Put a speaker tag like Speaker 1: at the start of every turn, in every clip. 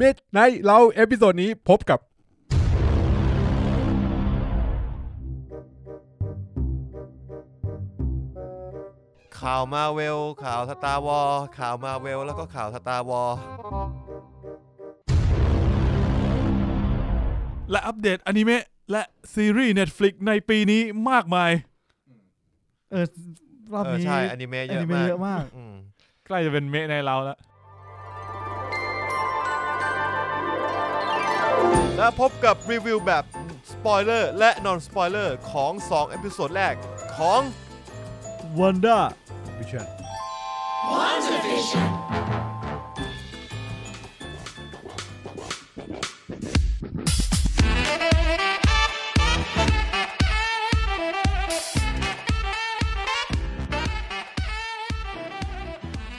Speaker 1: มิดในเราเอพิโซดนี้พบกับ
Speaker 2: ข่าวมาเวล ข่าวสตาร์วอข่าวมาเวล แล้วก็ข่าวสตาร์วอ
Speaker 3: และอัปเดตอนิเมะและซีรีส์ Netflix ในปีนี้มากมาย
Speaker 4: เออรอบ
Speaker 2: เออ
Speaker 4: นี้
Speaker 2: ใช่อนิเมะ
Speaker 4: อ
Speaker 2: เยอะ
Speaker 4: นิเมะ
Speaker 2: มาก
Speaker 4: เยอะมาก
Speaker 2: อืม
Speaker 3: ใกล้จะเป็นเมะในเราแล้ว
Speaker 2: และพบกับรีวิวแบบสปอยเลอร์และนอนสปอยเลอร์ของ2เอพิโซดแรกของ
Speaker 4: วันด้า
Speaker 1: Vision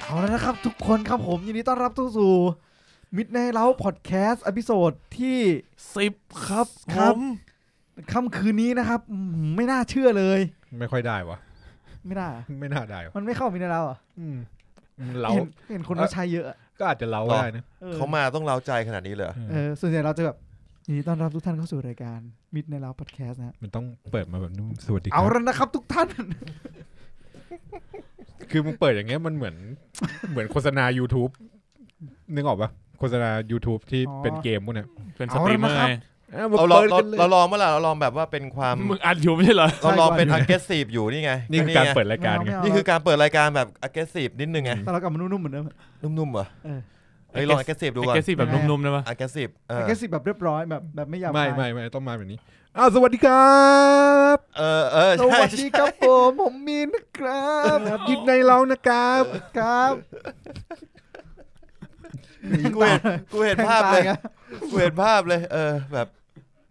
Speaker 4: เอาแล้วนะครับทุกคนครับผม ยินดีต้อนรับทุกสู่มิดในเล้าพอดแคสต์อพิโซดที่
Speaker 3: 10 ครับ
Speaker 4: ครับ ค่ำคืนนี้นะครับอืมไม่น่าเชื่อเลย
Speaker 1: ไม่ค่อยได้วะ
Speaker 4: ไม่น่าอะ
Speaker 1: ไม่น่าได้วะ
Speaker 4: มันไม่เข้ามิดในเล้าอ่ะ
Speaker 1: อืมเรา
Speaker 4: เห็นเห็นคนเขาใช้เยอะอะ
Speaker 1: ก็อาจจะเราได้นะ
Speaker 4: ออ
Speaker 2: เขามาต้องเล้าใจขนาดนี้เลยเหรอ
Speaker 4: เออส่วนใหญ่เราจะแบบยินดีต้อนรับทุกท่านเข้าสู่รายการมิดในเล้าพอดแคสต์นะฮะ
Speaker 1: มันต้องเปิดมาแบบนุ่มสวัสดีค
Speaker 4: เอา
Speaker 1: รับ
Speaker 4: แล้วนะครับทุกท่าน
Speaker 1: คือมึงเปิดอย่างเงี้ยมันเหมือน เหมือนโฆษณา YouTube นึกออกปะโฆษณา YouTube ที่
Speaker 4: อ๋อ
Speaker 1: เป็นเกมพวกเนี้ย
Speaker 3: เป็นส
Speaker 4: เอา
Speaker 3: ตรีม
Speaker 4: แล้ว
Speaker 3: เมอ
Speaker 4: นะ
Speaker 1: อ้วม
Speaker 2: เรา
Speaker 4: ครับ
Speaker 3: ร์ไง
Speaker 2: ลอง
Speaker 1: ปิด
Speaker 2: เรา
Speaker 1: กันลย
Speaker 2: เราลองเมื่อไหร่เราลองแบบว่าเป็นความ
Speaker 3: มึงอัดอยู่ไม่ใช่เหรอ
Speaker 2: เราลองเป็น
Speaker 4: ใช่
Speaker 2: aggressive อยู่นี่ไง
Speaker 1: นี่คือการเปิดรายการไง
Speaker 4: ไม่เอ
Speaker 2: นี่คือการเปิดรายการแบบ aggressive นิดนึงไง
Speaker 4: แต่เรากลับมานุ่มๆเหมือนเดิมอะ
Speaker 2: นุ่มๆเหรอ
Speaker 4: เออ
Speaker 2: เฮ้ยลอง aggressive ดูก่อน
Speaker 3: เกสซี่แบบนุ่มๆได้ปะ
Speaker 2: aggressive เออ
Speaker 4: แต่แค่สิแบบเรียบร้อยแบบแบบไม่หยาบ
Speaker 1: ไม่
Speaker 4: คาย
Speaker 1: ไม่ไม่ต้องมาแบบนี้อ้าวสวัสดีครับ
Speaker 2: เออเออ
Speaker 4: ส
Speaker 2: ใช่
Speaker 4: วัสดีครับผมผมมีนนะครับ
Speaker 1: ครับยินในเรานะครับ
Speaker 4: ครับ
Speaker 2: กูเห็นกูเห็นภาพเลยกูเห็นภาพเลยเออแบบ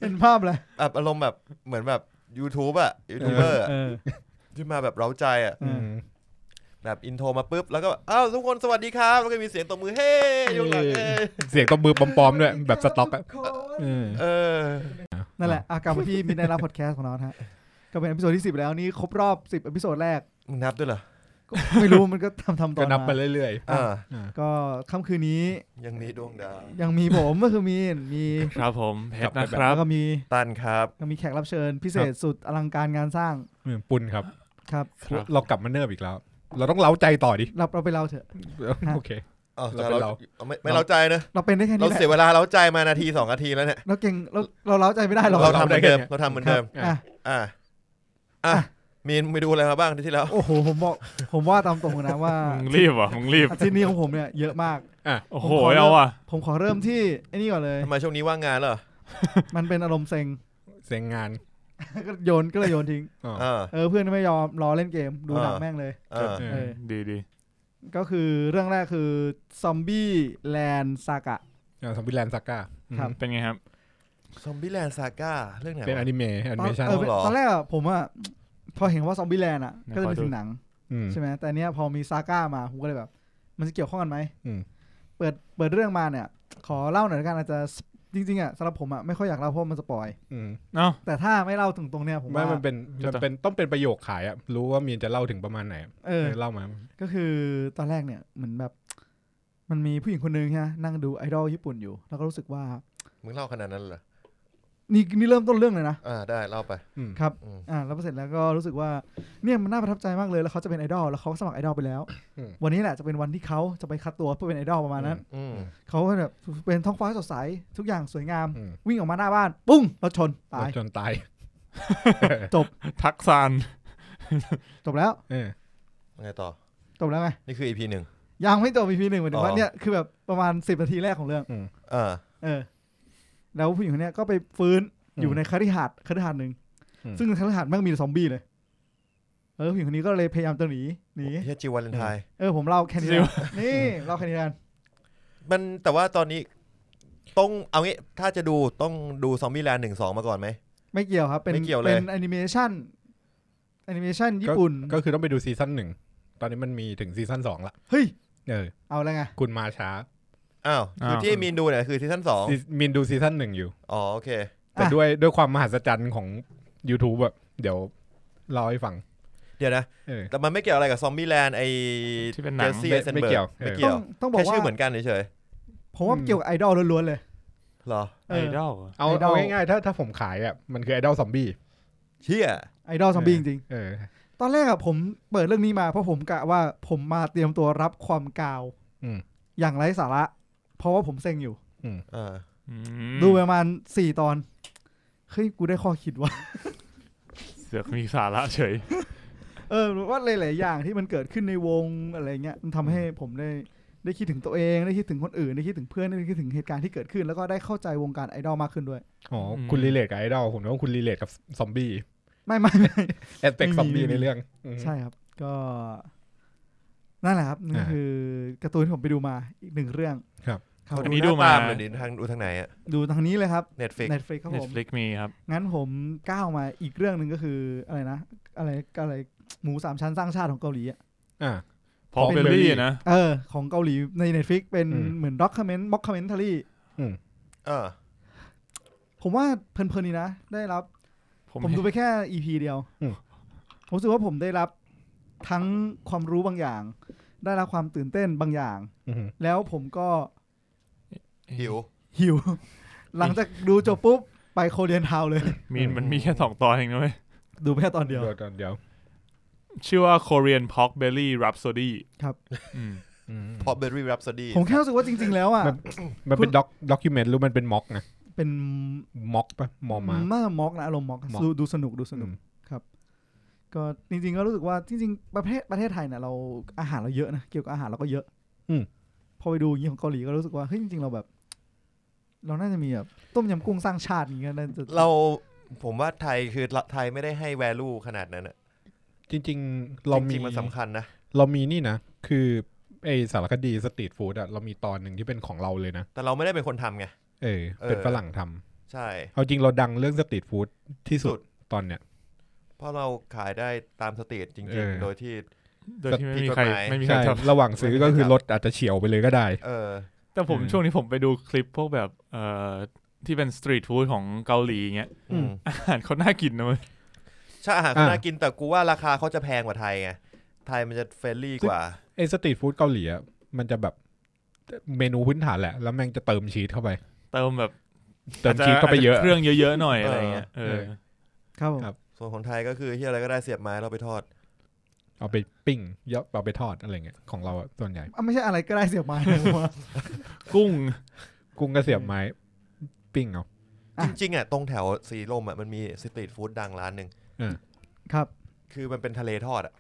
Speaker 4: เห็นภาพเลย
Speaker 2: แบบอารมณ์แบบเหมือนแบบ YouTube อะยูทูบเบอร์อะที่มาแบบเร้าใจอะ
Speaker 1: อืม
Speaker 2: แบบอินโทรมาปุ๊บ แล้วก็แบบอ้าวทุกคนสวัสดีครับ แล้วก็มีเสียงตบมือเฮ้ยกหลังเอ้ย
Speaker 1: เสียงตบมือปลอมๆด้วยแบบสต็อกอะเออ
Speaker 2: เออ
Speaker 4: นั่นแหละอากลับมาที่มินไนรับพอดแคสต์ของเรานะฮะก็เป็นอพิโซดที่ 10 แล้วนี่ครบรอบ 10อพิโซดแรก
Speaker 2: มึงนับด้วยเหรอ
Speaker 4: ก็ไม่รู้มันก็ทำทำตอ
Speaker 1: ก็
Speaker 4: น
Speaker 1: นับไป
Speaker 4: มา
Speaker 1: เรื่อย
Speaker 2: อ่า
Speaker 4: ก็ค่ำคืนนี้
Speaker 2: ยังมีดวงดาว
Speaker 4: ยังมีผมก็คือมีนมี
Speaker 3: ครับผมเพชรนะครั
Speaker 4: แล้
Speaker 3: บ
Speaker 4: วก็มี
Speaker 2: ตันครับ
Speaker 4: ยังมีแขกรับเชิญพิเศษสุดอลังการงานสร้าง
Speaker 1: ๆอืมปุ่นครับ
Speaker 4: ครับ
Speaker 3: ครับ
Speaker 1: เรากลับมาเนิบอีกแล้ว เราต้องเล้าใจต่อดิ
Speaker 4: เราเราไปเราเถอะ ฮะ
Speaker 1: โอเค
Speaker 2: เออแต่
Speaker 1: เราเป็น
Speaker 2: เรา
Speaker 1: เรา
Speaker 2: ไม่ไม่เร้าใจนะ
Speaker 4: เราเป็นได้แค่
Speaker 2: เรา
Speaker 4: นี้แหละ
Speaker 2: เสียเวลาเร้าใจมานาทีสองนาทีแล้วเนี่ย
Speaker 4: เราเก่งเราเราเล้าใจไม่ได้หรอก
Speaker 2: เราทำเหมือนเดิม
Speaker 1: เราได้แค่
Speaker 2: เราทำเหมือนเดิม
Speaker 4: อ่ะ
Speaker 2: อ่าอ่ะมีนไปดูอะไรมาบ้างที่ที่แล้ว
Speaker 4: โอ้โหผมบอกผมว่าตามตรงนะว่า
Speaker 3: มึงรีบเหรอ่ะมึงรีบ
Speaker 4: อาทิตย์นี้ของผมเนี่ยเยอะมาก
Speaker 1: อ่ะ
Speaker 3: โอ้โห
Speaker 4: ผมขอเริ่ม
Speaker 3: เอาอ่ะ
Speaker 4: ผมขอเริ่มที่ไอ้นี่ก่อนเลย
Speaker 2: ทำไมช่วงนี้ว่างงานเหรอ
Speaker 4: มันเป็นอารมณ์เซ็ง
Speaker 1: เสียงงาน
Speaker 4: ก็โยนก็เลยโยนทิ้ง
Speaker 1: อ๋อ
Speaker 2: อ่า
Speaker 4: เออเพื่อนไม่ยอมรอเล่นเกมดูหนัง
Speaker 2: อ่า
Speaker 4: แม่งเลย
Speaker 2: อ่า
Speaker 1: เออ
Speaker 4: เออ
Speaker 3: ดีดี
Speaker 4: ก็คือเรื่องแรกคือซอมบี้แลนซากะ
Speaker 1: อ่ะซอมบี้แลนด์ซาก้า
Speaker 4: ครับ
Speaker 3: ๆเป็นไงครับ
Speaker 2: ซอมบี้แลนด์ซาก้าเรื่องไหน
Speaker 1: เป็นอ
Speaker 2: วะ
Speaker 1: นิเมะแอนิเมชัน
Speaker 4: เออเป็น
Speaker 2: เหรอ
Speaker 4: ตอนแรกอะผมอะพอเห็นว่าซอมบี้แลนอะ
Speaker 3: ไหน
Speaker 4: ก็จะเป็น
Speaker 3: ขอดู
Speaker 4: ถึงหนัง
Speaker 1: อืม
Speaker 4: ใช่ไหมแต่อันเนี้ยพอมีซาก้ามาผมก็เลยแบบ มันจะเกี่ยวข้องกันไหม
Speaker 1: อืม
Speaker 4: เปิดเปิดเรื่องมาเนี่ย ขอเล่าหน่อยละกันอาจจะจริงๆอะสำหรับผมอะไม่ค่อยอยากเล่าเพราะมันสปอย
Speaker 1: อืม
Speaker 3: เอ้า
Speaker 4: แต่ถ้าไม่เล่าถึงตรงเนี้ยผม
Speaker 1: ไม่
Speaker 4: ว่า
Speaker 1: มันเป็นมันเป็นต้องเป็นประโยคขายอะรู้ว่ามีนจะเล่าถึงประมาณไหนอะ
Speaker 4: เออ
Speaker 1: เออเล่ามา
Speaker 4: ก็คือตอนแรกเนี่ยเหมือนแบบ มันมีผู้หญิงคนหนึ่งฮะนั่งดูไอดอลญี่ปุ่นอยู่ แล้วก็รู้สึกว่า
Speaker 2: มึงเล่าขนาดนั้นเหรอ
Speaker 4: นี่นี่เริ่มต้นเรื่องเลยนะ
Speaker 2: อ่าได้เล่าไป
Speaker 1: อืม
Speaker 4: ครับ
Speaker 2: อืม
Speaker 4: อ่าแล้วพอเสร็จแล้วก็รู้สึกว่าเนี่ยมันน่าประทับใจมากเลยแล้วเขาจะเป็นไอดอลแล้วเขาก็สมัครไอดอลไปแล้ว
Speaker 1: อืม
Speaker 4: วันนี้แหละจะเป็นวันที่เขาจะไปคัดตัวเพื่อเป็นไอดอลประมาณนั้น
Speaker 2: อืม
Speaker 4: เขาก็แบบเป็นท้องฟ้าสดใสทุกอย่างสวยงาม
Speaker 1: อืม
Speaker 4: วิ่งออกมาหน้าบ้านปุ้งรถชนตาย
Speaker 1: จน ตาย
Speaker 3: ทักซาน
Speaker 4: จบแล้ว
Speaker 1: เออ
Speaker 2: ไงต่อ
Speaker 4: จบแล้วไง
Speaker 2: นี่คือ EP หนึ่ง
Speaker 4: ยังไม่จบ EP หนึ่งหมายถึง
Speaker 2: อ๋
Speaker 4: ว่า
Speaker 2: อ
Speaker 4: เนี่ยคือแบบประมาณสิบนาทีแรกของเรื่อง
Speaker 2: อ่า
Speaker 4: เออ แล้วผู้หญิงคนเนี้ยก็ไปฟื้น
Speaker 1: อ
Speaker 4: อยู่ในคฤหาสน์คฤหาสน์หนึ่ง
Speaker 1: อืม
Speaker 4: ซึ่งคฤหาสน์แม่งมีแต่ซอมบี้เลย เออผู้หญิงคนนี้ก็เลยพยายามจะหนี หนี
Speaker 2: เฮียจิววาเลนไทน์
Speaker 4: เออ ผมเล่าแค่นี้นะนี่ เล่าแค่นี้กัน
Speaker 2: มันแต่ว่าตอนนี้ต้องเอางี้ถ้าจะดูต้องดูซอมบี้แลนด์หนึ่งสองมาก่อนไหม
Speaker 4: ไม่เกี่ยวครับ เป็น
Speaker 2: ไม่เกี่ยวเลย
Speaker 4: เป็นแอนิเมชันแอนิเมชันญี่ปุ่น
Speaker 1: ก็คือต้องไปดูซีซั่นหนึ่ง ตอนนี้มันมีถึงซีซั่นสองละ
Speaker 4: เฮ้ย
Speaker 1: เออ
Speaker 4: เอาแล้วไง
Speaker 1: คุณมาช้า
Speaker 2: อ้าวคือที่มีนดูเนี่ยคือซีซั่นสอง
Speaker 1: ซีมินดูซีซั่นหนึ่งอยู่
Speaker 2: อ๋อโอเค
Speaker 1: แต่
Speaker 4: อ่ะ
Speaker 1: ด้วยด้วยความมหัศจรรย์ของ YouTube แบบเดี๋ยวเล่าให้ฟัง
Speaker 2: เดี๋ยวนะ
Speaker 1: เออ
Speaker 2: แต่มันไม่เกี่ยวอะไรกับซอมบี้แลนด์ไอ
Speaker 3: ที่เป็นห
Speaker 2: เจ
Speaker 3: นัง
Speaker 2: สซี่
Speaker 1: ไม่
Speaker 2: เซน
Speaker 1: ไม่
Speaker 2: เบิร์
Speaker 1: เกี่ย
Speaker 2: ก
Speaker 1: วเออ
Speaker 2: ไม่เกี่ยว
Speaker 4: ต้องต้องบอก
Speaker 2: แค่
Speaker 4: ว่า
Speaker 2: ชื่อเหมือนกันเฉย
Speaker 4: ผมว่า
Speaker 1: อืม
Speaker 4: เกี่ยวกับไอดอลล้วนๆเลย
Speaker 2: เหรอ
Speaker 4: เอ
Speaker 3: ไอ
Speaker 4: อ
Speaker 3: ดอล
Speaker 1: เอา
Speaker 4: ไอดอล
Speaker 1: เอาง่ายๆถ้าถ้าผมขายอ่ะมันคือไอดอลซอมบี้
Speaker 2: เชี่ย
Speaker 4: ไอดอลซอมบี้จริง
Speaker 1: เออ
Speaker 4: ๆ ตอนแรกอะผมเปิดเรื่องนี้มาเพราะผมกะว่าผมมาเตรียมตัวรับความกาว
Speaker 1: อืม
Speaker 4: อย่างไร้สาระ เพราะว่าผมเซ็งอยู่
Speaker 2: อ่า
Speaker 4: ดูไปประมาณสี่ตอนเฮ้ยกูได้ข้อคิดว่า
Speaker 3: เสือกมีสาระเฉย
Speaker 4: เออหรือว่าหลาย ๆ อย่างที่มันเกิดขึ้นในวงอะไรเงี้ยมันทำให้ผมได้ได้คิดถึงตัวเองได้คิดถึงคนอื่นได้คิดถึงเพื่อนได้คิดถึงเหตุการณ์ที่เกิดขึ้น แล้วก็ได้เข้าใจวงการไอดอลมากขึ้นด้วย
Speaker 1: อ๋ออ
Speaker 3: ม
Speaker 1: คุณรีเลทกับไอดอลผมนึกว่าคุณรีเลทกับซอมบี้
Speaker 4: ไม่ไม่ไม่
Speaker 1: แอสเปก
Speaker 4: ไม่มี
Speaker 1: ซอมบี้
Speaker 4: ไม่มี
Speaker 1: ในเรื่องอืม
Speaker 4: ใช่ครับ ก็นั่นแหละครับนั่น
Speaker 1: อ่า
Speaker 4: คือการ์ตูนที่ผมไปดูมาอีกหนึ่งเรื่อง
Speaker 1: ครับ
Speaker 4: ครับ
Speaker 3: อั
Speaker 4: ผ
Speaker 3: น
Speaker 4: ม
Speaker 3: นี้ดูมา
Speaker 2: ตเลยดิทางดูทางไหนอะ
Speaker 4: ดูทางนี้เลยครับ
Speaker 2: เน็ตฟิก
Speaker 4: Netflix ครับผม
Speaker 3: Netflix มีครับ
Speaker 4: งั้นผมก้าวมาอีกเรื่องหนึ่งก็คืออะไรนะ อะไรอะไรหมูสามชั้นสร้างชาติของเกาหลีอะ
Speaker 1: อ่า
Speaker 3: พอ
Speaker 1: เป็น
Speaker 3: เบลลี่
Speaker 1: Berry
Speaker 3: นะ
Speaker 4: เออ ของเกาหลีใน Netflix เป็น
Speaker 1: อืม
Speaker 4: เหมือนด็อกคอมเมนต์ม็อกคอมเมนต์ทารี
Speaker 2: เออ
Speaker 4: ผมว่าเพลินๆนี่นะ ได้รับ
Speaker 3: ผม
Speaker 4: ผมดูไปแค่ EP เดียว
Speaker 1: อืม
Speaker 4: ผมรู้สึกว่าผมได้รับทั้งความรู้บางอย่าง ได้รับความตื่นเต้นบางอย่าง
Speaker 1: อืม
Speaker 4: แล้วผมก็
Speaker 2: หิว
Speaker 4: หิว หลังจากดูจบปุ๊บ ไปโคเรียนทาวน์เลย
Speaker 3: มีมันมีแค่สองตอนเองนะเว้ย
Speaker 4: ดูไปแค่ตอนเดียว
Speaker 1: เดี๋ยวตอนเดียว
Speaker 3: ชื่อว่า Korean Pork Belly Rhapsody
Speaker 4: ครับ
Speaker 3: อืม
Speaker 1: อืม
Speaker 2: พอเบอร์รี่รับสดี
Speaker 4: ผมแค่รู้สึกว่าจริง ๆ แล้วอ่ะ
Speaker 1: มันเป็นด็อกด็อกิเมนต์หรือมันเป็นม็อกนะ
Speaker 4: เป็น
Speaker 1: ม็อกปะมอมา
Speaker 4: น่าม็อกนะอารมณ์ม็อก
Speaker 1: ม็อก
Speaker 4: ดูดูสนุกดูสนุก
Speaker 1: อืม
Speaker 4: ก็จริงๆก็รู้สึกว่าจริงๆประเทศประเทศไทยเนี่ยเราอาหารเราเยอะนะเกี่ยวกับอาหารเราก็เยอะพอไปดูอย่างนี้ของเกาหลีก็รู้สึกว่าเฮ้ยจริงๆเราแบบ เราน่าจะมีแบบต้มยำกุ้งสร้างชาติอย่างเงี้ยน่าจะ
Speaker 2: เราผมว่าไทยคือไทยไม่ได้ให้ value ขนาดนั้นอะ
Speaker 1: จริง ๆ เรา
Speaker 2: จ
Speaker 1: มี
Speaker 2: ริงๆมันสำคัญนะ
Speaker 1: เรามีนี่นะ คือไอสารคดีสตรีทฟู้ดอะเรามีตอนหนึ่งที่เป็นของเราเลยนะ
Speaker 2: แต่เราไม่ได้เป็นคนทำไง
Speaker 1: เออ เป็น
Speaker 2: เออ
Speaker 1: ฝรั่งทำ
Speaker 2: ใช่
Speaker 1: เอาจริงเราดังเรื่องสตรีทฟู้ดที่สุ
Speaker 2: สุ
Speaker 1: ด
Speaker 2: ด
Speaker 1: ตอนเนี้ย
Speaker 2: เพราะเราขายได้ตามสตรีทจ
Speaker 1: เอ
Speaker 2: ริง
Speaker 1: อ
Speaker 2: ๆ โดยที่
Speaker 3: โดยที่ไม่มีใคร
Speaker 2: ผิดกฎหมาย
Speaker 3: ไม่มีใคร
Speaker 1: ใช่
Speaker 3: ท
Speaker 1: ระหว่างซื้อก็คือรถอาจจะเฉียวไปเลยก็ได้
Speaker 2: เออ
Speaker 3: ำแต่ผม
Speaker 1: อืม
Speaker 3: ช่วงนี้ผมไปดูคลิปพวกแบบเอ่อที่เป็นสตรีทฟู้ดของเกาหลีเงี้ย
Speaker 1: อืม
Speaker 3: อาหารเขาน่ากินนะเว้ย
Speaker 2: ใช่อาหารก็
Speaker 1: อ่า
Speaker 2: น่ากินแต่กูว่าราคาเขาจะแพงกว่าไทยไง ไทยมันจะเฟรนลี่กว่า
Speaker 1: ไอสตรีทฟู้ดเกาหลีอะมันจะแบบเมนูพื้นฐานแหละ แล้วแม่งจะเติมชีสเข้าไป
Speaker 3: เติมแบบ
Speaker 1: เติมชีสเข้าไปเยอะ
Speaker 3: าจจเครื่องเยอะๆหน่อยอะไรเงี้ยเออ
Speaker 4: ครับผม
Speaker 1: ครับ
Speaker 2: ส่วนของไทยก็คือที่อะไรก็ได้เสียบไม้เราไปทอด
Speaker 1: เอาไปปิ้งเยอะเอาไปทอดอะไรเงี้ยของเราอะส่วนใหญ่
Speaker 4: อ่ะไม่ใช่อะไรก็ได้เสียบไม้เลยว่า
Speaker 3: กุ้ง
Speaker 1: กุ้งกระเสียบไม้ปิ้งเอา
Speaker 4: อ่ะ
Speaker 2: จริงๆอ่ะตรงแถวสีลมอ่ะมันมีสตรีทฟู้ดดังร้านหนึ่ง
Speaker 4: ครับ
Speaker 2: คือมันเป็นทะเลทอดอ่ะ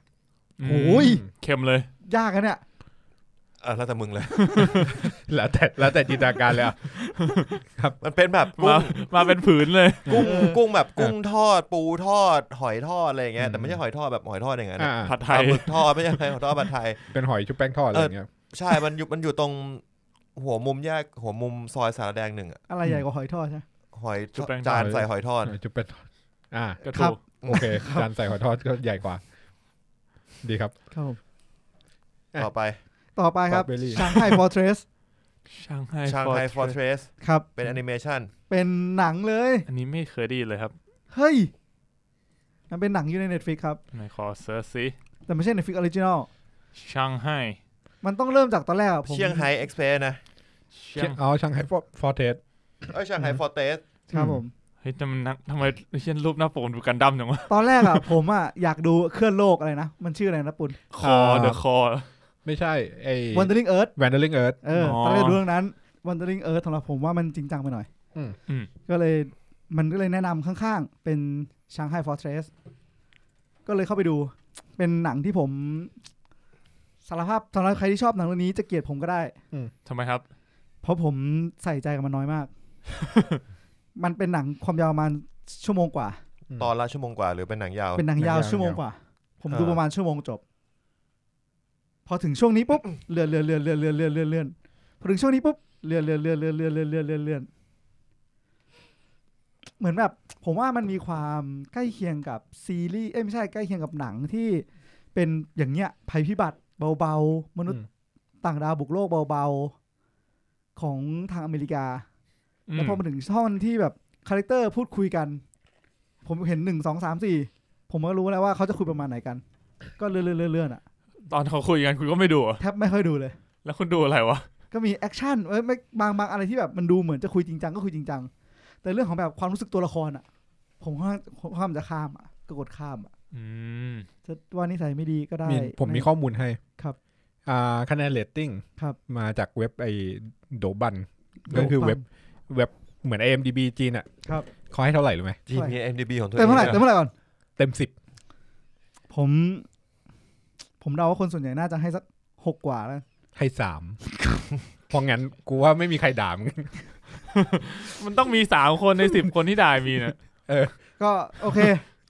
Speaker 4: โอ้ย
Speaker 3: เค็มเลย
Speaker 4: ยากนะเนี่ย
Speaker 2: เออแล้วแต่มึงเลย
Speaker 1: แล้วแต่แล้วแต่จินตนาการเลยอะ
Speaker 2: มันเป็นแบบกุ้
Speaker 3: มางมาเป็นผืนเลย
Speaker 2: กุ้ง
Speaker 4: เออ
Speaker 2: กุ้งแบบกุ้งทอด ปูทอด หอยทอดอะไรอย่างเงี้ย
Speaker 1: อืม
Speaker 2: แต่ไม่ใช่หอยทอดแบบหอยทอดอย่างเงี้ย
Speaker 1: อ่า
Speaker 3: ผัด
Speaker 2: ป
Speaker 3: ไท
Speaker 2: ลาย หมึกทอดไม่ใช่หอยทอดผัดไทย
Speaker 1: เป็นหอยชุบแป้งทอดอะไรเงี้ย
Speaker 2: ใช่มันอยู่มันอยู่ตรงหัวมุมแยกหัวมุมซอยสารแดงหนึ่งอ่ะ
Speaker 4: อะไรใหญ่กว่าหอยทอดใช่ไหม
Speaker 2: หอย
Speaker 3: ชุบแป้งทอด
Speaker 2: จานใส่หอยทอด
Speaker 1: หอยชุบแป้งทอดอ่า
Speaker 3: กระ
Speaker 4: ครั
Speaker 3: ทู
Speaker 4: บ
Speaker 1: โอเคจานใส่หอยทอดก็ใหญ่กว่า ดีครับ
Speaker 4: ครับผม
Speaker 1: อ่ะ
Speaker 2: ต่อไป
Speaker 4: ต่อไปครับ
Speaker 1: Blackberry
Speaker 4: ชางไฮฟอร์เทรส
Speaker 3: ช่างไฮ
Speaker 2: ชางไฮฟอร์เทรส
Speaker 4: ครับ
Speaker 2: เป็นแอนิเมชัน
Speaker 4: เป็นหนังเลย
Speaker 3: อันนี้ไม่เคยได้ยินเลยครับ
Speaker 4: เฮ้ยมันเป็นหนังอยู่ใน Netflix ครับ
Speaker 3: ไหนขอเซิร์ชซิ
Speaker 4: แต่ไม่ใช่ Netflix Original
Speaker 3: ช่างไฮ
Speaker 4: มันต้องเริ่มจากตอนแรกอะผม
Speaker 2: เชียงไฮเอ็กซ์เพรสนะ
Speaker 3: ช่าง
Speaker 1: อ๋อช่างไฮฟอร์เทส
Speaker 2: เอ้ยชางไฮฟอร์เทส
Speaker 4: ครับผม
Speaker 3: เฮ้ยทำไมนักทำไมเช่นรูปหน้าปกมันดูกันดั้มจังวะ
Speaker 4: ตอนแรกอะ ผมอะอยากดูเคลื่อนโลกอะไรนะ มันชื่ออะไรนะปุ่น
Speaker 3: คอเดอะ
Speaker 1: อ่า
Speaker 3: คอ
Speaker 1: ไม่ใช่ไอ
Speaker 4: วันเดอร์ลิงเอิร์ธ
Speaker 1: แวนเดอร์ลิงเอิร์ธ
Speaker 4: เออ
Speaker 3: อ๋อ
Speaker 4: ตอนแรกดูเรื่องนั้นวันเดอร์ลิงเอิร์ธสำหรับผมว่ามันจริงจังไปหน่อย
Speaker 3: อืม
Speaker 4: ก็เลยมันก็เลยแนะนำข้างๆ เป็นชางไฮฟอร์เทรสก็เลยเข้าไปดู เป็นหนังที่ผมสารภาพสำหรับใครที่ชอบหนังเรื่องนี้จะเกลียดผมก็ได้
Speaker 3: ทำไมครับ
Speaker 4: เพราะผมใส่ใจกับมันน้อยมาก มันเป็นหนังความยาวประมาณชั่วโมงกว่า
Speaker 2: ตอนละชั่วโมงกว่าหรือเป็นหนังยาว
Speaker 4: เป็นหนังยาวชั่วโมงกว่า ผมดู
Speaker 2: เออ
Speaker 4: ประมาณชั่วโมงจบ พอถึงช่วงนี้ปุ๊บ เลื่อนเลื่อนเลื่อนเลื่อนเลื่อนเลื่อนเลื่อนเลื่อนพอถึงช่วงนี้ปุ๊บ เลื่อนเลื่อนเลื่อนเลื่อนเลื่อนเลื่อนเลื่อนเลื่อนเลื่อนเหมือนแบบ ผมว่ามันมีความใกล้เคียงกับซีรีส์ เอ้ยไม่ใช่ใกล้เคียงกับหนังที่เป็นอย่างเงี้ย ภัยพิบัติเบาๆ มนุษย์ต่างดาวบุกโลกเบาๆ ของทางอเมริกา แล้วพอมาถึงช่องที่แบบคาแรคเตอร์พูดคุยกัน ผมเห็นหนึ่งสองสามสี่ผมก็รู้แล้วว่าเขาจะคุยประมาณไหนกัน ก็เลื่อนๆๆๆอ่ะ
Speaker 3: ตอนเขาคุยกันคุณก็ไม่ดูเหรอ
Speaker 4: แทบไม่ค่อยดูเลย
Speaker 3: แล้วคุณดูอะไรวะ
Speaker 4: ก็ ก็มีแอคชั่นเอ้ยไม่บางบางอะไรที่แบบมันดูเหมือนจะคุยจริงจังก็คุยจริงจังแต่เรื่องของแบบความรู้สึกตัวละครอ่ะ ผมว่าผมข้ามจะข้ามอ่ะก็กดข้ามอ่ะ
Speaker 1: อืม
Speaker 4: จะว่านิสัยไม่ดีก็ได้
Speaker 1: มีผมมี
Speaker 4: ไ
Speaker 1: ข้อมูลให้
Speaker 4: ครับ
Speaker 1: อ่าคะแนนเรตติ้ง
Speaker 4: ครับ
Speaker 1: มาจากเว็บไอโดบัน ก็คือเว็บ เว็บเหมือน IMDb จีนอ่ะ
Speaker 4: ครับ
Speaker 1: เขาให้เท่าไหร่รู้ไหม
Speaker 2: จีนมี MDB ของตัวเอง
Speaker 4: เต็มเมื่อไหร่
Speaker 2: นะ
Speaker 4: เต็มเมื่อไหร่ก่อน
Speaker 1: เต็มสิบ
Speaker 4: ผม ผมเดาว่าคนส่วนใหญ่น่าจะให้สักหกกว่าแล้ว
Speaker 1: ให้ สามเพราะงั้นกูว่าไม่มีใครด่ามึง
Speaker 3: มันต้องมีสามคนในสิบคนที่ด่ามีนะ
Speaker 4: ก็โอเค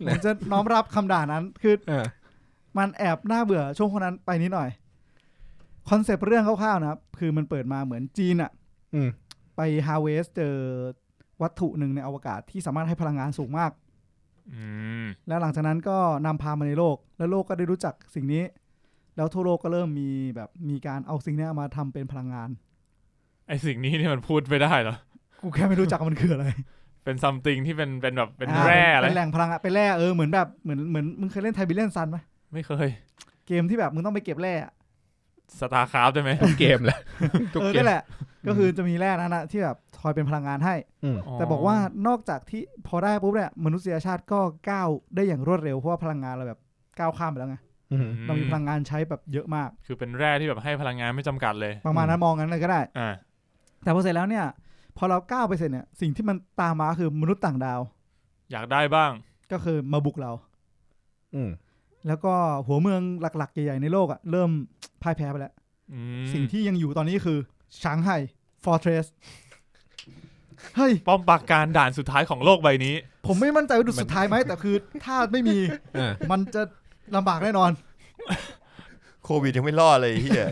Speaker 4: ผมจะน้อมรับคำด่านั้น คือ
Speaker 1: เออ
Speaker 4: มันแอบน่าเบื่อช่วงคนนั้นไปนิดหน่อย คอนเซปต์เรื่องคร่าวๆนะครับ คือมันเปิดมาเหมือนจีนอะ
Speaker 1: อืม
Speaker 4: ไปฮาเวสเจอวัตถุหนึ่งในอวกาศที่สามารถให้พลังงานสูงมาก
Speaker 3: อืม
Speaker 4: แล้วหลังจากนั้นก็นำพามาในโลก แล้วโลกก็ได้รู้จักสิ่งนี้ แล้วทั่วโลกก็เริ่มมีแบบมีการเอาสิ่งเนี้ยมาทำเป็นพลังงาน
Speaker 3: ไอสิ่งนี้นี่มันพูดไม่ได้เหรอ
Speaker 4: กูแค่ไม่รู้จักว่ามันคืออะไร
Speaker 3: เป็นซัมติงที่เป็นเป็นแบบเป็น
Speaker 4: อ่า
Speaker 3: แร่อะไร
Speaker 4: เป็นแหล่งพลังอะเป็นแร่เออเหมือนแบบเหมือนเหมือนมึงเคยเล่นไทบิเลียนซันไหม
Speaker 3: ไม่เคย
Speaker 4: เกมที่แบบมึงต้องไปเก็บแร่อะ
Speaker 3: สตาร์คราฟได้ไหม
Speaker 1: ทุกเกมแหละ ทุก
Speaker 4: เออ
Speaker 1: เกม
Speaker 4: นั่นแหละ
Speaker 1: ม
Speaker 4: ก็คือจะมีแร่นั้นนะที่แบบคอยเป็นพลังงานให้
Speaker 1: อืม
Speaker 4: แต่บอกว่านอกจากที่พอได้ปุ๊บเนี่ยมนุษยชาติก็ก้าวได้อย่างรวดเร็วเพราะว่าพลังงานเราแบบก้าวข้ามไปแล้วไง
Speaker 1: อืม
Speaker 4: เรามีพลังงานใช้แบบเยอะมาก
Speaker 3: คือเป็นแร่ที่แบบให้พลังงานไม่จำกัดเลย
Speaker 4: ประมาณนั้นมองงั้นเลยก็ได้
Speaker 3: อ่า
Speaker 4: แต่พอเสร็จแล้วเนี่ย พอเราก้าวไปเสร็จเนี่ยสิ่งที่มันตามมาคือมนุษย์ต่างดาว
Speaker 3: อยากได้บ้าง
Speaker 4: ก็คือมาบุกเรา
Speaker 1: อืม
Speaker 4: แล้วก็หัวเมืองหลักๆใหญ่ๆในโลกอะเริ่มพ่ายแพ้ไปแล้ว
Speaker 3: อืม
Speaker 4: สิ่งที่ยังอยู่ตอนนี้คือชางไห่ Fortress เฮ้ย
Speaker 3: ป้อมปราการด่านสุดท้ายของโลกใบนี้
Speaker 4: ผมไม่มั่นใจว่าดุ
Speaker 1: มัน
Speaker 4: สุดท้ายไหม แต่คือถ้าไม่มี
Speaker 1: อ่า
Speaker 4: มันจะลำบากแน่นอน
Speaker 2: โควิดยังไม่รอดเลยเฮีย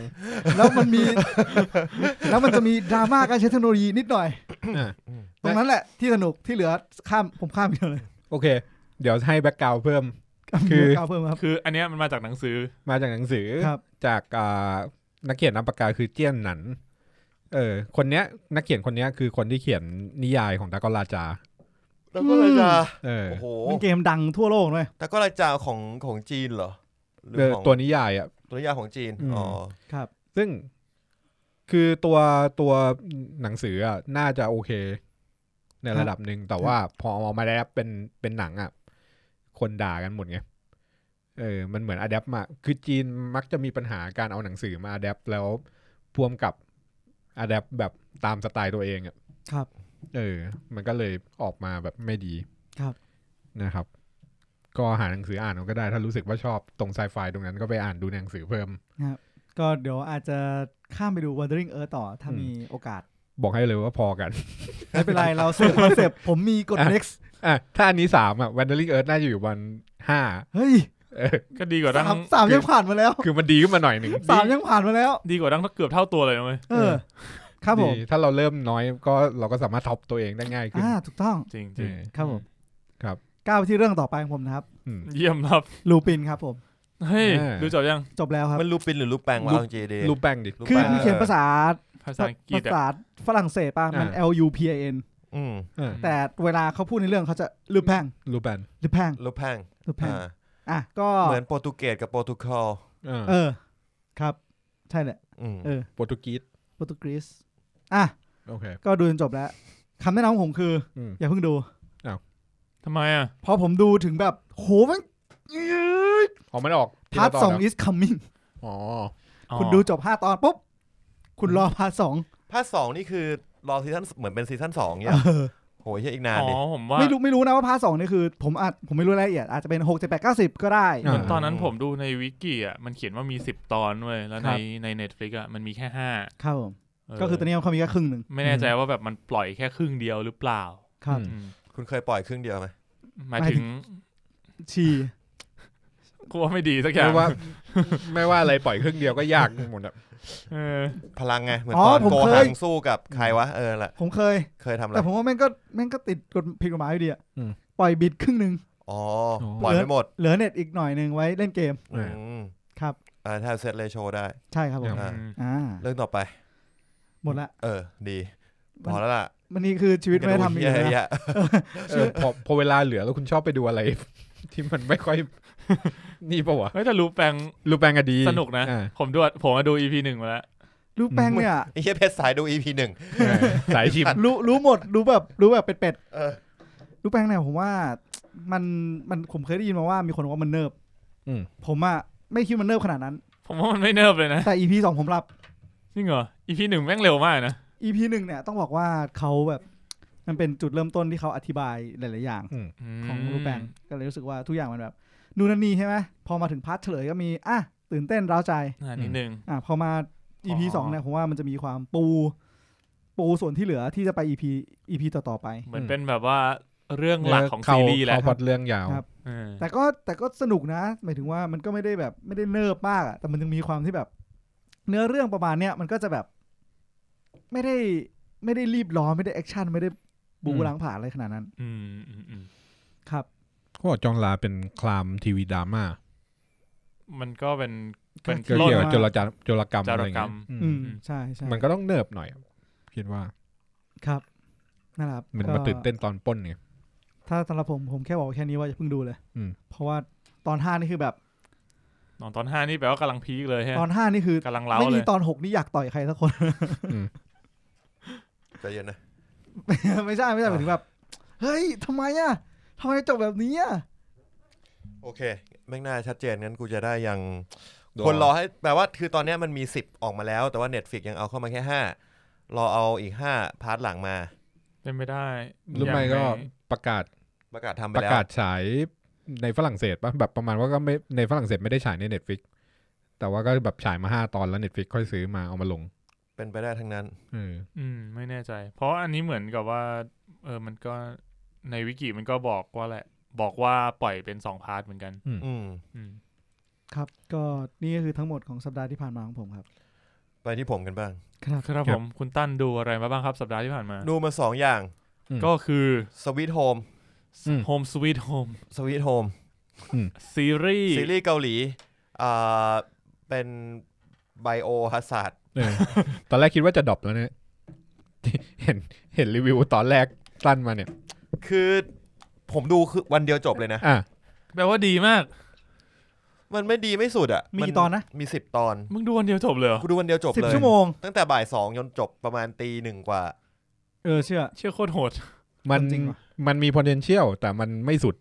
Speaker 4: แล้วมันมี แล้วมันจะมีดราม่าการใช้เทคโนโลยีนิดหน่อย
Speaker 1: อ่า
Speaker 4: ตรงนั้นแหละที่สนุกที่เหลือข้ามผมข้ามไปเลย
Speaker 1: โอเค เดี๋ยวให้แบ็กกราวเพิ่ม คือ
Speaker 4: เก้าวเพิ่มครับ
Speaker 3: คืออันเนี้ยมันมาจากหนังสือ
Speaker 1: มาจากหนังสือ
Speaker 4: ครับ
Speaker 1: จากอ่านักเขียนนามปากกาคือเจี้ยนหนัน เออ คนเนี้ย นักเขียนคนเนี้ยคือคนที่เขียนนิยายของตากอราจา
Speaker 2: แล้วก็เลยจะ
Speaker 1: เออ
Speaker 2: โอ้โห
Speaker 4: เป็นเกมดังทั่วโลกเลย
Speaker 2: แต่ก็รายจาของของจีนเหรอหรือ
Speaker 1: เออ
Speaker 2: ของ
Speaker 1: ตัวนิยายอ่ะ
Speaker 2: ตัวยาของจีน
Speaker 1: อืม
Speaker 2: อ๋อ
Speaker 1: ซึ่งคือตัวตัวหนังสืออ่ะน่าจะโอเค ในระดับหนึ่งแต่ว่าพอเอามาแอดเป็นเป็นหนังอ่ะ คนด่ากันหมดไงเออ มันเหมือนอัดแอมา คือจีนมักจะมีปัญหาการเอาหนังสือมาอัดแอแล้วพ่วงกับอัดแอแบบตามสไตล์ตัวเองอ่ะ
Speaker 4: ครับ
Speaker 1: เออ มันก็เลยออกมาแบบไม่ดี
Speaker 4: ครับ
Speaker 1: นะครับ ก็หาหนังสืออ่านเอาก็ได้ ถ้ารู้สึกว่าชอบตรงไซไฟตรงนั้นก็ไปอ่านดูหนังสือเพิ่ม
Speaker 4: ก็เดี๋ยวอาจจะข้ามไปดู Wandering Earth ต่อถ้ามีโอกาส
Speaker 1: บอกให้เลยว่าพอกัน
Speaker 4: ไม่เป็นไรเราเสพคอนเซปต์ผมมีกด
Speaker 1: อ่ะ
Speaker 4: next
Speaker 1: อ่ะถ้าอันนี้สามอ่ะวันเดอร์ลิงเอิร์ธน่าจะอยู่วันห้า
Speaker 4: เฮ้ย
Speaker 1: เออ
Speaker 3: ก็ดีกว่า
Speaker 4: สา
Speaker 3: ทั้
Speaker 4: ม
Speaker 3: ง
Speaker 4: สามยังผ่านมาแล้ว
Speaker 1: คือมันดีขึ้นมาหน่อยหนึ่ง
Speaker 4: สามยังผ่านมาแล้ว
Speaker 3: ดีกว่าทั้งเกือบเท่าตัวเลยนะเว้ย
Speaker 4: เออ ครับผม
Speaker 1: ดีถ้าเราเริ่มน้อยก็เราก็สามารถท็อปตัวเองได้ง่ายขึ้น
Speaker 4: อ่าถูกต้อง
Speaker 3: จริงจ
Speaker 1: เอ
Speaker 3: ริง
Speaker 1: อ
Speaker 4: ครับผม
Speaker 1: ครับ
Speaker 4: ก้าวไปที่เรื่องต่อไปของผมนะครับ
Speaker 1: อืม
Speaker 3: เยี่ยมครับ
Speaker 4: ลูปินครับผม
Speaker 3: เฮ้ย
Speaker 1: อ่า
Speaker 3: ดูจบยัง
Speaker 4: จบแล้วครับ
Speaker 2: มันรูปปินหรือรูปแปลงวะ
Speaker 1: รูป
Speaker 2: ของจีดี
Speaker 1: รูปแป้งดิ
Speaker 2: รูป
Speaker 4: คือ
Speaker 2: แปล
Speaker 4: มันเขียน
Speaker 2: เออ
Speaker 4: ภาษา
Speaker 3: ภาษาอังกฤษ
Speaker 4: ภา
Speaker 3: อะ
Speaker 4: ษาฝรั่งเศสป่ะ มัน
Speaker 1: อ่า
Speaker 4: L U P I N
Speaker 2: อืม
Speaker 1: เออ
Speaker 4: แต่เวลาเขาพูดในเรื่องเขาจะลูแพง
Speaker 1: รูปแป้ง
Speaker 4: ลูแพง
Speaker 2: รูปแพง
Speaker 4: ลูแพง
Speaker 2: อ่า
Speaker 4: อ่ะก็
Speaker 2: เหมือนโปรตุเกสกับโปรตุเกส
Speaker 1: เออ
Speaker 4: เออ ครับ ใช่แหละ
Speaker 2: อืม
Speaker 4: เออ
Speaker 1: โปรตุกีส
Speaker 4: โปรตุเกสอ่ะ
Speaker 1: โอเค
Speaker 4: ก็ดูจนจบแล้วคำแนะนำของผมคืออ
Speaker 1: ม
Speaker 4: อย่าเพิ่งดู
Speaker 3: ทำไมอะ
Speaker 4: พอผมดูถึงแบบ โหมัน
Speaker 1: ออกมันออกที
Speaker 4: พาร์
Speaker 1: ละ
Speaker 4: ท
Speaker 1: ตน
Speaker 4: สอง
Speaker 1: นะ
Speaker 4: is coming
Speaker 1: อ๋อ
Speaker 3: อ๋อ
Speaker 4: คุณดูจบห้าตอนปุ๊บ คุณรอพาร์ทสอง
Speaker 2: ภาคสองนี่คือรอซีซั่นเหมือนเป็นซีซั่นสองเนี่ย
Speaker 4: เออ
Speaker 2: โหเฮียอีกนาน
Speaker 3: อ๋
Speaker 2: ดิ
Speaker 3: อผมว่า
Speaker 4: ไม่รู้ไม่รู้นะว่าพาร์ทสองนี่คือ ผมอาจผมไม่รู้รายละเอียดอาจจะเป็นหกเจ็ดแปดเก้าสิบก็ได้
Speaker 3: เหมือนตอนนั้นผมดูในวิกิอ่ะมันเขียนว่ามีสิบตอนเว้ยแล้ว
Speaker 4: ค
Speaker 3: ใน
Speaker 4: รับ
Speaker 3: ในเน็ตฟลิกอ่ะมันมีแค่ห้า
Speaker 4: ครับผม
Speaker 3: เ
Speaker 4: ก็คือตอนนี้เขามีแค่ครึ่งหนึ่ง
Speaker 3: ไม่แน่ใจว่าแบบมันปล่อยแค่ครึ่งเดียวหรือเปล่า
Speaker 4: ครับ
Speaker 3: อืม
Speaker 2: คุณเคยปล่อยครึ่งเดียวไหม
Speaker 3: หมาย
Speaker 4: หมายถึ
Speaker 3: ถึ
Speaker 4: ง
Speaker 3: ง
Speaker 4: ชี
Speaker 3: กลัวไม่ดีสักอย่าง
Speaker 1: ไม่ว่า ไม่ว่าอะไรปล่อยครึ่งเดียวก็ยากหมดอ่ะ
Speaker 3: เออ
Speaker 2: พลังไงเหมือนตอนโกหังสู้กับใครวะเออแหละ
Speaker 4: ผมเคย
Speaker 2: เคยทำอะไร
Speaker 4: แต่ผมว่าแม่งก็แม่งก็ติดกฎผิดกฎหมายอยู่ดีอะปล่อยบิดครึ่งหนึ่ง
Speaker 2: อ๋อปล่อยไม่หมด
Speaker 4: เหลือเน็ตอีกหน่อยหนึ่งไว้เล่นเกม
Speaker 2: อืม
Speaker 4: ครับ
Speaker 2: อ่าถ้าเซตเลโชได้
Speaker 4: ใช่ครับผม
Speaker 2: ครับ
Speaker 4: อ่า
Speaker 2: เรื่องต่อไป
Speaker 4: หมดละ
Speaker 2: เออ ดี
Speaker 4: มั
Speaker 2: พ
Speaker 4: น
Speaker 2: อแล้วล่ะ
Speaker 4: มันนี่คือชีวิตไม่ได้ทำอีก
Speaker 2: เย
Speaker 4: เลยนะ
Speaker 2: เหี้ย
Speaker 1: เออพอพอเวลาเหลือแล้วคุณชอบไปดูอะไร ที่มันไม่ค่อย นี่ปะวะ
Speaker 3: เฮ้ยแต่รูปแปลง
Speaker 1: รูปแป้งก็ดี
Speaker 3: สนุกนะ
Speaker 1: อ่า
Speaker 3: ผมดูผมมาดูอีพีหนึ่งมาแล้ว
Speaker 4: รู้แป้งเนี่ย
Speaker 2: ไอ้เหี้ยเพชรสายดู EP หนึ่ง
Speaker 1: เออ สายชิม
Speaker 4: รู้รู้หมดรู้แบบรู้แบบเป็ด
Speaker 2: เออ
Speaker 4: ๆรู้แป้งเนี่ยผมว่ามันมันผมเคยได้ยินมาว่ามีคนบอกว่ามันเนิบ
Speaker 1: อืม
Speaker 4: ผมอะไม่คิดมันเนิบขนาดนั้น
Speaker 3: ผมว่ามันไม่เนิบเลยนะ
Speaker 4: แต่ EP สองผมรับ
Speaker 3: จริงเหรออีพีหนึ่งแม่งเร็วมากนะ
Speaker 4: EP หนึ่งเนี่ยต้องบอกว่าเขาแบบมันเป็นจุดเริ่มต้นที่เขาอธิบายหลาย ๆ อย่าง ของรูปแปงก็เลยรู้สึกว่าทุกอย่างมันแบบนู่นนั่นนี่ใช่ไหมพอมาถึงพาร์ทเฉลยก็มีอ่ะตื่นเต้นร้าวใจ
Speaker 3: อ่านิดนึง
Speaker 4: อ่ะพอมา EP
Speaker 3: อ๋อ
Speaker 4: สองเนี่ยผมว่ามันจะมีความปู ปูส่วนที่เหลือที่จะไป EP EP ต่อ ๆ ไป
Speaker 3: เหมือนเป็นแบบว่าเรื่องหลักของ
Speaker 1: เข้า
Speaker 3: ซีรีส์แหละ
Speaker 1: เข้าพล็อดเรื่องยาว
Speaker 4: ครับ
Speaker 3: เออ
Speaker 4: แต่ก็แต่ก็สนุกนะ หมายถึงว่ามันก็ไม่ได้แบบไม่ได้เนิบมากอะแต่มันยังมีความที่แบบ เนื้อเรื่องประมาณเนี้ยมันก็จะแบบ ไม่ได้ไม่ได้รีบร้อนไม่ได้แอคชั่นไม่ได้บูรังผ่านอะไรขนาดนั้น
Speaker 3: อืมอืมอืม
Speaker 4: ครับ
Speaker 1: เขาบอกจองลาเป็นคลามทีวีดราม่า
Speaker 3: มันก็เป็นเป็น
Speaker 1: เกี่ยวกับ
Speaker 4: โลดมา
Speaker 1: โจรจารโจรกรรมอะไร
Speaker 3: โจรกร
Speaker 1: เงี้
Speaker 3: รม
Speaker 1: ยอืม
Speaker 4: อืมใช่ใช่
Speaker 1: มันก็ต้องเนิบหน่อยคิดว่า
Speaker 4: ครับนั่นแหละครับ
Speaker 1: มัน
Speaker 4: ก็
Speaker 1: มาตื่นเต้นตอนปล้นไง
Speaker 4: ถ้าสำหรับผมผมแค่บอกแค่นี้ว่าอย่าเพิ่งดูเลย
Speaker 1: อืม
Speaker 4: เพราะว่าตอนห้านี่คือแบบ
Speaker 3: ตอนตอนห้านี่แปลว่ากำลังพีคเลยฮะ
Speaker 4: ตอนห้านี่คือก
Speaker 3: ำลังเล้า
Speaker 4: ไม่
Speaker 3: เล
Speaker 4: มี
Speaker 3: ย
Speaker 4: ตอนหกนี่อยากต่อยใครสักคน
Speaker 2: ใจเย็นนะ
Speaker 4: ไม่ใช่ไม่ใช่หมายถึงแบบ เฮ้ยทำไมอ่ะทำไมจบแบบนี้อ่ะ
Speaker 2: โอเคแม่งน่าชัดเจนงั้นกูจะได้ยัง
Speaker 1: โดน
Speaker 2: คนรอให้แปลว่าคือตอนเนี้ยมันมี 10 ออกมาแล้ว แต่ว่า Netflix ยังเอาเข้ามาแค่ 5 รอเอาอีก 5 พาร์ทหลังมา
Speaker 3: เป็นไม่ได้
Speaker 1: หรือไม่
Speaker 3: ยัง
Speaker 1: ก็ประกาศ
Speaker 2: ประกาศทำไป
Speaker 1: ประ
Speaker 2: แล้ว
Speaker 1: กาศฉายในฝรั่งเศสป่ะแบบประมาณว่าก็ไม่ในฝรั่งเศสไม่ได้ฉายในเน็ตฟิกแต่ว่าก็แบบฉายมาห้าตอนแล้วเน็ตฟิกค่อยซื้อมาเอามาลง
Speaker 2: เป็นไปได้ทั้งนั้น
Speaker 1: เออ
Speaker 3: อืมไม่แน่ใจ เพราะอันนี้เหมือนกับว่า เออมันก็ในวิกิมันก็บอกว่าแหละ บอกว่าปล่อยเป็นสองพาร์ทเหมือนกัน
Speaker 2: อืม
Speaker 3: อืม
Speaker 4: ครับ ก็นี่ก็คือทั้งหมดของสัปดาห์ที่ผ่านมาของผมครับ
Speaker 2: ไปที่ผมกันบ้าง
Speaker 3: ครับผมคุณตั้นดูอะไรมาบ้างครับสัปดาห์ที่ผ่านมา
Speaker 2: ดูมา 2 อย่าง
Speaker 3: ก็คือ
Speaker 2: สวีทโฮม
Speaker 3: Home Sweet Home
Speaker 2: สวีทโฮม
Speaker 3: ซีรีส์
Speaker 2: ซีรีส์เกาหลี อ่า เป็นไบโอฮาซาร์ด
Speaker 1: เออ ตอนแรกคิดว่าจะดรอปแล้วเนี่ย เห็นเห็นรีวิวตอนแรกตั้นมาเนี่ย
Speaker 2: คือผมดูคือวันเดียวจบเลยนะ
Speaker 1: อ่ะ
Speaker 3: แปลว่าดีมาก
Speaker 2: มันไม่ดีไม่สุดอ่ะ
Speaker 4: มีกี่ตอนนะ
Speaker 2: มีสิบตอน
Speaker 3: มึงดูวันเดียวจบเลยเหรอ
Speaker 2: กูดูวันเดียวจบ
Speaker 4: สิบ
Speaker 2: เลย
Speaker 4: ชั่วโมง
Speaker 2: ตั้งแต่บ่ายสองจนจบประมาณตีหนึ่งกว่า
Speaker 4: เออเชื่อ
Speaker 3: เชื่อโคตรโหด
Speaker 1: มัน
Speaker 4: จริงว่ะ
Speaker 1: มันมี potential แต่มันไม่สุด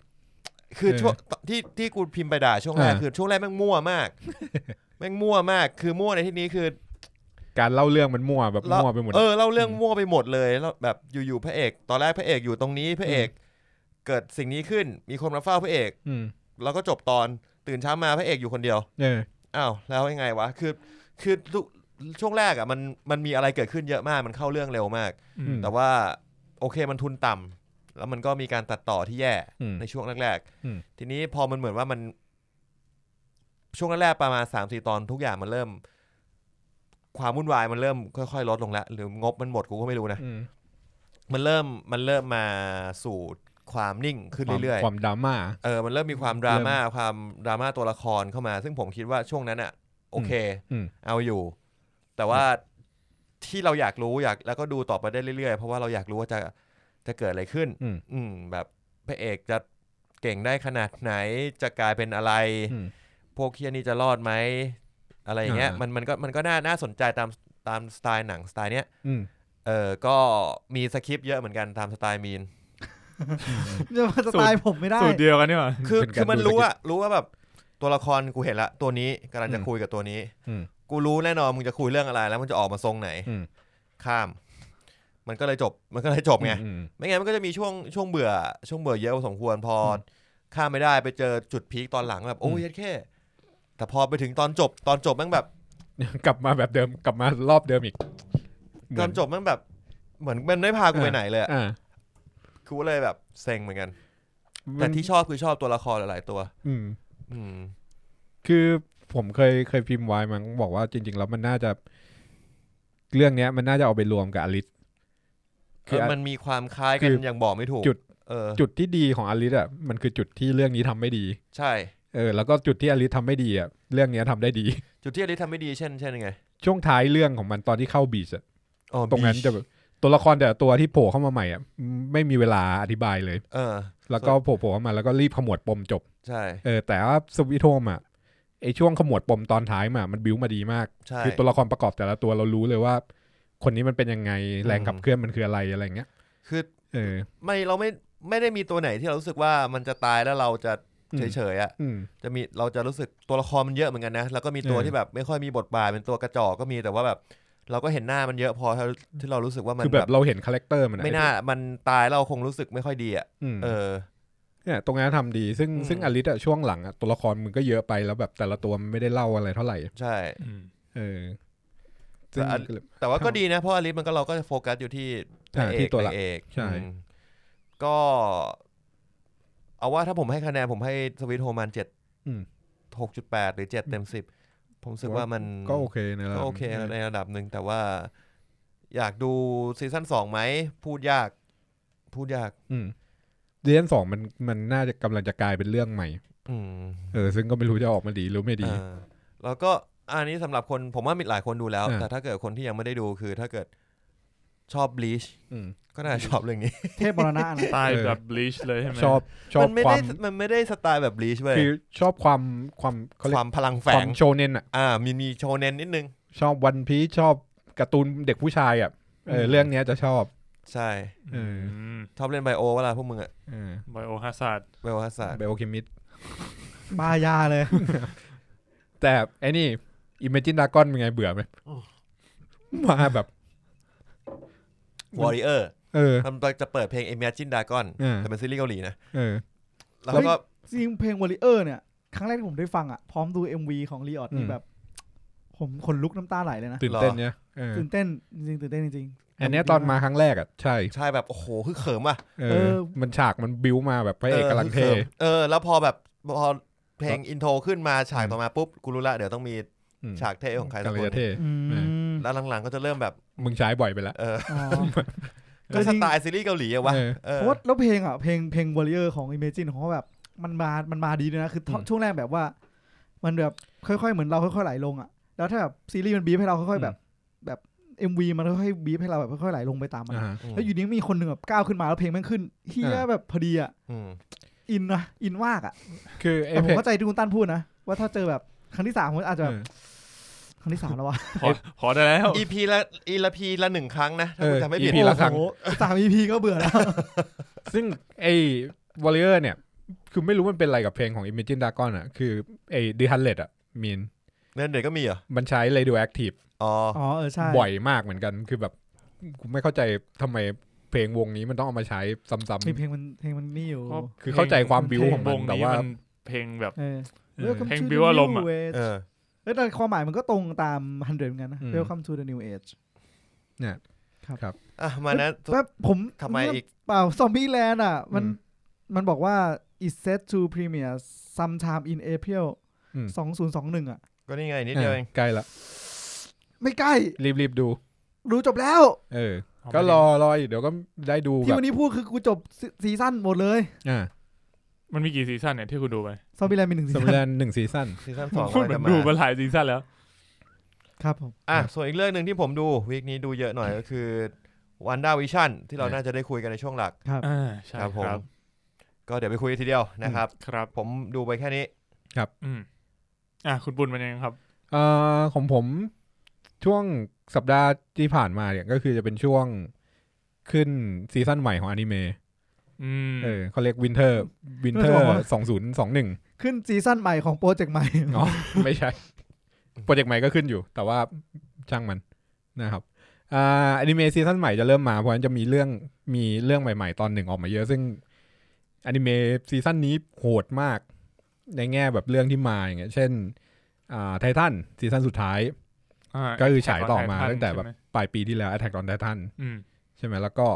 Speaker 2: คือ
Speaker 1: เออ
Speaker 2: ช่วงที่ที่กูพิมพ์ไปด่าช่วงแรก
Speaker 1: อ่า
Speaker 2: คือช่วงแรกแม่งมั่ว มาก แม่งมั่วมาก คือมั่วในที่นี้คือ
Speaker 1: การเล่าเรื่องมันมั่วแบบ
Speaker 2: แล้ว
Speaker 1: มั่วไปหมด
Speaker 2: เออเล่าเรื่อง
Speaker 1: อืม
Speaker 2: มั่วไปหมดเลยแล้วแบบอยู่ๆพระเอก ตอนแรกพระเอกอยู่ตรงนี้พระเอก เกิดสิ่งนี้ขึ้น มีคนมาเฝ้าพระเอก
Speaker 1: อืม
Speaker 2: แล้วก็จบตอนตื่นเช้ามาพระเอกอยู่คนเดียว
Speaker 1: เออ
Speaker 2: อ้าวแล้วยังไงวะ คือคือทุกช่วงแรกอ่ะมันมันมีอะไรเกิดขึ้นเยอะมากมันเข้าเรื่องเร็วมาก
Speaker 1: อืม
Speaker 2: แต่ว่าโอเคมันทุนต่ำแล้วมันก็มีการตัดต่อที่แย่
Speaker 1: อืม
Speaker 2: ในช่วงแรก
Speaker 1: อืม
Speaker 2: ๆ ทีนี้พอมันเหมือนว่ามัน ช่วงแรกๆประมาณสามสี่ตอนทุกอย่างมันเริ่ม ความวุ่นวายมันเริ่มค่อยๆลดลงแล้วหรืองบมันหมดกูก็ไม่รู้นะ
Speaker 1: อืม
Speaker 2: มันเริ่มมันเริ่มมาสู่ความนิ่งขึ้นเรื่อย
Speaker 1: ความความดราม่า
Speaker 2: ๆเออมันเริ่มมีความดราม่าความดราม่าตัวละครเข้ามา ซึ่งผมคิดว่าช่วงนั้นอะโอเค
Speaker 1: อืม
Speaker 2: เอาอยู่ แต่ว่าที่เราอยากรู้อยากแล้วก็ดูต่อไปได้เรื่อยๆ เพราะว่าเราอยากรู้ว่าจะจะเกิดอะไรขึ้น
Speaker 1: อืม
Speaker 2: อืมแบบพระเอกจะเก่งได้ขนาดไหนจะกลายเป็นอะไร
Speaker 1: อืม
Speaker 2: พวกเคียนี่จะรอดไหมอะไรอย่างเงี้ย
Speaker 1: อ่ามั
Speaker 2: มันมันก็มันก็น่าน่าสนใจตามตามสไตล์หนังสไตล์เนี้ย
Speaker 1: อืม
Speaker 2: เออก็มีสคริปต์เยอะเหมือนกันตามสไตล์มีน
Speaker 4: จะมาสไตล์ผมไม่ได้
Speaker 3: สูตรเดียวกันนี่หว่า
Speaker 2: คือ
Speaker 1: เป็
Speaker 2: คื
Speaker 1: กา
Speaker 2: อมัน
Speaker 1: ดูส
Speaker 2: รู้
Speaker 1: กิป
Speaker 2: อะรู้ว่าแบบตัวละครกูเห็นละ ตัวนี้กำลังจะ
Speaker 1: อืม
Speaker 2: คุยกับตัวนี้
Speaker 1: อืม
Speaker 2: กูรู้แน่นอนมึงจะคุยเรื่องอะไร แล้วมันจะออกมาทรงไหน
Speaker 1: อืม
Speaker 2: ข้าม มันก็เลยจบ มันก็เลยจบไง
Speaker 1: อืม
Speaker 2: ไม่งั้นมันก็จะมีช่วงช่วงเบื่อ ช่วงเบื่อเยอะพอสมควรพออข้ามไม่ได้ไปเจอจุดพีคตอนหลังแบบโอ้
Speaker 1: อื
Speaker 2: ย
Speaker 1: ม
Speaker 2: เย็ดแค่ แต่พอไปถึงตอนจบตอนจบแม่งแบบ
Speaker 1: กลับมา แบบเดิมกลับมารอบเดิมอีก
Speaker 2: ตอนจบแม่งแบบ เหมือนมันไม่พากูไปไหนเลยอะ
Speaker 1: อ่า
Speaker 2: กูเลยแบบเซ็งเหมือนกัน แต่ที่ชอบคือชอบตัวละครหลายๆตัว
Speaker 1: อืม
Speaker 2: อืม
Speaker 1: คือผมเคยเคยพิมพ์ไว้มันบอกว่าจริง ๆ แล้วมันน่าจะ เรื่องเนี้ย มันน่าจะเอาไปรวมกับอลิส คื
Speaker 2: เอ
Speaker 1: อ
Speaker 2: อ
Speaker 1: อ่ะ
Speaker 2: มันมีความคล้าย
Speaker 1: คื
Speaker 2: กัน
Speaker 1: อ
Speaker 2: อย่างบอกไม่ถูก
Speaker 1: จุด
Speaker 2: เออ
Speaker 1: จุดที่ดีของอลิสอ่ะมันคือจุดที่เรื่องนี้ทำไม่ดี
Speaker 2: ใช่
Speaker 1: เออแล้วก็จุดที่อลิสทำไม่ดีอ่ะเรื่องเนี้ยทำได้ดี
Speaker 2: จุดที่อลิซทำไม่ดีเช่นเช่นยังไง
Speaker 1: ช่วงท้ายเรื่องของมันตอนที่เข้าบีชอะ
Speaker 2: อ๋อ
Speaker 1: ตรงนั้นจะแบบตัวละครแต่ละตัวที่โผล่เข้ามาใหม่อ่ะไม่มีเวลาอธิบายเลย
Speaker 2: เออ
Speaker 1: แล้วก็โผล่ๆเข้ามาแล้วก็รีบขมวดปมจบ
Speaker 2: ใช่
Speaker 1: เออแต่ว่าสวิทโฮมอ่ะ ไอช่วงขมวดปมตอนท้ายมา มันบิวมาดีมาก
Speaker 2: ใช่
Speaker 1: คือตัวละครประกอบแต่ละตัวเรารู้เลยว่า คนนี้มันเป็นยังไงแรง
Speaker 2: อืม
Speaker 1: ขับเคลื่อนมันคืออะไรอะไรอย่างเงี้ย
Speaker 2: คือ
Speaker 1: เออ
Speaker 2: ไม่เราไม่ไม่ได้มีตัวไหนที่เรารู้สึกว่ามันจะตายแล้วเราจะ
Speaker 1: อืม
Speaker 2: เฉยๆอ่ะ
Speaker 1: อืม
Speaker 2: จะมีเราจะรู้สึกตัวละครมันเยอะเหมือนกันนะ แล้วก็มีตัว
Speaker 1: เออ
Speaker 2: ที่แบบไม่ค่อยมีบทบาทเป็นตัวกระจอกก็มีแต่ว่าแบบ เราก็เห็นหน้ามันเยอะพอที่เรารู้สึกว่ามัน
Speaker 1: คือแบ
Speaker 2: แบบ บ
Speaker 1: เราเห็นคาแรคเตอร์มันอะ
Speaker 2: ไม่น่ามันตายแล้วเราคงรู้สึกไม่ค่อยดีอ่ะ
Speaker 1: อืม
Speaker 2: เออ
Speaker 1: เนี่ยตรงนี้นทำดีซึ่ง
Speaker 2: อืม
Speaker 1: ซึ่งอลิสอะช่วงหลังอะตัวละครมึงก็เยอะไปแล้วแบบแต่ละตัวมันไม่ได้เล่าอะไรเท่าไหร่
Speaker 2: ใช่
Speaker 3: อืม
Speaker 1: เออซึ่ง
Speaker 2: แต่อัน แต่ว่าก็ดีนะ เพราะอลิสมันก็เราก็จะโฟกัสอยู่ที่
Speaker 1: อ่า
Speaker 2: พระ
Speaker 1: ที่
Speaker 2: เอ
Speaker 1: ตัวน
Speaker 2: กาง
Speaker 1: หลัก
Speaker 2: เอก
Speaker 1: ใช่
Speaker 2: อืมก็ เอาว่าถ้าผมให้คะแนนผมให้สวิตโฮมันเจ็ด
Speaker 1: อืม
Speaker 2: หกจุดแปดหรือเจ็ดเต็มสิบผมรู้สึกว่ามัน
Speaker 1: ก็โอเคในระดั
Speaker 2: ก็
Speaker 1: บ
Speaker 2: โอเค
Speaker 1: หนึ่ง
Speaker 2: ในระดับหนึ่งแต่ว่าอยากดูซีซั่นสองไหม พูดยาก พูดยาก
Speaker 1: อืมเดือนสองมันมันน่าจะกำลังจะกลายเป็นเรื่องใหม่
Speaker 2: อืม
Speaker 1: เออ ซึ่งก็ไม่รู้จะออกมาดีหรือไม่ดี
Speaker 2: อ่าแล้วก็อันนี้สำหรับคนผมว่ามีหลายคนดูแล้ว
Speaker 1: อ่า
Speaker 2: แต่ถ้าเกิดคนที่ยังไม่ได้ดูคือถ้าเกิดชอบ bleach
Speaker 1: อืม
Speaker 2: ก็น่าชอบเรื่องนี้
Speaker 4: เทพมรณะ นะ
Speaker 3: ตาย
Speaker 1: เออ
Speaker 3: แบบบลิชเลยใช่ไหม
Speaker 1: ชอบชอบ
Speaker 2: มันไม่
Speaker 1: ควา
Speaker 2: ได้
Speaker 1: ม
Speaker 2: มันไม่ได้สไตล์แบบ bleach เว้ย
Speaker 1: คือชอบความความเขาเรีย
Speaker 2: ค
Speaker 1: ก
Speaker 2: วามพลังแฝ
Speaker 1: ควาง มโชเนนอะ
Speaker 2: อ่ามีมีโชเนนนิดนึง
Speaker 1: ชอบวันพีชอบการ์ตูนเด็กผู้ชายอะเออ
Speaker 2: อืม
Speaker 1: เรื่องเนี้ยจะชอบ
Speaker 2: ใช่
Speaker 1: เออ
Speaker 3: ม
Speaker 2: ชอบเล่นไบโอเวลาพวกมึงอะ
Speaker 1: เออ
Speaker 3: ไบโอฮาซาร์ด
Speaker 2: ไบโอฮัส
Speaker 1: ไบโอเคมิ
Speaker 4: ปายาเลย
Speaker 1: แต่ไอ้นี่ Imagine Dragon เป็นไงเบื่อไหมมาแบบ
Speaker 2: วอริเออร์
Speaker 1: เออ
Speaker 2: มันจะเปิดเพลง Imagine Dragon
Speaker 1: อ่า
Speaker 2: แต่เป็นซีรีส์เกาหลีนะ
Speaker 1: เออ
Speaker 2: แล้ว
Speaker 4: แล้ว
Speaker 2: ก็
Speaker 4: จริงเพลงวอริเออร์เนี่ย ครั้งแรกที่ผมได้ฟังอ่ะ พร้อมดู MV ของรีออด
Speaker 1: อื
Speaker 4: นี่
Speaker 1: ม
Speaker 4: แบบ ผมขนลุกน้ำตาไหลเลยนะ
Speaker 1: ตื่นเต้นเนี่ยเออ
Speaker 4: ตื่นเต้น จริงๆตื่นเต้นจริงๆ
Speaker 1: อันเนี้ยตอนมาครั้งแรกอ่ะ ใช่
Speaker 2: ใช่แบบโอ้โหคือเขิมอ่ะ
Speaker 1: เออ มันฉากมันบิวมาแบบพระเอกกำลังเท
Speaker 2: ออคือขิมเออ แล้วพอแบบพอเพลง
Speaker 1: ครับ
Speaker 2: อินโทรขึ้นมาฉาก
Speaker 1: อืม
Speaker 2: ต่อมาปุ๊บกูรู้ละเดี๋ยวต้องมี
Speaker 1: อืม
Speaker 2: ฉากเท่ของใคร
Speaker 1: กำ
Speaker 2: สัก
Speaker 1: ลัง
Speaker 2: คน
Speaker 1: จะเท
Speaker 4: อืม
Speaker 1: เอ
Speaker 2: แล้วหลังๆก็จะเริ่มแบบ
Speaker 1: มึงใช้บ่อยไปแล้ว
Speaker 2: เออ
Speaker 4: อ๋อ
Speaker 2: ก็สไตล์ซีรีส์เกาหลีอะวะ
Speaker 1: เออ
Speaker 2: เออ
Speaker 4: เพราะว่าแล้วเพลงอ่ะเพลงเพลงวอริเออร์ของ Imagine ของเขาแบบมันมา มันมาดีด้วยนะ คือท่อ
Speaker 2: อืม
Speaker 4: ช่วงแรกแบบว่า มันแบบค่อยๆ เหมือนเราค่อยๆไหลลงอ่ะ แล้วถ้าแบบซีรีส์มันบีบให้เราค่อยๆแบบ แบบ MV มันค่อยๆบีบให้เราแบบค่อยๆไหลลงไปตามมัน
Speaker 1: อ่า
Speaker 4: อะ
Speaker 1: ฮะ
Speaker 4: แล้วอยู่นี้มีคนหนึ่งแบบก้าวขึ้นมาแล้วเพลงแมันขึ้นเฮีย
Speaker 1: อ่า
Speaker 4: แบบพอดีอ่ะ
Speaker 2: อืม
Speaker 4: อินนะอินมากอ่ะ
Speaker 1: คือไอ้
Speaker 4: แต่ผ
Speaker 1: เพล
Speaker 4: ม
Speaker 1: ง
Speaker 4: เข้าใจที่คุณตั้นพูดนะ ว่าถ้าเจอแบบครั้งที่สามผมอาจจะแบบ
Speaker 1: เออ
Speaker 4: ครั้งที่สามแล้ววะ
Speaker 3: พอพอได้แล้ว
Speaker 2: อีพีละอีละพีละหนึ่งครั้งนะถ้า
Speaker 1: เออ
Speaker 2: กูจำไม่ผิด
Speaker 1: EP ละ ครั้ง
Speaker 4: โอ้โหสาม EP ก็เบื่อแล้ว
Speaker 1: ซึ่งไอ้วอลเลอร์เนี่ย คือไม่รู้มันเป็นอะไรกับเพลงของ Imagine Dragon อ่ะ คือไอ้ดิฮันเลดอ่ะมีน
Speaker 2: เล่นเด็กก็มีเหรอ
Speaker 1: มันใช้ Radioactive
Speaker 2: อ๋อ
Speaker 4: อ๋อเออใช่
Speaker 1: บ่อยมากเหมือนกัน คือแบบกูไม่เข้าใจทำไมเพลงวงนี้มันต้องเอามาใช้ซ้ำๆ
Speaker 4: มีเพลงมันเพลงมันนี่อยู่
Speaker 3: ครับ
Speaker 1: คือเข้าใจความบิวของ
Speaker 3: ว
Speaker 1: มัน
Speaker 3: ง
Speaker 1: แต่
Speaker 3: นี้
Speaker 1: ว่า
Speaker 3: มันเพลงแบบ
Speaker 4: เออ
Speaker 1: เออ
Speaker 4: Welcome
Speaker 3: เพลง
Speaker 4: to the
Speaker 3: บิวอารมณ์อะ
Speaker 4: new age
Speaker 2: เออ
Speaker 4: เอ้ยแต่ความหมายมันก็ตรงตามฮันเดเหมือนกันนะ
Speaker 1: อืม
Speaker 4: Welcome to the new age
Speaker 2: อ่ะมานะ
Speaker 4: แบบผม
Speaker 2: ทำไมอีก
Speaker 4: เปล่าซอมบี้แลนด์อ่ะ มัน
Speaker 1: อืม
Speaker 4: มันบอกว่า is set to premiere sometime in April
Speaker 1: อืม
Speaker 4: 2021 อ่ะ
Speaker 2: ก็นี่ไงนิดเดียวเอง
Speaker 1: อ่ะใกล้ละ
Speaker 4: ไม่ใกล้
Speaker 1: รีบรีบดู
Speaker 4: รู้จบแล้ว
Speaker 1: เออ ก็รอรออีกเดี๋ยวก็ได้ดูแบ
Speaker 4: ที่
Speaker 1: บ
Speaker 4: วันนี้พูดคือกูจบซีซีซั่นหมดเลย
Speaker 1: อ่า
Speaker 3: มันมีกี่ซีซั่นเนี่ยที่คุณดูไป
Speaker 4: ซอมบี้แลนด์มีหนึ่งซี
Speaker 1: สม
Speaker 4: ซั่น
Speaker 1: แลนหนึ่งซีซั่น
Speaker 2: ซีซั่นสอง
Speaker 3: พูด
Speaker 2: กำลัง
Speaker 3: เห
Speaker 2: จะ
Speaker 3: มือน
Speaker 2: มา
Speaker 3: ดูมาหลายซีซั่นแล้ว
Speaker 4: ครับผม
Speaker 2: อ่ะส่วนอีกเรื่องหนึ่งที่ผมดูวีคนี้ดูเยอะหน่อยก็คือวันด้าวิชั่นที่เราน่าจะได้คุยกันในช่วงหลัก
Speaker 3: อ่าใช่
Speaker 2: ครับผ
Speaker 3: ค
Speaker 2: ม
Speaker 3: รับ
Speaker 2: ก็เดี๋ยวไปคุยกันทีเดียวนะครับ
Speaker 3: ครับ
Speaker 2: ผมดูไปแค่นี้
Speaker 3: อืมอ่ะคุณบุญมันยังไงครับ
Speaker 1: เอ่อของผมช่วงสัปดาห์ที่ผ่านมาเนี่ยก็คือจะเป็นช่วงขึ้นซีซั่นใหม่ของอนิเมะ
Speaker 3: อืม
Speaker 1: เออเขาเรียกวินเทอร์วินเทอร์สองศูนย์สองหนึ่ง
Speaker 4: ขึ้นซีซั่นใหม่ของโปรเจกต์ใหม่
Speaker 1: อ๋ อ ไม่ใช่ โปรเจกต์ใหม่ก็ขึ้นอยู่ แต่ว่าช่างมันนะครับอ่าอนิเมะซีซั่นใหม่จะเริ่มมาเพราะฉะนั้นจะมีเรื่องมีเรื่องใหม่ ๆ ตอนหนึ่งออกมาเยอะ ซึ่งอนิเมะซีซั่นนี้โหดมาก ในแง่แบบเรื่องที่มาอย่างเงี้ยเช่นอ่าไททันซีซั่นสุดท้าย
Speaker 3: อ่า
Speaker 1: ก็คือฉายต่อมาตั้งแต่แบบ
Speaker 3: ใช่ไหม
Speaker 1: ปลายปีที่แล้ว Attack on Titan
Speaker 3: อืม
Speaker 1: ใช่ไหมแล้วก็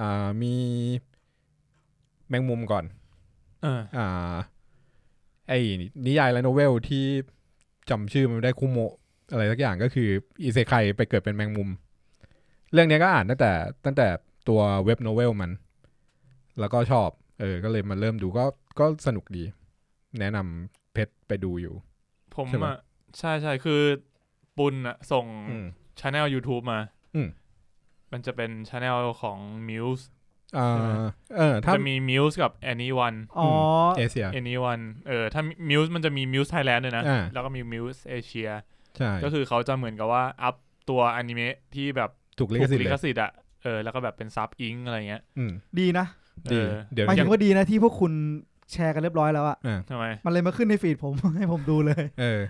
Speaker 1: อ่ามีแมงมุมก่อน
Speaker 3: เออ
Speaker 1: อ่าไอ้นิยายและโนเวลที่จำชื่อมันไม่ได้คุโมะอะไรสักอย่างก็คืออิเซไคไปเกิดเป็นแมงมุม เรื่องเนี้ยก็อ่านตั้งแต่ตั้งแต่ตัวเว็บโนเวลมัน แล้วก็ชอบ เออ ก็เลยมาเริ่มดูก็ก็สนุกดี แนะนำเพชรไปดูอยู่
Speaker 3: ผม
Speaker 1: ใช่ไหม
Speaker 3: อ่ะใช่ใช่คือปุณอ่ะส่ง
Speaker 1: อืม
Speaker 3: ช anel YouTube มา
Speaker 1: อืม
Speaker 3: มันจะเป็นช anel ของ Muse
Speaker 1: เออเออถ้า
Speaker 3: จะมี Muse กับ Anyone
Speaker 4: อ๋อ
Speaker 1: เอเชีย
Speaker 3: Anyone เออถ้า Muse มันจะมี Muse Thailand ด้วยนะ
Speaker 1: อ่า
Speaker 3: แล้วก็มี Muse Asia
Speaker 1: ใช่
Speaker 3: ก็คือเขาจะเหมือนกับว่า อัพตัวอนิเมะที่แบบ
Speaker 1: ถูกลิข
Speaker 3: ถูก
Speaker 1: สิทธิ์
Speaker 3: ลิ
Speaker 1: เล
Speaker 3: ข
Speaker 1: ย
Speaker 3: สิทธิ์อ่ะเออแล้วก็แบบเป็นซับอิงอะไรเงี้ย
Speaker 1: อืม
Speaker 4: ดีนะ
Speaker 3: เอ
Speaker 1: ดี
Speaker 3: อ
Speaker 1: เดี๋ยว
Speaker 4: หมาย
Speaker 1: ยั
Speaker 4: ถึ
Speaker 1: ง
Speaker 4: งว่าดีนะที่พวกคุณแชร์กันเรียบร้อยแล้วอะ
Speaker 1: อ่า
Speaker 3: ทำไม
Speaker 4: มันเลยมาขึ้นในฟีดผม ให้ผมดูเลย
Speaker 1: เออ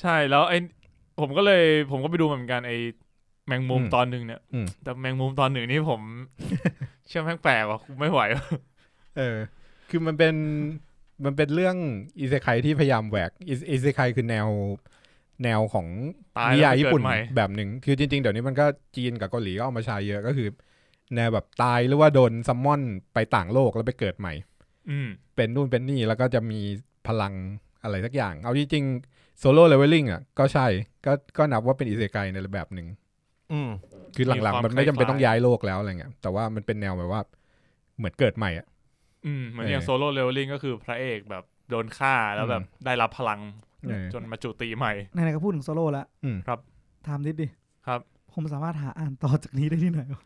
Speaker 3: ใช่แล้วไอ้ผมก็เลยผมก็ไปดูเหมือนกันไอ้แมงมุม
Speaker 1: อืม
Speaker 3: ตอนหนึ่งเนี่ย
Speaker 1: อืม
Speaker 3: แต่แมงมุมตอนหนึ่งนี่ผม เชื่อแม่งแปลกว่ะกูไม่ไหว ว่ะ
Speaker 1: เออ คือมันเป็นมันเป็นเรื่องอิเซไคที่พยายามแหวกอิเซไคคือแนวแนวของ
Speaker 3: ตาย
Speaker 1: นิ
Speaker 3: แล้ว
Speaker 1: ยาย
Speaker 3: ไป
Speaker 1: ญี่
Speaker 3: เกิ
Speaker 1: ปุ่
Speaker 3: ด
Speaker 1: น
Speaker 3: ใหม่
Speaker 1: แบบหนึ่งคือจริง ๆ เดี๋ยวนี้มันก็จีนกับเกาหลีก็เอามาใช้เยอะก็คือ แนวแบบตายหรือว่าโดนซัมมอนไปต่างโลกแล้วไปเกิดใหม่
Speaker 3: อืม
Speaker 1: เป็นนู่นเป็นนี่แล้วก็จะมีพลังอะไรสักอย่าง เอาจริงๆโซโล่เลเวลลิ่งอ่ะก็ใช่ก็ก็นับว่าเป็นอิเซไกในแบบหนึ่ง
Speaker 2: อืม
Speaker 1: คือหลังๆ มันไม่จำเป็นต้องย้ายโลกแล้วอะไรเงี้ยแต่ว่ามันเป็นแนวแบบว่าเหมือนเกิดใหม่อ่ะ
Speaker 3: อืมเหมือนอย่าง
Speaker 1: เออ
Speaker 3: โซโล่เลเวลลิ่งก็คือพระเอกแบบโดนฆ่าแล้วแบบได้รับพลัง
Speaker 1: เออ
Speaker 3: จนมาจุตีใหม่
Speaker 4: ไหนๆก็พูดถึงโซโล่แล้ว
Speaker 1: อืม
Speaker 4: ถามนิดดิ
Speaker 3: ครับ
Speaker 4: ผมสามารถหาอ่านต่อจากนี้ได้ที่ไหนวะ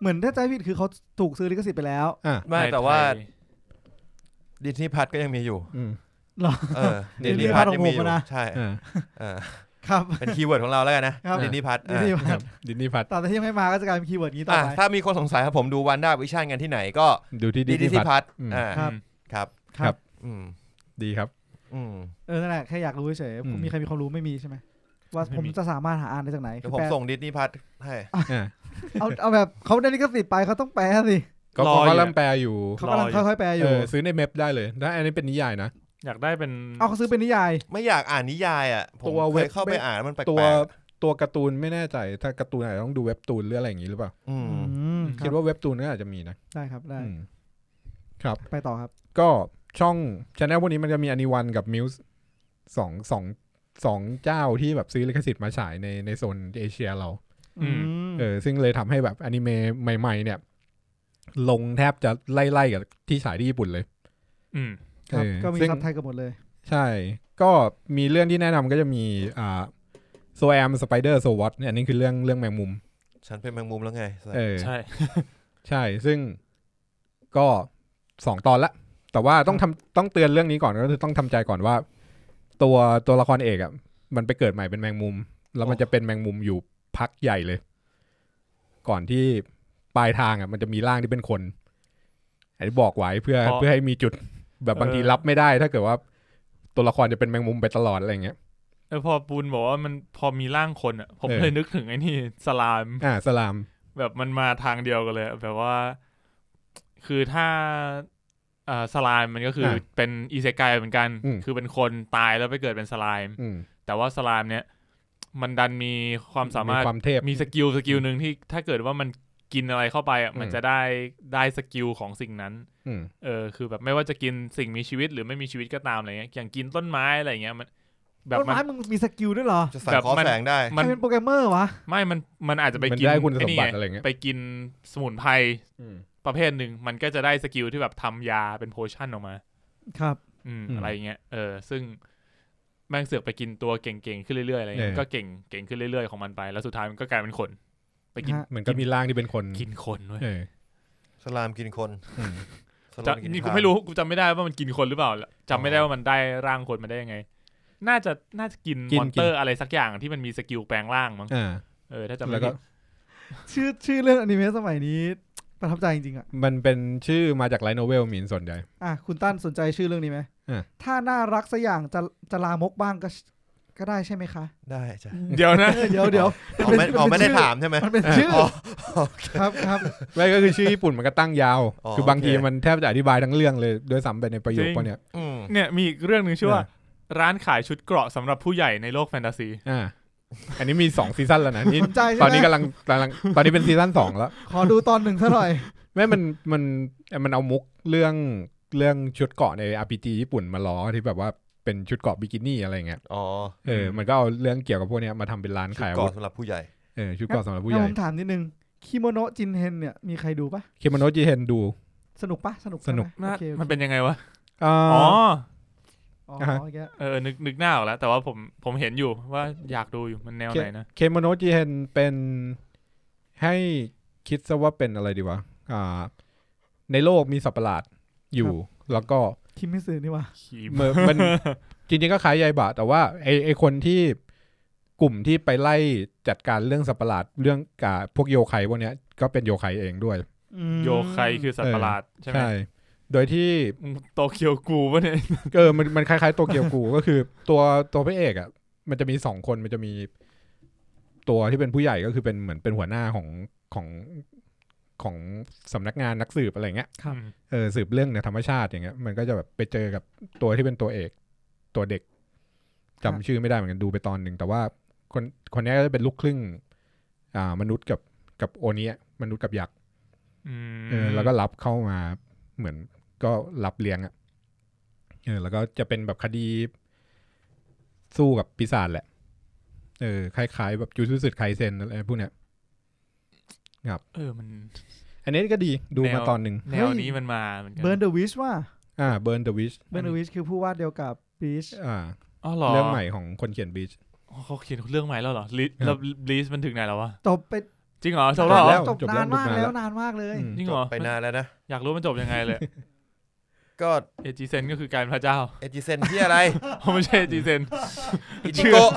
Speaker 4: เหมือนถ้าใจผิดคือเขาถูกซื้อลิขสิทธิ์ไปแล้ว
Speaker 1: อ่ะ
Speaker 2: ไม่
Speaker 3: ใน
Speaker 2: แต่ว่า
Speaker 3: ไทย
Speaker 2: ดิสนีย์พัทก็ยังมีอยู่
Speaker 1: อืม
Speaker 2: เออ
Speaker 4: Disney
Speaker 2: ดิสนีย์พัท
Speaker 4: Plus
Speaker 2: ยังมีอยู่
Speaker 4: ของผมอะนะ
Speaker 2: ใช่
Speaker 1: อ่า
Speaker 2: เออ
Speaker 4: ครับ
Speaker 2: เป็นคีย์เวิร์ดของเราแล้วกันนะครับ ดิสนีย์พัท
Speaker 4: ดิสนีย์พัท
Speaker 1: ดิสนีย์พัท
Speaker 4: ตอนที่ยังไม่มาก็จะกลายเป็นคีย์เวิร์ดนี้ต่อ
Speaker 2: อ่ะ
Speaker 4: ไป
Speaker 2: ถ้ามีคนสงสัยครับผมดูวันด้าวิชั่นกันที่ไหนก็
Speaker 1: ดูที่ดิสนี
Speaker 2: ดิสนี
Speaker 1: ย์พัท
Speaker 2: ย์พัท
Speaker 1: อืม
Speaker 2: อ่า
Speaker 4: ครับ
Speaker 2: ครับ
Speaker 1: ครับ
Speaker 2: อืม
Speaker 1: ดีครับ
Speaker 2: อืม
Speaker 4: เออนั่นแหละแค่อยากรู้เฉยๆ
Speaker 1: อืม
Speaker 4: มีใครมีความรู้ไม่มีใช่ไหมว่า
Speaker 3: ไม่มี
Speaker 4: ผมจะสามารถหาอ่านได้จากไหน
Speaker 2: เดี๋ยวผม
Speaker 4: แปล
Speaker 2: ส่งดิสนีย์พัทให้
Speaker 1: อ่า
Speaker 4: เอาเอาแบบเขาได้ลิขสิทธิ์ไปเขาต้องแปลสิ
Speaker 1: ก็
Speaker 3: รออยู่
Speaker 1: ก็เริ่มแปลอยู่
Speaker 4: เขากำลัง
Speaker 3: รออยู่
Speaker 4: ค่อยๆแปลอ
Speaker 1: เอยู่ อซื้อในเมพได้เลยถ้าอันนี้เป็นนิยายนะ
Speaker 3: อยากได้เป็น
Speaker 4: เอาเขาซื้อเป็นนิยาย
Speaker 2: ไม่อยากอ่านนิยายอ่ะ ผม
Speaker 1: ตัว
Speaker 2: เค
Speaker 1: เว็บ
Speaker 2: ยเข้าไปอ่านแล้วมันแปลก
Speaker 1: ตัว
Speaker 2: ๆอะ
Speaker 1: ตัวการ์ตูนไม่แน่ใจถ้าการ์ตูนอาจจะต้องดูเว็บตูนหรืออะไรอย่างนี้หรือเปล่า
Speaker 2: อืม
Speaker 4: อืม
Speaker 1: คิดว่าเว็บตูนก็อาจจะมีนะ
Speaker 4: ได้ครับได้
Speaker 1: อืม
Speaker 4: ไปต่อครับ
Speaker 1: ก็ช่องชแนลพวกนี้มันจะมีอนิวันกับมิวส์สองสองสองเจ้าที่แบบซื้อลิขสิทธิ์มาฉายในในโซนเอเชียเรา
Speaker 4: อืม
Speaker 1: เออซึ่งเลยทำให้แบบอนิเมะใหม่ ๆ เนี่ย ลงแทบจะไล่ๆกับที่ฉายที่ญี่ปุ่นเลย
Speaker 3: อืม
Speaker 4: ครับ
Speaker 1: เออ
Speaker 4: ก็มี
Speaker 1: ซึ่ง
Speaker 4: ซับไทยกันหมดเลย
Speaker 1: ใช่ ก็มีเรื่องที่แนะนำก็จะมีอ่าโซแอมสไปเดอร์โซวอตเนี่ยอันนี้คือเรื่องเรื่องแมงมุม
Speaker 2: ฉันเป็นแมงมุมแล้วไง
Speaker 1: เออ
Speaker 3: ใช่
Speaker 1: ใช่ ซึ่งก็สองตอนละ แต่ว่าต้องทำต้องเตือนเรื่องนี้ก่อนก็คือต้องทำใจก่อนว่า ตัวตัวละครเอกอะ่ะ มันไปเกิดใหม่เป็นแมงมุม แล้วมัน
Speaker 2: โอ้
Speaker 1: จะเป็นแมงมุมอยู่พักใหญ่เลย ก่อนที่ปลายทางอะ่ะ มันจะมีร่างที่เป็นคนอันนี้บอกไว้เพื่อ
Speaker 3: เพราะ
Speaker 1: เพื่อให้มีจุดแบบบางที
Speaker 3: เออ
Speaker 1: รับไม่ได้ ถ้าเกิดว่า ตัวละครจะเป็นแมงมุมไปตลอดอะไรอย่างเงี้ย
Speaker 3: เออพอปูนบอกว่ามันพอมีร่างคนอ่ะผม
Speaker 1: เออ
Speaker 3: เลยนึกถึงไอ้นี่สลาม
Speaker 1: อ่าสลาม
Speaker 3: แบบมันมาทางเดียวกันเลยอะแบบว่า คือถ้าเอ่อสไลม์มันก็คืออะ เป็นอีเซกายเหมือนกัน
Speaker 1: อืม
Speaker 3: คือเป็นคนตายแล้วไปเกิดเป็นสไลม์
Speaker 1: อืม
Speaker 3: แต่ว่าสไลม์เนี่ย มันดันมีความสามารถ
Speaker 1: ความเทพ
Speaker 3: มีสกิลสกิลหนึ่งที่ถ้าเกิดว่ามันกินอะไรเข้าไปอ่ะ
Speaker 1: อืม
Speaker 3: มันจะได้ได้สกิลของสิ่งนั้น
Speaker 1: อืม
Speaker 3: เออคือแบบไม่ว่าจะกินสิ่งมีชีวิตหรือไม่มีชีวิตก็ตามอะไรเงี้ยอย่างกินต้นไม้อะไรเงี้ยมัน แบบ
Speaker 4: ต้น
Speaker 3: มัน
Speaker 4: ไม้มึงมีสกิลด้วยเหรอ
Speaker 2: จะสั่ง
Speaker 3: แบบ
Speaker 2: ขอ
Speaker 3: มัน
Speaker 2: แสงได้
Speaker 4: ใค
Speaker 3: มั
Speaker 4: ร
Speaker 3: น
Speaker 4: เป็นโปรแกรมเมอร์วะ
Speaker 3: ไม่มันมันอาจจะไป
Speaker 1: มัน
Speaker 3: กิน
Speaker 1: ได้คุณสมบัติ
Speaker 3: อ้นี่ง
Speaker 1: อะไรเงี้ย
Speaker 3: ไปกินสมุนไพร
Speaker 1: อืม
Speaker 3: ประเภทหนึ่งมันก็จะได้สกิลที่แบบทำยาเป็นโพชั่นออกมา
Speaker 4: ครับ
Speaker 3: อืม
Speaker 1: อืม
Speaker 3: อะไรอย่างเงี้ยเออซึ่งแม่งเสือกไปกินตัวเก่งๆ ขึ้นเรื่อยๆอะไร
Speaker 1: เอ
Speaker 3: เงี้
Speaker 1: อ
Speaker 3: ยก็เก่งเก่งขึ้นเรื่อยๆของมันไป แล้วสุดท้ายมันก็กลายเป็นคน ไปกิน
Speaker 4: ฮะ
Speaker 1: มันก็มีร่างที่เป็นคน
Speaker 3: กินคนเว้ย
Speaker 1: เออ
Speaker 2: สลามกินคน
Speaker 1: อืม
Speaker 2: สลา
Speaker 3: จะ
Speaker 2: มกิน
Speaker 3: นี่กู
Speaker 2: ข้าว
Speaker 3: ไม่รู้กูจำไม่ได้ว่ามันกินคนหรือเปล่าจำไม่ได้
Speaker 2: อ๋อ
Speaker 3: ว่ามันได้ร่างคนมาได้ยังไง น่าจะน่าจะกิน
Speaker 1: กิน
Speaker 3: มอนเตอ
Speaker 1: กิ
Speaker 3: ร์
Speaker 1: น
Speaker 3: อะไรสักอย่างที่มันมีสกิลแปลงร่างมั้ง
Speaker 1: อ่า
Speaker 3: เออถ้าจำ
Speaker 1: แล้
Speaker 3: ไม่
Speaker 1: วก็
Speaker 3: ผิด
Speaker 4: ชื่อชื่อเรื่องอนิเมะสมัยนี้ ประทับใจจริงๆอ่ะ
Speaker 1: มันเป็นชื่อมาจากไลท์โนเวลมีนส่วนใหญ่
Speaker 4: อ่ะคุณตั้นสนใจชื่อเรื่องนี้ไหม
Speaker 1: อ่ะ
Speaker 4: ถ้าน่ารักสักอย่างจะจะลามกบ้างก็ก็ได้ใช่ไหมคะ
Speaker 2: ได้จ้ะ
Speaker 3: เดี๋ยวนะ
Speaker 4: เออเดี๋ยวเดี๋ยว
Speaker 2: อ๋อไม่อ๋อไม่ได้ถามใช่ไหม
Speaker 4: มันเป็นชื่อ
Speaker 2: อ๋อ
Speaker 4: ครับ ครับ
Speaker 1: ไม่ก็คือชื่อญี่ปุ่นมันก็ตั้งยาว
Speaker 2: อ๋อ
Speaker 1: คือบางที
Speaker 2: โอเค
Speaker 1: มันแทบจะอธิบายทั้งเรื่องเลยด้วยซ้ำไปในประโยค
Speaker 3: จริง
Speaker 1: พวกเนี้ย
Speaker 2: อืม
Speaker 3: เนี่ยมีอีกเรื่องหนึ่งชื่อว่า
Speaker 1: เออ
Speaker 3: ร้านขายชุดเกราะสำหรับผู้ใหญ่ในโลกแฟนตาซี
Speaker 1: อ่า อันนี้มีสองซีซั่นแล้วนะนี่
Speaker 4: สนใจใช่
Speaker 1: ตอน
Speaker 4: ไหม
Speaker 1: นี้กำลังกำลัง ตอนนี้เป็นซีซั่นสองแล้ว
Speaker 4: ขอดูตอนหนึ่งซะหน่อย
Speaker 1: แม่มันมันมันเอามุกเรื่องเรื่องชุดเกราะใน RPG ญี่ปุ่นมาล้อที่แบบว่าเป็นชุดเกราะบิกินี่อะไรเงี้ย
Speaker 2: อ๋อ
Speaker 1: เออ
Speaker 3: อืม
Speaker 1: มันก็เอาเรื่องเกี่ยวกับพวกเนี้ยมาทำเป็นร้าน
Speaker 2: ชุด
Speaker 1: ขายอา
Speaker 2: เกอ
Speaker 1: วุ
Speaker 2: ด
Speaker 1: ธ
Speaker 2: สำหรับผู้ใหญ่
Speaker 1: เออชุดเกราะสำหรับผู้ให
Speaker 4: งั้น
Speaker 1: ญ่
Speaker 4: ผมถามนิดนึงคิโมโนะจินเฮนเนี่ยมีใครดูปะ
Speaker 1: เคมโนจิเฮนดู
Speaker 4: สนุกปะสนุก
Speaker 1: สนุก
Speaker 4: ใช่ไหมโอเคโอเค
Speaker 3: มันเป็นยังไงวะ
Speaker 1: อ๋
Speaker 3: อ๋
Speaker 1: อ
Speaker 3: อ
Speaker 4: อ๋อ
Speaker 1: อ่ะฮะ
Speaker 4: โอเค
Speaker 3: เออ นึก นึกหน้าออกแล้ว แต่ว่าผม ผมเห็นอยู่ว่าอยากดูอยู่ มันแนวไหนนะ
Speaker 1: เคมโนจิเฮนเป็นให้คิดซะว่าเป็นอะไรดีวะ อ่า ในโลกมีสัตว์ประหลาดอยู่ แล้ว ก็
Speaker 4: คิมมิสึนี่วะ
Speaker 3: ขี
Speaker 1: เหมือนมัน จริงๆก็คล้ายยายบะแต่ว่าไอไอคนที่กลุ่มที่ไปไล่จัดการเรื่องสัตว์ประหลาดเรื่องกาพวกโยไคพวกเนี้ยก็เป็นโยไคเองด้วย
Speaker 3: โยไคคือสัตว์ประหลาดใช่ไหม
Speaker 1: ใช่ โดยที่
Speaker 3: มึงโตเกียวกูปะเนี่ย
Speaker 1: เออ มันมันคล้ายๆตัวเกียวกู ก็คือตัวตัวพระเอกอ่ะ มันจะมีสองคน มันจะมี ตัวที่เป็นผู้ใหญ่ก็คือเป็นเหมือนเป็นหัวหน้าของของของสำนักงานนักสืบอะไรเงี้ย เออสืบเรื่องเนี่ยธรรมชาติอย่างเงี้ย มันก็จะแบบไปเจอกับตัวที่เป็นตัวเอก ตัวเด็กจำชื่อไม่ได้เหมือนกันดูไปตอนหนึ่งแต่ว่าคนคนเนี้ยก็จะเป็นลูกครึ่ง อ่ามนุษย์กับกับโอเนี้ยมนุษย์กับยักษ์ เออแล้วก็รับเข้ามาเหมือนก็รับเลี้ยงอะ่ะเออแล้วก็จะเป็นแบบคดีสู้กับปีศาจแหละ เออคล้ายๆแบบจูซูสึไคเซนอะไรพวกเนี้ย
Speaker 3: เออมัน
Speaker 1: อันนี้ก็ดีดูมาตอนหนึ่ง
Speaker 3: แนวนี้มันมาเหมือนกั
Speaker 4: เบิร์นเดอะวิชว่า
Speaker 1: อ่าเบิร์นเดอะวิช
Speaker 4: เบิร์นเดอะวิชคือผู้วาดเดียวกับบีช
Speaker 1: อ่า
Speaker 3: อ๋อเหรอ
Speaker 1: เรื่องใหม่ของคนเขียนบีช
Speaker 3: อ๋อเขาเขียนเรื่องใหม่แล้วเหรอลิ
Speaker 1: ครั
Speaker 3: แล้
Speaker 1: บ
Speaker 3: วลีสมันถึงไหนแล้ววะ
Speaker 4: จบไป
Speaker 3: จริงเหรอจบ
Speaker 1: แล้
Speaker 3: แล้ว
Speaker 1: ว
Speaker 3: เหรอ
Speaker 4: จบนานมาก
Speaker 1: จบแล้ว
Speaker 4: แล้วนานมากเลย
Speaker 1: อืม
Speaker 3: จริง
Speaker 2: จ
Speaker 3: เหร
Speaker 2: บ
Speaker 3: อ
Speaker 2: ไปนานแล้วนะ
Speaker 3: อยากรู้มันจบยังไงเลย
Speaker 2: ก็
Speaker 3: เอจิเซนก็คือกลายเป็นพระเจ้า
Speaker 2: เอจิเซนที่อะไร
Speaker 3: เขาไม่ใช่เอจิเซน
Speaker 2: อิจิโกะ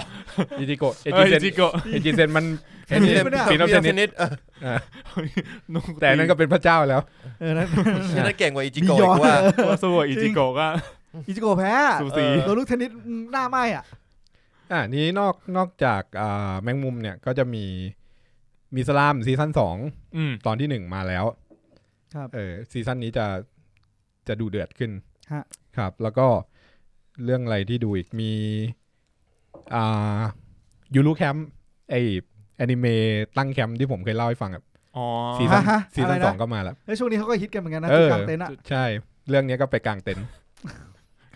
Speaker 1: อิจิโกะเอจิ
Speaker 3: เออ
Speaker 1: เซ
Speaker 3: เอน จิโกะ
Speaker 1: เอ จิเซนมัน
Speaker 4: เอจิเซน
Speaker 1: สีนอ
Speaker 2: เท
Speaker 1: เท
Speaker 2: น
Speaker 1: นิส
Speaker 2: นิสเออ
Speaker 1: แต่อัน นั้นก็เป็นพระเจ้าแล้ว
Speaker 4: เออนั่น
Speaker 2: ที่นั่นเก่งกว่าอิจิโกะ
Speaker 4: มีย้
Speaker 2: อี
Speaker 4: อน
Speaker 2: กว่า
Speaker 3: ตัวสวยอิจิโกะก็
Speaker 4: อิจิโกะแพ้
Speaker 3: สูสี
Speaker 2: เออ
Speaker 4: โดนลูกเทนนิสหน้าไหมอ่ะ
Speaker 1: อ่านี้นอกนอกจากอ่าแมงมุมเนี่ยก็จะมีมีสลามซีซั่นสอง
Speaker 3: อืม
Speaker 1: ตอนที่หนึ่งมาแล้ว
Speaker 4: ครับ
Speaker 1: เออซีซั่นนี้จะจะดูเดือดขึ้น
Speaker 4: ฮะ
Speaker 1: ครับ แล้วก็เรื่องอะไรที่ดูอีกมีอ่ายูรุแคมป์ไอแอนิเมตั้งแคมป์ที่ผมเคยเล่าให้ฟังอะ
Speaker 3: อ๋อ
Speaker 1: ซีซั่น
Speaker 4: ฮะฮะ
Speaker 1: ซีซั่น
Speaker 4: อะไรนะ
Speaker 1: สองก็มาแล้ว
Speaker 4: เฮ้ยช่วงนี้เขาก็ฮิตกันเหมือนกันนะ
Speaker 1: เออ
Speaker 4: จุดกลางเต็นท์อ่ะ
Speaker 1: ใช่ เรื่องเนี้ยก็ไปกลางเต็นท์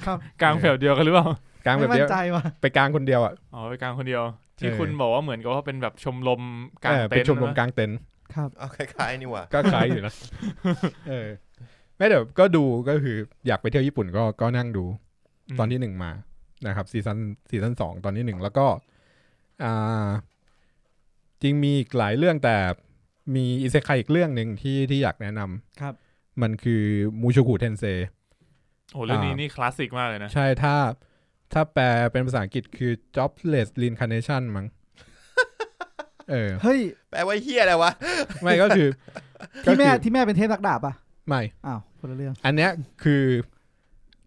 Speaker 4: ครับ
Speaker 3: กลางแถวเดียวกันหรือเปล่าก
Speaker 1: ลางแบ
Speaker 4: ไม่
Speaker 1: บ
Speaker 4: มั่
Speaker 1: เดีย
Speaker 4: น
Speaker 1: ว
Speaker 4: ใจว่ะ
Speaker 1: ไปกลางคนเดียวอ่ะ
Speaker 3: อ๋อไปกลางคนเดียว ที่
Speaker 1: เออ
Speaker 3: คุณบอกว่าเหมือนกับว่าเป็นแบบชมรมกลาง
Speaker 1: เออ
Speaker 3: เต็
Speaker 1: เป็น
Speaker 3: นท์
Speaker 1: ชมรม
Speaker 3: นะ
Speaker 1: กลางเต็นท์
Speaker 4: ครับ
Speaker 2: เอาคล้ายๆนี่หว่า
Speaker 1: ก็คล้ายอยู่นะเออไม่เดี๋ยวก็ดูก็คืออยากไปเที่ยวญี่ปุ่นก็ก็นั่งดู ตอนที่หนึ่งมานะครับซีซันซีซันสองตอนที่หนึ่งแล้วก็อ่าจริงมีอีกหลายเรื่องแต่มีอิเซไคอีกเรื่องหนึ่งที่ที่อยากแนะนำ
Speaker 4: ครับ
Speaker 1: มันคือมูชูกุเทนเซ
Speaker 3: โอ้เรื่องนี้
Speaker 1: อ่านี่
Speaker 3: นี่คลาสสิกมากเลยนะ
Speaker 1: ใช่ถ้าถ้าแปลเป็นภาษาอังกฤษคือ jobless reincarnation มั้งเออ
Speaker 4: เฮ้ย
Speaker 2: แปลว่าเฮียอะไรวะ
Speaker 1: ไม่ก็คือ
Speaker 4: ที่แม่
Speaker 1: ก็คือ
Speaker 4: ที่แม่เป็นเทพนักดาบอ่ะ
Speaker 1: ไม่
Speaker 4: อ้าวคนละเรื่อง
Speaker 1: อันเนี้ยคือ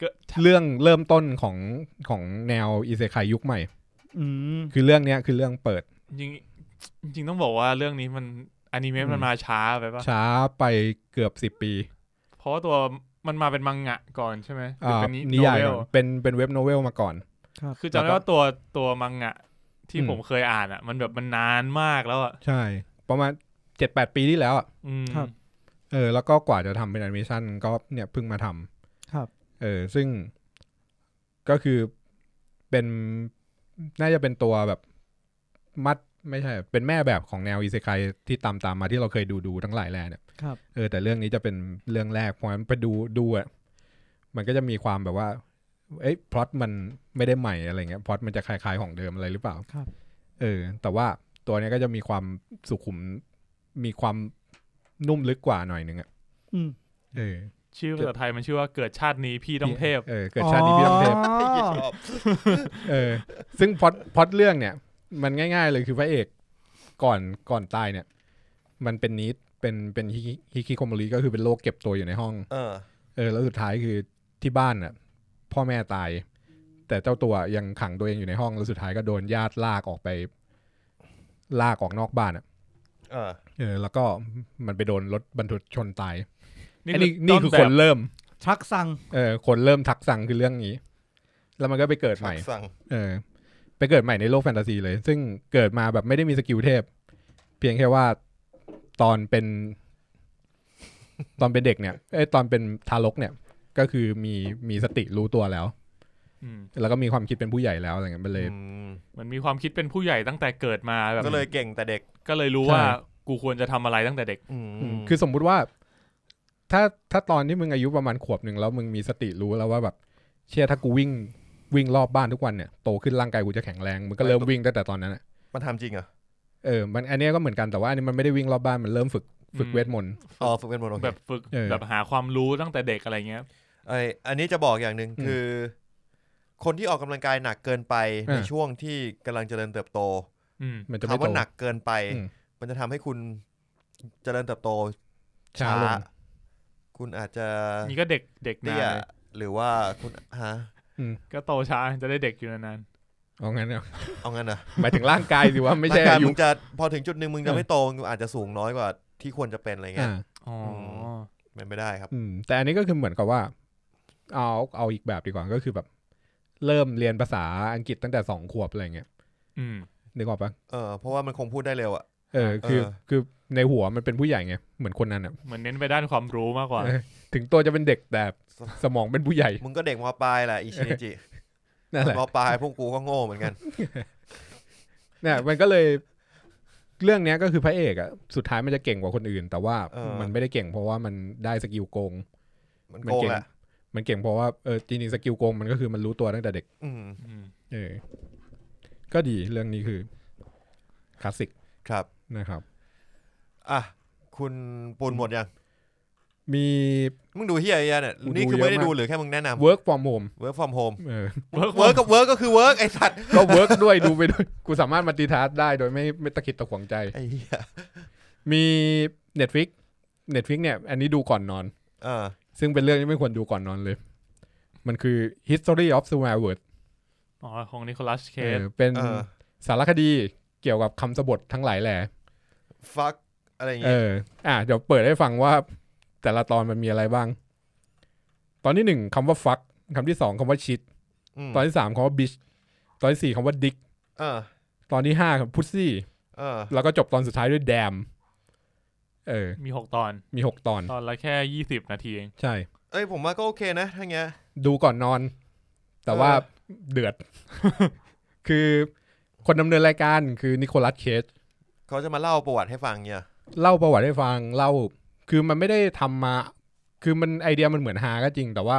Speaker 3: ก็
Speaker 1: เรื่องเริ่มต้นของของแนวอิเซไคยุคใหม่
Speaker 4: อืม
Speaker 1: คือเรื่องเนี้ยคือเรื่องเปิด
Speaker 3: จริงจริงต้องบอกว่าเรื่องนี้มันอนิเมะมันมาช้าไปปะ
Speaker 1: ช้าไปเกือบสิบปี
Speaker 3: เพราะว่าตัวมันมาเป็นมังงะก่อนใช่ไหมหรือ
Speaker 1: อ่า
Speaker 3: เป็นนิ
Speaker 1: นิยาย
Speaker 3: โเว
Speaker 1: ก่
Speaker 3: ล
Speaker 1: อนเป็นเป็นเว็บโนเวลมาก่อน
Speaker 3: คือจำได้ว่าตัวตัวมังงะที่
Speaker 1: อืม
Speaker 3: ผมเคยอ่านอ่ะ มันแบบมันนานมากแล้วอ่ะ
Speaker 1: ใช่ ประมาณเจ็ดแปดปีที่แล้วอะ
Speaker 3: อืม
Speaker 1: เออ แล้วก็กว่าจะทำเป็นแอนิเมชันก็เนี่ยเพิ่งมาท
Speaker 4: ครับ
Speaker 1: ำเออ ซึ่งก็คือเป็นน่าจะเป็นตัวแบบมัดไม่ใช่ เป็นแม่แบบของแนวอีเซคายที่ตามตามๆมาที่เราเคยดูดูทั้งหลายแหล่เนี่ย
Speaker 4: ครับ
Speaker 1: เออแต่เรื่องนี้จะเป็นเรื่องแรกเพราะฉะนั้นไปดูดูอ่ะมันก็จะมีความแบบว่า เอ้ยพล็อตมันไม่ได้ใหม่อะไรเงี้ยพล็อตมันจะคล้ายๆของเดิมอะไรหรือเปล่า
Speaker 4: ครับ
Speaker 1: เออ แต่ว่าตัวเนี้ยก็จะมีความสุขุม มีความนุ่มลึกกว่าหน่อยนึงอะ
Speaker 4: อืม
Speaker 1: เออ
Speaker 3: ชื่อภาษาไทยมันชื่อว่าเกิดชาตินี้พี่ต้องเทพ
Speaker 1: เออ เกิดชาตินี้พี่ต้องเทพ
Speaker 4: อ๋อ
Speaker 2: ไอ้เหี้ยชอบ
Speaker 1: เออ ซึ่งพล็อดพล็อดเรื่องเนี่ย มันง่ายๆเลยคือพระเอกก่อนก่อนตายเนี่ย มันเป็นนิดเป็นเป็นฮิคิฮิคิโคโมริก็คือเป็นโรคเก็บตัวอยู่ในห้อง
Speaker 2: เออ
Speaker 1: เออ แล้วสุดท้ายคือที่บ้านน่ะ พ่อแม่ตาย แต่เจ้าตัวยังขังตัวเองอยู่ในห้องแล้วสุดท้ายก็โดนญาติลากออกไป ลากออกนอกบ้านอะ
Speaker 2: เออ
Speaker 1: เออแล้วก็มันไปโดนรถบรรทุกชนตาย
Speaker 3: นี่
Speaker 1: อัน
Speaker 3: คื
Speaker 1: นี้
Speaker 3: อ
Speaker 1: นี่คือ
Speaker 3: ต้
Speaker 1: ค
Speaker 3: นแบ
Speaker 1: น
Speaker 3: บ
Speaker 1: เริ่ม
Speaker 4: ชักสั่ง
Speaker 1: เออคนเริ่มทักสั่งคือเรื่องนี้ แล้วมันก็ไปเกิดให
Speaker 2: ชั
Speaker 1: ม่
Speaker 2: กสั่ง
Speaker 1: เออ ไปเกิดใหม่ในโลกแฟนตาซีเลย ซึ่งเกิดมาแบบไม่ได้มีสกิลเทพ เพียงแค่ว่าตอนเป็น ตอนเป็นเด็กเนี่ยเอ้ยตอนเป็นทารกเนี่ย ก็คือมีมีสติรู้ตัวแล้ว
Speaker 3: อืม
Speaker 1: แล้วก็มีความคิดเป็นผู้ใหญ่แล้วอะไรเงี้ยมันเลย
Speaker 2: อืม
Speaker 3: มันมีความคิดเป็นผู้ใหญ่ตั้งแต่เกิดมาแบบ
Speaker 2: ก็เลยเก่งแต่เด็ก
Speaker 3: ก็เลยรู้ว่ากูควรจะทำอะไรตั้งแต่เด็ก
Speaker 2: อืม
Speaker 1: คือสมมุติว่า ถ้าถ้าตอนที่มึงอายุประมาณขวบหนึ่งแล้วมึงมีสติรู้แล้วว่าแบบ เชี่ยถ้ากูวิ่งวิ่งรอบบ้านทุกวันเนี่ยโตขึ้นร่างกายกูจะแข็งแรงมึงก็เริ่มวิ่งตั้งแต่ตอนนั้นอะ
Speaker 2: มันทำจริงเหรอ
Speaker 1: เออมันอันเนี้ยก็เหมือนกันแต่ว่าอันนี้มันไม่ได้วิ่งรอบบ้านมันเริ่มฝึก ฝึกเวทมนต์
Speaker 2: อ๋อฝึกเป็นหมดโอเค
Speaker 3: แบบฝึก
Speaker 1: เออ
Speaker 3: แบบหาความรู้ตั้งแต่เด็กอะไรเงี้ย
Speaker 2: ไออันนี้จะบอกอย่างหนึ่ง
Speaker 1: อืม
Speaker 2: คือ คนที่ออกกำลังกายหนักเกินไป
Speaker 1: อ่า
Speaker 2: ในช่วงที่กำลังเจริญเติบโต
Speaker 3: อืม
Speaker 1: มันจะ
Speaker 2: คำ
Speaker 1: ไม่โต
Speaker 2: ว่าหนักเกินไป
Speaker 1: อืม
Speaker 2: มันจะทำให้คุณเจริญเติบโต
Speaker 1: ช้าลง
Speaker 2: คุณอาจจะ
Speaker 3: นี่ก็เด็กเด็กนา
Speaker 2: เตี้ย
Speaker 3: นเลย
Speaker 2: หรือว่าคุณฮะ
Speaker 3: ก็โตช้าจะได้เด็กอยู่นาน
Speaker 1: เอา งั้นเนี่ย
Speaker 2: เอางั้นเหรอ
Speaker 1: หมายถึงร่างกายสิว่าไม่ใช่
Speaker 2: ร่างกาย
Speaker 1: อายุ
Speaker 2: มึงจะพอถึงจุดหนึ่งมึงจะ
Speaker 1: อ่า
Speaker 2: ไม่โตมึงอาจจะสูงน้อยกว่าที่ควรจะเป็นอะไรเงี้ย
Speaker 1: อ่า
Speaker 3: ๆอ๋ออ
Speaker 2: เป็นไปได้ครับ
Speaker 1: อืมแต่อันนี้ก็คือเหมือนกับว่า เอาเอาอีกแบบดีกว่าก็คือแบบ เริ่มเรียนภาษาอังกฤษตั้งแต่สองขวบอะไรเงี้ย
Speaker 3: อืม
Speaker 1: นึกออกปะ
Speaker 2: เออเพราะว่ามันคงพูดได้เร็วอะ
Speaker 1: เออคือ
Speaker 2: เออ
Speaker 1: คือในหัวมันเป็นผู้ใหญ่ไงเหมือนคนนั้นอ่ะ
Speaker 3: เหมือนเน้นไปด้านความรู้มากกว่า
Speaker 1: เออ ถึงตัวจะเป็นเด็กแต่สมองเป็นผู้ให ญ่
Speaker 2: มึงก็เด็กมปลายแหละอิชินิจิ
Speaker 1: นั่นแหละ
Speaker 2: มปลายพวกกูก็โง่เหมือนกัน
Speaker 1: เนี่ยมันก็เลย เรื่องเนี้ยก็คือพระเอกอะสุดท้ายมันจะเก่งกว่าคนอื่น แต่ว่า
Speaker 2: เออ
Speaker 1: มันไม่ได้เก่งเพราะว่ามันได้สกิลโกง
Speaker 2: มัน
Speaker 1: มัน
Speaker 2: โกง
Speaker 1: เก่ง
Speaker 2: แหละ
Speaker 1: มันเก่งเพราะว่าเออจริงๆสกิลโกงมันก็คือมันรู้ตัวตั้งแต่เด็ก
Speaker 2: อืม
Speaker 3: อืม
Speaker 1: เออก็ดีเรื่องนี้คือคลาสสิก
Speaker 2: ครับ
Speaker 1: นะครับ
Speaker 2: อ่ะ คุณปูนหมดยัง
Speaker 1: มี
Speaker 2: มึงดูเฮียอะไรเนี่ย
Speaker 1: กูดู
Speaker 2: นี่คือไม่ได้
Speaker 1: เยอะมาก
Speaker 2: ดูหรือแค่มึงแนะนำ
Speaker 1: work from home
Speaker 2: work from home
Speaker 1: เออ
Speaker 3: work from-
Speaker 2: เวิร์กกับเวิร์กก็คือเวิร์กไอสัตว์
Speaker 1: ก็ work ด้วยดูไปด้วย กูสามารถมัลติทัสได้โดยไม่ไม่ตะขิดตะขวงใจ
Speaker 2: ไอ้เฮีย
Speaker 1: มี Netflix Netflix เนี่ย อันนี้ดูก่อนนอน
Speaker 2: เออ
Speaker 1: ซึ่งเป็นเรื่องที่ไม่ควรดูก่อนนอนเลย มันคือ history of s w e r w o r d
Speaker 3: อ๋อของนิโคลัสเค
Speaker 1: เอ
Speaker 3: ส
Speaker 1: อเป็น
Speaker 2: เออ
Speaker 1: สารคดีเกี่ยวกับคำสบททั้งหลายแหล่
Speaker 2: fuck อะไรอย่าง
Speaker 1: เอ
Speaker 2: เงี้ย
Speaker 1: อ อ่ะ เดี๋ยวเปิดให้ฟังว่า แต่ละตอนมันมีอะไรบ้าง ตอนที่หนึ่งคำว่า fuck คำที่สองคำว่า shit
Speaker 2: ม
Speaker 1: ตอนที่สามคำว่า bitch ตอนที่สี่คำว่า dick
Speaker 2: เออ
Speaker 1: ตอนที่ห้าคำ pussy
Speaker 2: เออ
Speaker 1: แล้วก็จบตอนสุดท้ายด้วยแดม เออ
Speaker 3: มีหกตอน
Speaker 1: มีหกตอน
Speaker 3: ตอนละแค่ยี่สิบนาทีเอง
Speaker 1: ใช่
Speaker 2: เอ้ยผมว่าก็โอเคนะทั้งเงี้ย
Speaker 1: ดูก่อนนอน แต่ว่า
Speaker 2: เออ
Speaker 1: เดื อด คือคนดำเนินรายการคือนิโคลัสเคจ
Speaker 2: เขาจะมาเล่าประวัติให้ฟังเนี่ย
Speaker 1: เล่าประวัติให้ฟัง เล่า คือมันไม่ได้ทำมา คือมันไอเดียมันเหมือนฮาก็จริง แต่ว่า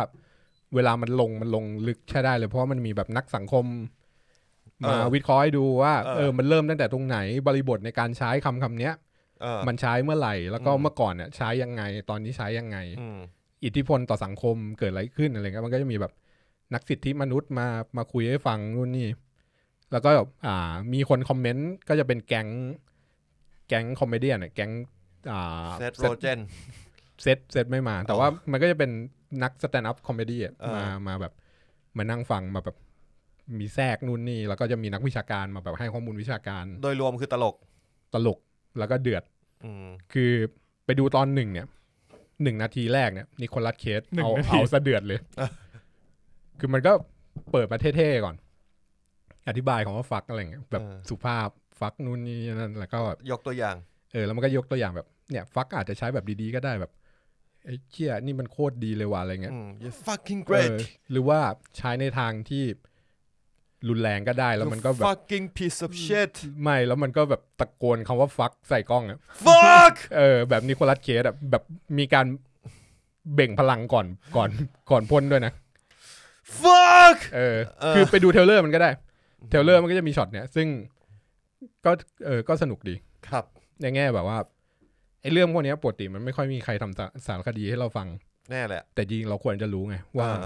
Speaker 1: เวลามันลงมันลงลึกใช่ได้เลย เพราะว่ามันมีแบบนักสังคม มาวิเคราะห์ให้ดูว่าเออมันเริ่มตั้งแต่ตรงไหนบริบทในการใช้คำคำเนี้ย
Speaker 2: เออ
Speaker 1: มันใช้เมื่อไหร่ แล้วก็
Speaker 2: อืม
Speaker 1: เมื่อก่อนเนี่ยใช้ยังไง ตอนนี้ใช้ยังไง
Speaker 2: อืม
Speaker 1: อิทธิพลต่อสังคมเกิดอะไรขึ้นอะไรเงี้ยมันก็จะมีแบบนักสิทธิมนุษย์มามาคุยให้ฟังนู่นนี่ แล้วก็แบบอ่า มีคนคอมเมนต์ก็จะเป็นแก๊ง แก๊งคอมเมเดี้น่ะแก๊งอ่า
Speaker 2: เซตโรเจน
Speaker 1: เซตเซตไม่มา แต่
Speaker 2: อ๋อ
Speaker 1: ว่ามันก็จะเป็นนักสแตนด์อัพคอมเมดี้
Speaker 2: เออ
Speaker 1: มามาแบบมานั่งฟังมาแบบมีแทรกนู่นนี่ แล้วก็จะมีนักวิชาการมาแบบให้ข้อมูลวิชาการ
Speaker 2: โดยรวมคือตลก
Speaker 1: ตลกแล้วก็เดือด
Speaker 2: อืม
Speaker 1: คือไปดูตอนหนึ่งเนี่ยหนึ่งนาทีแรกเนี่ยนิโคลัสเคส
Speaker 3: หนึ่ง
Speaker 1: เอา
Speaker 3: นาที
Speaker 1: เอาสะเดือดเลย คือมันก็เปิดมาเท่ๆก่อน อธิบายของว่าฟักอะไรเงี้ยแบบ
Speaker 2: เออ
Speaker 1: สุภาพฟักนู่นนี่นั่นแล้วก็แบบ
Speaker 2: ยกตัวอย่าง
Speaker 1: เออแล้วมันก็ยกตัวอย่างแบบเนี่ยฟักอาจจะใช้แบบดีๆก็ได้แบบไอ้เชี่ยนี่มันโคตรดีเลยว่ะอะไรเงี้ย
Speaker 2: อืม you fucking great
Speaker 1: เออหรือว่าใช้ในทางที่รุนแรงก็ได้ แล้ว
Speaker 2: You
Speaker 1: มันก็แบบ
Speaker 2: fucking piece of shit
Speaker 1: ไม่แล้วมันก็แบบตะโกนคำว่าฟักใส่กล้องอะ
Speaker 2: fuck
Speaker 1: เออแบบนิโคลัสเคสอะแบบมีการเบ่งพลังก่อนก่อนก่อนพ่นด้วยนะ
Speaker 2: fuck
Speaker 1: เออ
Speaker 2: เออ
Speaker 1: คือไปดูเทรลเลอร์มันก็ได้ เทรลเลอร์มันก็จะมีช็อตเนี้ยซึ่งก็เออก็สนุกดี
Speaker 2: ครับ
Speaker 1: ในแง่แบบว่าไอ้เรื่องพวกเนี้ยปกติมันไม่ค่อยมีใครทำสาสารคดีให้เราฟัง
Speaker 2: แน่แหละ
Speaker 1: แต่จริงเราควรจะรู้ไง ว่า
Speaker 2: เออ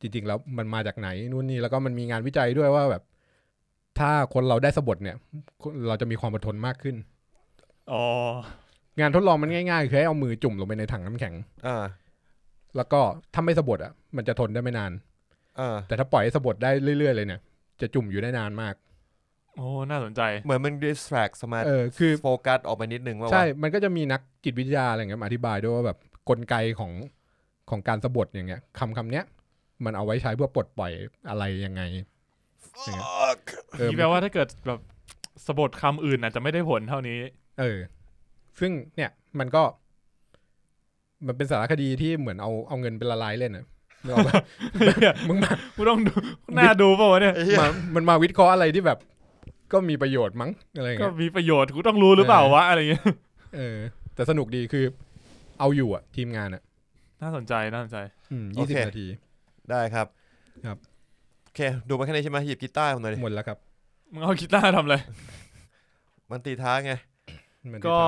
Speaker 1: จริง ๆ แล้วมันมาจากไหนนู่นนี่แล้วก็มันมีงานวิจัยด้วยว่าแบบ ถ้าคนเราได้สะบทเนี่ย เราจะมีความอดทนมากขึ้น
Speaker 3: อ๋อ
Speaker 1: งานทดลองมันง่ายๆคือให้เอามือจุ่มลงไปในถังน้ำแข็ง
Speaker 2: อ่า
Speaker 1: แล้วก็ถ้าไม่สะบดอ่ะ มันจะทนได้ไม่นาน
Speaker 2: อ่า
Speaker 1: แต่ถ้าปล่อยให้สะบดได้เรื่อยๆเลยเนี่ย จะจุ่มอยู่ได้นานมาก
Speaker 3: โอ้ น่าสนใจ
Speaker 2: เหมือนมัน distract สมา
Speaker 1: เออ คือ
Speaker 2: โฟกัสออกไปนิดนึงว่าวะ
Speaker 1: ใช่ มันก็จะมีนักจิตวิทยาอะไรเงี้ยมาอธิบายด้วยว่าแบบกลไกของของการสะบดอย่างเงี้ยคำคำเนี้ย มันเอาไว้ใช้เพื่อปลดปล่อยอะไรยังไง
Speaker 2: Fuck
Speaker 1: เออ
Speaker 3: นี่แปลว่าถ้าเกิดแบบสะบดคำอื่นอาจจะไม่ได้ผลเท่านี้
Speaker 1: เออ ซึ่งเนี่ยมันก็ มันเป็นสารคดีที่เหมือนเอาเอาเงินเป็นละลายเล่นอะนึกออก ปะ มึงมา
Speaker 3: กูต้องดูน่าดูเปล่าวะเนี่ย
Speaker 2: ไอ้เหี้ย
Speaker 1: มามันมาวิเคราะห์อะไรที่แบบ ก็มีประโยชน์มั้งอะไรเงี้ย
Speaker 3: ก็มีประโยชน์ กูต้องรู้หรือเปล่าวะอะไรเงี้ย
Speaker 1: เออแต่สนุกดีคือเอาอยู่อะทีมงานอะ
Speaker 3: น่าสนใจ น่าสนใจ
Speaker 2: โอ
Speaker 1: ยี่
Speaker 2: เค
Speaker 1: สิบนาที
Speaker 2: ได้ครับ
Speaker 1: ครับ
Speaker 2: โอเค ดูมาแค่นี้ใช่ไหมหยิบกีตาร์ผมหน่อยดิ
Speaker 1: หมดแล้วครับ
Speaker 3: มึงเอากีตาร์ทำอะไร
Speaker 2: มันตีท้าไง
Speaker 1: มัน
Speaker 3: ก็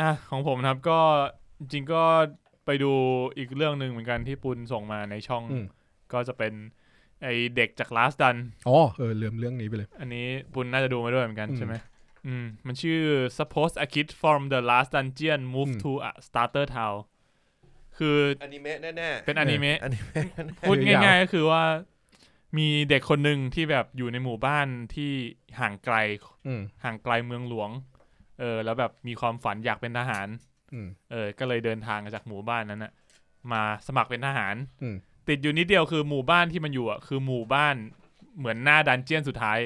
Speaker 3: อ่ะของผมนะครับก็จริงๆก็ไปดูอีกเรื่องหนึ่งเหมือนกันที่ปุณส่งมาในช่อง
Speaker 1: อืม
Speaker 3: ก็จะเป็นไอเด็กจากลาสดัน
Speaker 1: อ๋อเออลืมเรื่องนี้ไปเลย
Speaker 3: อันนี้ปุณน่าจะดูมาด้วยเหมือนกัน
Speaker 1: อืม
Speaker 3: ใช่ไหมอืม มันชื่อ suppose a kid from the last dungeon move
Speaker 1: อืม
Speaker 3: to a starter town คือ
Speaker 2: อนิเมะแน่
Speaker 3: เป็นอนิเมะ
Speaker 2: ๆอนิเมะแน่
Speaker 3: พูดง่ายๆก็คือว่ามีเด็กคนหนึ่งที่แบบอยู่ในหมู่บ้านที่ห่างไกล
Speaker 1: อืม
Speaker 3: ห่างไกลเมืองหลวง เออ แล้วแบบมีความฝันอยากเป็นทหาร
Speaker 1: อืม
Speaker 3: เออ ก็เลยเดินทางจากหมู่บ้านนั้นนะมาสมัครเป็นทหาร
Speaker 1: อืม
Speaker 3: ติดอยู่นิดเดียวคือหมู่บ้านที่มันอยู่อ่ะคือหมู่บ้านเหมือนหน้าดันเจียนสุดท้าย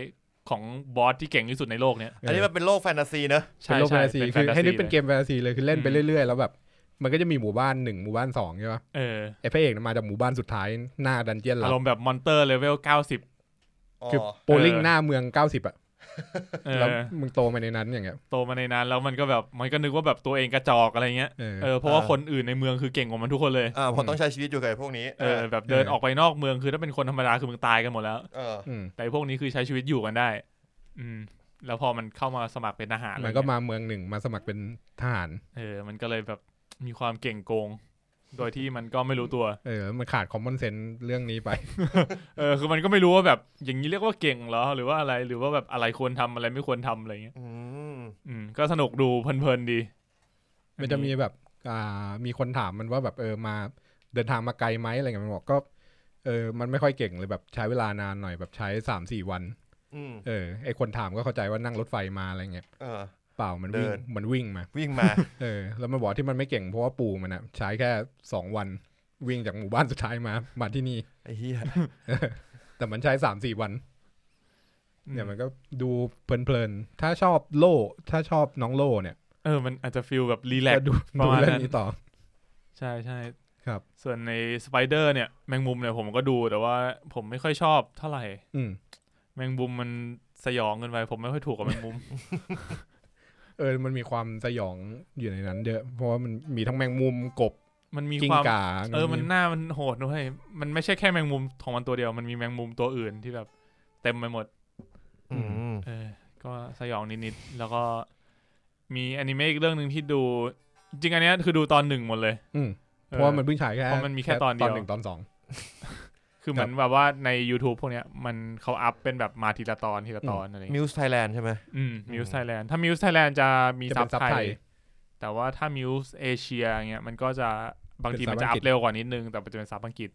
Speaker 3: ของบอสที่เก่งที่สุดในโลกเนี้ย
Speaker 2: ๆอันนี้มันเป็นโลกแฟนตาซีเนอะ
Speaker 1: เป็นโลกแฟนตาซี
Speaker 3: ช่
Speaker 1: คือ
Speaker 3: ป็
Speaker 1: ให้นึก
Speaker 3: fantasy
Speaker 1: เป็นเกมแฟนตาซีเลยคือเล่นไป
Speaker 3: อืม
Speaker 1: เรื่อยๆ แล้วแบบ มันก็จะมีหมู่บ้านหนึ่งหมู่บ้านสองใช่ปะ
Speaker 3: เออ
Speaker 1: ไอ้พระเอกน่ะมาจากหมู่บ้านสุดท้ายหน้าดันเจียน
Speaker 3: อา
Speaker 1: เรา
Speaker 3: รมณ์แบบมอนเตอร์เลเวล 90
Speaker 2: อ๋อ
Speaker 1: คือโปลลิงหน้าเมืองเก้าสิบอ่ะ
Speaker 3: เอ
Speaker 1: แล้ว
Speaker 3: อ
Speaker 1: มึงโตมาในนั้นอย่างเงี้ย
Speaker 3: โตมาในนั้นแล้วมันก็แบบมันก็นึกว่าแบบตัวเองกระจอกอะไรเงี้ย
Speaker 1: เออ
Speaker 3: เออเพราะว่าคนอื่นในเมืองคือเก่งกว่ามันทุกคนเลย
Speaker 2: อ่าผมต้องใช้ชีวิตอยู่กับไอ้พวกนี้
Speaker 3: เออแบบเดินออกไปนอกเมืองคือถ้าเป็นคนธรรมดาคือมึงตายกันหมดแล้ว
Speaker 2: เออ
Speaker 1: ม
Speaker 3: แต่พวกนี้คือใช้ชีวิตอยู่กันได้ อืม แล้วพอมันเข้ามาสมัครเป็นทหาร
Speaker 1: มันก็มาเมืองหนึ่งมาสมัครเป็นทหาร
Speaker 3: เออมันก็เลยแบบมีความเก่งโกง โดย ที่มันก็ไม่รู้ตัว
Speaker 1: เออ มันขาดคอมมอนเซนส์เรื่องนี้ไป
Speaker 3: เออคือมันก็ไม่รู้ว่าแบบอย่างนี้เรียกว่าเก่งเหรอหรือว่าอะไรหรือว่าแบบอะไรควรทำอะไรไม่ควรทำอะไรเงี้ย
Speaker 2: อืม
Speaker 3: อืมก็สนุกดูเพลินๆดี
Speaker 1: มันจะมีแบบ อ่า มีคนถามมันว่าแบบเออมาเดินทางมาไกลไหมอะไรเงี้ยมันบอกก็ เออ มันไม่ค่อยเก่งเลยแบบใช้เวลานานหน่อยแบบใช้สามสี่วัน
Speaker 2: อืม
Speaker 1: เออ ไอคนถามก็เข้าใจว่านั่งรถไฟมาอะไรเงี้ย
Speaker 2: เออ
Speaker 1: เปล่า มัน
Speaker 2: เดิ
Speaker 1: วิ่ง
Speaker 2: น
Speaker 1: มันวิ่งมา
Speaker 2: วิ่งมา
Speaker 1: เออ แล้วมันบอกที่มันไม่เก่งเพราะว่าปู่มันอะใช้แค่สองวันวิ่งจากหมู่บ้านสุดท้ายมา มาที่นี่
Speaker 2: ไอ้เหี้ย
Speaker 1: แต่มันใช้สามสี่วัน
Speaker 3: อืม
Speaker 1: เนี่ยมันก็ดูเพลินๆ ถ้าชอบโล่ถ้าชอบน้องโล่เนี่ย
Speaker 3: เออมันอาจจะฟีลแบบรีแลก
Speaker 1: ก็
Speaker 3: ซ์
Speaker 1: ดู
Speaker 3: ประ
Speaker 1: ดู
Speaker 3: มาณ
Speaker 1: เรื่อ
Speaker 3: นั้
Speaker 1: ง
Speaker 3: น
Speaker 1: นี้ต่อ
Speaker 3: ใช่ใช่
Speaker 1: ครับ
Speaker 3: ส่วนในสไปเดอร์เนี่ยแมงมุมเนี่ยผมก็ดูแต่ว่าผมไม่ค่อยชอบเท่าไหร่
Speaker 1: อืม
Speaker 3: แมงมุมมันสยองเกินไปผมไม่ค่อยถูกกับแมง มุม
Speaker 1: เออ มันมีความสยองอยู่ในนั้นเยอะ เพราะว่ามันมีทั้งแมงมุมกบ
Speaker 3: มันมี
Speaker 1: กิ้ง
Speaker 3: ความ
Speaker 1: ก่า
Speaker 3: เออ มันหน้ามันโหดด้วย มันไม่ใช่แค่แมงมุมของมันตัวเดียว มันมีแมงมุมตัวอื่นที่แบบเต็มไปหมด
Speaker 2: อืม
Speaker 3: เออ ก็สยองนิดๆ แล้วก็มีอนิเมะอีกเรื่องหนึ่งที่ดู จริงๆอันเนี้ยคือดูตอนหนึ่งหมดเลย
Speaker 1: อืม
Speaker 3: ออ
Speaker 1: เพราะว่ามันเพิ่งฉายแค่
Speaker 3: เพราะมันมีแค่ตอนเดียว
Speaker 1: หนึ่งตอนสอง
Speaker 3: คือเหมือนแบบว่าใน YouTube พวกเนี้ย มันเขาอัพเป็นแบบมาทีละตอนทีละตอนอะไรอย่าง
Speaker 2: มิ
Speaker 3: เงี้ย
Speaker 2: วส์ไทยแลนด์ใช่ไหม
Speaker 3: อืมมิวส์ไทยแลนด์ถ้ามิวส์ไทยแลนด์จะมี
Speaker 1: จะ
Speaker 3: ซั
Speaker 1: เป็
Speaker 3: บ
Speaker 1: นซับ
Speaker 3: ไท
Speaker 1: ไท
Speaker 3: ย
Speaker 1: ย
Speaker 3: แต่ว่าถ้ามิวส์เอเชียเงี้ย มันก็จะบางทีมันจะ
Speaker 1: เป็นซับอังกฤษ
Speaker 3: อัพเร็วกว่านิดนึง แต่มันจะเป็นซับอังกฤษ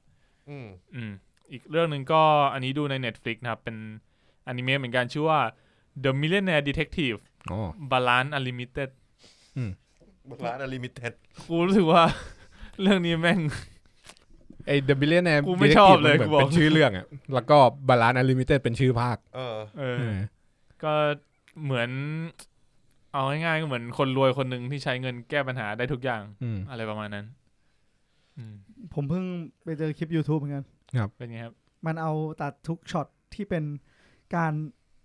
Speaker 2: อืม
Speaker 3: อืมอีกเรื่องหนึ่งก็อันนี้ดูใน Netflix นะครับ เป็นอนิเมะเหมือนกันชื่อว่า The Millionaire Detective
Speaker 1: อ๋อ
Speaker 3: Balance Unlimited
Speaker 2: ร้านอลิมิเต็ด
Speaker 3: กูรู้สึกว่า เรื่องนี้แม่ง
Speaker 1: ไอเดบิเลียนแน
Speaker 3: กูไม่ชอบเลย
Speaker 1: เหมือน
Speaker 3: กูบอก
Speaker 1: เป็นชื่อเรื่องอ่ะ แล้วก็บาลานอ n ลิมิเต็ดเป็นชื่อภาค
Speaker 2: เออ
Speaker 3: เออ
Speaker 1: เออ
Speaker 3: ก็เหมือน เอาง่ายๆก็เหมือนคนรวยคนหนึ่งที่ใช้เงินแก้ปัญหาได้ทุกอย่าง
Speaker 1: อืม
Speaker 3: อะไรประมาณนั้น อืม
Speaker 4: ผมเพิ่งไปเจอคลิป YouTube เหมือนกัน
Speaker 3: เป็นไงครับ
Speaker 4: มันเอาตัดทุกช็อตที่เป็นการ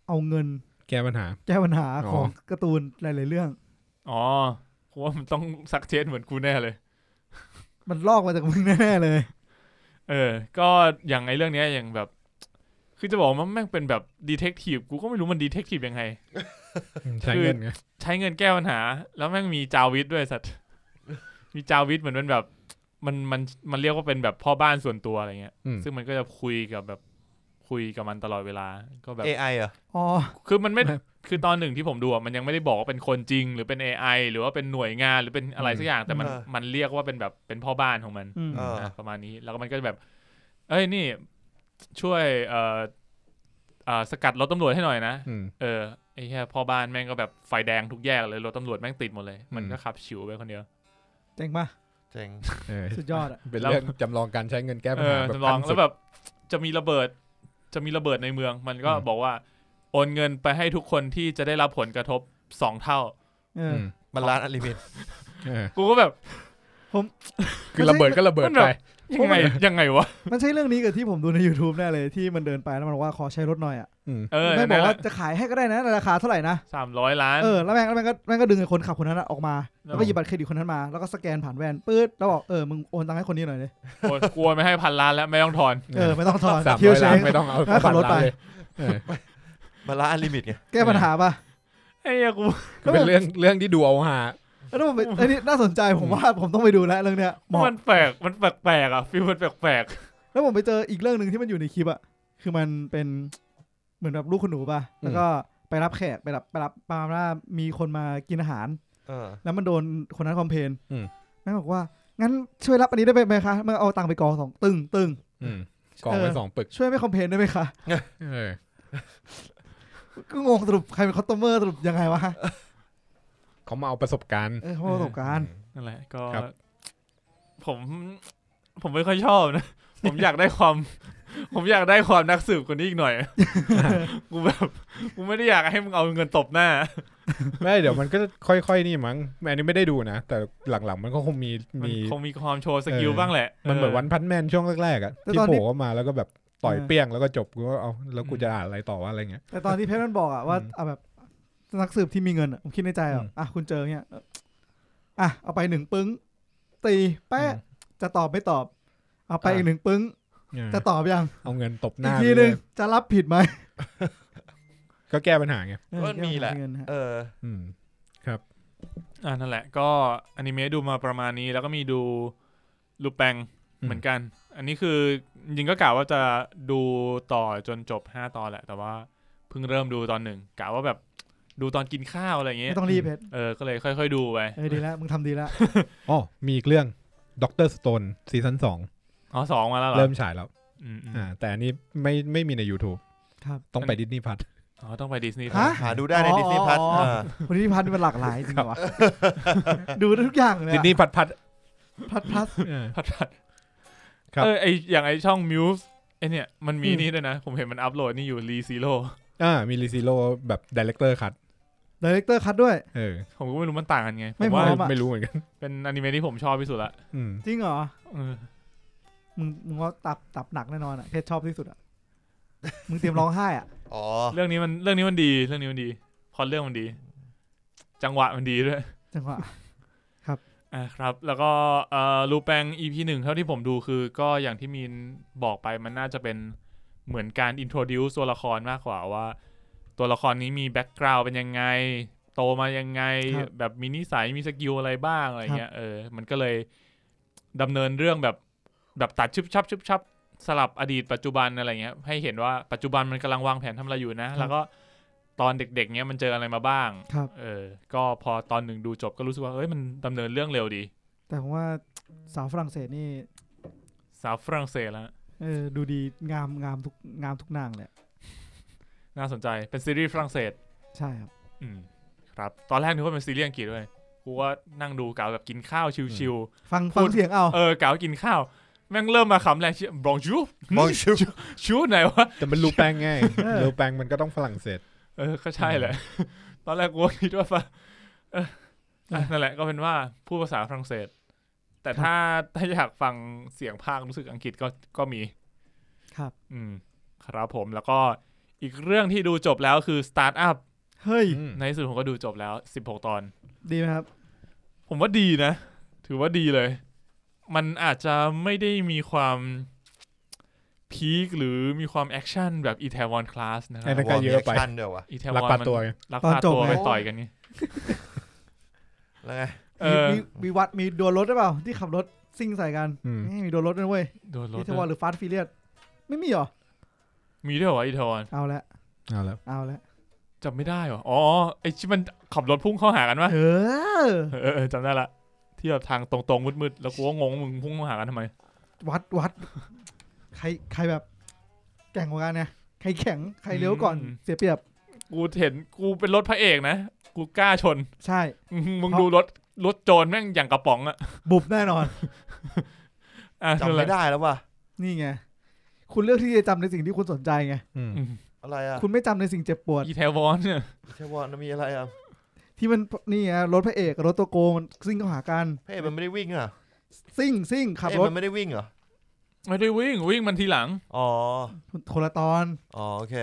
Speaker 4: เอาเงิน
Speaker 1: แก้ปัญหา
Speaker 4: แก้ปัญหา
Speaker 1: อ๋อ
Speaker 4: ของการ์ตูนหลายๆเรื่อง
Speaker 3: อ๋อกูว่ามันต้องซักเทสเหมือนกูแน่เลย
Speaker 4: มันลอกมาจากมึงแน่ๆเลย
Speaker 3: เออ ก็อย่างไอเรื่องเนี้ยอย่างแบบ คือจะบอกว่าแม่งเป็นแบบดีเทคทีฟกูก็ไม่รู้มันดีเทคทีฟยังไง
Speaker 1: ใช้เงินไง
Speaker 3: ใช้เงินแก้ปัญหา แล้วแม่งมีจาวิทด้วยสัตว์ มีจาวิทเหมือนเป็นแบบ มันมันมันเรียกว่าเป็นแบบพ่อบ้านส่วนตัวอะไรเงี้ย
Speaker 1: อืม
Speaker 3: ซึ่งมันก็จะคุยกับแบบคุยกับมันตลอดเวลา ก็แบบ
Speaker 2: AI เหรอ
Speaker 4: อ๋อ
Speaker 3: คือมันไม่คือตอนหนึ่งที่ผมดูอะมันยังไม่ได้บอกว่าเป็นคนจริง หรือเป็น AI หรือว่าเป็นหน่วยงานหรือเป็นอะไรสักอย่างแต่มันมันเรียกว่าเป็นแบบเป็นพ่อบ้านของมัน
Speaker 4: อืม
Speaker 2: เออ
Speaker 3: อ่ะประมาณนี้แล้วก็มันก็จะแบบ เอ้ยนี่ช่วยเอ่อเอ่อสกัดรถตำรวจให้หน่อยนะ
Speaker 1: อืม
Speaker 3: เออไอ้แค่พ่อบ้านแม่งก็แบบไฟแดงทุกแยกเลยรถตำรวจแม่งติดหมดเลย มัน
Speaker 1: อืม
Speaker 3: ก็ขับฉิวไปคนเดียว
Speaker 4: เจ๋งปะ
Speaker 2: เจ๋ง
Speaker 1: เออ
Speaker 4: สุดยอดอ่ะ
Speaker 1: เป็นเรื่องจำลองการใช้เงินแก้ปั
Speaker 3: เอ
Speaker 1: ญหา
Speaker 3: อ
Speaker 1: แบบ
Speaker 3: จำลอง
Speaker 1: ขั้น
Speaker 3: แล้
Speaker 1: สุ
Speaker 3: ว
Speaker 1: ด
Speaker 3: แบบจะมีระเบิด จะมีระเบิดในเมือง มันก็
Speaker 1: อืม
Speaker 3: บอกว่า โอนเงินไปให้ทุกคนที่จะได้รับผลกระทบสองเท่า
Speaker 4: เอ
Speaker 1: อื
Speaker 4: อ
Speaker 1: ม
Speaker 2: มันร้านอลิมิต
Speaker 1: เออ
Speaker 3: กูก็แบบ
Speaker 1: คือระเบิดก็ระเบิด
Speaker 3: มันแบบ
Speaker 1: ไป
Speaker 3: ยังไงยังไงวะ
Speaker 4: มันใช่เรื่องนี้กับที่ผมดูใน YouTube แน่เลยที่มันเดินไปแล้วมันบอกว่าขอใช้รถหน่อยอ่ะ
Speaker 1: อืม
Speaker 3: เออ
Speaker 4: ไม่บอกว่าจะขายให้ก็ได้นะในราคาเท่าไหร่นะ
Speaker 3: สามร้อยล้าน
Speaker 4: เออแล้วแม่งแล้วแม่งก็แม่งก็ดึงไอ้คนขับคนนั้นอะออกมา
Speaker 3: แล้
Speaker 4: แล้ว วก็หยิบบัตรเครดิตคนนั้นมา แล้วก็สแกนผ่านแว่นปื๊ดแล้วบอกเออมึงโอนตังค์ให้คนนี้หน่อยเลย
Speaker 3: โอนกลัวไม่ให้พันล้านแล้วไม่ต้องถอน
Speaker 4: เออไม่ต้องทอน
Speaker 1: สาม
Speaker 4: เที่ย
Speaker 1: ร้
Speaker 4: ว
Speaker 1: อย
Speaker 4: เช
Speaker 1: ล้าน
Speaker 4: ง
Speaker 1: ไม่ต้องเอา
Speaker 4: แล้วขับรถไป
Speaker 1: สามล้านเลยเออ
Speaker 2: มันร้านอลิมิตไง
Speaker 4: แก้ปัญหาปะ
Speaker 3: ไอ้เหี้ยกู
Speaker 1: คือเป็นเรื่องเรื่องที่ดูเอาหา
Speaker 4: แล้วผมไปเอันนี้น่าสนใจผมว่าผมต้องไปดูแล้วเรื่องเนี้ยเหมาะ
Speaker 3: มันแปลกมันแปลกๆอ่ะฟิลมันแปลก
Speaker 4: แล้วผมไปเจออีกเรื่องหนึ่งที่มันอยู่ในคลิปอะคือมันเป็นเหมือนแบบลูกคุณหนูป่ะแล้วก็ไปรับแขกไปรับไปรับปาล์มว่ามีคนมากินอาหาร
Speaker 2: เออ
Speaker 4: แล้วมันโดนคนนั้นคอมเพลน
Speaker 1: อืม
Speaker 4: แม่งบอกว่า งั้นช่วยรับอันนี้ได้ไหมคะมันเอาตังค์ไปกองสองตึงตึง
Speaker 1: อืมกองไว้
Speaker 4: เออ
Speaker 1: สองปึก
Speaker 4: ช่วยไม่คอมเพลนได้ไหมคะ
Speaker 1: เออ
Speaker 4: ก็งงสรุปใครเป็นคัสเตอร์สรุปยังไงวะ
Speaker 1: เขามาเอาประสบการณ์
Speaker 4: เออเขาประสบการณ์
Speaker 3: ๆนั่นแหละก็
Speaker 1: ครับ
Speaker 3: ผม ผมไม่ค่อยชอบนะ ผมอยากได้ความ ผมอยากได้ความนักสืบคนนี้อีกห น่อย กูแบบกูไม่ได้อยากให้มึงเอาเงินตบหน้า
Speaker 1: ไม่เดี๋ยวมันก็จะค่อยๆนี่มั้งอันนี้ไม่ได้ดูนะ แต่หลังๆมันก็คงมี
Speaker 3: มัน
Speaker 1: มี
Speaker 3: คงมีความโชว์สกิล
Speaker 1: เออ
Speaker 3: บ้างแหละ
Speaker 1: มันเหมือนวันพันแมนช่วงแรกๆอะ
Speaker 4: แต่
Speaker 1: ที่
Speaker 4: ตอน
Speaker 1: โผ
Speaker 4: นี้
Speaker 1: ล่เข้ามาแล้วก็แบบต่อยเปี้ยงแล้วก็จบกูก็เอาแล้วกูจะอ่านอะไรต่อวะอะไรเงี้ย
Speaker 4: แต่ตอนที่เพชรมันบอกอะว่า
Speaker 1: อืม
Speaker 4: เอาแบบนักสืบที่มีเงินอะผมคิดในใจอะ
Speaker 1: อืม
Speaker 4: อ่ะคุณเจอเนี่ยเอ่ออ่ะเอาไปหนึ่งปึ้ง ตีแปะจะตอบไม่ตอบ เอาไปอีกหนึ่งปึ้ง
Speaker 1: เออ
Speaker 4: จะตอบยัง
Speaker 1: เอาเงินตบห
Speaker 4: อีก
Speaker 1: น้า
Speaker 4: ที
Speaker 1: ไป
Speaker 4: ห
Speaker 1: เล
Speaker 4: นึ่ง
Speaker 1: ย
Speaker 4: จะรับผิดไหม
Speaker 1: ก็แก้ปัญหาไง
Speaker 4: เออ
Speaker 2: ก็มีแหละ
Speaker 4: เงินฮ
Speaker 2: เออ
Speaker 1: อืม
Speaker 3: อ่านั่นแหละ ก็อนิเมะดูมาประมาณนี้แล้วก็มีดูลูปแปง
Speaker 1: อืม
Speaker 3: เหมือนกัน อันนี้คือจริงๆก็กะว่าจะดูต่อจนจบห้าตอนแหละ แต่ว่าเพิ่งเริ่มดูตอนหนึ่งกะว่าแบบดูตอนกินข้าวอะไรอย่างเงี้
Speaker 4: ไม่
Speaker 3: ย
Speaker 4: ต้องรีบเพชร
Speaker 3: เออก็เลยค่อย ๆ ดูไป
Speaker 4: เออดีแล้วมึงทำดีแล้ว
Speaker 1: อ๋อมีอีกเรื่องด็อกเตอร์สโตนซีซั่นสอง
Speaker 3: อ๋อสองมาแล้วเหรอ
Speaker 1: เริ่มฉายแล้ว
Speaker 3: อืมๆ
Speaker 1: อ่า แต่อันนี้ไม่ไม่มีใน YouTube
Speaker 4: ครับ
Speaker 1: ต้องไปดิสนีย์พัท
Speaker 3: อ๋อต้องไปดิสนีย์
Speaker 4: ฮะ
Speaker 2: หาดูได้ในดิสนีย์พัท
Speaker 4: อ๋ออ๋อ วันนี้พันธุ์มันหลากหลายจริ งเหรอวะดูได้ทุกอย่างเลย
Speaker 1: ดิสนีย์พัทพัท
Speaker 4: พัดพัด
Speaker 1: เออ
Speaker 3: พัดพัด
Speaker 1: ครับ
Speaker 3: เออไออย่างไอช่องมิวส์ไอเนี่ยมันมี
Speaker 4: อืม
Speaker 3: นี่ด้วยนะ ผมเห็นมันอัพโหลดนี่อยู่รีซีโร่
Speaker 1: อ่ามีลิซิโลแบบดีเลกเตอร์คัด
Speaker 4: ดีเลกเตอร์คัดด้วย
Speaker 1: เออ
Speaker 3: ผมก็ไม่รู้มันต่างกันไงผ
Speaker 4: ไม่
Speaker 3: ม
Speaker 4: พร้
Speaker 3: ว่า
Speaker 4: อมอะ
Speaker 1: ไม่รู้เหมือนกัน
Speaker 3: เป็นอนิเมะที่ผมชอบที่สุดละ
Speaker 1: อืม
Speaker 4: จริงเหรอ
Speaker 3: เออ
Speaker 4: มึงมึงว่าตับตับหนักแน่นอนอ่ะเพชรชอบที่สุดอ่ะ มึงเตรียมร้องไห้อ่ะ
Speaker 2: อ๋อ
Speaker 3: เรื่องนี้มันเรื่องนี้มันดีเรื่องนี้มันดีพล็อตเรื่องมันดี จังหวะมันดีด้วย
Speaker 4: จังหวะ
Speaker 3: อ่ะครับ แล้วก็เอ่อรูแปง EP หนึ่งเท่าที่ผมดูคือก็อย่างที่มีนบอกไปมันน่าจะเป็นเหมือนการอินโทรดิวตัวละครมากกว่าว่า ตัวละครนี้มีแบ็กกราว n ์เป็นยังไง โตมายังไง
Speaker 4: ครับ
Speaker 3: แบบมีนิสัยมีสกิลอะไรบ้างอะไรเงี้ยเออมันก็เลยดำเนินเรื่องแบบแบบตัดชึบชับชึบชับสลับอดีตปัจจุบันอะไรเงี้ยให้เห็นว่าปัจจุบันมันกำลังวางแผนทำอะไรอยู่นะ
Speaker 4: ครับ
Speaker 3: แล้วก็ตอนเด็กๆเนี้ยมันเจออะไรมาบ้าง
Speaker 4: ครับ
Speaker 3: เออ ก็พอตอนหนึ่งดูจบก็รู้สึกว่า เอ้ย มันดำเนินเรื่องเร็วดี
Speaker 4: แต่ผมว่าสาวฝรั่งเศสนี่
Speaker 3: สาวฝรั่งเศสแล้ว
Speaker 4: เออดูดีงามงามทุกงามทุกนางเลยอะ
Speaker 3: น่าสนใจ เป็นซีรีส์ฝรั่งเศส
Speaker 4: ใช่ครับ
Speaker 3: อืม ครับ ตอนแรกนึกว่าเป็นซีรีส์อังกฤษด้วย กูว่านั่งดูกาวแบบกินข้าวชิว
Speaker 4: ฟัง
Speaker 3: พู
Speaker 4: ฟั
Speaker 3: ด
Speaker 4: งเสียงเอา
Speaker 3: ๆ เออกาวกินข้าว แม่งเริ่มมาคำแรกชื่อบองชู
Speaker 2: Bonjour
Speaker 3: ชูไหนวะ
Speaker 1: แต่มันรูแปลงไง่ายรูแปลงมันก็ต้องฝรั่งเศส
Speaker 3: เออ ก็ใช่แหละ ตอนแรกกูก็คิดว่าฝรั่งเอออ่ะนั่นแหละก็เป็นว่าพูดภาษาฝรั่งเศส แต่ถ้าถ้าอยากฟังเสียงภาครู้สึกอังกฤษก็ก็มี
Speaker 4: ครับ
Speaker 3: อืมครับผมแล้วก็อีกเรื่องที่ดูจบแล้วคือ Startup
Speaker 4: เฮ้ย
Speaker 1: อืม
Speaker 3: ในที่สุดผมก็ดูจบแล้ว 16 ตอน
Speaker 4: ดีไหมครับ
Speaker 3: ผมว่าดีนะ ถือว่าดีเลย มันอาจจะไม่ได้มีความพีคหรือมีความแอคชั่นแบบอีแทวอนคลาสนะครั
Speaker 1: ไอ้
Speaker 3: บ
Speaker 1: นั่นก็เยอะไป
Speaker 2: วร์มแคชั่นเดียววะ
Speaker 3: อีแท
Speaker 1: รั
Speaker 3: ว
Speaker 1: ก
Speaker 3: อน
Speaker 1: ป
Speaker 3: มั
Speaker 1: ลาน ตัวไง
Speaker 3: รัก
Speaker 4: ตอน
Speaker 3: พา
Speaker 4: จบ
Speaker 3: ตัว
Speaker 4: ไหม
Speaker 3: ไปต่อยกันนี่
Speaker 2: แล้วไง
Speaker 3: เอ
Speaker 4: มีมี
Speaker 3: อ
Speaker 4: มีวัดมีดวลรถได้เปล่า ที่ขับรถซิ่งใส่กัน
Speaker 1: อืม
Speaker 4: เอ้ยมีดวลรถด้วยเว้ย
Speaker 3: โดนร
Speaker 4: ที่
Speaker 3: ถ
Speaker 4: เทวอนหรือฟาสต์ฟิเลียสไม่มีเหรอ
Speaker 3: มีด้วยเหรออีแทวอน
Speaker 4: เอาละ
Speaker 1: เอาแล้ว
Speaker 4: เอาละ
Speaker 3: จำไม่ได้เหรออ๋อไอที่มันขับรถพุ่งเข้าหากันวะ
Speaker 4: เออ
Speaker 3: เออเออจำได้ละที่แบบทางตรงๆมืดๆแล้วกูก็งงว่ามึงพุ่งเข้าหากันทำไม
Speaker 4: วัดวัด ใครใครแบบแข่งกว่ากันเนี่ยใครแข็งใครเร็วก่อน
Speaker 3: อืม
Speaker 4: เสียเปรียบ
Speaker 3: กูเห็นกูเป็นรถพระเอกนะ กูกล้าชน
Speaker 4: ใช่
Speaker 3: อื้อหือมึง
Speaker 4: เพราะ
Speaker 3: ดูรถรถโจรแม่งอย่างกระป๋องอะ
Speaker 4: บุบแน่นอน
Speaker 3: อ่ะ
Speaker 2: จำ
Speaker 3: นั่นแห
Speaker 2: ไม่
Speaker 3: ละ
Speaker 2: ได้แล้วว่ะ
Speaker 4: นี่ไง คุณเลือกที่จะจำในสิ่งที่คุณสนใจไง
Speaker 1: อืม
Speaker 3: อืม
Speaker 2: อะไรอ่ะ
Speaker 4: คุณไม่จำในสิ่งเจ็บปวด
Speaker 3: อีแทวอนเนี่ย
Speaker 2: เทวอนมีอะไรอ่ะ
Speaker 4: ที่มันนี่ไงรถพระเอกกับรถตัวโกงมันซิ่งเข้าหากัน
Speaker 2: พระเอกมันไม่ได้วิ่งอ่ะ
Speaker 4: ซิ่งซิ่งขับ
Speaker 2: เอ๊ะ
Speaker 4: รถ
Speaker 2: มันไม่ได้วิ่งเหรอ
Speaker 3: ไม่ได้วิ่งวิ่งมันทีหลัง
Speaker 2: อ๋อ
Speaker 4: คนละตอน
Speaker 2: อ๋อโอเค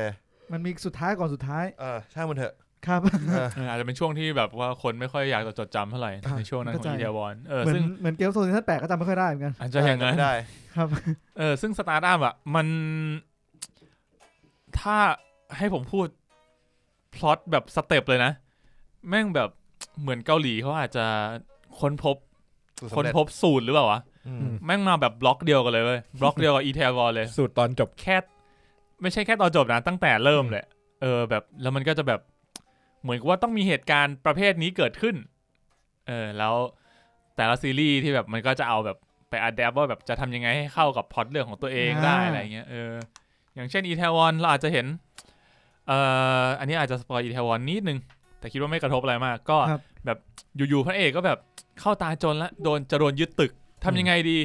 Speaker 4: มันมีสุดท้ายก่อนสุดท้าย
Speaker 2: เออช่างมันเถอะ
Speaker 4: ครับ
Speaker 2: เออ
Speaker 3: อาจจะเป็นช่วงที่แบบว่าคนไม่ค่อยอยากจะจดจำเท่าไหร่
Speaker 4: ครับ
Speaker 3: ในช่วงนั้นของ
Speaker 4: เข้าใจ
Speaker 3: อีแทวอนเออ
Speaker 4: เหมือน
Speaker 3: ซึ่ง
Speaker 4: เหมือนเกมโซนท่านแปดก็จำไม่ค่อยได้เหมือนกัน
Speaker 3: อาจจะอย่างนั้น
Speaker 2: ได้
Speaker 4: ครับ
Speaker 3: เออซึ่งสตาร์ดัมอะมัน ถ้าให้ผมพูดพล็อตแบบสเต็ปเลยนะ แม่งแบบ เหมือนเกาหลีเขาอาจจะค้นพบ
Speaker 2: สูตร
Speaker 3: ค้
Speaker 2: สำ
Speaker 3: น
Speaker 2: เร็จ
Speaker 3: พบสูตรหรือเปล่าวะ
Speaker 2: อืม
Speaker 3: แม่งมาแบบบล็อกเดียวกันเลยเว้ยบล็อกเดียวกับอีเทวอลเลย
Speaker 1: สูตรตอนจบ
Speaker 3: แค่ไม่ใช่แค่ตอนจบนะตั้งแต่เริ่มเลยเออแบบแล้วมันก็จะแบบเหมือนกับว่าต้องมีเหตุการณ์ประเภทนี้เกิดขึ้น เออแล้วแต่ละซีรีส์ที่แบบมันก็จะเอาแบบไปอัดแอปว่าแบบจะทำยังไงให้เข้ากับพล็อตเรื่องของตัวเองได้
Speaker 4: อ่า
Speaker 3: อะไรเงี้ยเอออย่างเช่นอีเทวอนเราอาจจะเห็นเอ่ออันนี้อาจจะสปอยอีเทวอนนิดนึง แต่คิดว่าไม่กระทบอะไรมาก ก็
Speaker 4: ครับ
Speaker 3: แบบอยู่ๆพระเอกก็แบบเข้าตาจนละโดนจะโดนยึดตึกทำยังไงดี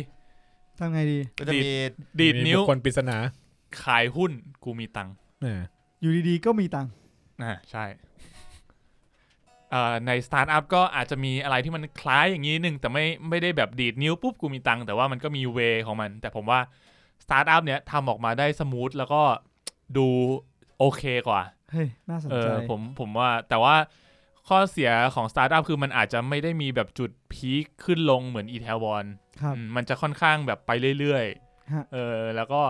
Speaker 4: ทำไงดี
Speaker 2: ก็จะ
Speaker 3: ดีด
Speaker 2: มี
Speaker 3: ดีดนิ้
Speaker 1: มี
Speaker 3: ว
Speaker 1: บุคคนปริศนา
Speaker 3: ขายหุ้นกูมีตังค์
Speaker 1: เออ
Speaker 4: อยู่ดีๆก็มีตังค์
Speaker 3: อ่าใช่เอ่อในสตาร์ทอัพก็อาจจะมีอะไรที่มันคล้ายอย่างนี้หนึ่งแต่ไม่ไม่ได้แบบดีดนิ้วปุ๊บกูมีตังค์แต่ว่ามันก็มีเวของมัน แต่ผมว่าสตาร์ทอัพเนี้ยทำออกมาได้สมูทแล้วก็ดูโอเคกว่า
Speaker 4: เฮ้ยน่าสน
Speaker 3: เอ
Speaker 4: ใจ
Speaker 3: อผมผมว่าแต่ว่าข้อเสียของสตาร์ทอัพคือมันอาจจะไม่ได้มีแบบจุดพีคขึ้นลงเหมือนอีเทวอน
Speaker 4: ครับ
Speaker 3: อืมมันจะค่อนข้างแบบไปเรื่อย
Speaker 4: ฮะ
Speaker 3: ๆ เออ แล้วก็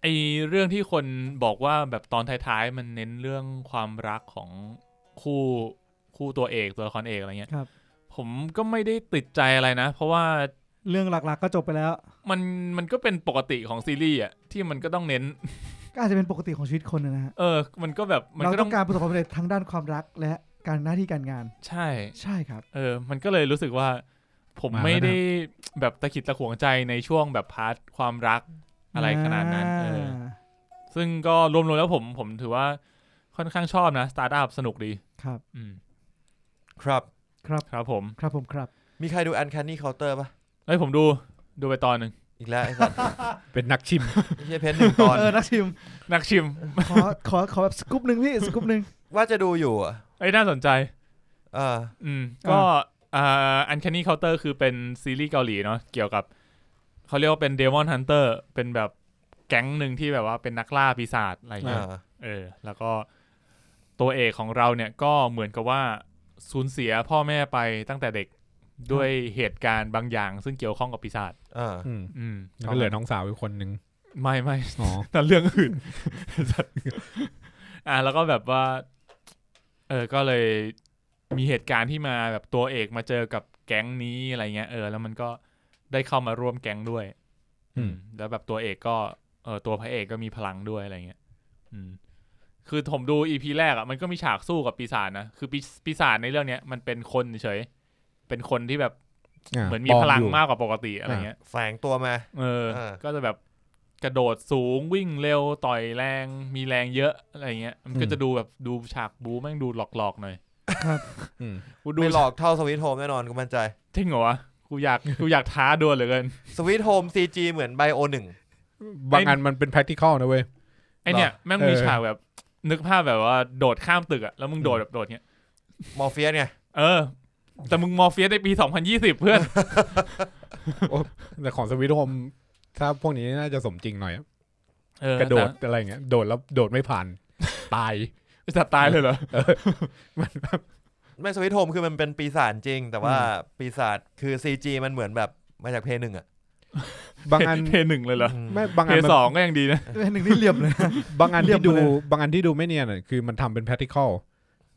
Speaker 3: ไอเรื่องที่คนบอกว่าแบบตอนท้ายๆ มันเน้นเรื่องความรักของคู่คู่ตัวเอกตัวละครเอกอะไรเงี้ย
Speaker 4: ครับ
Speaker 3: ผมก็ไม่ได้ติดใจอะไรนะ เพราะว่า
Speaker 4: เรื่องหลักๆก็จบไปแล้ว
Speaker 3: มันมันก็เป็นปกติของซีรีส์อะที่มันก็ต้องเน้น
Speaker 4: ก็อาจจะเป็นปกติของชีวิตคนนะฮะ
Speaker 3: เออ มันก็แบบมัน
Speaker 4: เรา
Speaker 3: ก็
Speaker 4: ต้
Speaker 3: ต้
Speaker 4: อ
Speaker 3: อง
Speaker 4: งการประสบความสำเร็จทั้งด้านความรักและการหน้าที่การงาน
Speaker 3: ใช่
Speaker 4: ใช่ครับ
Speaker 3: เออ มันก็เลยรู้สึกว่า ผมไม่ได้แบบตะขิดตะขวงใจในช่วงแบบพาร์ทความรักอะไรขนาดนั้นเออ
Speaker 4: า
Speaker 3: ซึ่งก็รวมๆแล้วผมผมถือว่าค่อนข้างชอบนะสตาร์ทอัพสนุกดี
Speaker 4: ครับ
Speaker 3: อืม
Speaker 2: ครับ
Speaker 3: ครับผม
Speaker 4: ครับผมครับ
Speaker 2: มีใครดู Uncanny Counter ป่ะ
Speaker 3: เอ้ยผมดูดูไปตอนหนึ่ง
Speaker 2: อีกแล้วไอ้สัตว์
Speaker 1: เป็นนักชิม
Speaker 2: ไม่ใช่เพนหนึ่งตอน
Speaker 4: เออ นักชิม
Speaker 3: นักชิม
Speaker 4: ขอ ขอ ขอแบบสกู๊ปหนึ่งพี่ สกู๊ปหนึ่ง
Speaker 2: ว่าจะดูอยู่อะ
Speaker 3: เอ้ยน่าสนใจ
Speaker 2: เออ
Speaker 3: อืม ก็อ่าอันแคนนี่เคาน์เตอร์คือเป็นซีรีส์เกาหลีเนาะเกี่ยวกับเขาเรียกว่าเป็นเดมอนฮันเตอร์เป็นแบบแก๊งหนึ่งที่แบบว่าเป็นนักล่าปีศาจอะไรอย่าง
Speaker 2: เอ
Speaker 3: เงี้ย
Speaker 2: อ
Speaker 3: เออ แล้วก็ตัวเอกของเราเนี่ยก็เหมือนกับว่าสูญเสียพ่อแม่ไปตั้งแต่เด็กด้วยเหตุการณ์บางอย่าง ซึ่งเกี่ยวข้องกับปีศาจ
Speaker 2: เออ
Speaker 1: อืม
Speaker 3: อืม
Speaker 1: แล้วก็เหลือน้องสาวอีกคนนึง
Speaker 3: ไม่ไม่
Speaker 1: อ๋อ
Speaker 3: นั่นเรื่องอื่น อ่าแล้วก็แบบว่า เออก็เลยมีเหตุการณ์ที่มาแบบตัวเอกมาเจอกับแก๊งนี้อะไรเงี้ยเออแล้วมันก็ได้เข้ามาร่วมแก๊งด้วย
Speaker 1: อืม
Speaker 3: แล้วแบบตัวเอกก็เออตัวพระเอกก็มีพลังด้วยอะไรเงี้ย อืม คือผมดูอีพีแรกอะ่ะมันก็มีฉากสู้กับปีศาจนะคือปีปีศาจในเรื่องเนี้ยมันเป็นคนเฉยๆเป็นคนที่แบบ
Speaker 1: อ่ะ
Speaker 3: เหมือนมีพลังมากกว่าปกติอะไรเงี้ย
Speaker 2: แฝงตัวมา
Speaker 3: เออ
Speaker 2: อ่า
Speaker 3: ก็จะแบบกระโดดสูงวิ่งเร็วต่อยแรง มีแรงเยอะอะไรเงี้ย มันก็จะดูแบบดูฉากบูแม่งดูหลอกๆหน่อย
Speaker 1: อืม
Speaker 3: กูดู
Speaker 2: ไม่หลอกเท่าสวิตโฮมแน่นอนกูมั่นใจ
Speaker 3: จริงเหรอวะกูอยากกูอยากท้าดวลเหลือเกิน
Speaker 2: สวิตโฮมซีจีเหมือนไบโอหนึ่ง
Speaker 1: บางอันมันเป็น practical นะเว้ย
Speaker 3: ไอเนี่ยแม่งมี
Speaker 1: เออ
Speaker 3: ฉากแบบ นึกภาพแบบว่าโดดข้ามตึกอะแล้วมึงโดดแบบโดดเงี้ย
Speaker 2: มอร์เฟียสไง
Speaker 3: เออ แต่มึงมอร์เฟียสในปี 2020 เพื่อน
Speaker 1: แต่ของสวิตโฮมถ้าพวกนี้น่าจะสมจริงหน่อยอะ
Speaker 3: เออก
Speaker 1: ระโดดอะไรเงี้ยโดดแล้วโดดไม่ผ่าน ตาย
Speaker 3: แต่จะตายเลยเหรอ
Speaker 2: ไม่สวิตโฮมคือมันเป็นปีศาจจริง แต่ว่าปีศาจคือซีจีมันเหมือนแบบมาจากเพลงหนึ่งอ่ะ
Speaker 1: บางอัน
Speaker 3: เพย์หนึ่งเลยเหรอ
Speaker 2: อืม
Speaker 1: ไม่บาง
Speaker 3: เพ
Speaker 1: อัน
Speaker 3: ย์
Speaker 1: มัน
Speaker 3: สองก็ยังดีนะ
Speaker 4: หนึ่งนี่เหลี่ยมเลย
Speaker 1: บางอัน
Speaker 4: เรียบ
Speaker 1: ที่ดู
Speaker 4: มาเลย
Speaker 1: บางอันที่ดูไม่เนียนอะคือมันทำเป็น practical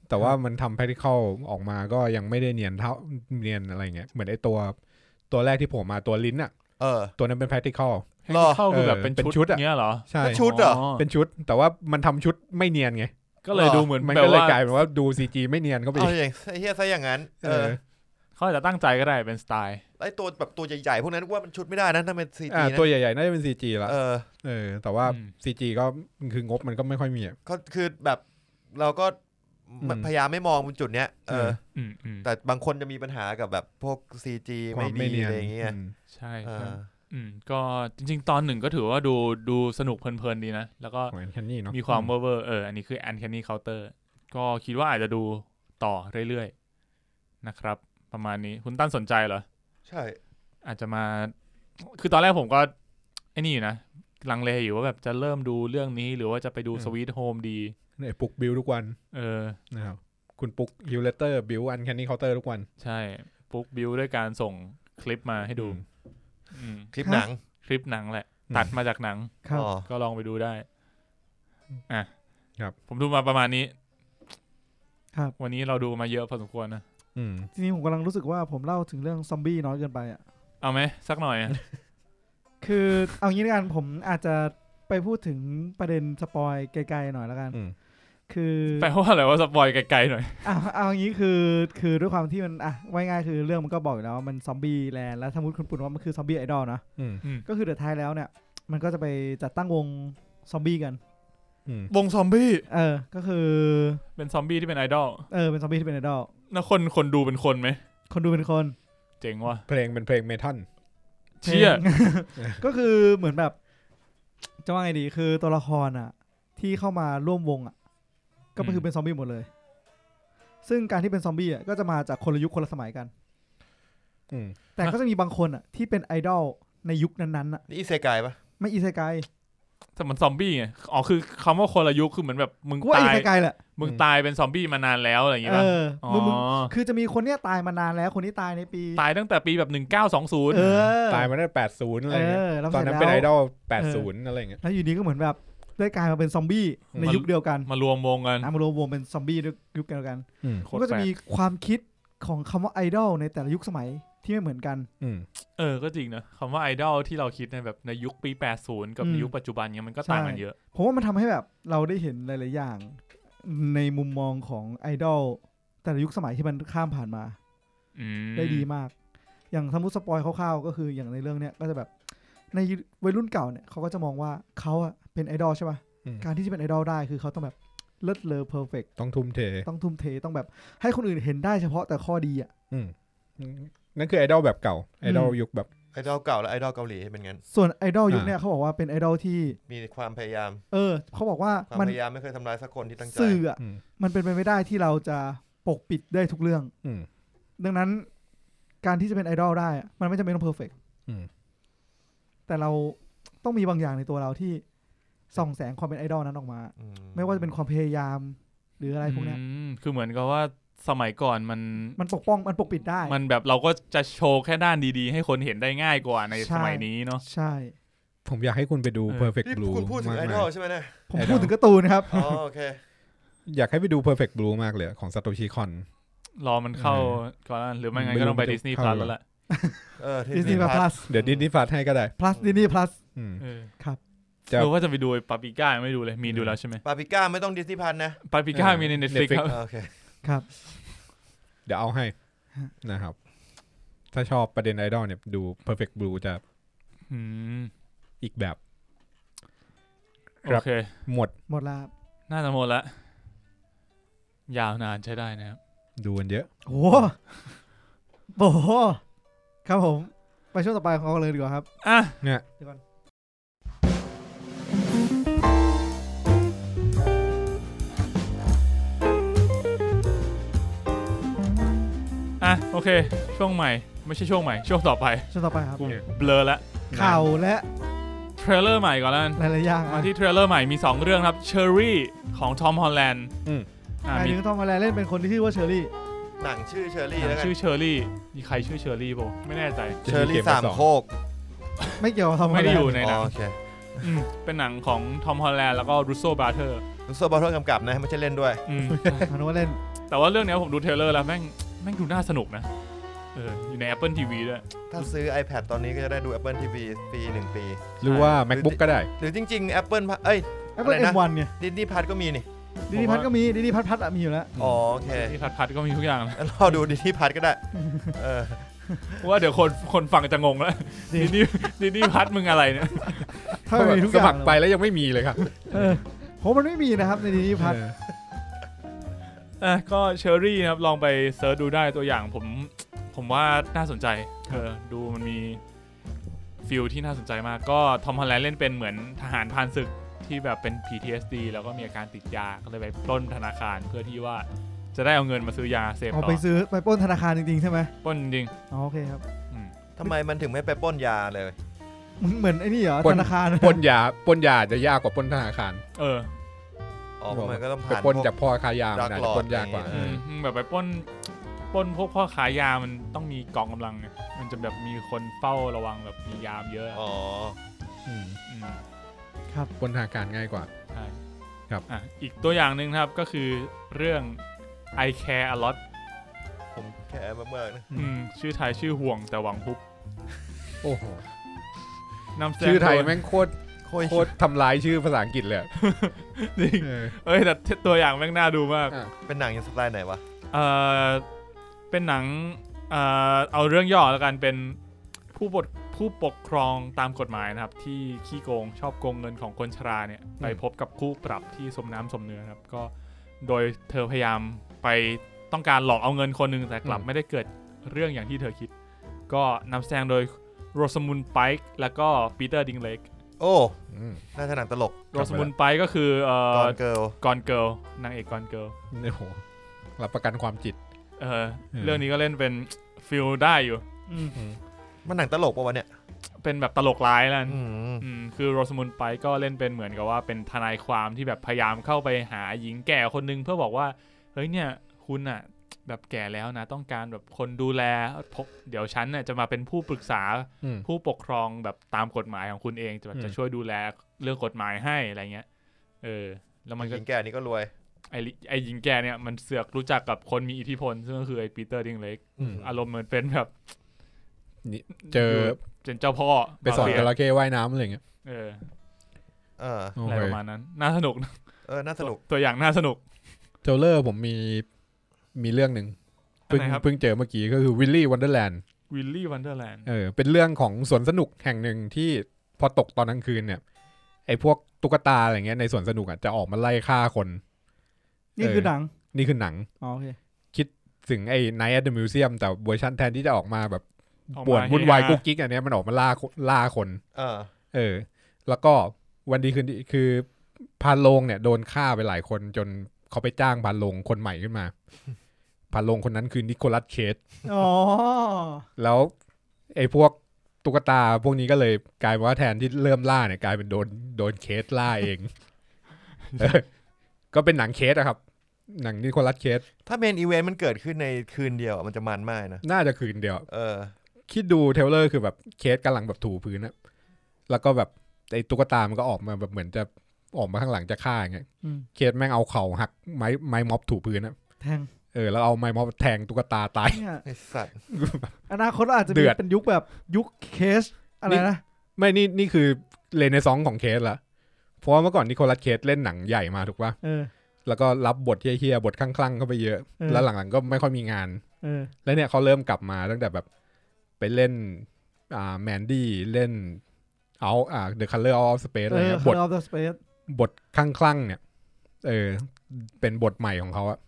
Speaker 1: แต่ว่ามันทำ practical ออกมาก็ยังไม่ได้เนียนเท่าเนียนอะไรเงี้ยเหมือนไอตัวตัวแรกที่ผมมาตัวลิ้นอะ
Speaker 2: เออ
Speaker 1: ตัวนั้นเป็น practical
Speaker 2: หรอ
Speaker 3: เข้าคือแบบเป็น
Speaker 1: เออเป็นชุ
Speaker 3: ชุด
Speaker 1: ดอะ
Speaker 3: เงี้ยเหรอ
Speaker 1: ใช่
Speaker 2: แล้วชุด เหรอ
Speaker 1: เป็นชุด แต่ว่ามันทำชุดไม่เนียนไง
Speaker 3: ก็เลยดูเหมือน
Speaker 1: มัน
Speaker 3: แบ
Speaker 1: ก็
Speaker 3: บ
Speaker 1: เลย
Speaker 3: ว่าก
Speaker 1: ลายเป็นว่าดูซีจีไม่เนียนก็ไป
Speaker 2: เอา
Speaker 1: อีก
Speaker 2: อย่างไอ้เฮียซะอย่างนั้น
Speaker 1: เอ
Speaker 2: เออ
Speaker 1: อ
Speaker 3: เขาอาจจะตั้งใจก็ได้เป็นสไตล์
Speaker 2: ไอตัวแบบตัวใหญ่ๆ พวกนั้นกูว่ามันชุดไม่ได้นะถ้าเป็นซี
Speaker 1: อ่ะ
Speaker 2: จีนะ
Speaker 1: ตัวใหญ่ๆน่าจะเป็นซีจีละ
Speaker 2: เออ
Speaker 1: เออ แต่ว่า
Speaker 3: อืม
Speaker 1: ซีจีก็คืองบมันก็ไม่ค่อยมีอะ
Speaker 2: ก็คือแบบเราก็
Speaker 1: อืม
Speaker 2: พยายามไม่มองบนจุดเนี้ยเออ
Speaker 1: ม
Speaker 2: อ
Speaker 3: อืมอืม
Speaker 2: แต่บางคนจะมีปัญหากับแบบพวกซีจี
Speaker 1: ความ
Speaker 2: ไม่ดี
Speaker 1: ไม่เนียน
Speaker 2: อะไรอย่างเงี้ย
Speaker 1: อืม
Speaker 3: ใช่
Speaker 2: เอ
Speaker 3: ใช่
Speaker 2: อ
Speaker 3: อืมก็จริงๆ ตอนหนึ่งก็ถือว่าดูดูสนุกเพลินๆดีนะ แล้วก็
Speaker 1: ของแอนแคนนี่เนาะ
Speaker 3: มีความเวอร์เวอร์เอออันนี้คือ Uncanny Counter ก็คิดว่าอาจจะดูต่อเรื่อยๆ นะครับ ประมาณนี้คุณตั้นสนใจเหรอ
Speaker 2: ใช่
Speaker 3: อาจจะมา คือตอนแรกผมก็ไอ้นี่อยู่นะ ลังเลอยู่ว่าแบบจะเริ่มดูเรื่องนี้หรือว่าจะไปดูสวีทโฮมดี
Speaker 1: ไอ้ปุกบิวทุกวัน
Speaker 3: เออ
Speaker 1: นะครับคุณปุกฮิวเลเตอร์บิวอันแคนนี่เคาน์เตอร์ทุกวัน
Speaker 3: ใช่ปุ๊กบิวด้วยการส่งคลิปมาให้ดู
Speaker 1: อืม
Speaker 3: อืม
Speaker 2: คลิปหนัง
Speaker 3: คลิปหนังแหละ
Speaker 1: อืม
Speaker 3: ตัดมาจากหนัง
Speaker 4: ครับ
Speaker 2: อ๋อ
Speaker 3: ก็ลองไปดูได้ อ่ะ
Speaker 1: ครับ
Speaker 3: ผมดูมาประมาณนี้
Speaker 4: ครับ
Speaker 3: วันนี้เราดูมาเยอะพอสมควรนะ
Speaker 1: อืม
Speaker 4: จริงๆผมกำลังรู้สึกว่าผมเล่าถึงเรื่องซอมบี้น้อยเกินไปอ่ะ
Speaker 3: เอาไหมสักหน่อยอะ
Speaker 4: คือเอางี้ละกันผมอาจจะไปพูดถึงประเด็นสปอยไกลๆหน่อยละกัน
Speaker 1: อืม
Speaker 4: คือ
Speaker 3: แปลว่าอะไรว่าสปอยไกลๆหน่อย
Speaker 4: เอาเอางี้คือคือด้วยความที่มันอ่ะไว้ง่ายคือเรื่องมันก็บอกอยู่แล้วว่ามันซอมบี้แลนด์แล้วสมมติคุณปุ่นว่ามันคือซอมบี้ไอดอลนะ
Speaker 1: อืม
Speaker 4: ก็คือเดือท้ายแล้วเนี่ย มันก็จะไปจัดตั้งวงซอมบี้กัน
Speaker 1: อืม
Speaker 3: วงซอมบี้
Speaker 4: เออ ก็คือ
Speaker 3: เป็นซอมบี้ที่เป็นไอดอล
Speaker 4: เออเป็นซอมบี้ที่เป็นไอดอล
Speaker 3: นะคนคนดูเป็นคนไหม
Speaker 4: คนดูเป็นคน
Speaker 3: เจ๋งว่ะ
Speaker 1: เพลงเป็นเพลงเมทัล
Speaker 3: เชี่ย
Speaker 4: พลง ก็คือเหมือนแบบจะว่าไงดีคือตัวละครอ่ะ ที่เข้ามาร่วมวงอ่ะ ก็คือเป็นซอมบี้หมดเลย ซึ่งการที่เป็นซอมบี้อ่ะก็จะมาจากคนละยุคคนละสมัยกัน
Speaker 1: อืม
Speaker 4: แต่ก็จะมีบางคนอ่ะที่เป็นไอดอลในยุคนั้นๆอ่ะ
Speaker 2: นี่อีเซกายปะ
Speaker 4: ไม่อีไซไก
Speaker 3: แต่มันซอมบี้ไง อ๋อคือคำว่าคนละยุคคือเหมือนแบบมึง
Speaker 4: กูว่า
Speaker 3: ตา
Speaker 4: อี
Speaker 3: ย
Speaker 4: ไซไกแหละ
Speaker 3: มึงตายเป็นซอมบี้มานานแล้วอะไรอย่างเงี้ย
Speaker 4: เอ
Speaker 3: ป่ะ
Speaker 4: อ
Speaker 3: อ๋อ
Speaker 4: มึงมึงคือจะมีคนเนี้ยตายมานานแล้วคนนี้ตายในปี
Speaker 3: ตายตั้งแต่ปีแบบหนึ่งเก้าสองศูนย์
Speaker 4: เออ
Speaker 1: ตายมาได้แปดศูนย์อะ
Speaker 4: เอ
Speaker 1: ไรเงี้ย
Speaker 4: อแล้ว
Speaker 1: ตอน
Speaker 4: เสร็จ
Speaker 1: นั้น
Speaker 4: แล้ว
Speaker 1: เป็นไอดอลแปดศูนย์อะไรเงี้ย
Speaker 4: แล้วอยู่ดีก็เหมือนแบบได้กลายมาเป็นซอมบี้
Speaker 1: อืม
Speaker 4: ในยุคเดียวกัน
Speaker 3: มารวมวงกัน
Speaker 4: นะมารวมวงเป็นซอมบี้ด้วยยุคเดียวกัน
Speaker 1: อืม
Speaker 3: โค
Speaker 4: มัน
Speaker 3: ตร
Speaker 4: ก็จะ
Speaker 3: แปล
Speaker 4: มี
Speaker 3: ก
Speaker 4: ความคิดของคำว่าไอดอลในแต่ละยุคสมัยที่ไม่เหมือนกัน
Speaker 1: อืม
Speaker 3: เออ ก็จริงนะคำว่าไอดอลที่เราคิดในแบบในยุคปี 80 กับ
Speaker 4: อืม
Speaker 3: ยุคปัจจุบันเนี้ยมันก็ต่างกัน
Speaker 4: ใช่
Speaker 3: เยอะ
Speaker 4: ผมว่ามันทำให้แบบเราได้เห็นหลาย ๆ อย่าง ในมุมมองของไอดอลแต่ละยุคสมัยที่มันข้ามผ่านมา
Speaker 3: อืม
Speaker 4: ได้ดีมาก อย่างสมมติสปอยคร่าว ๆ ก็คืออย่างในเรื่องเนี้ยก็จะแบบในวัยรุ่นเก่าเนี่ยเขาก็จะมองว่าเขาอะเป็นไอดอลใช่ป่ะ
Speaker 1: อืม
Speaker 4: การที่จะเป็นไอดอลได้คือเขาต้องแบบเลิศเลอเพอร์เฟก
Speaker 1: ต้องทุ่มเท
Speaker 4: ต้องทุ่มเทต้องแบบให้คนอื่นเห็นได้เฉพาะแต่ข้อดีอ่ะ
Speaker 1: อืมนั่นคือไอดอลแบบเก่า ไอดอล
Speaker 4: อืม
Speaker 1: ยุคแบบ
Speaker 2: ไอดอลเก่าและไอดอลเกาหลีเป็นงั้น
Speaker 4: ส่วนไอดอลยุค
Speaker 1: อ่า
Speaker 4: เนี่ยเขาบอกว่าเป็นไอดอลที่
Speaker 2: มีความพยายาม
Speaker 4: เออเขาบอกว่า
Speaker 2: ความ
Speaker 4: มัน
Speaker 2: พยายามไม่เคยทำร้ายสักคนที่ตั้งใจ
Speaker 4: สื่ออ่ะ
Speaker 1: อืม
Speaker 4: มันเป็นไปไม่ได้ที่เราจะปกปิดได้ทุกเรื่อง
Speaker 1: อืม
Speaker 4: ดังนั้นการที่จะเป็นไอดอลได้อะมันไม่จำเป็นต้องเพอร์เฟก
Speaker 1: อืม
Speaker 4: แต่เราต้องมีบางอย่างในตัวเราที่ส่องแสงความเป็นไอดอลนั้นออกมา
Speaker 2: อื
Speaker 4: ไม่ว่าจะเป็นความพยายาม หรืออะไรพวกเนี้ย
Speaker 3: อืมคือเหมือนกับว่าสมัยก่อนมัน
Speaker 4: มันปกป้องมันปกปิดได้
Speaker 3: มันแบบเราก็จะโชว์แค่ด้านดีๆ ให้คนเห็นได้ง่ายกว่าใน
Speaker 4: ใช่
Speaker 3: สมัยนี้เนาะ
Speaker 4: ใช่
Speaker 1: ผมอยากให้คุณไปดู
Speaker 3: เออ
Speaker 1: perfect
Speaker 2: นี่
Speaker 1: blue
Speaker 2: คุณพูดถึง
Speaker 1: มา
Speaker 2: ไอก ดอล
Speaker 1: ๆ
Speaker 2: ใช่ไหมเนี่ย
Speaker 4: ผม
Speaker 1: ไอดอล
Speaker 4: พูดถึงการ์ตูนนะครับ
Speaker 2: อ๋อโอเค
Speaker 1: อยากให้ไปดู perfect blue มากเลย ของซาโตชิคอน
Speaker 3: รอมันเข้า
Speaker 1: เออ
Speaker 3: ก่อนนะหรือไม่งั้น
Speaker 1: ไม่รู้
Speaker 3: ก็ต้องไป
Speaker 1: มันจะ
Speaker 3: ดิสนีย์พ
Speaker 1: เข้าหรือ
Speaker 3: ลัสแล้วแหละ
Speaker 2: เออที่
Speaker 4: ดิสนีย์
Speaker 2: ที่
Speaker 4: plus
Speaker 2: พัก
Speaker 4: plus
Speaker 1: เดี๋ยวดิสนีย์ฟาดให้ก็ได้
Speaker 4: ดิสนีย์ plus
Speaker 1: อืม
Speaker 3: เออ
Speaker 4: ครับ
Speaker 1: จะ
Speaker 3: หรือว่าจะไปดูปาปิก้าไม่ดูเลยมีดูแล้วใช่ไหม
Speaker 2: ปาปิก้าไม่ต้องดิสนีย์พันนะ
Speaker 3: ปาปิก้ามีในเน็ตฟลิก
Speaker 1: Netflix
Speaker 3: ครับ
Speaker 2: เออโอเค
Speaker 4: ครับ
Speaker 1: เดี๋ยวเอาให้
Speaker 4: ฮะ
Speaker 1: นะครับ ถ้าชอบประเด็นไอดอลเนี่ยดู perfect blue จะ
Speaker 3: อืม
Speaker 1: อีกแบบ
Speaker 3: โอ
Speaker 1: ครับ
Speaker 3: เค
Speaker 1: หมด
Speaker 4: หมดละครับ
Speaker 3: น่าจะหมดละ ยาวนานใช้ได้นะครับ
Speaker 1: ดูกันเยอะ
Speaker 4: โอ้โหโอ้โหครับผม ไปช่วงต่อไปของเราเลยดีกว่าครับ
Speaker 3: อ่ะ อ่ะ โอเค ช่วงใหม่ ไม่ใช่ช่วงใหม่ ช่วงต่อไป
Speaker 4: ช่วงต่อไปครับ
Speaker 3: กูเบลอละ
Speaker 4: ข่าวและ
Speaker 3: เทรลเลอร์ใหม่ก่อนแล้วกัน
Speaker 4: หลายๆอย่าง
Speaker 3: มา
Speaker 4: อ่ะ
Speaker 3: ที่เทรลเลอร์ใหม่มี 2 เรื่องครับเชอรี่ของทอมฮอลแลนด์
Speaker 1: อืม
Speaker 3: อ่า
Speaker 4: หมาย
Speaker 3: มี
Speaker 4: ถึงทอมฮอลแลนด์เล่นเป็นคนที่ชื่อว่าเชอรี่
Speaker 2: หนังชื่อเชอรี่แล้วกัน
Speaker 3: ชื่อเชอรี่มีใครชื่อเชอรี่ป่ไม่แน่ใจ
Speaker 2: เชอรี่สามโคก
Speaker 4: ไม่เกี่ยวกับทอมฮอล
Speaker 3: ไม่
Speaker 4: แลน
Speaker 3: ได้อยู่
Speaker 4: ด์
Speaker 3: ในห
Speaker 2: อ๋
Speaker 3: นั
Speaker 2: อง โอเค
Speaker 3: อืมเป็นหนังของทอมฮอลแลนด์แล้วก็รูโซบราเธอร์
Speaker 2: ลูกโซบอลทกำกับนะไม่ใช่เล่นด้วย
Speaker 4: ทอมฮอลแลนด์
Speaker 3: แต่ว่าเรื่องเนี้ยผมดูเทรลเลอร์แล้วแม่งแม่งดูน่าสนุกนะเอออยู่ใน Apple TV ด้วย
Speaker 2: ถ้าซื้อ iPad ตอนนี้ก็จะได้ดู Apple TV ปีหนึ่งปี
Speaker 1: หรือว่า macbook ก็ได้
Speaker 2: หรือจริง ๆ Apple เอ้ย
Speaker 4: แอปเปิล
Speaker 2: อะไร
Speaker 4: เอ็
Speaker 2: นะ
Speaker 4: มวันไง
Speaker 2: ดิสนีย์พัทก็มีนี่
Speaker 4: ดิดีพัทก็มีดิดีพัทพัทอะมีอยู่แล้ว
Speaker 2: อ๋อโอเค
Speaker 3: ที่พัดพัดๆก็มีทุกอย่างนะ
Speaker 2: งั้นรอดูดิสนีย์พัทก็ได้เออ
Speaker 3: ว่าเดี๋ยวคนคนฟังจะงงแล้ว
Speaker 4: จริ
Speaker 3: ดิ
Speaker 4: ง
Speaker 3: นี่ดินี่พัดมึงอะไรเนี่ย
Speaker 4: ถ้ามีทุกอ
Speaker 1: ส
Speaker 4: ย่าง
Speaker 1: มัครไป
Speaker 4: เลย
Speaker 1: แล้วยังไม่มีเลยครับ
Speaker 4: เออผมมันไม่มีนะครับในดิดีพัท
Speaker 1: เออ
Speaker 3: อ่ะก็เชอรี่นะครับลองไปเซิร์ชดูได้ตัวอย่างผมผมว่าน่าสนใจเออดูมันมีฟิลที่น่าสนใจมากก็ทอมฮอลแลนด์เล่นเป็นเหมือนทหารพรานศึกที่แบบเป็น PTSD แล้วก็มีอาการติดยาก็เลยไปปล้นธนาคารเพื่อที่ว่าจะได้เอาเงินมาซื้อยาเสพ
Speaker 4: เอา
Speaker 3: ต่
Speaker 4: ไป
Speaker 3: อ
Speaker 4: ซื้อไปปล้นธนาคารจริงๆใช่ไหม
Speaker 3: ปล้นจริง
Speaker 4: อ๋อโอเคครับ
Speaker 3: อืม
Speaker 2: ทำไมมันถึงไม่ไปปล้นยาเลย
Speaker 4: มึงเหมือนไอ้นี่เหรอธนาคาร
Speaker 1: ปล้นยาปล้นยาจะยากกว่าปล้นธนาคาร
Speaker 3: เออ
Speaker 2: อ๋อมันก็ต้อง
Speaker 1: ไป
Speaker 2: ผ่าน
Speaker 1: ปล้น
Speaker 2: พวก
Speaker 1: จากพ่อค้ายา
Speaker 2: Drug
Speaker 1: มันอาจ
Speaker 2: Lord
Speaker 1: จะปล้นยากกว่า
Speaker 2: อะไร
Speaker 3: อื
Speaker 2: ย่างเงี้ย
Speaker 3: มแบบไปปล้นปล้นพวกพ่อขายยามันต้องมีกองกำลังไงมันจะแบบมีคนเฝ้าระวังแบบมียามเยอะ
Speaker 2: อ๋อ
Speaker 1: อืม
Speaker 3: อืม
Speaker 1: ปล้นธนาคารง่ายกว่า
Speaker 3: ใช่
Speaker 1: ครับ
Speaker 3: อ่ะอีกตัวอย่างหนึ่งนะครับก็คือเรื่อง I care a lot
Speaker 2: ผมแค่เมื่อๆนะ
Speaker 3: อืมชื่อไทยชื่อห่วงแต่หวังพุบ
Speaker 1: โอ้โห
Speaker 3: นำแสดง
Speaker 1: ชื่อไทย
Speaker 3: โดย
Speaker 1: แม่งโคตร
Speaker 2: โคตร
Speaker 1: โคตรทำลายชื่อภาษาอังกฤษเลยอะ
Speaker 3: จริง
Speaker 1: เออ
Speaker 3: เอ้ยแต่ตัวอย่างแม่งน่าดูมาก
Speaker 1: อ่ะ
Speaker 2: เป็นหนังยังสไตล์ไหนวะ
Speaker 3: เออเป็นหนังเออเอาเรื่องย่อแล้วกันเป็นผู้ปกผู้ปกครองตามกฎหมายนะครับ ที่ขี้โกงชอบโกงเงินของคนชราเนี่ย ไปพบกับคู่ปรับที่สมน้ำสมเนื้อครับ ก็โดยเธอพยายามไปต้องการหลอกเอาเงินคนหนึ่งแต่กลับ
Speaker 1: อืม
Speaker 3: ไม่ได้เกิดเรื่องอย่างที่เธอคิด ก็นำแสดงโดยโรสมุนไพร์แล้วก็ปีเตอร์ดิงเลก
Speaker 2: โอ้
Speaker 1: อืม
Speaker 2: น่าจะหนังตลก
Speaker 3: โรสมุนไปก็คือเอ่
Speaker 2: ตอ
Speaker 3: อน
Speaker 2: เกิร์ล
Speaker 3: กอนเกิลนางเอกกอนเกิล
Speaker 1: โอ้โหรับประกันความจิต
Speaker 3: เออ
Speaker 1: อืม
Speaker 3: เรื่องนี้ก็เล่นเป็นฟิลได้อยู่
Speaker 4: อืม
Speaker 2: มันหนังตลกปะวะเนี่ย
Speaker 3: เป็นแบบตลกร้ายแล้ว
Speaker 2: อืม
Speaker 3: อืมคือโรสมุนไปก็เล่นเป็นเหมือนกับว่าเป็นทนายความที่แบบพยายามเข้าไปหาหญิงแก่คนหนึงเพื่อบอกว่า เฮ้ยเนี่ยคุณอะแบบแก่แล้วนะ ต้องการแบบคนดูแลพกเดี๋ยวฉันเนี่ยจะมาเป็นผู้ปรึกษา
Speaker 1: อืม
Speaker 3: ผู้ปกครองแบบตามกฎหมายของคุณเองจะแบบ
Speaker 1: อืม
Speaker 3: จะช่วยดูแลเรื่องกฎหมายให้อะไรเงี้ยเออแล้วมัน
Speaker 2: ห
Speaker 3: ก็
Speaker 2: ญิงแก่นี่ก็รวย
Speaker 3: ไอลิไอหญิงแกเนี่ยมันเสือกรู้จักกับคนมีอิทธิพล ซึ่งก็คือไอปีเตอร์ดิงเล็ก
Speaker 1: อืม
Speaker 3: อารมณ์เหมือนเป็นแบบ
Speaker 1: นี่เจอ
Speaker 3: เป็นเจ้าพ่อ
Speaker 1: ไปสอนจ
Speaker 3: มาเฟีย
Speaker 1: ระเข้ว่ายน้ำอะไรอย่างเงี้ย
Speaker 3: เออ
Speaker 2: เออ
Speaker 1: โอ
Speaker 3: อะไร
Speaker 1: เค
Speaker 3: ประมาณนั้น น่าสนุกนะ
Speaker 2: เออ น่าสนุก
Speaker 3: ตัวตัวอย่างน่าสนุก
Speaker 1: เจลเลอร์ผมมีมีเรื่องหนึ่ง
Speaker 3: อัน
Speaker 1: เพิ่ง
Speaker 3: ไหนครับ
Speaker 1: เพิ่งเจอเมื่อกี้ก็คือวิลลี่วันเดอร์แลนด์
Speaker 3: วิลลี่วันเดอร์แลนด์
Speaker 1: เออเป็นเรื่องของสวนสนุกแห่งหนึ่งที่พอตกตอนกลางคืนเนี่ย ไอ้พวกตุ๊กตาอะไรเงี้ยในสวนสนุกอ่ะจะออกมาไล่ฆ่าคน
Speaker 4: นี่
Speaker 1: เออ
Speaker 4: คือหนัง
Speaker 1: นี่คือหนัง
Speaker 4: อ๋อโอเค
Speaker 1: ถึงไอ้ Night at the Museum แต่เวอร์ชันแทนที่จะออกมาแบบ
Speaker 3: ออก
Speaker 1: ป่วน
Speaker 3: มา
Speaker 1: วุ่นวาย
Speaker 3: เฮฮ
Speaker 1: กุ๊กกิ๊กอันเนี้ยมันออกมาล่าล่าคน
Speaker 2: เออ
Speaker 1: เออ แล้วก็วันดีคืนดีคือพานโลงเนี่ยโดนฆ่าไปหลายคนจนเขาไปจ้างพานโลงคนใหม่ขึ้นมา พานโลงคนนั้นคือนิโคลัสเคส
Speaker 4: อ๋อ
Speaker 1: แล้วไอ้พวกตุ๊กตาพวกนี้ก็เลยกลายเป็นว่าแทนที่เริ่มล่าเนี่ยกลายเป็นโดนโดนเคสล่าเอง เออก็เป็นหนังเคสอะครับ หนังนิโคลัสเคส
Speaker 2: ถ้าเมนอีเวนต์มันเกิดขึ้นในคืนเดียวอะมันจะมันมากนะ
Speaker 1: น่าจะคืนเดียว
Speaker 2: เออ
Speaker 1: คิดดูเทรลเลอร์คือแบบเคสกำลังแบบถูพื้นอะแล้วก็แบบไอ้ตุ๊กตามันก็ออกมาแบบเหมือนจะออกมาข้างหลังจะฆ่าอย่างเงี้ย
Speaker 4: อืม
Speaker 1: เคสแม่งเอาเข่าหักไม้ไม้ม็อบถูพื้นอะ
Speaker 4: แทง
Speaker 1: เออแล้วเอาไม้ม็อบแทงตุ๊กตาตาย
Speaker 4: เนี่ย
Speaker 2: ไอสัตว์
Speaker 4: อนาคตเราอาจจะ
Speaker 1: เดื
Speaker 4: มี
Speaker 1: อด
Speaker 4: เป็นยุคแบบยุคเคสอะไรนะ
Speaker 1: ไม่นี่นี่คือเลเนซองของเคสละเพราะว่าเมื่อก่อนนิโคลัสเคสเล่นหนังใหญ่มาถูกปะ
Speaker 4: เออ
Speaker 1: แล้วก็รับบทเฮี้ยๆบทคลั่งๆเข้าไปเยอะ
Speaker 4: เออ
Speaker 1: แล้วหลังๆก็ไม่ค่อยมีงาน
Speaker 4: เออ
Speaker 1: แล้วเนี่ยเขาเริ่มกลับมาตั้งแต่แบบไปเล่นอ่าแมนดี้เล่นเอาอ่าเดอะคัลเลอร์ออฟสเปซอะ
Speaker 4: เอ
Speaker 1: ไร
Speaker 4: อ
Speaker 1: เงี้ย
Speaker 4: บบ ท
Speaker 1: ท
Speaker 4: ออฟเดอะสเปซ
Speaker 1: บทคลั่งคลั่งๆเนี่ย เออ เป็นบทใหม่ของเขาอะ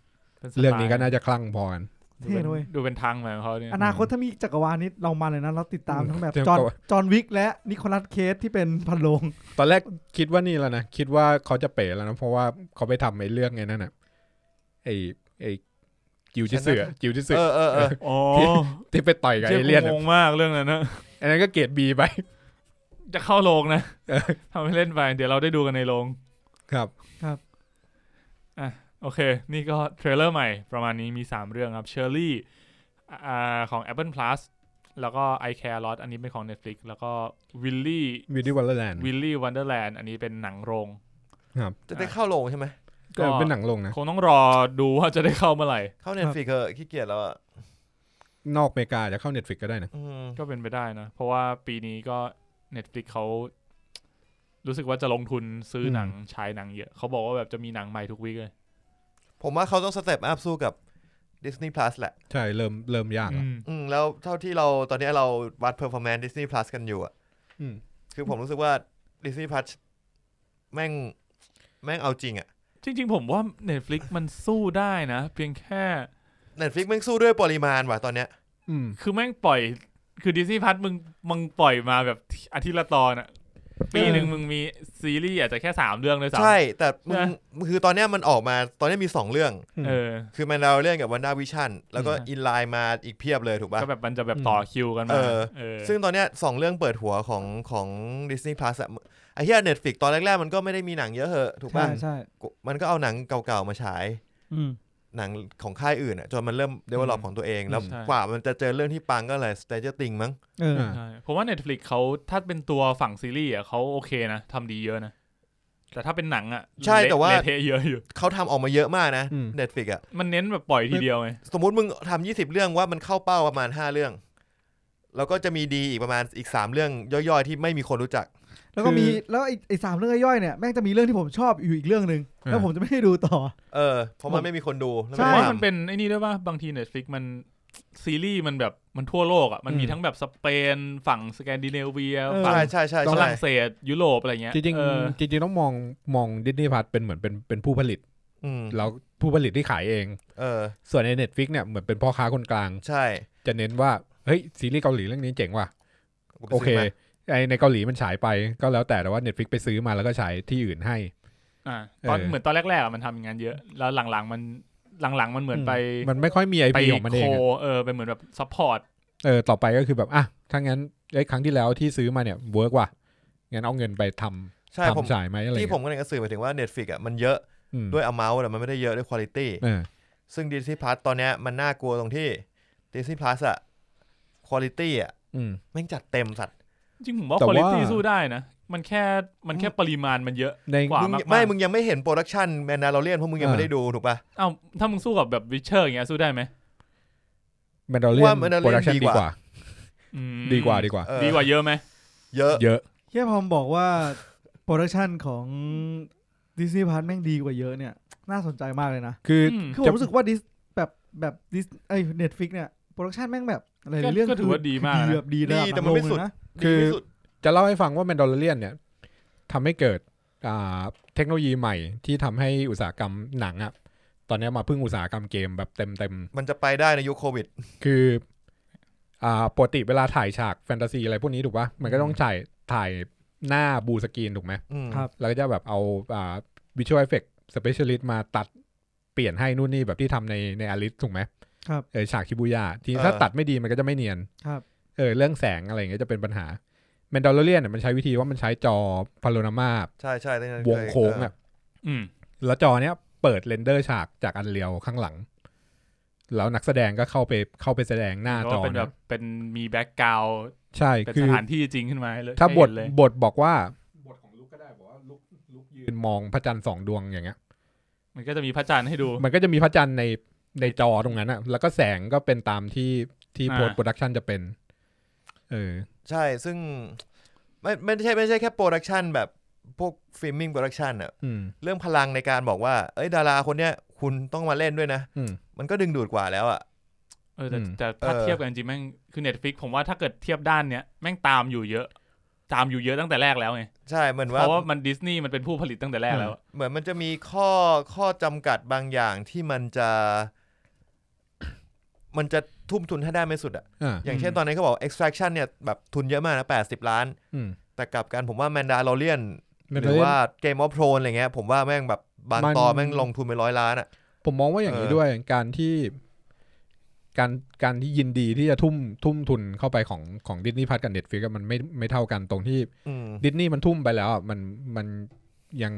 Speaker 3: ป็สไต
Speaker 1: เรื่องนี้ก็น่าจะคลั่งพอกัน
Speaker 3: ดูเป็
Speaker 4: เท่
Speaker 3: น
Speaker 4: ด้วย
Speaker 3: ดูเป็นทางเหมือนเขาเนี่ย
Speaker 4: อนาคตถ้ามีจักรวาลนี้เรามาเลยนะเราติดตามทั้งแบบจอห์นจอห์นวิกและนิโคลัสเคสที่เป็นพันโลง
Speaker 1: ตอนแรกคิดว่านี่แล้วนะ คิดว่าเขาจะเป๋แล้วนะ เพราะว่าเขาไปทำไอ้เรื่องไงนั่นน่ะไอ้ไอ้จิวจิสึอะจิวจิสึ
Speaker 2: เออเออเออ
Speaker 3: อ๋อ
Speaker 1: ที่ไป ต่อยกับ
Speaker 3: เจ๊
Speaker 1: เอเลี่ยน
Speaker 3: กู
Speaker 1: อะ
Speaker 3: งงมากเรื่อง นั้นนะ
Speaker 1: อันนั้นก็เกรดบีไป
Speaker 3: จะเข้าโรงนะ
Speaker 1: เออ
Speaker 3: ทำให้เล่นไปเดี๋ยวเราได้ดูกันในโรง
Speaker 1: ครับ
Speaker 3: โอเค นี่ก็เทรลเลอร์ใหม่ประมาณนี้มี 3 เรื่องครับเชอร์รี่อ่าของ Apple Plus แล้วก็ I Care a Lot อันนี้เป็นของ Netflix แล้วก็วิลลี่
Speaker 1: วิดีวันเดอร์แลนด์
Speaker 3: วิลลี่วันเดอร์แลนด์อันนี้เป็นหนังโรง
Speaker 2: จะได้เข้าโรงใช่ไหม
Speaker 1: ก็เป็นหนังลงนะ
Speaker 3: คงต้องรอดูว่าจะได้เข้าเมื่อไหร่
Speaker 2: เข้าเน็ตฟลิกเถอะขี้เกียจแล้วอ่ะ
Speaker 1: นอกอเมริกาจะเข้าเน็ตฟิกก็ได้นะ
Speaker 2: อืม
Speaker 3: ก็เป็นไปได้นะ เพราะว่าปีนี้ก็ Netflix เขา รู้สึกว่าจะลงทุนซื้อหนังฉายหนังเยอะเขาบอกว่าแบบจะมีหนังใหม่ทุกวีคเลย
Speaker 2: ผมว่าเขาต้องสเต็ปอัพสู้กับ Disney Plus แหละ
Speaker 1: ใช่เริ่มเริ่มยากละ
Speaker 3: อืม
Speaker 2: อืม แล้วเท่าที่เราตอนนี้เราวัด performance Disney Plus กันอยู่อ่ะ
Speaker 1: อืม
Speaker 2: คือผมรู้สึกว่า Disney Plus แม่ง แม่งเอาจริงอ่ะ
Speaker 3: จริง ๆ ผมว่า Netflix มันสู้ได้นะ เพียงแค่
Speaker 2: Netflix แม่งสู้ด้วยปริมาณว่ะตอนเนี้ย
Speaker 1: อืม
Speaker 3: คือแม่งปล่อย คือดิสนีย์พัทมึงมึงปล่อยมาแบบอาทิตย์ละตอนอะปีหนึ่งมึงมีซีรีส์อาจจะแค่สามเรื่องเลยซ้ำ
Speaker 2: ใช่ แต่มึง
Speaker 3: นะ
Speaker 2: คือตอนเนี้ยมันออกมาตอนเนี้ยมีสองเรื่อง
Speaker 3: เออ
Speaker 2: คือมันเราเรื่องกับวันด้าวิชั่นแล้วก็
Speaker 3: อืม
Speaker 2: อินไลน์มาอีกเพียบเลยถูกป่ะ
Speaker 3: ก็แบบมันจะแบบ
Speaker 1: อืม
Speaker 3: ต่อคิวกันมา
Speaker 2: เออ
Speaker 3: เออ
Speaker 2: ซึ่งตอนเนี้ยสองเรื่องเปิดหัวของของ Disney Plus อะไอ้เหี้ย Netflix ตอนแรกๆ มันก็ไม่ได้มีหนังเยอะเหอะถูก
Speaker 4: ใช่
Speaker 2: ป่ะ
Speaker 4: ใช่
Speaker 2: มันก็เอาหนังเก่าๆ มาฉาย
Speaker 4: อืม
Speaker 2: หนังของค่ายอื่นอะจนมันเริ่ม develop
Speaker 1: อืม
Speaker 2: ของตัวเอง แล้ว
Speaker 3: ใช่
Speaker 2: กว่ามันจะเจอเรื่องที่ปังก็เลย Stranger Things มั้ง
Speaker 4: เออ
Speaker 1: อ่า
Speaker 3: ใช่ผมว่า Netflix เขาถ้าเป็นตัวฝั่งซีรีส์อะเขาโอเคนะทำดีเยอะนะ แต่ถ้าเป็นหนังอ่ะ
Speaker 2: ใช่แต่ว่า
Speaker 3: เละเทะเยอะอยู่
Speaker 2: เขาทำออกมาเยอะมากนะ
Speaker 1: อืม
Speaker 2: เน็ตฟิกอ่ะ
Speaker 3: มันเน้นแบบปล่อยทีเดียวไง
Speaker 2: สมมุติมึงทำยี่สิบเรื่องว่ามันเข้าเป้าประมาณห้าเรื่อง แล้วก็จะมีดีอีกประมาณอีกสามเรื่องย่อยๆ ที่ไม่มีคนรู้จัก
Speaker 4: แล้วก็มี
Speaker 1: คือ
Speaker 4: แล้วไอ้ไอ้สามเรื่องย่อยๆเนี่ยแม่งจะมีเรื่องที่ผมชอบอยู่อีกเรื่องหนึ่งแล้ว
Speaker 1: อ่า
Speaker 4: ผมจะไม่ให้ดูต่อ
Speaker 2: เออเพราะมันไม่มีคนดูแล้ว
Speaker 4: ใช่
Speaker 3: ผมว่า
Speaker 2: ไทำ
Speaker 3: มันเป็นไอ้นี่ด้วยป่ะบางทีเน็ตฟลิกมันซีรีส์มันแบบมันทั่วโลกอ่ะมันมี
Speaker 1: อืม
Speaker 3: ทั้งแบบสเปนฝั่งสแกนดิเนเวีย
Speaker 4: เออ
Speaker 3: ฝั่ง
Speaker 2: ใช่ใช่ใช่
Speaker 3: ฝ
Speaker 2: ใช่
Speaker 3: รั่งเศสยุโรปอะไรเงี้ย
Speaker 1: จริง
Speaker 3: เออ
Speaker 1: ๆจริงๆต้องมองมองดิสนีย์พัทเป็นเหมือนเป็นเป็นผู้ผลิต
Speaker 2: อืม
Speaker 1: แล้วผู้ผลิตที่ขายเอง
Speaker 2: เออ
Speaker 1: ส่วนใน Netflix เนี่ยเหมือนเป็นพ่อค้าคนกลาง
Speaker 2: ใช่
Speaker 1: จะเน้นว่า เฮ้ย ซีรีส์เกาหลีเรื่องนี้เจ๋งว่ะ
Speaker 2: กูไป
Speaker 1: โอเค
Speaker 2: ซื้มา
Speaker 1: ไอในเกาหลีมันฉายไปก็แล้วแต่แต่ว่า Netflix ไปซื้อมาแล้วก็ฉายที่อื่นให้
Speaker 3: อ่าตอน
Speaker 1: เออ
Speaker 3: เหมือนตอนแรกๆอ่ะมันทำอย่างนั้นเยอะ แล้วหลังๆมันหลังๆมันเหมือนไป
Speaker 1: มันไม่ค่อยมีไอ
Speaker 3: ไป
Speaker 1: พีของมัน
Speaker 3: โค
Speaker 1: เองอะ
Speaker 3: เออไปเหมือนแบบซัพพอร์ต
Speaker 1: เออต่อไปก็คือแบบอ่ะถ้างั้นไอ้ครั้งที่แล้วที่ซื้อมาเนี่ยเวิร์กว่ะงั้นเอาเงินไปทำ
Speaker 2: ใช่ผม
Speaker 1: ทำฉายไหมอะไร
Speaker 2: ที่
Speaker 1: เงี้ย
Speaker 2: ผมกำลังจะสื่อหมายถึงว่า Netflix อ่ะมันเยอะ
Speaker 1: อืม
Speaker 2: ด้วย amount แต่มันไม่ได้เยอะด้วย quality
Speaker 1: เออ
Speaker 2: ซึ่ง Disney Plus ตอนเนี้ยมันน่ากลัวตรงที่ Disney Plus อ่ะ quality อ่ะ
Speaker 1: อืม
Speaker 2: แม่งจัดเต็มสัตว์
Speaker 3: จริงผมว่า
Speaker 1: แต่
Speaker 3: คุณ
Speaker 1: ว่า
Speaker 3: ภาพสู้ได้นะ มันแค่มันแค่ปริมาณมันเยอะ
Speaker 1: ใน
Speaker 3: กว่า
Speaker 2: มึง
Speaker 3: มากๆ
Speaker 2: ไม่มึงยังไม่เห็นโปรดักชันแมนดาร์เรียนพวกมึงยังไม่ได้ดูถูกปะ
Speaker 3: เอ้าถ้ามึงสู้กับแบบวิเชอร์อย่างเงี้ยสู้ได้ไหม
Speaker 1: แมนดาเลีย
Speaker 2: ว่าน Mandalorian
Speaker 1: โปรดักชัน
Speaker 2: ดี
Speaker 1: ดี
Speaker 2: ก
Speaker 1: ก
Speaker 2: ว่า
Speaker 1: ว่า
Speaker 3: อืม
Speaker 1: ดีกว่าดีกว่า
Speaker 2: เออ
Speaker 3: ดีกว่าเยอะไหม
Speaker 2: เยอะ
Speaker 1: เยอะ
Speaker 4: แค่พอมบอกว่าโปรดักชันของดิสนีย์พาร์ทแม่งดีกว่าเยอะเนี่ย น่าสนใจมากเลยนะ
Speaker 1: คือ
Speaker 3: อืม
Speaker 4: คือผมรู้สึกว่าดิสแบบแบบดิสไอ้เน็ตฟิกเนี่ยโปรดักชันแม่งแบบอะไร
Speaker 3: ก็
Speaker 4: เรื่อง
Speaker 3: ก็ถือว่าดีมาก
Speaker 4: ดีแบ
Speaker 3: นะ
Speaker 4: บดีระดับ
Speaker 2: ดีแต่
Speaker 4: โล
Speaker 2: มัน
Speaker 4: ก
Speaker 2: ไม่
Speaker 4: เล
Speaker 2: สุด
Speaker 4: ยนะ
Speaker 1: คือ
Speaker 2: ดีที่สุด
Speaker 1: จะเล่าให้ฟังว่าแมนดาเลียนเนี่ยทำให้เกิดอ่าเทคโนโลยีใหม่ที่ทำให้อุตสาหกรรมหนังอะตอนเนี้ยมาพึ่งอุตสาหกรรมเกมแบบเต็มเต็มๆ
Speaker 2: มันจะไปได้ในยุคโควิด
Speaker 1: คืออ่าปกติเวลาถ่ายฉากแฟนตาซีอะไรพวกนี้ถูกปะมันก็ต้องถ่ายถ่ายหน้าบูสกรีนถูกไหม
Speaker 2: อืม
Speaker 4: ครับ
Speaker 1: แล้วก็จะแบบเอาอ่าวิชวลเอฟเฟกต์สเปเชียลิสต์มาตัดเปลี่ยนให้นู่นนี่แบบที่ทำในในอลิสถูกไหม
Speaker 4: ครับ
Speaker 1: เออฉากคิบูย่าทีนี้ถ้าตัดไม่ดีมันก็จะไม่เนียน
Speaker 4: ครับ
Speaker 1: เออเรื่องแสงอะไรอย่างเงี้ยจะเป็นปัญหาแมนดาร์เลียนเนี่ยมันใช้วิธีว่ามันใช้จอพาโ o นามา
Speaker 2: ใช่ใช่ตั้แต่
Speaker 1: วงโค้ง
Speaker 2: เ
Speaker 1: อ่ะ
Speaker 3: อืม
Speaker 1: แล้วจอเนี้ยเปิดเรนเดอร์ฉากจากอันเรียวข้างหลัง แล้วนักแสดงก็เข้าไปเข้าไปแสดงหน้าจ
Speaker 3: ก็
Speaker 1: อ
Speaker 3: เป็นแบบ
Speaker 1: นะ
Speaker 3: เป็นมีแบ็กกราวด์
Speaker 1: ใช่
Speaker 3: เป็น
Speaker 1: คื
Speaker 3: ส
Speaker 1: อ
Speaker 3: ถานที่จริงขึ้นมาให้เลย
Speaker 1: ถ้าบท
Speaker 3: ให้เห็นเลย
Speaker 1: บทบอกว่าบทของลุกก็ได้บอกว่าลุกลุกยืนมองพระจันทร์สองดวงอย่างเงี้ย
Speaker 3: มันก็จะมีพระจันทร์ให้ดู
Speaker 1: มันก็จะมีพระจันทร์ในในจอตรงนั้นอะแล้วก็แสงก็เป็นตามที่ที่
Speaker 3: อ่า
Speaker 1: โพสโปรดักชันจะเป็น เออ
Speaker 2: ใช่ซึ่งไม่ไม่ใช่ไม่ใช่แค่โปรดักชันแบบพวกฟิล์มมิ่งโปรดักชันอะ
Speaker 1: อืม
Speaker 2: เรื่องพลังในการบอกว่า เอ้ยดาราคนเนี้ยคุณต้องมาเล่นด้วยนะ
Speaker 1: อืม
Speaker 2: มันก็ดึงดูดกว่าแล้วอะ
Speaker 3: เออแต่
Speaker 1: อืม
Speaker 3: แต่ถ้า
Speaker 2: เออ
Speaker 3: เทียบกันจริงๆแม่งคือเน็ตฟิกผมว่าถ้าเกิดเทียบด้านเนี้ยแม่งตามอยู่เยอะ ตามอยู่เยอะตั้งแต่แรกแล้วไง
Speaker 2: ใช่เหมือน
Speaker 3: เพ
Speaker 2: ว่า
Speaker 3: ราะว่ามันดิสนีย์มันเป็นผู้ผลิตตั้งแต่แรกแล้ว
Speaker 2: เหมือนมันจะมีข้อข้อจำกัดบางอย่างที่มันจะ มันจะทุ่มทุนให้ได้ไม่สุดอะ
Speaker 1: อ่า
Speaker 2: อย่างเช่น
Speaker 3: อื
Speaker 2: ต
Speaker 3: ม
Speaker 2: อนนี้เขาบอก extraction เนี่ยแบบทุนเยอะมากนะแปดสิบล้าน
Speaker 1: อืม
Speaker 2: แต่กลับกันผมว่าแมนดาโลเลียน
Speaker 1: มัน
Speaker 2: ห
Speaker 1: เล
Speaker 2: รือย ว่าเกมออฟโทรนอะไรเงี้ยผมว่าแม่งแบบบาง
Speaker 1: มัน
Speaker 2: ตอนแม่งลงทุนไปร้อยล้านอะ
Speaker 1: ผมมองว่าอย่างนี้
Speaker 2: เออ
Speaker 1: ด้วยการที่ การการที่ยินดีที่จะทุ่มทุ่มทุนเข้าไปของของดิสนีย์พัทกับเน็ตฟิกมันไม่ไม่เท่ากันตรงที่
Speaker 2: อืม
Speaker 1: ดิสนีย์มันทุ่มไปแล้วอะมันมันยัง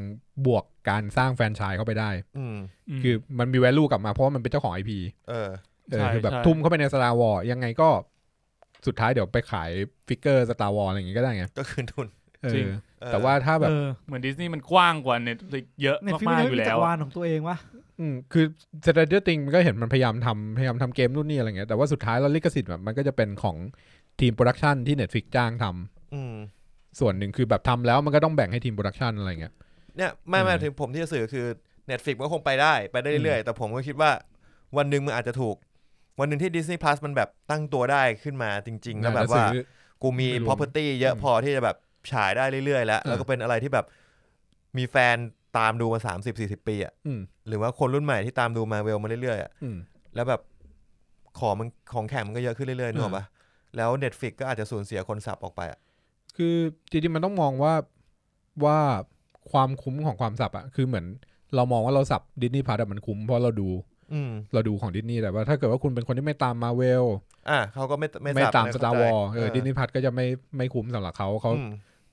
Speaker 1: บวกการสร้างแฟรนไชส์เข้าไปได้
Speaker 2: อืม
Speaker 3: ม
Speaker 1: คือมันมี value กลับมาเพราะว่ามันเป็นเจ้าของ IP
Speaker 2: เออ
Speaker 1: เอ
Speaker 3: ใช่
Speaker 1: อคือแบบ
Speaker 3: ใช่
Speaker 1: ทุ่มเข้าไปในสตาร์วอยังไงก็สุดท้ายเดี๋ยวไปขายฟิกเกอร์สตาร์วออะไรอย่างงี้ก็ได้ไง
Speaker 2: ก็คืนทุน
Speaker 1: เออ
Speaker 3: จริง
Speaker 2: เออ
Speaker 1: แต่ว่าถ้าแบบ
Speaker 4: เออ
Speaker 3: เหมือนดิสนีย์มันกว้างกว่าเน็ตฟลิกเยอะ
Speaker 4: เน็ตฟิก
Speaker 3: มากๆ
Speaker 4: ไม่
Speaker 3: อยู่
Speaker 4: มี
Speaker 3: แล้
Speaker 4: จั
Speaker 3: ว
Speaker 4: กรวา
Speaker 3: อะ
Speaker 4: ลของตัวเองวะ
Speaker 1: มคือ Stranger Things มันก็เห็นมันพยายามทำพยายามทำเกมนู่นนี่อะไรเงี้ยแต่ว่าสุดท้ายแล้วลิขสิทธิ์แบบมันก็จะเป็นของทีมโปรดักชันที่ Netflix จ้างท
Speaker 2: อืม
Speaker 1: ำส่วนหนึ่งคือแบบทำแล้วมันก็ต้องแบ่งให้ทีมโปรดักชันอะไรเงี้ย
Speaker 2: เนี่ยไม่ไม่
Speaker 1: เออ
Speaker 2: ถึงผมที่จะสื่อคือ Netflix มันก็คงไปได้ ไปได้เรื่อยๆ แต่ผมก็คิดว่า วันหนึ่งมันอาจจะถูก วันหนึ่งที่ Disney Plus มันแบบตั้งตัวได้ขึ้นมาจริง ๆ แล้วแบบว่า กูมี
Speaker 1: ไม่รวม
Speaker 2: property เยอะพอที่จะแบบฉายได้เรื่อยๆ แล้ว
Speaker 1: เออ
Speaker 2: แล้วก็เป็นอะไรที่แบบมีแฟนตามดูมา 30 40 ปีอ่ะ
Speaker 1: อืม
Speaker 2: หรือว่าคนรุ่นใหม่ที่ตามดูมาเวลมาเรื่อยๆอะ
Speaker 1: อืม
Speaker 2: แล้วแบบของมันของแข่งมันก็เยอะขึ้นเรื่อยๆนึกออกปะแล้ว Netflix ก็อาจจะสูญเสียคนสับออกไปอะ
Speaker 1: คือจริงๆมันต้องมองว่าว่าความคุ้มของความสับอะคือเหมือนเรามองว่าเราสับดิสนีย์พาร์ทมันคุ้มเพราะเราดู
Speaker 2: อืม
Speaker 1: เราดูของดิสนีย์แต่ว่าถ้าเกิดว่าคุณเป็นคนที่ไม่ตามมาเวล
Speaker 2: อ่ะเขาก็ไม่ไม่
Speaker 1: ไม่
Speaker 2: สับ
Speaker 1: ตาม
Speaker 2: นะ
Speaker 1: สตาร์
Speaker 2: เข้
Speaker 1: วอ
Speaker 2: ใจ
Speaker 1: ลเออดิสนีย์พัทก็จะไม่ไม่คุ้มสำหรับเขาเขา
Speaker 2: อืม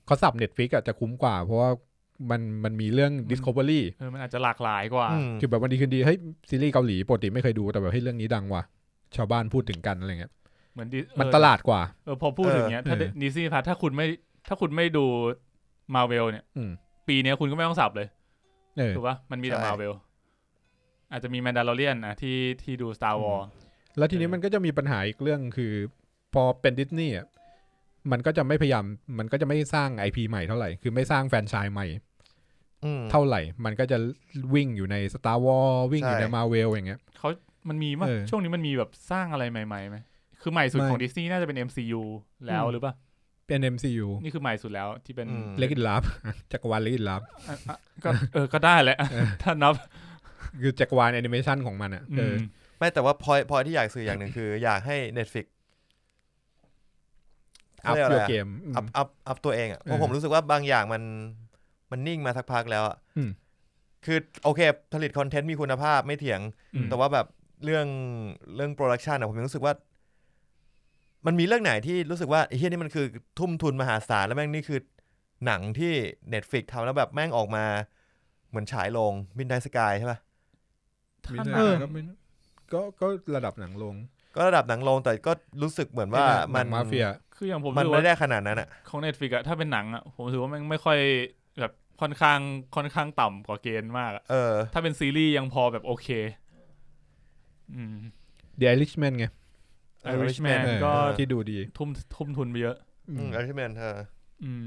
Speaker 1: เขาสับเน็ตฟิกอาจจะคุ้มกว่า เพราะว่ามันมันมีเรื่อง Discovery
Speaker 3: เออมันอาจจะหลากหลายกว่า
Speaker 2: อืม
Speaker 1: คือแบบวันดีคืนดีเฮ้ยซีรีส์เกาหลีปกติไม่เคยดูแต่แบบเฮ้ยเรื่องนี้ดังว่ะชาวบ้านพูดถึงกันอะไรเงี้ย
Speaker 3: เหมือนดิ
Speaker 1: มันตลาดกว่า
Speaker 3: เออพอพูดถึงเนี้ยถ้า
Speaker 1: เออ
Speaker 3: ดิสนีย์พาร์ทถ้าคุณไม่ถ้าคุณไม่ดูมาเวลเนี่ย
Speaker 1: อืม
Speaker 3: ปีเนี้ยคุณก็ไม่ต้องสับเลย
Speaker 1: เออ
Speaker 3: ถูกปะมันมีแต่
Speaker 2: ใช่
Speaker 3: มาเวลอาจจะมีแมนดาร์เลียนนะที่ที่ดู Star Wars
Speaker 1: แล้วทีนี้มันก็จะมีปัญหาอีกเรื่องคือ พอเป็นดิสนีย์อะมันก็จะไม่พยายาม มันก็จะไม่สร้างไอพีใหม่เท่าไหร่ คือไม่สร้างแฟรนไชส์ใหม่
Speaker 2: อืม
Speaker 1: เท่าไหร่ มันก็จะวิ่งอยู่ใน Star Wars วิ่งอยู่
Speaker 2: ใช่
Speaker 1: ใน Marvel อย่างเงี้ย
Speaker 3: เขามันมีมั้ย
Speaker 1: เออ
Speaker 3: ช่วงนี้มันมีแบบสร้างอะไรใหม่ๆไหมคือใหม่สุด
Speaker 1: ไม่
Speaker 3: ของดิสนีย์น่าจะเป็น MCU แล้วหรือปะ
Speaker 1: เป็น MCU
Speaker 3: นี่คือใหม่สุดแล้วที่เป็น
Speaker 2: อืม
Speaker 1: เล็กอินลับ จักรวาลเล็กอินลับ
Speaker 3: อ่ะอ่ะก็เออก็ได้แหละ ถ้านับ
Speaker 1: คือจักรวาลแอนิเมชันของมันอ่ะเออ
Speaker 3: ม
Speaker 1: อ
Speaker 2: ไม่แต่ว่าพอยพอยที่อยากสื่ออย่างหนึ่งคือ อยากให้ Netflix
Speaker 1: อั
Speaker 2: เขา
Speaker 1: พ
Speaker 2: เรี
Speaker 1: ยู
Speaker 2: ยกอะไรอะ
Speaker 1: เกม
Speaker 2: อัพอัพอัพตัวเองอะ่ะเพราะ
Speaker 1: เออ
Speaker 2: ผมรู้สึกว่าบางอย่างมันมันนิ่งมาสักพักแล้วอะ
Speaker 1: อืม
Speaker 2: คือโอเค ผลิตคอนเทนต์มีคุณภาพไม่เถียง
Speaker 3: อืม
Speaker 2: แต่ว่าแบบเรื่องเรื่องโปรดักชันอ่ะผมยังรู้สึกว่า มันมีเรื่องไหนที่รู้สึกว่าไอ้เฮียนี่มันคือทุ่มทุนมหาศาลแล้วแม่งนี่คือหนังที่ Netflix ทำแล้วแบบแม่งออกมา เหมือนฉายลงมินไดสกายใช่ปะ
Speaker 1: มี
Speaker 3: ถ้า
Speaker 1: ห
Speaker 3: ห
Speaker 1: น้า
Speaker 3: นัง
Speaker 1: ก็ไม่ก็ก็ระดับหนังลง
Speaker 2: ก็ระดับหนังลงแต่ก็รู้สึกเหมือนว่า
Speaker 1: ห
Speaker 2: มัน
Speaker 1: งมาเฟีย
Speaker 3: คืออย่างผม
Speaker 2: มัน
Speaker 3: รู้
Speaker 2: ไม่
Speaker 3: ว่า
Speaker 2: ได้ขนาดนั้นอ่ะ
Speaker 3: ของ Netflix อะถ้าเป็นหนังอะผมถือว่ามันไม่ค่อยแบบค่อนข้างค่อนข้างต่ำกว่าเกณฑ์มากอะ
Speaker 2: เออ
Speaker 3: ถ้าเป็นซีรีส์ยังพอแบบโอเค อืม
Speaker 1: The Irishman ไง
Speaker 3: Irishman
Speaker 1: เออ
Speaker 3: ก็
Speaker 1: ที่ดูดี
Speaker 3: ทุ่มทุ่มทุนไปเยอะ
Speaker 1: อืม
Speaker 2: ไอริชแมนเธอ
Speaker 3: อืม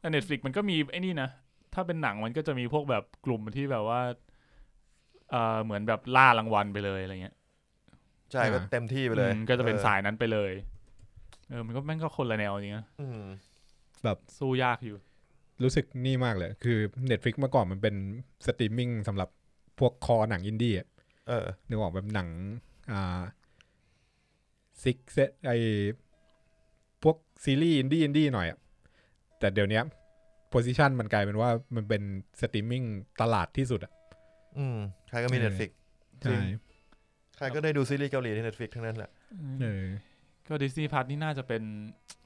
Speaker 3: แต่เน็ตฟลิกมันก็มีไอ้นี่นะ ถ้าเป็นหนังมันก็จะมีพวกแบบกลุ่มที่แบบว่า เอ่อเหมือนแบบล่ารางวัลไปเลยอะไรเงี้ย
Speaker 2: ใช่ก็
Speaker 1: อ่า
Speaker 2: เต็มที่ไปเลย
Speaker 3: อืมก็จะเป็น
Speaker 2: ออ
Speaker 3: สายนั้นไปเลย เออ มันก็แม่งก็คนละแนวจริงนะ
Speaker 2: อืม
Speaker 3: สู้ยากอยู่
Speaker 1: รู้สึกนี่มากเลย คือ Netflix เมื่อก่อนมันเป็นสตรีมมิ่งสำหรับพวกคอหนังอินดี้อะ
Speaker 2: เออ
Speaker 1: นึกออกแบบหนังอ่าซิกเซไอพวกซีรีส์อินดี้อินดี้หน่อยอะแต่เดี๋ยวเนี้โพซิชันมันกลายเป็นว่ามันเป็นสตรีมมิ่งตลาดที่สุดอะ
Speaker 2: อืม ใครก็มี
Speaker 3: เออ
Speaker 2: Netflix
Speaker 3: จริง
Speaker 1: ใช่
Speaker 2: ใครก็ได้ดูซีรีส์เกาหลีที่ Netflix ทั้งนั้นแหละ
Speaker 1: เออ
Speaker 3: ก็ดิสนีย์พาร์ทนี่น่าจะเป็น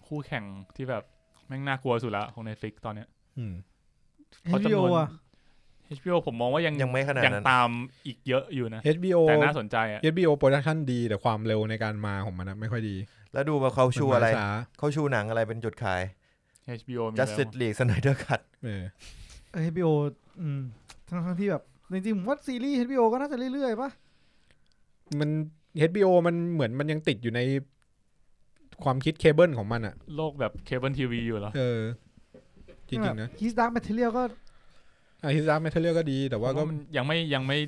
Speaker 3: คู่แข่งที่แบบแม่งน่ากลัวสุดละของเน็ตฟลิกตอนเนี้ย
Speaker 1: อืม
Speaker 3: เขาจำน
Speaker 4: HBO
Speaker 3: วน
Speaker 4: อ่ะ
Speaker 3: HBO ผมมองว่ายัง
Speaker 2: ยังไม่ขนาด
Speaker 3: ยัง
Speaker 2: นั้น
Speaker 3: ตามอีกเยอะอยู่นะ
Speaker 1: HBO
Speaker 3: แต่น่าสนใจอ่ะ
Speaker 1: HBO โปรดักชันดีแต่ความเร็วในการมาของมันนะไม่ค่อยดี
Speaker 2: แล้วดูว่าเขาชู
Speaker 1: มันมา
Speaker 2: อะไร
Speaker 1: ช้า
Speaker 2: เขาชูหนังอะไรเป็นจุดขาย
Speaker 3: HBO มีแล้ว
Speaker 2: Justice League Snyder Cut
Speaker 1: เออ
Speaker 4: HBO อืมทั้งทั้งที่แบบจริงๆผมว่าซีรีส์ HBO ก็น่าจะเรื่อยๆปะ
Speaker 1: มัน HBO มันเหมือนมันยังติดอยู่ในความคิดเคเบิลของมันอะ
Speaker 3: โลกแบบเคเบิลทีวีอยู่เหรอ
Speaker 1: เออ จริงๆนะ
Speaker 4: ฮิสดักแมทเทียลก็
Speaker 1: อาฮิซักเมทัลเลียก็ดี แต่ว่าก็
Speaker 3: ผมนยังไม่ยังไม่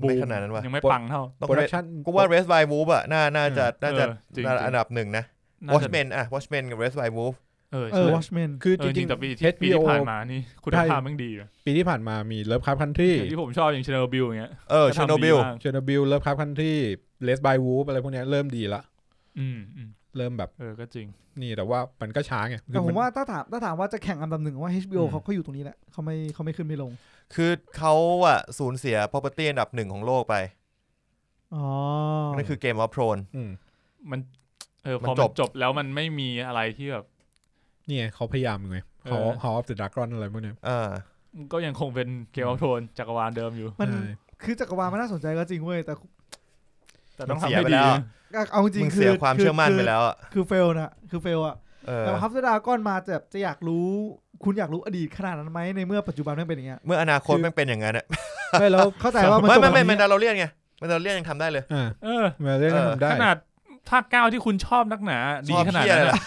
Speaker 3: บู
Speaker 2: ไม่ขนาดนั้นว่ะ
Speaker 3: ยังไม่
Speaker 1: ปลด
Speaker 3: ปังเท่า
Speaker 2: ต้อง
Speaker 1: โปรดั
Speaker 2: เร
Speaker 1: กชั่น
Speaker 2: กูว่า Race by Wolf อ่ะน่าน่าจะน่าจะ
Speaker 3: เออจริงๆ
Speaker 2: น่าอันดับหนึ่งนะ
Speaker 3: น่าจะ
Speaker 2: Watchmen อ่ะ Watchmen กับ Race by Wolf
Speaker 3: เออ
Speaker 4: เอ
Speaker 3: ใช่
Speaker 4: อ Watchmen
Speaker 1: คือ
Speaker 3: เอ
Speaker 1: จ
Speaker 3: อจ
Speaker 1: ริ
Speaker 3: ริ
Speaker 1: ง
Speaker 3: งแต่ปี
Speaker 1: ๆ
Speaker 3: ที่ปี
Speaker 1: HBO
Speaker 3: ที่ผ่านมานี่คุณภาพมันดีอยู่
Speaker 1: ปีที่ผ่านมามีเลิฟคัพคันทรี
Speaker 3: ที่ผมชอบอย่างเชนอบิลอย่างเงี้ย
Speaker 2: เออ
Speaker 3: ก็ทำดี
Speaker 2: Chernobyl
Speaker 3: มาก
Speaker 1: เชนบิลเลิฟคัพคันทรีเลสบายวูฟอะไรพวกเนี้ยเริ่มดีละ
Speaker 3: อืมอืม
Speaker 1: เริ่มแบบ
Speaker 3: เออก็จริง
Speaker 1: นี่แต่ว่ามันก็ช้าไง
Speaker 4: แต่
Speaker 1: คือ
Speaker 4: ผ
Speaker 1: น
Speaker 4: มว่าถ้าถามถ้าถามว่าจะแข่งอันดับหนึ่งผมว่า HBO
Speaker 1: อืม
Speaker 4: เขาเขาอยู่ตรงนี้แหละเขาไม่เขาไม่ขึ้นไม่ลง
Speaker 2: คือเขาอ่ะสูญเสีย property อันดับหนึ่งของโลกไป
Speaker 4: อ๋อ
Speaker 2: นั่นคือ Game of Thrones
Speaker 1: อืม
Speaker 3: มันเออพ
Speaker 2: มั
Speaker 3: อน
Speaker 2: จ
Speaker 3: มั
Speaker 2: บ
Speaker 3: นจบแล้วมันไม่มีอะไรที่แบบ
Speaker 1: นี่ไงเขาพยายามอยู่ไง
Speaker 3: เอ
Speaker 1: ฮา
Speaker 3: อ
Speaker 1: ฮาออฟเดอะดากรอนอะไรพวกเนี้ย
Speaker 2: เออ
Speaker 3: ก็ยังคงเป็นเกมอัลโทนจักรวาลเดิมอยู่
Speaker 4: มัน
Speaker 1: ใช่
Speaker 4: คือจักรวาลมันน่าสนใจก็จริงเว้ยแต่
Speaker 3: แต่ต้อง
Speaker 2: มันเสีย
Speaker 3: ทำให้
Speaker 2: ไป
Speaker 3: ดี
Speaker 2: แล้ว
Speaker 4: เอาเอาจริง
Speaker 2: มึง
Speaker 4: ๆคือ
Speaker 2: เสียความเชื่อมั่น
Speaker 4: คื
Speaker 2: ไปแล้วอะ
Speaker 4: คือเฟลนะคือเฟลอะ
Speaker 2: เออ
Speaker 4: แต่ฮับสดาก้อนมาแบบจะอยากรู้ คุณอยากรู้อดีตขนาดนั้นไหมในเมื่อปัจจุบันมันเป็นอย่างเงี้ย
Speaker 2: เมื่ออนาคตแม่งเป็นอย่างนั้นอะ
Speaker 4: ไม่แล้วเข้าใจว่ามัน
Speaker 2: ไม่
Speaker 4: จบ
Speaker 2: ไม่ไม่
Speaker 4: แบบ
Speaker 2: แมน
Speaker 4: นี้
Speaker 2: ดาโลเรียนไงแมนดาโลเรียนยังทำได้เลย
Speaker 1: อ่า
Speaker 3: เออ
Speaker 1: มาเรื่องนั้น
Speaker 2: เออ
Speaker 1: ทำได้
Speaker 3: ขนาดภาคเก้าที่คุณชอบนักหนาดี
Speaker 2: ชอบ
Speaker 3: ขนาด
Speaker 2: เหี้ยอะ
Speaker 3: นั้น
Speaker 2: ไรล่ะ
Speaker 3: อะ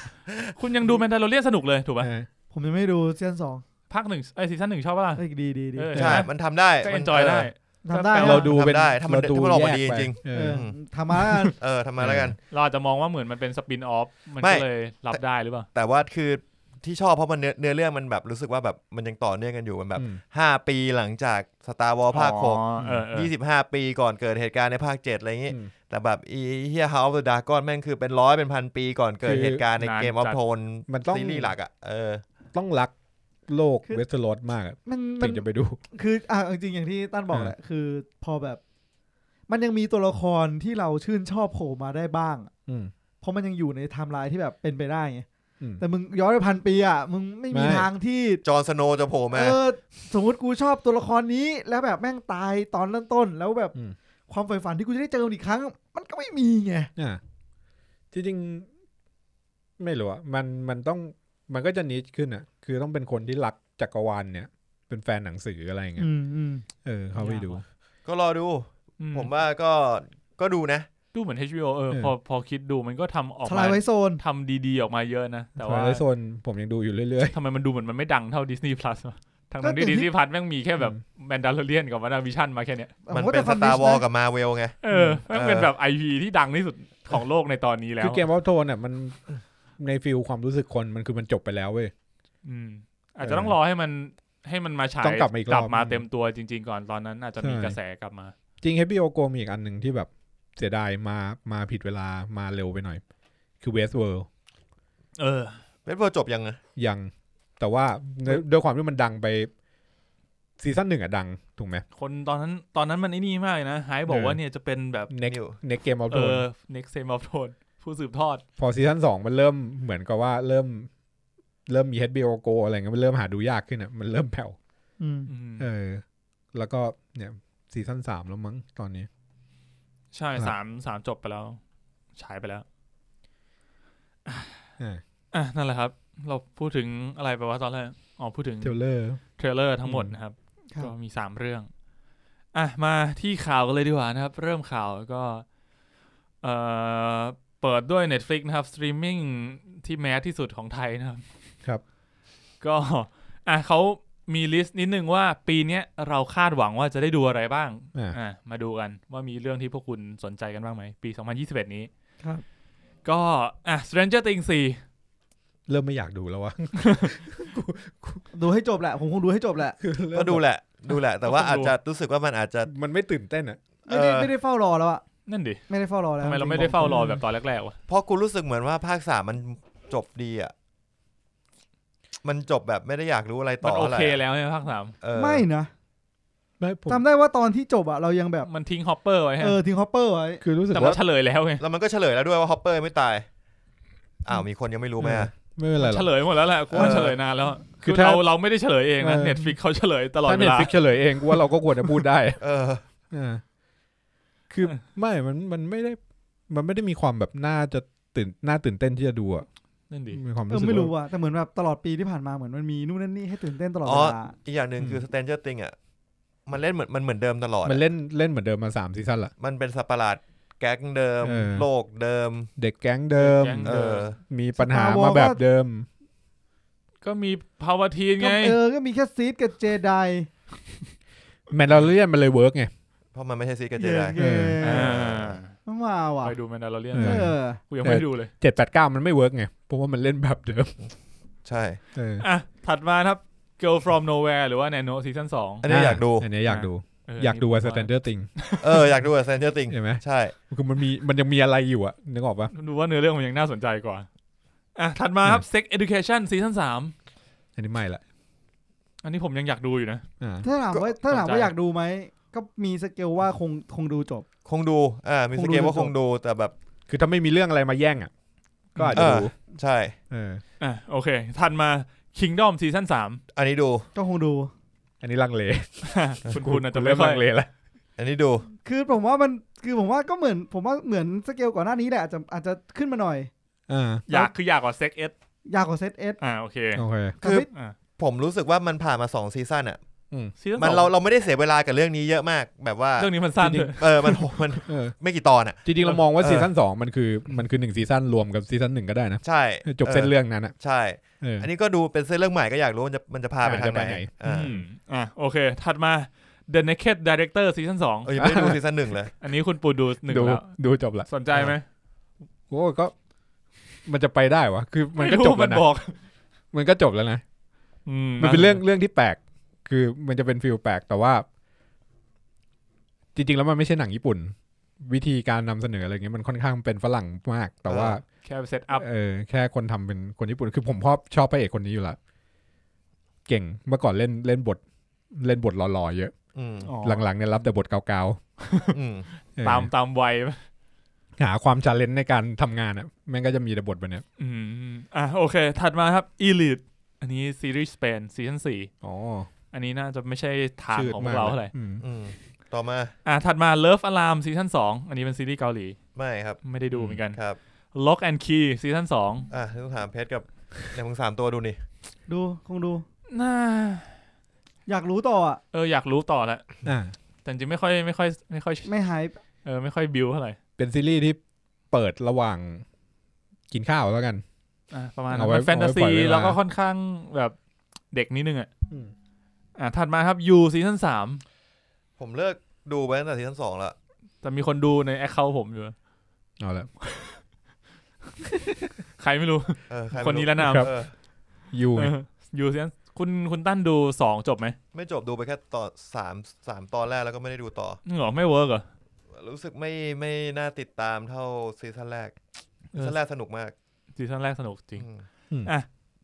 Speaker 3: คุณยังดูแมนดาโลเรียนสนุกเลยถูกป่ะ
Speaker 1: เออ
Speaker 4: ผมยังไม่ดูซีซั่นสอง
Speaker 3: ภาคหนึ่งไอยซีซั่นหนึ่งชอบป่ะล่ะ
Speaker 4: เอ้ยดีดีดี
Speaker 3: เออ
Speaker 2: ใช่ มันทำได้
Speaker 3: ก็
Speaker 2: มั
Speaker 3: เอนจอยได้
Speaker 4: ทำได้
Speaker 3: แต่
Speaker 1: เรา
Speaker 4: นะ
Speaker 1: ดูเป็น
Speaker 2: ทำได้ถ้ามัน
Speaker 1: เรดู
Speaker 2: ถ้ามันออกมา
Speaker 1: แย
Speaker 2: ดี
Speaker 1: ไป
Speaker 2: จริง
Speaker 1: เอ
Speaker 4: เอ
Speaker 1: อ
Speaker 4: อทำมาแล้วกัน
Speaker 2: เออทำมาแล้วกัน
Speaker 3: เราอาจจะมองว่าเหมือนมันเป็นสปินออฟมัน
Speaker 2: ไม่
Speaker 3: ก็เลยรับได้หรือเปล่า
Speaker 2: แต่ว่าคือที่ชอบเพราะมันเนื้อเนื้อเรื่องมันแบบรู้สึกว่าแบบมันยังต่อเนื่องกันอยู่มันแบบห้าปีหลังจากสตาร์วอลภาคหก
Speaker 3: อ๋อเออเออ
Speaker 2: ยี่สิบห้าปีก่อนเกิดเหตุการณ์ในภาคเจ็ดอะไรอย่างงี้
Speaker 1: อืม
Speaker 2: แต่แบบอีเฮียเฮาส์ดากอนแม่งคือเป็นร้อยเป็นพันปีก่อนเกิดเหตุการณ์ใน
Speaker 3: นาน
Speaker 2: เกมออฟ
Speaker 3: จัด
Speaker 2: โทน
Speaker 1: มันต้อง
Speaker 2: ซีรีส์หลักอ่ะเออ
Speaker 1: ต้องรักโลก
Speaker 4: คือ
Speaker 1: เวสเทอร์โรสมากอะ
Speaker 4: มันมั
Speaker 1: ถึ
Speaker 4: น
Speaker 1: งจะไปดู
Speaker 4: คืออ่ะจริงๆอย่างที่ตั้นบอก
Speaker 1: อ่า
Speaker 4: แหละคือพอแบบ มันยังมีตัวละครที่เราชื่นชอบโผล่มาได้บ้าง
Speaker 1: อืม
Speaker 4: เพราะมันยังอยู่ในไทม์ไลน์ที่แบบเป็นไปได้ไง
Speaker 1: อืม
Speaker 4: แต่มึงย้อนไปพันปีอ่ะมึงไม่มี
Speaker 1: ไม่
Speaker 4: ทางที่
Speaker 2: จอห์นสโนว์จะโผล่มา
Speaker 4: เออสมมติกูชอบตัวละครนี้ แล้วแบบแม่งตายตอนเริ่มต้น แล้วแบบ
Speaker 1: อืม
Speaker 4: ความใฝ่ฝันที่กูจะได้เจอมันอีกครั้ง มันก็ไม่มีไง
Speaker 1: อ่าจริงๆไม่รู้อะมันมันต้องมันก็จะนิชขึ้นอะคือต้องเป็นคนที่รัก จักรวาลเนี่ย เป็นแฟนหนังสืออะไรอย่างเงี้ย
Speaker 4: อืมอืม
Speaker 1: เออเขาไปดู
Speaker 2: ก็รอดู
Speaker 3: อื
Speaker 2: ผมว่าก็ก็ดูนะ
Speaker 3: ดูเหมือน HBO เออ
Speaker 1: เออ
Speaker 3: พอพอคิดดูมันก็ทำออก
Speaker 4: ท
Speaker 3: มา
Speaker 4: ลายไว้โซน
Speaker 3: ทำดีๆออกมาเยอะนะ แต่
Speaker 1: แต่
Speaker 3: ว่า
Speaker 1: ว่าโซนผมยังดูอยู่เรื่อย
Speaker 3: ทำไมมันดูเหมือนมันไม่ดังเท่า Disney Plus วะทาง
Speaker 4: ก็
Speaker 3: ๆที่
Speaker 4: อย่างที่
Speaker 3: Disney Plus แม่งมีแค่แบบ
Speaker 1: อืม
Speaker 3: แมนดาร์เลียนกับวันวิชั่นมาแค่เนี้ย
Speaker 2: มัน
Speaker 4: ผว่า
Speaker 2: เป็นส
Speaker 4: แต่
Speaker 2: ตาร์วอ
Speaker 4: Foundation
Speaker 2: ลกับมาเวลไง
Speaker 3: เออแม่งเป็นแบบ IP ที่ดังที่สุดของโลกในตอนนี้แล้
Speaker 1: ๆ คื
Speaker 3: ว
Speaker 1: อเกมวอลโทนเนี่ยมันในฟิลความรู้สึกคนมันคือมันจบไปแล้วเว้ย
Speaker 3: อืมอาจจะต้องรอให้มันให้มันมาฉาย
Speaker 1: ต้องกลับมาอีกรอบ
Speaker 3: มาเต็มตัวจริง ๆ ก่อนตอนนั้นอาจจะมี
Speaker 1: ใช่
Speaker 3: กระแสกลับมา
Speaker 1: จริง HBO Go มีอีกอันหนึ่งที่แบบเสียดายมามาผิดเวลามาเร็วไปหน่อย คือ Westworld
Speaker 3: เออ
Speaker 2: เวทเวิร์จบยังอะ
Speaker 1: ยัง แต่ว่าด้วยด้วยความที่มันดังไปซีซั่นหนึ่งอะดัง ถูกไหม
Speaker 3: คนตอนนั้นตอนนั้นมันไอ้นี่มากเลยนะไฮบอ
Speaker 1: เอก อ
Speaker 3: ว่าเนี่ยจะเป็นแบบ
Speaker 1: Next
Speaker 2: นิว
Speaker 1: Next Game of
Speaker 3: เอ
Speaker 1: Thrones
Speaker 3: อ next game of throne ผู้สืบทอด
Speaker 1: พอซีซั่นสองมันเริ่มเหมือนกับว่าเริ่ม เริ่มมี HBO Go อะไรเงี้ยมันเริ่มหาดูยากขึ้นอะมันเริ่มแผ่ว
Speaker 4: อืม
Speaker 3: อืม
Speaker 1: เออ แล้วก็เนี่ยซีซั่นสามแล้วมั้งตอนนี้
Speaker 3: ใช่
Speaker 1: ครับ
Speaker 3: สามสามจบไปแล้ว ฉายไปแล้ว
Speaker 1: อ่า
Speaker 3: อ่ะ นั่นแหละครับ เราพูดถึงอะไรไปวะตอนแรกอ๋อ พูดถึง
Speaker 1: เทเลอร์
Speaker 3: เทรลเลอร์ทั้งหมด
Speaker 1: อืม
Speaker 3: นะครับ
Speaker 4: ครับ
Speaker 3: ก็มีสามเรื่อง อ่ะ มาที่ข่าวกันเลยดีกว่านะครับ เริ่มข่าวก็ เอ่อ เปิดด้วย Netflix นะครับ สตรีมมิ่งที่แมสที่สุดของไทยนะครับ
Speaker 1: ครับ
Speaker 3: ก็ อ่ะเขามีลิสต์นิดนึงว่าปีเนี้ยเราคาดหวังว่าจะได้ดูอะไรบ้าง
Speaker 1: อ่า
Speaker 3: อ่ะมาดูกันว่ามีเรื่องที่พวกคุณสนใจกันบ้างไหม ปี 2021 นี้
Speaker 4: ครับ
Speaker 3: ก็อ่ะ Stranger Things 4
Speaker 1: เริ่มไม่อยากดูแล้ววะ
Speaker 4: ดูให้จบแหละ ผมคงดูให้จบแหละ
Speaker 1: คือเริ่ม
Speaker 2: ก็ดูแหละ ดูแหละ แต่ว่า
Speaker 3: ก็ต้อง
Speaker 2: อาจ
Speaker 3: ดู
Speaker 2: จะรู้สึกว่ามันอาจจะ
Speaker 1: มันไม่ตื่นเต้นอะ
Speaker 4: ไม่ได้
Speaker 2: เออ
Speaker 4: ไม่ได้เฝ้ารอแล้วอะ
Speaker 3: นั่นดิ
Speaker 4: ไม่ได้เฝ้ารอแล้ว
Speaker 3: ทำไม
Speaker 4: จ
Speaker 3: เรา
Speaker 4: งๆ
Speaker 3: ไม่ได้เฝ้ารอ
Speaker 4: ผม
Speaker 3: แบบตอนแรกๆวะ
Speaker 2: เพราะกูรู้สึกเหมือนว่าภาคสามมันจบดีอ่ะ มันจบแบบไม่ได้อยากรู้อะไรต่
Speaker 3: มัน
Speaker 2: อ
Speaker 3: โอ
Speaker 2: อะไร
Speaker 3: เคแล้วใช่ไหมภาคสาม
Speaker 2: เออ
Speaker 4: ไม่นะ
Speaker 1: ไม่ผม
Speaker 4: จำได้ว่าตอนที่จบอะเรายังแบบ
Speaker 3: มันทิ้งฮอปเปอร์ไว้ฮะ
Speaker 4: เออทิ้งฮอปเปอร์ไว้
Speaker 1: คือรู้สึก
Speaker 3: แต่
Speaker 1: ว่า
Speaker 3: ว่าเฉลยแล้วไง
Speaker 2: แล้วมันก็เฉลยแล้วด้วยว่าฮอปเปอร์ไม่ตาย อ้าวมีคนยังไม่รู้ไหมอะ
Speaker 1: ไม่เป็นไรหรอก
Speaker 3: เฉลยหมดแล้วแหละกูว่า
Speaker 2: เออ
Speaker 3: เฉลยนานแล้วอะ
Speaker 1: คื
Speaker 3: คือ อ
Speaker 1: ถ้า
Speaker 3: เราเราไม่ได้เฉลยเองนะ
Speaker 1: เออ
Speaker 3: Netflix เขาเฉลยตลอด
Speaker 1: ถ้า
Speaker 3: เว
Speaker 1: เน็ต
Speaker 3: ลา
Speaker 1: ฟิกเฉลยเองกูว่าเราก็ควรจะพูดได้
Speaker 2: เออ
Speaker 1: เออคือไม่ มัน มันไม่ได้ มันไม่ได้มีความแบบน่าจะตื่น น่าตื่นเต้นที่จะดูอะ
Speaker 3: นั่นดิ
Speaker 1: มีความ
Speaker 4: เอ
Speaker 1: รู้
Speaker 4: อ
Speaker 1: สึก
Speaker 4: ไม่รู้
Speaker 1: ว่า
Speaker 4: อะแต่เหมือนแบบตลอดปีที่ผ่านมาเหมือนมันมีนู่นนั่นนี่ให้ตื่นเต้นตลอด
Speaker 2: อ๋
Speaker 4: เว
Speaker 2: อ
Speaker 4: ลา
Speaker 2: อีกอย่างหนึ่งคือ
Speaker 1: ม
Speaker 2: ส t ตนเจอร์ติงอ่ะ มันเล่นเหมือนมันเหมือนเดิมตลอด
Speaker 1: มัน
Speaker 2: อะ
Speaker 1: เล่น เล่นเหมือนเดิมมาสามซีซั่นละ
Speaker 2: มันเป็นสัตว์ประหลาดแก๊งเดิม
Speaker 1: เออ
Speaker 2: โลกเดิม
Speaker 1: เด็กแก๊งเดิม
Speaker 3: เด็กแก๊ง
Speaker 2: เออ
Speaker 1: มีปัญหามาแบบเดิม
Speaker 3: ก็มีภาวะทีน
Speaker 4: ก็
Speaker 3: ไง
Speaker 4: เออก็มีแค่ซีดกับเจได
Speaker 1: แมนดาเรียนมันเลยเวิร์กไง
Speaker 2: เพราะมันไม่ใช่ซีกับเจ
Speaker 4: เย้
Speaker 2: ได
Speaker 4: เย้
Speaker 1: เ
Speaker 3: อ่า
Speaker 4: มันมาว่ะ
Speaker 3: ไปดูแมนดาร์เลียน
Speaker 1: เอ
Speaker 4: เออ
Speaker 3: กูยังไม่ได้ดูเลย
Speaker 1: เจ็ดแปดเก้ามันไม่เวิร์กไง เพราะว่ามันเล่นแบบเดิม
Speaker 2: ใช่
Speaker 1: เออ
Speaker 3: อ่ะ ถัดมานะครับ Girl from Nowhere หรือว่า Nano ซีซั่นสอง
Speaker 2: อันนี้อยากดู
Speaker 1: อันนี้อยากดู อยากดูว่าสแตนเดอร์ติง
Speaker 2: เอออยากดูส t ตนเจอร์ติง
Speaker 1: เห็นไหม
Speaker 2: ใช่
Speaker 1: คือมันมี มันยังมีอะไรอยู่อะนึกออกปะ
Speaker 3: ดูว่าเนื้อเรื่องมันยังน่าสนใจกว่า อ่ะ ถัดมาครับ Sex Education ซีซั่นสาม
Speaker 1: อันนี้ไม่ละ
Speaker 3: อันนี้ผมยังอยากดูอยู่นะ
Speaker 1: อ่า
Speaker 4: ถ้าถามว่าถ้าถาม
Speaker 3: สน
Speaker 4: ว่า
Speaker 3: ใจ
Speaker 4: อยากดูไหม ก็มีสเกลว่าคงคงดูจบ
Speaker 2: คงดู อ่า มีส
Speaker 4: คงดู
Speaker 2: เกลว่า
Speaker 4: จนจบ
Speaker 2: คงดู แต่แบบ
Speaker 1: คือถ้าไม่มีเรื่องอะไรมาแย่งอะก็อาจจะดู
Speaker 2: ใช่
Speaker 1: เออ
Speaker 3: อ่ะโอเค ถัดมา Kingdom ซีซั่นสาม
Speaker 2: อันนี้ดู
Speaker 4: ก็คงดู
Speaker 1: อันนี้ลังเล
Speaker 3: คุณคุณอาจจะ
Speaker 1: กู
Speaker 3: ไม่
Speaker 1: เริ่ม
Speaker 3: ค่อ
Speaker 1: ลั
Speaker 3: ย
Speaker 1: งเลละ
Speaker 2: อันนี้ดู
Speaker 4: คือผมว่ามันคือผมว่าก็เหมือน ผมว่าเหมือนสเกลก่อนหน้านี้แหละอาจจะอาจจะขึ้นมาหน่อย
Speaker 1: อ่า
Speaker 3: อยากคืออยากกว่าเซ็กเอส
Speaker 4: ยาวกว่าเซตเอส
Speaker 3: อ่าโอเค
Speaker 1: โอเค
Speaker 2: คือ
Speaker 3: อ่ะ
Speaker 2: ผมรู้สึกว่ามันผ่านมาสองซีซั่นอ่ะ
Speaker 3: ซีซั่น
Speaker 2: มัน
Speaker 3: ส
Speaker 2: เรา
Speaker 3: อง
Speaker 2: เราไม่ได้เสียเวลากับเรื่องนี้เยอะมาก แบบว่า
Speaker 3: เรื่องนี้มันสั้น
Speaker 1: จริง
Speaker 3: เลย
Speaker 2: เออ มันโหมัน
Speaker 1: เออ
Speaker 2: ไม่กี่ตอนอ่ะ
Speaker 1: จริงๆเรามองว่า
Speaker 2: เออ
Speaker 1: ซีซั่นสองมันคือมันคือหนึ่งซีซั่นรวมกับซีซั่นหนึ่งก็ได้นะ
Speaker 2: ใช่
Speaker 1: จบเส้นเรื่องนั้นอ่ะ
Speaker 2: ใช่
Speaker 1: เอออ
Speaker 2: อันนี้ก็ดูเป็นเส้นเรื่องใหม่ก็อยากรู้มันจะมันจะพาไป
Speaker 1: อ่า
Speaker 2: ทาง
Speaker 1: จะ
Speaker 2: ไห
Speaker 1: ไป
Speaker 2: น
Speaker 1: ไหน
Speaker 2: อ่า
Speaker 3: อืมอ่ะโอเค ถัดมา The Naked Director ซีซั่นสอง
Speaker 2: เออยังไม่ได้ดูซีซั่นหนึ่งเลย
Speaker 3: อันนี้คุณปูดูหนึ่ง
Speaker 1: ดู
Speaker 3: แล้ว
Speaker 1: ดูจบละ
Speaker 3: สนใจไหม
Speaker 1: โอ้ก็ มันจะไปได้วะคือมันก็
Speaker 3: ไรู้
Speaker 1: จบแล้ว
Speaker 3: มัน
Speaker 1: นะ
Speaker 3: บอก
Speaker 1: มันก็จบแล้วนะ
Speaker 3: อื
Speaker 1: มันเป็นเรื่องเรื่องที่แปลก คือมันจะเป็นฟิลแปลกแต่ว่า จริงๆแล้วมันไม่ใช่หนังญี่ปุ่น วิธีการนำเสนออะไรเงี้ยมันค่อนข้างเป็นฝรั่งมาก แต่ว่า
Speaker 3: แค่เซตอัพ
Speaker 1: เออแค่คนทำเป็นคนญี่ปุ่นคือผมชอบชอบพระเอกคนนี้อยู่ละเก่งเมื่อก่อนเล่นเล่นบท เล่นบทหล่อๆเยอะ
Speaker 2: อืม
Speaker 3: อ๋อ
Speaker 1: หลังๆเนี่ยรับแต่บทเกา
Speaker 2: อืม
Speaker 1: ๆเออ
Speaker 3: ตามตามวัย
Speaker 1: หาความชาเลนจ์ในการทำงานอ่ะแม่งก็จะมีแต่บทแบบเนี้ย
Speaker 3: อืมอ่ะโอเค ถัดมาครับ Elite อันนี้ซีรีส์สเปนซีซั่นสี่
Speaker 1: อ๋อ
Speaker 3: อันนี้น่าจะไม่ใช่ทางของพวกเราเท่าไหร่
Speaker 1: อืม
Speaker 2: อืมต่อมา
Speaker 3: อ่ะถัดมา Love Alarm ซีซั่นสองอันนี้เป็นซีรีส์เกาหลี
Speaker 2: ไม่ครับ
Speaker 3: ไม่ได้ดูเหมือนกัน
Speaker 2: ครับ
Speaker 3: Lock and Key ซีซั่นสอง
Speaker 2: อ่ะต้องถามเพชรกับเนี่ยมึงสามตัวดูนี่
Speaker 4: ดูคงดู
Speaker 3: น่า
Speaker 4: อยากรู้ต่ออ่ะ
Speaker 3: เอออยากรู้ต่อแหละ
Speaker 1: อ่า
Speaker 3: แต่จริงๆไม่ค่อยไม่ค่อยไม่ค่อย
Speaker 4: ไม่หาย
Speaker 3: เออไม่ค่อยบิวเท่าไหร่
Speaker 1: เป็นซีรีส์ที่เปิดระหว่างกินข้าวแล้วกัน
Speaker 3: อ่ะประมาณนั้
Speaker 1: เอา
Speaker 3: น
Speaker 1: ไว้
Speaker 3: มันแฟนตา
Speaker 1: เอาไว้ปล่อ
Speaker 3: ซี
Speaker 1: ยเวลา
Speaker 3: แล้วก็ค่อนข้างแบบเด็กนิดนึงอ่ะอ่ะถัดมาครับยูซีซั่นสาม
Speaker 2: ผมเลิกดูไปตั้งแต่ซีซั่นสองละ
Speaker 3: แต่มีคนดูในแอคเคาท์ผมอยู่
Speaker 1: เอาละ
Speaker 3: ใครไม่รู้
Speaker 2: เออใรไม่
Speaker 3: คนนี้ละนาม
Speaker 2: เออ
Speaker 1: ยูไง
Speaker 3: เออยูซีซั่นคุณคุณตั้นดูสองจบไหม
Speaker 2: ไม่จบดูไปแค่ตอนสามสามตอนแรกแล้วก็ไม่ได้ดูต่อ
Speaker 3: เหรอไม่เวิร์กเหรอ
Speaker 2: รู้สึกไม่ไม่น่าติดตามเท่าซีซั่นแรก
Speaker 3: เอ
Speaker 2: ซี
Speaker 3: อ
Speaker 2: ซั่นแรกสนุกมาก
Speaker 3: ซีซั่นแรกสนุกจริง
Speaker 2: อืม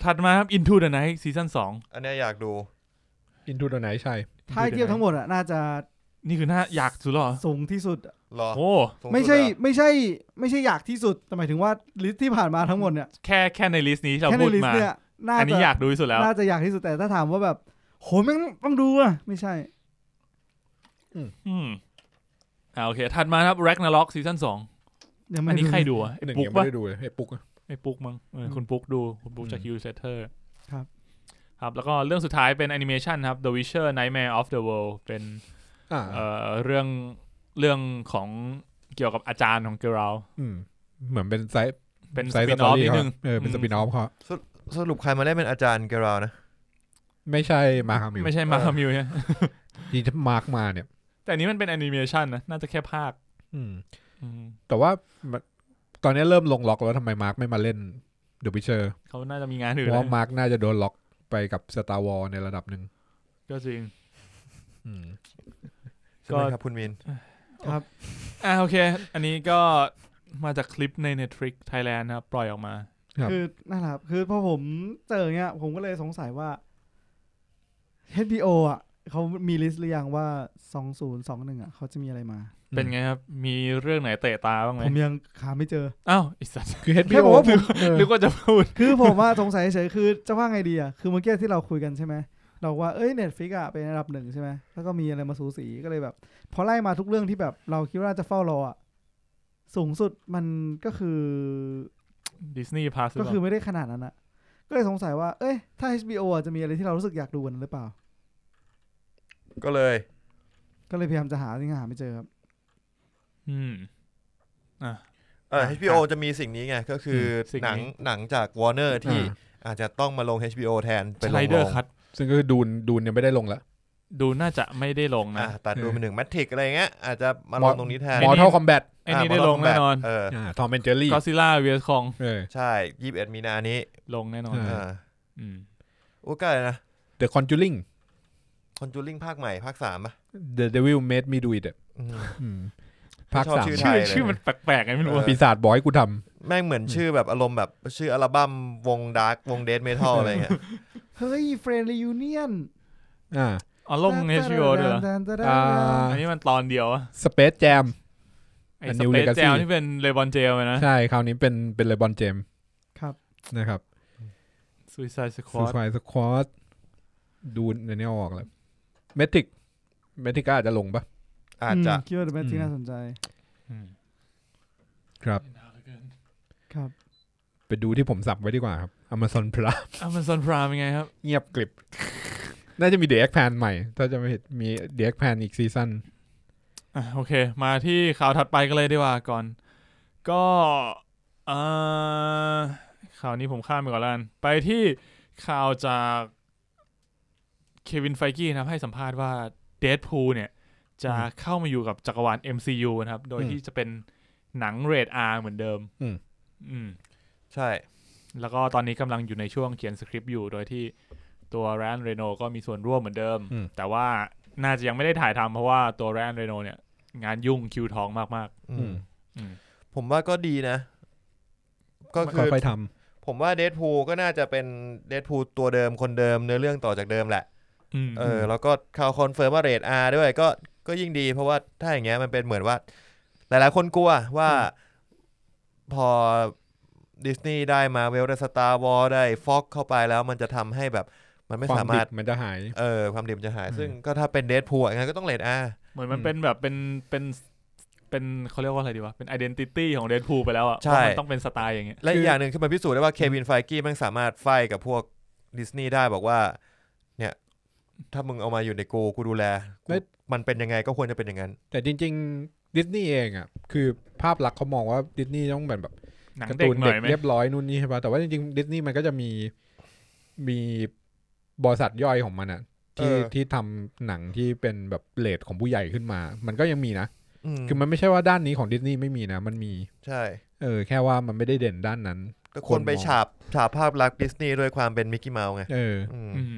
Speaker 3: ถัดมาครับ Into the Night ซีซั่นสอง
Speaker 2: อันเนี้ยอยากดู
Speaker 1: อินทูดไนใช่
Speaker 4: ถ้าเทียบทั้งหมดอ่ะน่าจะ
Speaker 3: นี่คือหน้าอยากสุดเหรอ
Speaker 4: สูงที่สุดอะ
Speaker 2: รอ
Speaker 3: โอ้
Speaker 2: ส่ง
Speaker 4: ไม่ใช่
Speaker 2: สุดอะ
Speaker 4: ไม่ใช่ไม่ใช่อยากที่สุดแต่หมายถึงว่าลิสต์ที่ผ่านมาทั้งหมดเนี่ย
Speaker 3: แค่แค่ในลิสต์นี้ที่เรา
Speaker 4: แค่
Speaker 3: พู
Speaker 4: ใน
Speaker 3: ด
Speaker 4: ลิส
Speaker 3: มา
Speaker 4: ต์เนี่ยน่า
Speaker 3: อันนี้
Speaker 4: จะ
Speaker 3: อยากดูที่สุดแล้ว
Speaker 4: น่าจะอยากที่สุดแต่ถ้าถามว่าแบบโหแม่งต้องดูอ่ะไม่ใช่
Speaker 3: อืมอ่าโอเค ถัดมาครับ Ragnarok ซีซั่นสอง
Speaker 4: ยังไม่
Speaker 3: อันนี้
Speaker 4: ดู
Speaker 3: ใครดูอะไอ้
Speaker 1: หนึ่ง
Speaker 3: ปุ๊ก
Speaker 1: ยัง
Speaker 3: ปะ
Speaker 1: ไม่ได้ดูเลยไอ้ปุ๊กอะ
Speaker 3: ไอ้ปุ๊กมั้งเออ
Speaker 4: อืม
Speaker 3: คุณปุ๊กดู คุณปุ๊ก
Speaker 1: อืม
Speaker 3: จาก Hugh Slater
Speaker 4: ครับ
Speaker 3: ครับ แล้วก็เรื่องสุดท้ายเป็นแอนิเมชันครับ The Witcher Nightmare of the World เป็น
Speaker 1: อ่า
Speaker 3: เอ่อเรื่องเรื่องของเกี่ยวกับอาจารย์ของเกรา
Speaker 1: อืม เหมือนเป็นไซส์
Speaker 3: เป็น
Speaker 1: ไซ
Speaker 3: ส
Speaker 1: ส์ส
Speaker 3: ปิน
Speaker 1: ต
Speaker 3: อ
Speaker 1: อ
Speaker 3: อฟ
Speaker 1: รี่
Speaker 3: นิด
Speaker 1: เขา
Speaker 3: นึง
Speaker 1: เออเป็นส
Speaker 3: ม
Speaker 1: ปินออฟเขา
Speaker 2: สรุปใครมาได้เป็นอาจารย์แกเรานะ
Speaker 1: ไม่ใช่มาร์คฮามิล
Speaker 3: ไม่ใช่มาคามิวเนี่ย
Speaker 1: ที่มาร์คมาเนี่ย
Speaker 3: แต่อันนี้มันเป็นแอนิเมชันนะน่าจะแค่ภาค
Speaker 1: อืม
Speaker 3: อืม
Speaker 1: แต่ว่ามันตอนนี้เริ่มลงล็อกแล้วทำไมมาร์คไม่มาเล่นเดอะวิเชอร์
Speaker 3: เขาน่าจะมีงานอื่
Speaker 1: เพ
Speaker 3: น
Speaker 1: ราะว่า
Speaker 3: นะ
Speaker 1: มาร์คน่าจะโดนล็อกไปกับสตาร์วอลในระดับหนึ่ง
Speaker 3: ก็จริง
Speaker 1: อืม
Speaker 2: ใช่ไหมครับคุณมิน
Speaker 3: อ่าโอเค อันนี้ก็มาจากคลิปใน Netflix Thailand นะครับ ปล่อยออกมา
Speaker 1: ครับ
Speaker 4: คือนั่นแหละครับคือพอผมเจออย่างเงี้ย ผมก็เลยสงสัยว่า HBO อ่ะเขามีลิสต์หรือยังว่า 2021 อ่ะเขาจะมีอะไรมา
Speaker 3: เป็นไงครับ มีเรื่องไหนเตะตาบ้างไหม
Speaker 4: ผมยังหาไม่เจอ
Speaker 3: อ้าวไอ้สัส
Speaker 1: คือ
Speaker 4: แค่
Speaker 1: HBO
Speaker 4: บอกว่าผม
Speaker 1: เออ
Speaker 3: นึกว่าจะพูด
Speaker 4: คือผมว่าสงสัยเฉยๆคือจะว่าไงดีอ่ะ คือเมื่อกี้ที่เราคุยกันใช่ไหม เราว่าเอ้ย Netflix อ่ะเป็นอันดับหนึ่งใช่ไหม แล้วก็มีอะไรมาสูสีก็เลยแบบ พอไล่มาทุกเรื่องที่แบบเราคิดว่าจะเฝ้ารออ่ะ สูงสุดมันก็คือ
Speaker 3: Disney Plus หรื
Speaker 4: ก็
Speaker 3: อเป
Speaker 4: คือ
Speaker 3: ล่า
Speaker 4: ไม่ได้ขนาดนั้นอะก็เลยสงสัยว่า เอ้ย ถ้า HBO อ่ะจะมีอะไรที่เรารู้สึกอยากดูกันหรือเปล่า
Speaker 2: ก็เลย
Speaker 4: ก็เลยพยายามจะหาที่หาไม่เจอครับ
Speaker 3: อืม
Speaker 2: เออ
Speaker 3: อ่ะ
Speaker 2: HBO จะมีสิ่งนี้ไง ก็คือ
Speaker 3: สิ่ง
Speaker 2: หนั
Speaker 3: นี้
Speaker 2: งหนังจาก Warner ที่
Speaker 1: อ่า
Speaker 2: อาจจะต้องมาลง HBO แทนเป็นล
Speaker 3: ไ l
Speaker 2: ง
Speaker 3: เด
Speaker 2: ล
Speaker 3: อร์
Speaker 2: ง
Speaker 3: คัต
Speaker 1: ซึ่งก็คือดูนดูนเนี่ยไม่ได้ลงละ
Speaker 3: ดูน่าจะไม่ได้ลง
Speaker 2: อ่ะ
Speaker 3: นะ
Speaker 2: ตัดดูเป็นหนึ่งแมทริกอะไรเงี้ยอาจจะมาลงตรงนี้แทน
Speaker 3: ไอ้
Speaker 1: m อ r
Speaker 3: นี่
Speaker 1: t a l Kombat
Speaker 3: ไอ้นี่
Speaker 2: ะ
Speaker 3: ได้ลง
Speaker 2: มา
Speaker 3: แน่นอน
Speaker 2: เออ
Speaker 1: ทอมแอนเจอรี่า Tom and Jerry
Speaker 3: Godzilla vs Kong
Speaker 1: เออ
Speaker 2: ใช่ยี่สิบเอ็ดมีนานี้
Speaker 3: ลงแน่นอน
Speaker 1: อ่า
Speaker 2: อ่า
Speaker 3: อืม
Speaker 2: โอ้ใกล้นะ
Speaker 1: The Conjuring
Speaker 2: คอนจูริงภาคใหม่ภาคสามอ่ะ
Speaker 1: The Devil Made Me Do It อะ
Speaker 2: อืม
Speaker 1: อืมภาค
Speaker 2: ชอบ
Speaker 1: สาม
Speaker 2: ชื่อ
Speaker 3: ชื่อ
Speaker 2: ไทยเลย
Speaker 3: ชื่อมันแปลกๆไงไม่รู้
Speaker 2: เอ
Speaker 3: อะ
Speaker 2: อ
Speaker 1: ปีศาจบอยกูท
Speaker 2: แม่งเหมือนชื่อแบบอารมณ์แบบชื่ออัลบั้มวงดาร์กวงเดทเมทัลอะไรเงี้ย
Speaker 4: เฮ้ย Friend Reunion
Speaker 1: ำอ่า
Speaker 3: อ๋อลง HBO ด้วยเหรอ
Speaker 1: อ่า
Speaker 3: อันนี้มันตอนเดียวอะ
Speaker 1: Space Jam
Speaker 3: ไอ้
Speaker 1: อัน
Speaker 3: ส
Speaker 1: New
Speaker 3: เปซ
Speaker 1: Legacy
Speaker 3: แจวที่เป็นเลบอนเจลนะ
Speaker 1: ใช่คราวนี้เป็นเป็นเลบอนเจม
Speaker 4: ครับ
Speaker 1: นะครับ
Speaker 3: Suicide
Speaker 1: ซู
Speaker 3: Squad
Speaker 1: ซายสควอตดูนเนี่ยออกแล้วเมทิกเมทิกอาจจะลงปะ
Speaker 2: อาจจะ
Speaker 4: มคิดว่าเป็นที่น่าสนใจ
Speaker 3: อืม
Speaker 1: ครับ
Speaker 4: ครับ
Speaker 1: ไปดูที่ผมสับไว้ดีกว่าครับ Amazon Prime
Speaker 3: อเมซอนพรามเป็นไงครับ
Speaker 1: เงียบกริบ น่าจะมี The X-Pan ใหม่ ถ้าจะไม่ผิดมี The X-Pan อีกซีซั่น
Speaker 3: อ่ะโอเค มาที่ข่าวถัดไปกันเลยดีกว่าก่อน ก็เอ่อข่าวนี้ผมข้ามไปก่อนแล้วกันไปที่ข่าวจากเควินไฟกี้นะครับ ให้สัมภาษณ์ว่าเด p พูเนี่ย จะเข้ามาอยู่กับจักรวาล MCU นะครับ โดยที่จะเป็นหนังเร d R เหมือนเดิม อืม
Speaker 2: ใช่
Speaker 3: แล้วก็ตอนนี้กำลังอยู่ในช่วงเขียนสคริปต์อยู่ โดยที่ตัวแรนเรโนก็มีส่วนร่วมเหมือนเดิม แต่ว่าน่าจะยังไม่ได้ถ่ายทำเพราะว่าตัวแรนเรโนเนี่ยงานยุ่งคิวท้องมาก
Speaker 2: อืม
Speaker 3: ๆอืม
Speaker 2: ผมว่าก็ดีนะ ก็คือ
Speaker 1: ค่อยๆท
Speaker 2: ผมว่าเด p พูก็น่าจะเป็นเด p พูตัวเดิมคนเดิมเนื้อเรื่องต่อจากเดิมแหละ
Speaker 3: อืม
Speaker 2: เออแล้วก็ข่าวคอนเฟิร์มว่าเรทอาด้วยก็ก็ยิ่งดี เพราะว่าถ้าอย่างเงี้ยมันเป็นเหมือนว่า หลายๆคนกลัวว่าพอดิสนีย์ได้มาเวลได้สตาร์วอลได้ฟ็อกเข้าไปแล้วมันจะทำให้แบบมัน
Speaker 1: ำ
Speaker 2: ไม่
Speaker 1: ความ
Speaker 2: สามาร
Speaker 1: ดิ
Speaker 2: ถ
Speaker 1: บมันจะหาย
Speaker 2: เออความดิบจะหาย
Speaker 1: อืม
Speaker 2: ซึ่งก็ถ้าเป็นเด p พูอย่างนั้นก็ต้องเรทอา
Speaker 3: เหมือนมันเป็นแบบเป็นเป็นเป็นเขาเรียกว่าอะไรดีวะ เป็นไอดีนิตี้ของเด p พูไปแล้วอะว่ามันต้องเป็นสไตล์อย่างเงี้ย
Speaker 2: และอีกอย่างหนึ่งคือมันพิสูจน์ได้ว่าเควินไฟกี้มันสามารถไฟกับพวกดิสนีย์ได้บอกว่า ถ้ามึงเอามาอยู่ในกูกูดูแลกู
Speaker 1: ไม่
Speaker 2: มันเป็นยังไงก็ควรจะเป็นอย่างนั้น
Speaker 1: แต่จริงๆดิสนีย์เองอ่ะคือภาพลักษณ์เขามองว่าดิสนีย์ต้องเป็นแบบ
Speaker 3: หนัง
Speaker 1: การ์
Speaker 3: เด็ก
Speaker 1: ตูน
Speaker 3: หน่
Speaker 1: เด็
Speaker 3: อย
Speaker 1: ก
Speaker 3: ไหม
Speaker 1: เรียบร้อยนู่นนี่ใช่ปะแต่ว่าจริงๆดิสนีย์มันก็จะมีมีบริษัทย่อยของมันอ่ะที่
Speaker 2: เออ
Speaker 1: ที่ทำหนังที่เป็นแบบเลทของผู้ใหญ่ขึ้นมา มันก็ยังมีนะ
Speaker 2: อืม
Speaker 1: คือมันไม่ใช่ว่าด้านนี้ของดิสนีย์ไม่มีนะ มันมี
Speaker 2: ใช่
Speaker 1: เออ แค่ว่ามันไม่ได้เด่นด้านนั้น
Speaker 2: แต่คนไป
Speaker 1: คนมอง
Speaker 2: ฉาบฉาบภาพลักษณ์ดิสนีย์ด้วยความเป็นมิกกี้เมาส์ไง
Speaker 1: เออ
Speaker 2: อืม
Speaker 3: อืม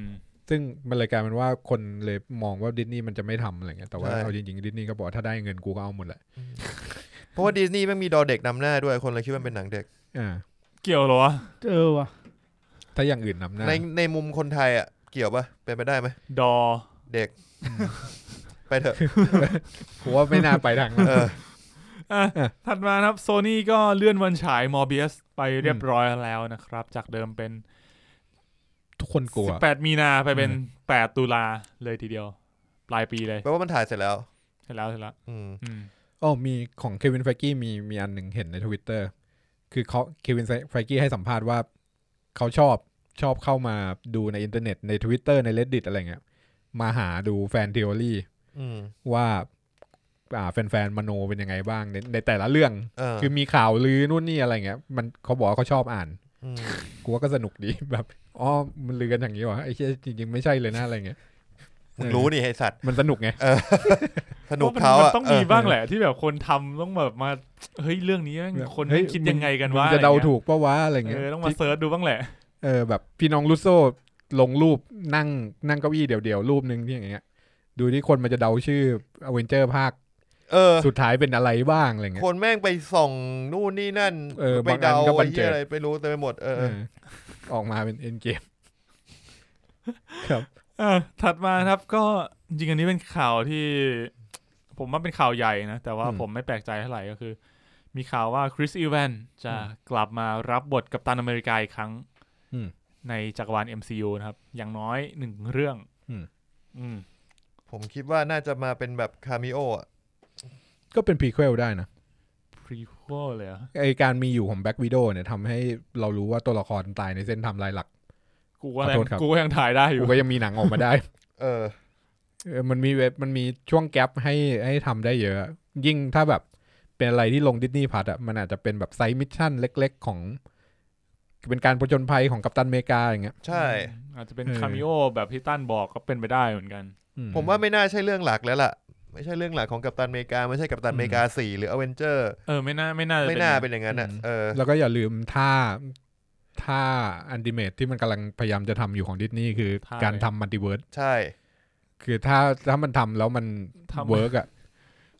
Speaker 1: ซึ่งมันเลยกลายเป็นว่าคนเลยมองว่าดิสนีย์มันจะไม่ทำอะไรเงี้ยแต่ว่า
Speaker 2: ใช่
Speaker 1: เอาจริงๆดิสนีย์ก็บอกว่าถ้าได้เงินกูก็เอาหมดแหละ
Speaker 2: เพราะว่าดิสนีย์มันมีดอเด็กนำหน้าด้วยคนเลยคิดว่าเป็นหนังเด็ก
Speaker 1: อ่า
Speaker 3: เกี่ยวเหรอวะ
Speaker 4: เออว่ะ
Speaker 1: ถ้าอย่างอื่นนำหน้า
Speaker 2: ในในมุมคนไทยอ่ะเกี่ยวปะเป็นไปได้ไหม
Speaker 3: ดอ
Speaker 2: เด็ก ไปเถอะ
Speaker 1: ผมว่าไม่น่าไปทางนั้น
Speaker 2: เออ
Speaker 3: อ่ะ
Speaker 1: อ่ะ
Speaker 3: ถัดมาครับโซนี่ก็เลื่อนวันฉายมอ b เ u สไปเรียบร้อยแล้วนะครับ จากเดิมเป็น
Speaker 1: ทุกคนกลัว
Speaker 3: 18 มีนาไปเป็น 8 ตุลาเลยทีเดียว ปลายปีเลย
Speaker 2: แปลว่ามันถ่ายเสร็จแล้ว
Speaker 3: เสร็จแล้วเสร็จแล้ว
Speaker 2: อืม
Speaker 3: อืม
Speaker 1: อ๋อมีของเควินไฟกี้มีมีอันหนึ่งเห็นในทวิตเตอร์คือเขาเควินไฟกี้ให้สัมภาษณ์ว่าเขาชอบชอบเข้ามาดูในอินเทอร์เน็ตใน Twitter ใน Reddit อะไรเงี้ยมาหาดูแฟนทีโอรี
Speaker 2: อืม
Speaker 1: ว่าอ่าแฟนๆมโนเป็นยังไงบ้างในในแต่ละเรื่อง
Speaker 2: เออ
Speaker 1: คือมีข่าวลือนู่นนี่อะไรเงี้ยมันเขาบอกว่าเขาชอบอ่าน
Speaker 2: ม
Speaker 1: กูว่าก็สนุกดี แบบอ๋อมันลือกันอย่างนี้วะไอ้เชี่ยจริงๆไม่ใช่เลยนะอะไรเงี้ย
Speaker 2: มึงรู้นี่ไอสัตว์
Speaker 1: มันสนุกไง
Speaker 2: สนุกเขา
Speaker 3: ว่มั
Speaker 2: อ่ะ
Speaker 3: นต้อง
Speaker 2: เอ
Speaker 3: มี
Speaker 2: อ
Speaker 3: บ้างแหละที่แบบคนทำต้องแบบมา เฮ้ย เรื่องนี้แม่งคน
Speaker 1: เฮ้ย
Speaker 3: คิดยังไงกัน
Speaker 1: มึ
Speaker 3: วะ
Speaker 1: งจะเดา
Speaker 3: อะไร
Speaker 1: ถูกปะวะอะไร
Speaker 3: เงี้
Speaker 1: เงี้ย
Speaker 3: ยเออต้องมาเซิร์ชดูบ้างแหละ
Speaker 1: เออแบบพี่น้องลุโซลงรูปนั่งนั่งเก้าอี้เดี่ยวๆรูปหนึ่งที่อย่างเงี้ย ดูที่คนมันจะเดาชื่ออเวนเจอร์ภาค
Speaker 2: เออ
Speaker 1: สุดท้ายเป็นอะไรบ้างอะไรเงี้
Speaker 2: ค
Speaker 1: ย
Speaker 2: นแม่งไปส่องนู่นนี่นั่น
Speaker 1: เออ
Speaker 2: ไป
Speaker 1: บางอัน
Speaker 2: เดา
Speaker 1: ก็บั
Speaker 2: ไอ้
Speaker 1: นเจิ
Speaker 2: เหี้
Speaker 1: ด
Speaker 2: ยอะไรไปรู้เต็มไปหมดเออ
Speaker 1: เออออกมาเป็นเอ็นเกม ครับ
Speaker 3: อ่ะถัดมาครับก็จริงอันนี้เป็นข่าวที่ ผมว่าเป็นข่าวใหญ่นะ แต่ว่า
Speaker 1: อืม
Speaker 3: ผมไม่แปลกใจเท่าไหร่ก็คือ มีข่าวว่าคริสอีแวนจะ
Speaker 1: อืม
Speaker 3: กลับมารับบทกัปตันอเมริกาอีกครั้ง
Speaker 1: อืม
Speaker 3: ในจักรวาล MCU นะครับ อย่างน้อยหนึ่งเรื่อง
Speaker 1: อืม
Speaker 3: อืม
Speaker 2: ผมคิดว่าน่าจะมาเป็นแบบคาเมโออ่ะ
Speaker 1: ก็เป็นพรีเควลได้นะ
Speaker 3: พรีโคเลยเหรอ
Speaker 1: ไอการมีอยู่ของแบ็กวีดโอเนี่ยทำให้เรารู้ว่าตัวละครตายในเส้นไทำลายหลัก
Speaker 3: กูก็
Speaker 1: ขอ
Speaker 3: ยัง
Speaker 1: โทษครับ
Speaker 3: กูก็ยังถ่ายได้อยู่
Speaker 1: กูก็ยังมีหนังออกมาได้
Speaker 2: เออ
Speaker 1: เออมันมีเว็บมันมีช่วงแกลบให้ให้ทำได้เยอะ ยิ่งถ้าแบบเป็นอะไรที่ลงดิสนีย์พัทอะมันอาจจะเป็นแบบไซมิชชั่นเล็กๆ ของเป็นการผจญภัยของกัปตันอเมริกาอย่างเงี้ย
Speaker 2: ใช่
Speaker 3: อาจจะเป็น
Speaker 1: เออ
Speaker 3: คาเมิโอแบบที่ตั้นบอกก็เป็นไปได้เหมือนกัน
Speaker 1: อื
Speaker 2: ผมว่าไม่น่าใช่เรื่องหลักแล้วล่ะ ไม่ใช่เรื่องหลักของกัปตันอเมริกา ไม่ใช่กัปตันอเมริกาสี่หรืออเวนเจอร์
Speaker 3: เออไม่น่าไม่น่าจะ
Speaker 2: ไม่
Speaker 3: เป็น
Speaker 2: น่า
Speaker 3: อย่างนั้น
Speaker 2: เป็นอย่างนั้นอ่ะเออ
Speaker 1: แล้วก็อย่าลืมท่าท่าอันดิเมตที่มันกำลังพยายามจะทำอยู่ของดิสนีย์คือ
Speaker 3: ท่า
Speaker 1: การ
Speaker 3: อะไร
Speaker 1: ทำมัลติเวิร์ส
Speaker 2: ใช่
Speaker 1: คือถ้าถ้ามันทำแล้วมัน
Speaker 3: ทำ
Speaker 1: เวิร์กอะ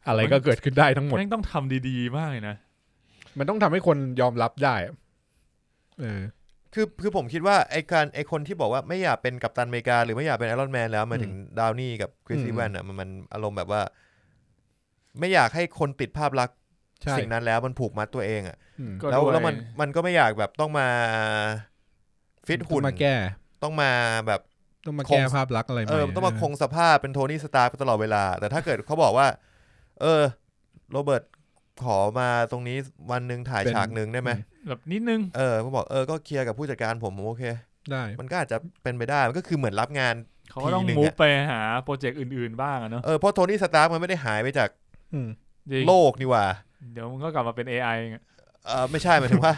Speaker 1: อะไรก็เกิดขึ้นได้ทั้งหมด
Speaker 3: แม่งต้องทำดีๆมากเลยนะ
Speaker 1: มันต้องทำให้คนยอมรับได้อะเออ
Speaker 2: คือคือผมคิดว่าไอการไอคนที่บอกว่าไม่อยากเป็นกัปตันอเมริกา หรือไม่อยากเป็นไอรอนแมนแล้วหมายถึงดาวนี่กับคริส
Speaker 1: อืม
Speaker 2: อีแวนอ่ะมันมันอารมณ์แบบว่า ไม่อยากให้คนติดภาพลักษณ์
Speaker 1: ใช่
Speaker 2: สิ่งนั้นแล้วมันผูกมัดตัวเองอ่ะ
Speaker 1: อืม
Speaker 3: ก็
Speaker 2: แล้ว
Speaker 3: ด้วย
Speaker 2: แล้วมันมันก็ไม่อยากแบบต้องมาฟิตหุ่น
Speaker 1: ต้องมาแก้
Speaker 2: ต้องมาแบบ
Speaker 1: ต้องมา
Speaker 2: คง
Speaker 1: แก้ภาพลักษณ์อะไรให
Speaker 2: เออต้องมา
Speaker 1: เ
Speaker 2: คงสภาพเป็นโทนี่สตาร์ไปตลอดเวลา แต่ถ้าเกิดเขาบอกว่า เออ โรเบิร์ตขอมาตรงนี้วันหนึ่งถ่าย
Speaker 1: เป็น
Speaker 2: ฉากหนึ่งได้ไหม
Speaker 3: แบบนิดนึง
Speaker 2: เออผมบอกเออก็เคลียร์กับผู้จัดการผมผมโอเค
Speaker 1: ได้
Speaker 2: มันก็อาจจะเป็นไปได้ มันก็คือเหมือนรับงาน
Speaker 3: เขาก็ต้อง
Speaker 2: ทีหนึ่ง
Speaker 3: มูฟ
Speaker 2: อะ
Speaker 3: ไปหาโปรเจกต์อื่นๆบ้างอะเนาะ
Speaker 2: เออเพราะโทนี่สตาร์มันไม่ได้หายไปจาก
Speaker 1: อืม
Speaker 3: จริง
Speaker 2: โลกนี่หว่า
Speaker 3: เดี๋ยวมันก็กลับมาเป็น AI เองอะ
Speaker 2: เออไม่ใช่หมายถึงว่า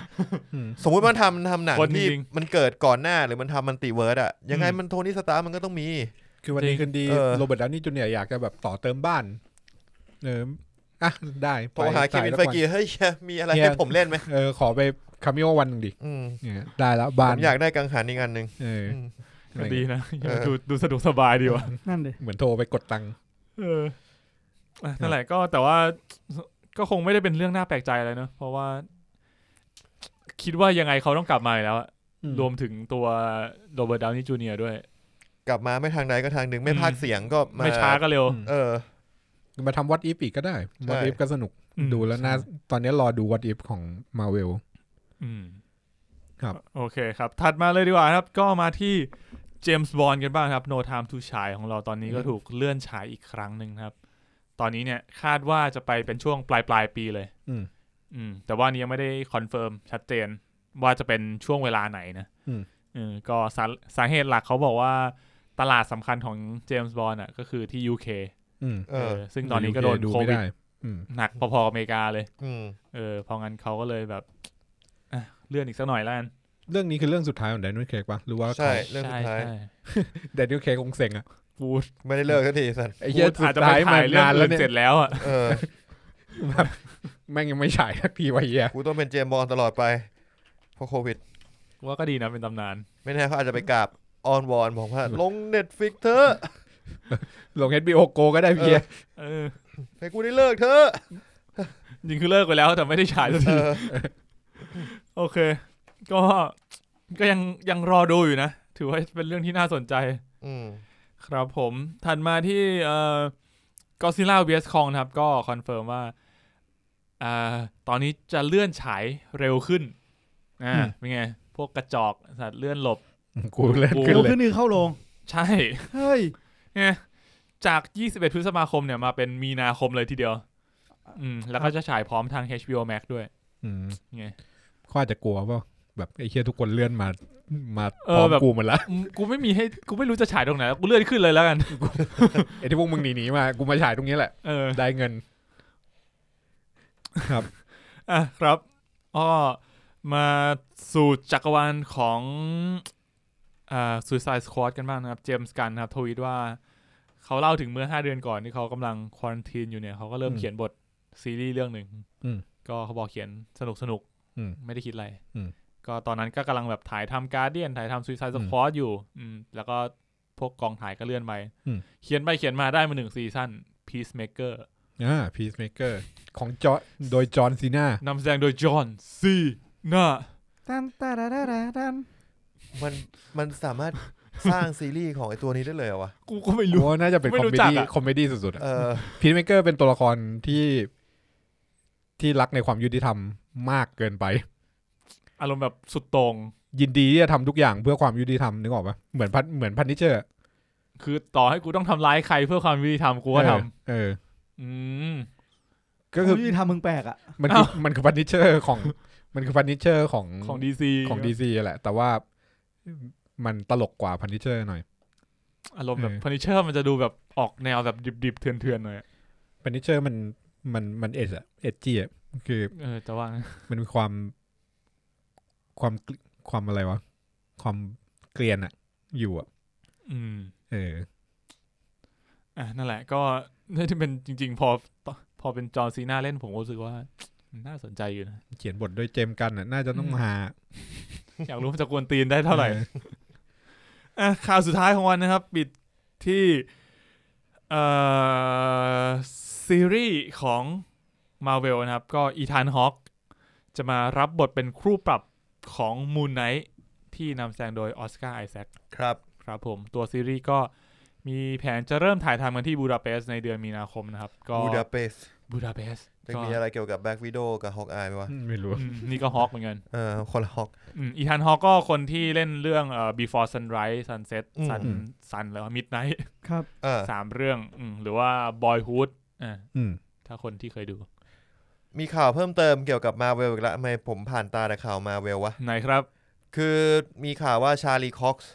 Speaker 1: อืม
Speaker 2: สมมุติมันทำทำหนัง
Speaker 3: คนจริง
Speaker 2: ที่มันเกิดก่อนหน้าหรือมันทำมันติเวิร์ดอะยังไง
Speaker 1: อืม
Speaker 2: มันโทนี่สตาร์มันก็ต้องมี
Speaker 1: คือวันนี้
Speaker 3: จริง
Speaker 1: คืนดี
Speaker 2: เออ
Speaker 1: โรเบิร์ตดาวนี่จูเนียร์อยากจะแบบต่อเติมบ้านเอออ่ะได้
Speaker 2: โทรหาเควินไฟ
Speaker 1: จ่ายสัวั
Speaker 2: กีเฮ้ยเฮียมีอะไร
Speaker 1: เฮี
Speaker 2: ให้
Speaker 1: ย
Speaker 2: ผมเล่นไหม
Speaker 1: เออขอไปคาเมโอวันหนึ่งดิ
Speaker 2: อืม
Speaker 1: เนี่ยได้แล้ว
Speaker 2: ผ
Speaker 1: บ้าน
Speaker 2: มอยากได้กังหันอีกอันหนึ่ง
Speaker 1: เออ
Speaker 2: อืม
Speaker 1: อะไร
Speaker 3: ก็ดี
Speaker 1: เงี้ย
Speaker 3: นะ
Speaker 2: เออ
Speaker 3: ดูดูสะดวกสบายดีว่ะ
Speaker 4: นั่นเด็
Speaker 1: เหมือนโทรไปกดตังค์
Speaker 3: เอออ่ะนั่นแหละก็แต่ว่าก็คงไม่ได้เป็นเรื่องน่าแปลกใจอะไรเนาะเพราะว่า คิดว่ายังไงเขาต้องกลับมาอยู่แล้วอะ
Speaker 1: อืม
Speaker 3: รวมถึงตัวโรเบิร์ตดาวนี่จูเนียด้วย
Speaker 2: กลับมาไม่ทางใดก็ทางหนึ่งไม่
Speaker 3: อืม
Speaker 2: ภาคเสียงก็มา
Speaker 3: ไม่ช้าก็เร็ว
Speaker 1: อืม
Speaker 2: เออ
Speaker 1: มาทำวัดอีฟอีกก็ได้วัดอีฟก็สนุก
Speaker 3: อืม
Speaker 1: ดูแล้วน่า
Speaker 3: ใช่
Speaker 1: ตอนนี้รอดูวัดอีฟของมาเวล
Speaker 3: อืม
Speaker 1: ครับ
Speaker 3: โอเคครับ ถัดมาเลยดีกว่าครับ ก็มาที่เจมส์บอลกันบ้างครับ No Time to ฉายของเราตอนนี้ก็
Speaker 2: อืม
Speaker 3: ถูกเลื่อนฉายอีกครั้งหนึ่งครับ ตอนนี้เนี่ยคาดว่าจะไปเป็นช่วงปลายปลายๆปีเลย
Speaker 1: อืม
Speaker 3: อืม แต่ว่านี้ยังไม่ได้คอนเฟิร์มชัดเจนว่าจะเป็นช่วงเวลาไหนนะ
Speaker 1: อืม
Speaker 3: เออก็สาสาเหตุหลักเขาบอกว่า ตลาดสำคัญของเจมส์บอลอ่ะก็คือที่ UK
Speaker 1: อืม
Speaker 2: เออ
Speaker 3: เออซึ่งตอนนี้ก็โดน
Speaker 1: ดู
Speaker 3: โค
Speaker 1: ไม่
Speaker 3: วิด
Speaker 1: ได้ อืม
Speaker 3: หนักพอๆกับอเมริกาเลย
Speaker 2: อืม
Speaker 3: เออเพองั้นเขาก็เลยแบบอ่ะเลื่อนอีกสักหน่อยแล้วกัน
Speaker 1: เรื่องนี้คือเรื่องสุดท้ายของแดนนิลเค้กปะหรือว่า
Speaker 2: ใช่ เรื่องสุดท้าย
Speaker 3: ใช่
Speaker 1: แดนนิลเค้กคงเซ็งอะ
Speaker 3: ฟูด
Speaker 2: ไม่ได้เลิกสักทีสัน
Speaker 1: ไอ้เหี้ย
Speaker 3: อาจ
Speaker 1: สุ
Speaker 3: จะ
Speaker 1: ด
Speaker 3: ไป
Speaker 1: ท้ายมา
Speaker 3: ถ่ายเรื่อง
Speaker 1: นานแล้ว
Speaker 3: อื่
Speaker 1: น เนี่ย
Speaker 3: เสร็จแล้วอ่ะ
Speaker 2: เออ
Speaker 1: แบบแม่งยังไม่ฉายสักทีวะไอ้เหี้ย
Speaker 2: กูต้องเป็นเจมส์บอลตลอดไป เพราะโควิด
Speaker 3: ว่าก็ดีนะเป็นตำนาน
Speaker 2: ไม่แน่เขาอาจจะไปกราบออนวอนบอกว่า ลงเน็ตฟิกเถอะ
Speaker 1: ลง HBO Go ก็ได้พี่เหี้ย
Speaker 3: เออ
Speaker 2: ให้กูได้เลิกเถอะ
Speaker 3: จริงคือเลิกไปแล้วแต่ไม่ได้ฉายสัก
Speaker 2: เอ
Speaker 3: ที
Speaker 2: อ
Speaker 3: โอเค ก็ก็ยังยังรอดูอยู่นะ ถือว่าเป็นเรื่องที่น่าสนใจ
Speaker 2: อืม
Speaker 3: ครับผมถัดมาที่เอ่อกอซิล่าเวสคองนะครับ ก็คอนเฟิร์มว่าอ่าตอนนี้จะเลื่อนฉายเร็วขึ้นอ่าเป็นไง พวกกระจอกสัตว์เลื่อนหลบ
Speaker 1: กูเล่นขึ้น
Speaker 4: โอ้
Speaker 1: เล
Speaker 4: ขึ้
Speaker 1: ย
Speaker 4: นนึงเข้าโรง
Speaker 3: ใช่
Speaker 4: เฮ้ย
Speaker 3: เนี่ยจาก 21 พฤษภาคมเนี่ยมาเป็นมีนาคมเลยทีเดียว อืม แล้วก็จะฉายพร้อมทาง HBO Max ด้วย
Speaker 1: อืม
Speaker 3: ไง
Speaker 1: เขาอาจจะกลัวเปล่าแบบไอ้เหี้ยทุกคนเลื่อนมามา
Speaker 3: เอ
Speaker 1: พ
Speaker 3: อ
Speaker 1: ร้อม
Speaker 3: แบบ
Speaker 1: กูหมดละ
Speaker 3: อืมกูไม่มีให้กูไม่รู้จะฉายตรงไหนแล้วกูเลื่อนขึ้นเลยแล้วกัน
Speaker 1: ไอ้ที่พวกมึงหนีหนีๆมากูมาฉายตรงนี้แหละ
Speaker 3: เออ
Speaker 1: ได้เงิน ครับ
Speaker 3: อ่ะครับอ้อมาสู่จักรวาลของอ่า Suicide Squad กันบ้างนะครับ เจมส์กันนะครับ ทวีตว่าเขาเล่าถึงเมื่อ 5 เดือนก่อนที่เขากำลังควอนตีนอยู่เนี่ยเขาก็เริ่ม
Speaker 1: อืม
Speaker 3: เขียนบทซีรีส์เรื่องหนึ่ง
Speaker 1: อืม
Speaker 3: ก็เขาบอกเขียนสนุกสนุกๆ
Speaker 1: อืม
Speaker 3: ไม่ได้คิดอะไร
Speaker 1: อืม
Speaker 3: ก็ตอนนั้นก็กำลังแบบถ่ายทำการเดียนถ่ายทำ Suicide
Speaker 1: อืม
Speaker 3: Squad อยู่อืมแล้วก็พวกกองถ่ายก็เลื่อนไป
Speaker 1: อืม
Speaker 3: เขียนไปเขียนมาได้มาหนึ่งซีซั่น Peacemaker
Speaker 1: อ่าพีซเมเกอร์ของจอโดยจอห์นซีน่าน
Speaker 3: ำแสดงโดยจอห์นซีน่า
Speaker 4: ตันตาดาดาดาดัน
Speaker 2: มันมันสามารถสร้างซีรีส์ของไอตัวนี้ได้เลยเหรอวะ
Speaker 3: กูก็ไม่
Speaker 1: กู
Speaker 3: รู้
Speaker 1: ว่าน่าจะเป็น
Speaker 3: ไม่
Speaker 1: คอม
Speaker 3: รู้
Speaker 1: เม
Speaker 3: จัก
Speaker 1: ดี้
Speaker 3: อะ
Speaker 1: คอมเมดี้สุดๆอะ
Speaker 2: เออ
Speaker 1: พีซเมเกอร์เป็นตัวละครที่ที่รักในความยุติธรรมมากเกินไป
Speaker 3: อารมณ์แบบสุดโตรง
Speaker 1: ยินดีที่จะทำทุกอย่างเพื่อความยุติธรรมนึกออกปะเหมือนพันเหมือนพันนิเจอร์
Speaker 3: คือต่อให้กูต้องทำร้ายใครเพื่อความยุติธรรมกูก็ท
Speaker 1: เออ
Speaker 3: ำอืม
Speaker 1: ก็คือ
Speaker 4: โยทำมึงแปลกอ่ะ
Speaker 1: มันคือ
Speaker 3: อ้าว
Speaker 1: มันคือพันนิเจอร์ของ มันคือพันนิเจอร์ของ
Speaker 3: ของดีซี
Speaker 1: ของดีซีแหละ แต่ว่ามันตลกกว่าพันนิเจอร์หน่อย
Speaker 3: อารมณ์แบบ
Speaker 1: เออ
Speaker 3: เฟอร์นิเจอร์มันจะดูแบบออกแนวแบบดิบๆ เถื่อนๆหน่อยอะ
Speaker 1: พันนิเจอร์มันมันมันเอจอะเอจจีอะคือ
Speaker 3: เออจะว่างั้น
Speaker 1: มันมีความความความอะไรวะ ความเกลียนอะอยู่อะ
Speaker 3: อืม
Speaker 1: เออ
Speaker 3: อ่ะนั่นแหละก็น่าจะเป็นจริง ๆ พอพอเป็นจอร์นซีน่าเล่นผมก็รู้สึกว่ามันน่าสนใจอยู่นะ
Speaker 1: เขียนบทโดยเจมส์กันอะน่าจะต้อง
Speaker 3: อืม
Speaker 1: หา
Speaker 3: อยากรู้มันจะกวนตีนได้เท่าไหร่
Speaker 1: ออ
Speaker 3: อ่ะข่าวสุดท้ายของวันนะครับ ปิดที่เอ่อซีรีส์ของ Marvel นะครับ ก็อีธานฮอกจะมารับบทเป็นครูปรับของ Moon Knight ที่นำแสดงโดยออสการ์ไอแซค
Speaker 2: ครับ
Speaker 3: ครับผมตัวซีรีส์ก็มีแผนจะเริ่มถ่ายทำกันที่บูดาเปสต์ในเดือนมีนาคมนะครับ ก็
Speaker 2: บูดาเปสต์
Speaker 3: บูดาเปสต์
Speaker 2: จะ
Speaker 3: ก็
Speaker 2: มีอะไรเกี่ยวกับแบ็กวิดโอกับฮอกอายไหมวะ
Speaker 1: ไม่รู้
Speaker 3: อืมนี่ก็ฮอกเหมือนกัน
Speaker 2: เออ คนละฮอก
Speaker 3: อืมอีธานฮอกก็คนที่เล่นเรื่องเอ่อ Before Sunrise Sunset
Speaker 2: อืม
Speaker 3: Sun
Speaker 1: อืม
Speaker 3: Sun แล้ว Midnight
Speaker 4: ครับ
Speaker 2: เออ
Speaker 3: สามเรื่องอืมหรือว่า Boyhood อ่า
Speaker 1: อืม
Speaker 3: ถ้าคนที่เคยดู
Speaker 2: มีข่าวเพิ่มเติมเกี่ยวกับมาเวลอีกละทำไมผมผ่านตาแต่ข่าวมาเวลวะ
Speaker 3: ไหนครับ
Speaker 2: คือมีข่าวว่าชาลีคอกซ์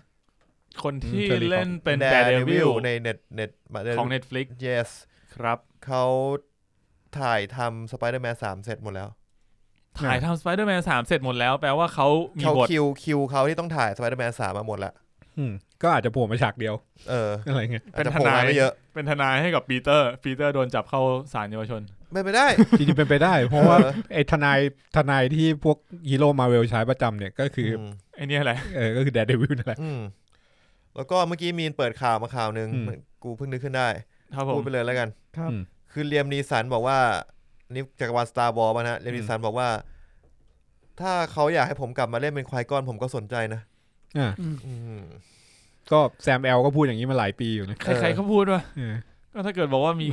Speaker 3: คนที่
Speaker 1: อืม
Speaker 3: เล่นเป็น Daredevil
Speaker 2: ในเน็ตเน็ต
Speaker 3: ของ Netflix
Speaker 2: yes
Speaker 3: ครับ
Speaker 2: เขาถ่ายทำสไปเดอร์แมนสามเสร็จหมดแล้ว
Speaker 3: ถ่ายทำ Spider-Man 3 เสร็จหมดแล้ว แปลว่าเขามี
Speaker 2: เขา
Speaker 3: บท
Speaker 2: คิวคิวเขาที่ต้องถ่ายสไปเดอร์แมนสามมาหมดละ
Speaker 1: อืมก็อาจจะโผล่มาฉากเดียว
Speaker 2: เออ
Speaker 1: อะไรเงี้ย
Speaker 2: อาจ
Speaker 3: เป็น
Speaker 2: จะ
Speaker 3: ท
Speaker 2: โผล่
Speaker 3: นาย
Speaker 2: มาไม่เยอะ
Speaker 3: เป็นทนายให้กับปีเตอร์ปีเตอร์โดนจับเข้าศาลเยาวชน
Speaker 2: ไม่ไปได้
Speaker 1: จริงๆเป็นไป ได้ เพราะว่า
Speaker 2: เออ
Speaker 1: ไอ้ทนายทนายที่พวกฮีโร่มาเวลใช้ประจำเนี่ย ก็คืออ
Speaker 2: ม
Speaker 3: ไอเนี่ยแหละ
Speaker 1: เออก็คือแดดเดวิลนั่นแหละ
Speaker 2: อืมแล้วก็เมื่อกี้มีนเปิดข่าวมาข่าวหนึ่ง
Speaker 1: อืม
Speaker 2: กูเพิ่งนึกขึ้นได้
Speaker 3: ครับผ
Speaker 2: พู
Speaker 3: ม
Speaker 2: ดไปเลยแล้วกัน
Speaker 4: ครับ
Speaker 1: อืม
Speaker 2: คือเลียมนีสันบอกว่านี่จักรวาลสตาร์บอลมานะเลียมนีสันบอกว่า ถ้าเขาอยากให้ผมกลับมาเล่นเป็นควายก้อนผมก็สนใจนะ
Speaker 1: อ่า
Speaker 2: อืม
Speaker 1: ก็แซมแอลก็พูดอย่างนี้มาหลายปีอยู่นะ
Speaker 3: ใครๆก็พูดว่า
Speaker 1: เออ
Speaker 3: ก็ถ้าเกิดบอกว่ามี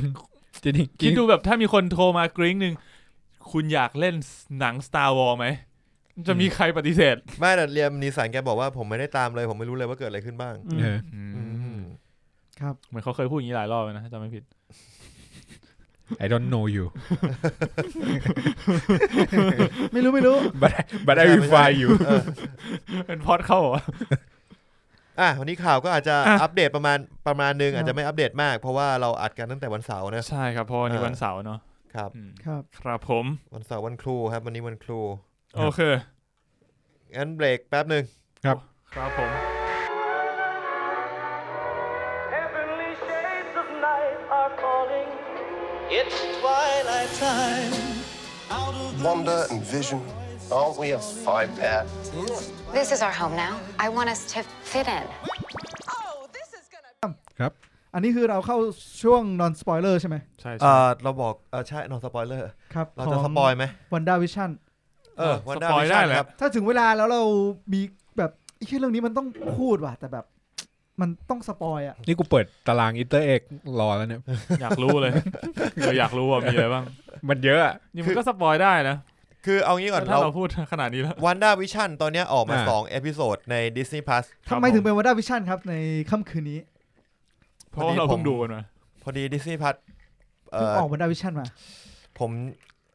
Speaker 1: จริงๆ
Speaker 3: คิดดูแบบถ้ามีคนโทรมากริ้งหนึ่ง คุณอยากเล่นหนัง Star Wars ไหม จะมีใครปฏิเสธ
Speaker 2: ไม่แต่เรียมนีสันแกบอกว่าผมไม่ได้ตามเลย ผมไม่รู้เลยว่าเกิดอะไรขึ้นบ้าง
Speaker 1: เออ
Speaker 3: อืม
Speaker 4: ครับ
Speaker 3: เหมือนเขาเคยพูดอย่างนี้หลายรอบแล้วนะถ้าจำไม่ผิด
Speaker 1: ไอ้ don't know you
Speaker 4: ไม่รู้ไม่รู้
Speaker 1: but I- but I will find you
Speaker 2: เออ
Speaker 3: เป็นพอดเข้าเหรอ
Speaker 2: อ่ะวันนี้ข่าวก็อาจจะ
Speaker 3: อ่ะ
Speaker 2: อัปเดตประมาณประมาณนึง
Speaker 4: ครับ
Speaker 2: อาจจะไม่อัปเดตมาก เพราะว่าเราอัดกันตั้งแต่วันเสาร์นะ
Speaker 3: ใช่ครับเพราะวันนี้วันเสาร์เนาะ
Speaker 2: ครับ
Speaker 3: อืม
Speaker 4: ครับ
Speaker 3: ครับผม
Speaker 2: วันเสาร์วันครูครับ วันนี้วันครู
Speaker 1: ครับ
Speaker 3: โอเค
Speaker 2: งั้นเบรกแป๊บหนึ่ง
Speaker 3: ครับผม
Speaker 5: Heavenly shades of night are calling. It's twilight time. Out of the
Speaker 6: Wonder and vision. Aren't we a five pair?
Speaker 7: This is our home now. I want us to fit in.
Speaker 5: Oh, this is gonna
Speaker 1: ครับ
Speaker 4: อันนี้คือเราเข้าช่วง non spoiler ใช่ไหม
Speaker 3: ใช่
Speaker 2: เอ
Speaker 3: ใช่
Speaker 2: อเราบอกเออใช่นอนสปอยเลอร์
Speaker 4: ครับ
Speaker 2: เราจะสปอยไหม
Speaker 4: วันดาวิชั่น
Speaker 2: เออวัน
Speaker 3: สปอยได้แหละ
Speaker 2: ครับ
Speaker 4: ถ้าถึงเวลาแล้วเรามีแบบไอ้เหี้ยเรื่องนี้มันต้องพูดว่ะแต่แบบ มันต้องสปอยอ่ะ
Speaker 1: นี่กูเปิดตารางอินเตอร์เอกรอแล้วเนี่ย
Speaker 3: อยากรู้เลย เราอยากรู้ว่ามีอะไรบ้าง
Speaker 1: มันเยอะอะ
Speaker 3: นี่มันก็สปอยได้นะ
Speaker 2: คือเอางี้ก่อน
Speaker 3: ถ้า
Speaker 2: เรา
Speaker 3: เราพูดขนาดนี้แล้ว
Speaker 2: วันด้าวิชั่นตอนเนี้ยออกมา
Speaker 1: อ่า
Speaker 2: สองเอพิโซดใน Disney Plus
Speaker 3: ครั
Speaker 4: ทำ
Speaker 3: บ
Speaker 4: ไมถึง
Speaker 3: ผม
Speaker 4: เป็นวันดาวิชั่นครับในค่ำคืนนี้
Speaker 3: เพราะว่าเราเพิ่งดูกันมา
Speaker 2: พอดี Disney Plus เอ
Speaker 4: เพิ่ง
Speaker 2: อ
Speaker 4: ออกวันดาวิชั่นมา
Speaker 2: ผม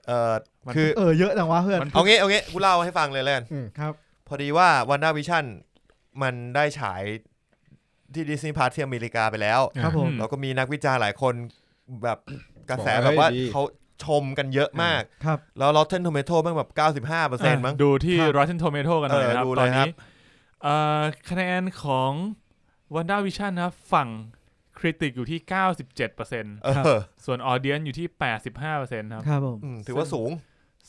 Speaker 2: เออคือ
Speaker 4: เออเยอะจังวะเพื่อน
Speaker 2: เอางี้เอางี้กูเล่าให้ฟังเลยแล้วกัน
Speaker 4: ครับ
Speaker 2: พอดีว่าวันด้าวิชั่นมันได้ฉายที่ Disney Plus ที่อเมริกาไปแล้ว
Speaker 4: ครับผม
Speaker 2: แล้วก็มีนักวิจารณ์หลายคนแบบกระแสแบบว่า
Speaker 1: เฮ้ยดี
Speaker 2: เขาชมกันเยอะมาก
Speaker 4: ครับ
Speaker 2: แล้ว Rotten Tomato บ้างแบบ 95%มั้ง
Speaker 3: ดูที่
Speaker 4: ครับ
Speaker 3: Rotten Tomato กันหน่อยนะค
Speaker 2: เอ
Speaker 3: รับ
Speaker 2: อดู
Speaker 3: ต
Speaker 2: เล
Speaker 3: อน
Speaker 2: ยครับ
Speaker 3: นี้เอ่อคะแนนของ WandaVision นะครับ ฝั่งคริติกอยู่ที่
Speaker 2: เอ
Speaker 3: 97%
Speaker 2: อ
Speaker 3: ส่วนออเดียนอยู่ที่ 85%ครับ
Speaker 4: ครับผม
Speaker 2: อืมถือว่าสูง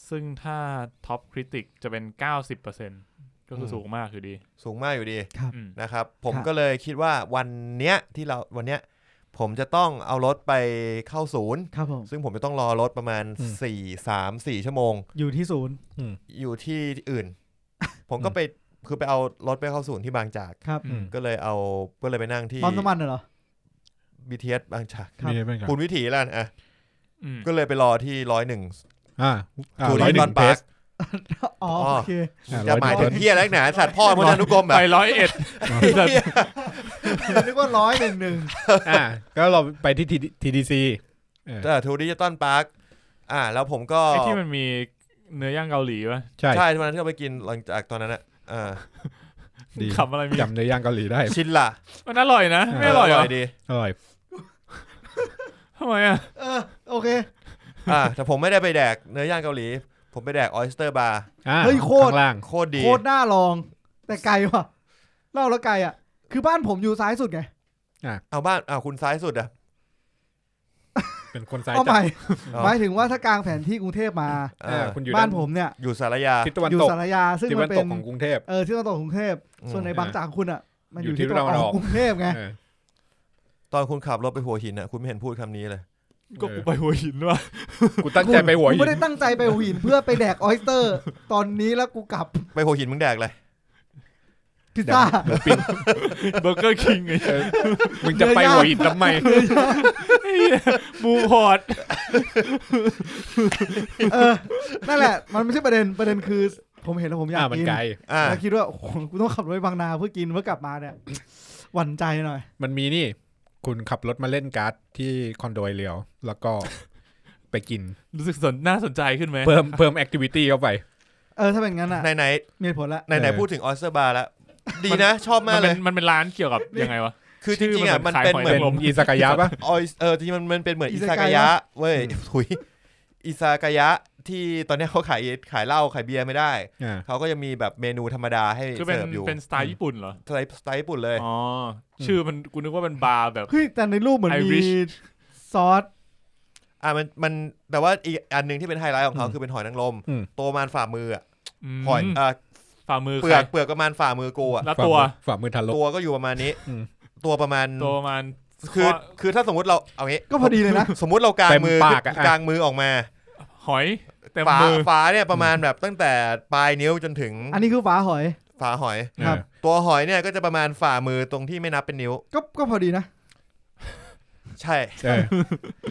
Speaker 3: ซึ่งถ้าท็อปคริติกจะเป็น 90%ก็คือ
Speaker 2: ม
Speaker 3: สูงมากอยู่ดี
Speaker 2: สูงมากอยู่ดี
Speaker 4: ครับ
Speaker 3: อืม
Speaker 2: นะครับผม
Speaker 4: ครับ
Speaker 2: ก็เลยคิดว่าวันเนี้ยที่เราวันเนี้ยผมจะต้องเอารถไปเข้าศูนย์
Speaker 4: ครับผม
Speaker 2: ซึ่งผมจะต้องรอรถประมาณ
Speaker 1: อืม
Speaker 2: 4 3 4 ชั่วโมง
Speaker 4: อยู่ที่ศูนย์
Speaker 2: อยู่ที่อื่น ผมก็ไปคือไปเอารถไปเข้าศูนย์ที่บางจาก
Speaker 4: ครับ
Speaker 1: อืม
Speaker 2: ก็เลยเอาก็เลยไปนั่งที่
Speaker 4: ปั๊มน้ำมันน่ะเหรอ
Speaker 2: BTS บางจาก
Speaker 4: ครับ
Speaker 1: มีอะไรบ้างครับ
Speaker 2: ปูนวิถีแล้วกันอ่ะ
Speaker 3: อืม
Speaker 2: ก็เลยไปรอที่ร้อยหนึ่ง
Speaker 1: อ่า
Speaker 2: ทู
Speaker 1: ร้
Speaker 2: ริ
Speaker 1: อยห
Speaker 2: ต
Speaker 1: นึ่
Speaker 2: อน
Speaker 1: งเพ
Speaker 2: ปาร์
Speaker 1: ส
Speaker 2: ค
Speaker 4: อ๋อโอเค
Speaker 2: จะหมายถึงเฮียแล้วหนาสัตว์พ่อมดนุกรมแบบ
Speaker 3: ไปร้อยเอ็ด
Speaker 4: นึกว่าร้อยหนึ่งหนึ่ง
Speaker 1: อ่าก็เราไปที่ทีดีซี
Speaker 2: ทูริตอนปาร์คอ่า แล้วผมก็
Speaker 3: ไอ้ที่มันมีเนื้อย่างเกาหลีวะ
Speaker 1: ใช่
Speaker 2: ใช่วันนั้นที่เราไปกินหลังจากตอนนั้นอ่ะอ่า
Speaker 1: ดี
Speaker 3: คำอะไรมี
Speaker 1: จำเนื้อย่างเกาหลีได้
Speaker 2: ชินล่ะ
Speaker 3: มันอร่อยนะ ไม่อร่อยเหรอ
Speaker 2: ดี
Speaker 1: อร่อย
Speaker 3: ทำไมอ่ะ
Speaker 4: เออโอเค
Speaker 2: อ่าแต่ผมไม่ได้ไปแดกเนื้อย่างเกาหลี ผมไปแดกออ s สเตอร์บาร์
Speaker 1: อ่า
Speaker 4: เฮ้ยโคตร
Speaker 1: ข้างล่าง
Speaker 2: โคตรดี
Speaker 4: โคตรน่าลอง แต่ไกลว่ะเล่าแล้วไกลอ่ะ คือบ้านผมอยู่ซ้ายสุดไง
Speaker 2: เอาบ้านเอาคุณซ้ายสุดอ่ะ
Speaker 1: เป็นคนซ้าย
Speaker 4: เอาให
Speaker 1: จั
Speaker 4: ม่
Speaker 1: ด
Speaker 2: เอา
Speaker 4: หมายถึงว่าถ้ากลางแผนที่กรุงเทพมา
Speaker 2: เอ
Speaker 1: อ่า
Speaker 2: อ
Speaker 1: คุณอยู่
Speaker 4: บ้าน
Speaker 1: ด้
Speaker 4: ผมเนี่ย
Speaker 2: อยู่สารยา
Speaker 1: ทิศตะวัน
Speaker 4: อยู่
Speaker 1: ตก
Speaker 4: สารยา ซึ่ง
Speaker 1: ทิศตะ
Speaker 4: มั
Speaker 1: วัน น
Speaker 4: เป็
Speaker 1: ตก
Speaker 4: น
Speaker 1: ของกรุงเทพ
Speaker 4: เออที่ตะวันตกของกรุงเทพ
Speaker 2: อืม
Speaker 4: ส่วนในบางจากของคุณอ่ะ มันอ
Speaker 1: อยู่
Speaker 4: ยู่
Speaker 1: ที่
Speaker 4: ที่ตะวัน
Speaker 1: ตะวัน
Speaker 4: อ
Speaker 1: อ
Speaker 4: อ
Speaker 1: อก ก
Speaker 4: กรุงเทพไง
Speaker 1: เออ
Speaker 2: ตอนคุณขับรถไปหัวหินอ่ะคุณไม่เห็นพูดคำนี้เลย
Speaker 3: ก็
Speaker 1: เออ
Speaker 3: กูไปหัวหินว่ะ
Speaker 1: กูตั้งใจไปหัว
Speaker 4: กู
Speaker 1: หิน
Speaker 4: ไม่ได้ตั้งใจไปหัวหินเพื่อไปแดกออสเตอร์ ตอนนี้แล้วกูกลับ
Speaker 2: ไปหัวหินมึงแดกเลย
Speaker 4: พิซซ่า
Speaker 3: เบอร์เกอร์คิงไง
Speaker 1: เออมึงจะไปหัวหินทำไม
Speaker 3: บูพอร์ต
Speaker 4: เออ นั่นแหละ มันไม่ใช่ประเด็นประเด็นคือ ผมเห็นแล้วผมอยาก
Speaker 1: อ่ามัน
Speaker 4: กิน
Speaker 1: ไกล
Speaker 2: อ่า
Speaker 4: แล้วคิดว่าโอ้โหกูต้องขับรถไปบางนาเพื่อกินเพื่อกลับมาเนี่ยหวั่นใจหน่อย
Speaker 1: มันมีนี่ คุณขับรถมาเล่นการ์ดที่คอนโดไอเรียว แล้วก็ไปกิน
Speaker 3: รู้สึกสนน่าสนใจขึ้นไหม
Speaker 1: เพิ่มเพิ่มแอคทิวิตี้เข้าไป
Speaker 4: เออถ้าเป็นงั้นอ่ะ
Speaker 2: ไหนไหน
Speaker 4: มีเหตุผลละ
Speaker 2: ไหนไหน
Speaker 1: เออ
Speaker 2: พูดถึงออ s สเตอร์บาร์แล้ว ดีนะ ชอบ
Speaker 3: มั
Speaker 2: มาน กเล
Speaker 3: เป็น
Speaker 2: ย
Speaker 3: มันเป็นร้านเกี่ยวกับยังไงวะ
Speaker 2: คือจริงๆอ่ะ
Speaker 3: ชื่อมั
Speaker 2: มัน น
Speaker 3: เหมือน
Speaker 2: เป็นเห
Speaker 3: ขายหอย
Speaker 2: มือน
Speaker 1: เป็นอีสกายะปะ
Speaker 2: ออยเออจริงๆมันมันเป็นเหมือน
Speaker 4: อิ
Speaker 2: อิซา
Speaker 4: ซาา
Speaker 2: กาย
Speaker 4: กะ
Speaker 2: ยะเว้ยถุยอิซากายะที่ตอนเนี้ยเขาขายขายเหล้าขายเบียร์ไม่ได้
Speaker 1: อ่า
Speaker 2: เขาก็ยังมีแบบเมนูธรรมดาให้
Speaker 3: คือเป็น
Speaker 2: เสิร์ฟอยู่
Speaker 3: เป็นสไตล์ญี่ปุ่นเหรอ
Speaker 2: สไตล์สไตล์ญี่ปุ่นเลย
Speaker 3: อ๋อ ชื่อมันกูนึกว่าเป็นบาร์แบบ
Speaker 4: เฮ้ยแต่ในรูปเหมือนมี
Speaker 3: Irish
Speaker 4: ซอส
Speaker 2: อ่ะมันมันแต่ว่าอีกอันหนึ่งที่เป็นไฮไลท์ของเขา
Speaker 1: อืม
Speaker 2: คือเป็นหอยนางรม
Speaker 1: อืม
Speaker 2: โตวประมาณฝ่ามืออ่ะ
Speaker 3: ม
Speaker 2: หอยอ่ะ
Speaker 3: ฝ่ามือ
Speaker 2: เป
Speaker 3: ใค
Speaker 2: ลื
Speaker 3: ร
Speaker 2: อกเปลือกประมาณฝ่ามือกูอ่ะ
Speaker 3: แล้วตัว
Speaker 1: ฝ่ามือทารก
Speaker 2: ตัวก็อยู่ประมาณนี้
Speaker 1: อืม
Speaker 2: ตัวประมาณ
Speaker 3: ตัวประมัน
Speaker 2: คือคือถ้าสมมติเราเอางี้
Speaker 4: ก็พอดีเลยนะ
Speaker 2: สมมติเรากาง
Speaker 1: เต็ม
Speaker 2: มือ
Speaker 1: ปากอะ
Speaker 2: กางมือออกมา
Speaker 3: หอยเต็ม
Speaker 2: ฝา
Speaker 3: มือ
Speaker 2: ฝาเนี่ยประมาณแบบตั้งแต่ปลายนิ้วจนถึง
Speaker 4: อันนี้คือฝาหอย
Speaker 2: ฝาหอย
Speaker 4: ครับ
Speaker 1: เออ
Speaker 2: ตัวหอยเนี่ยก็จะประมาณฝ่ามือตรงที่ไม่นับเป็นนิ้ว
Speaker 4: ก็ก็พอดีนะ
Speaker 2: ใช่
Speaker 1: เออ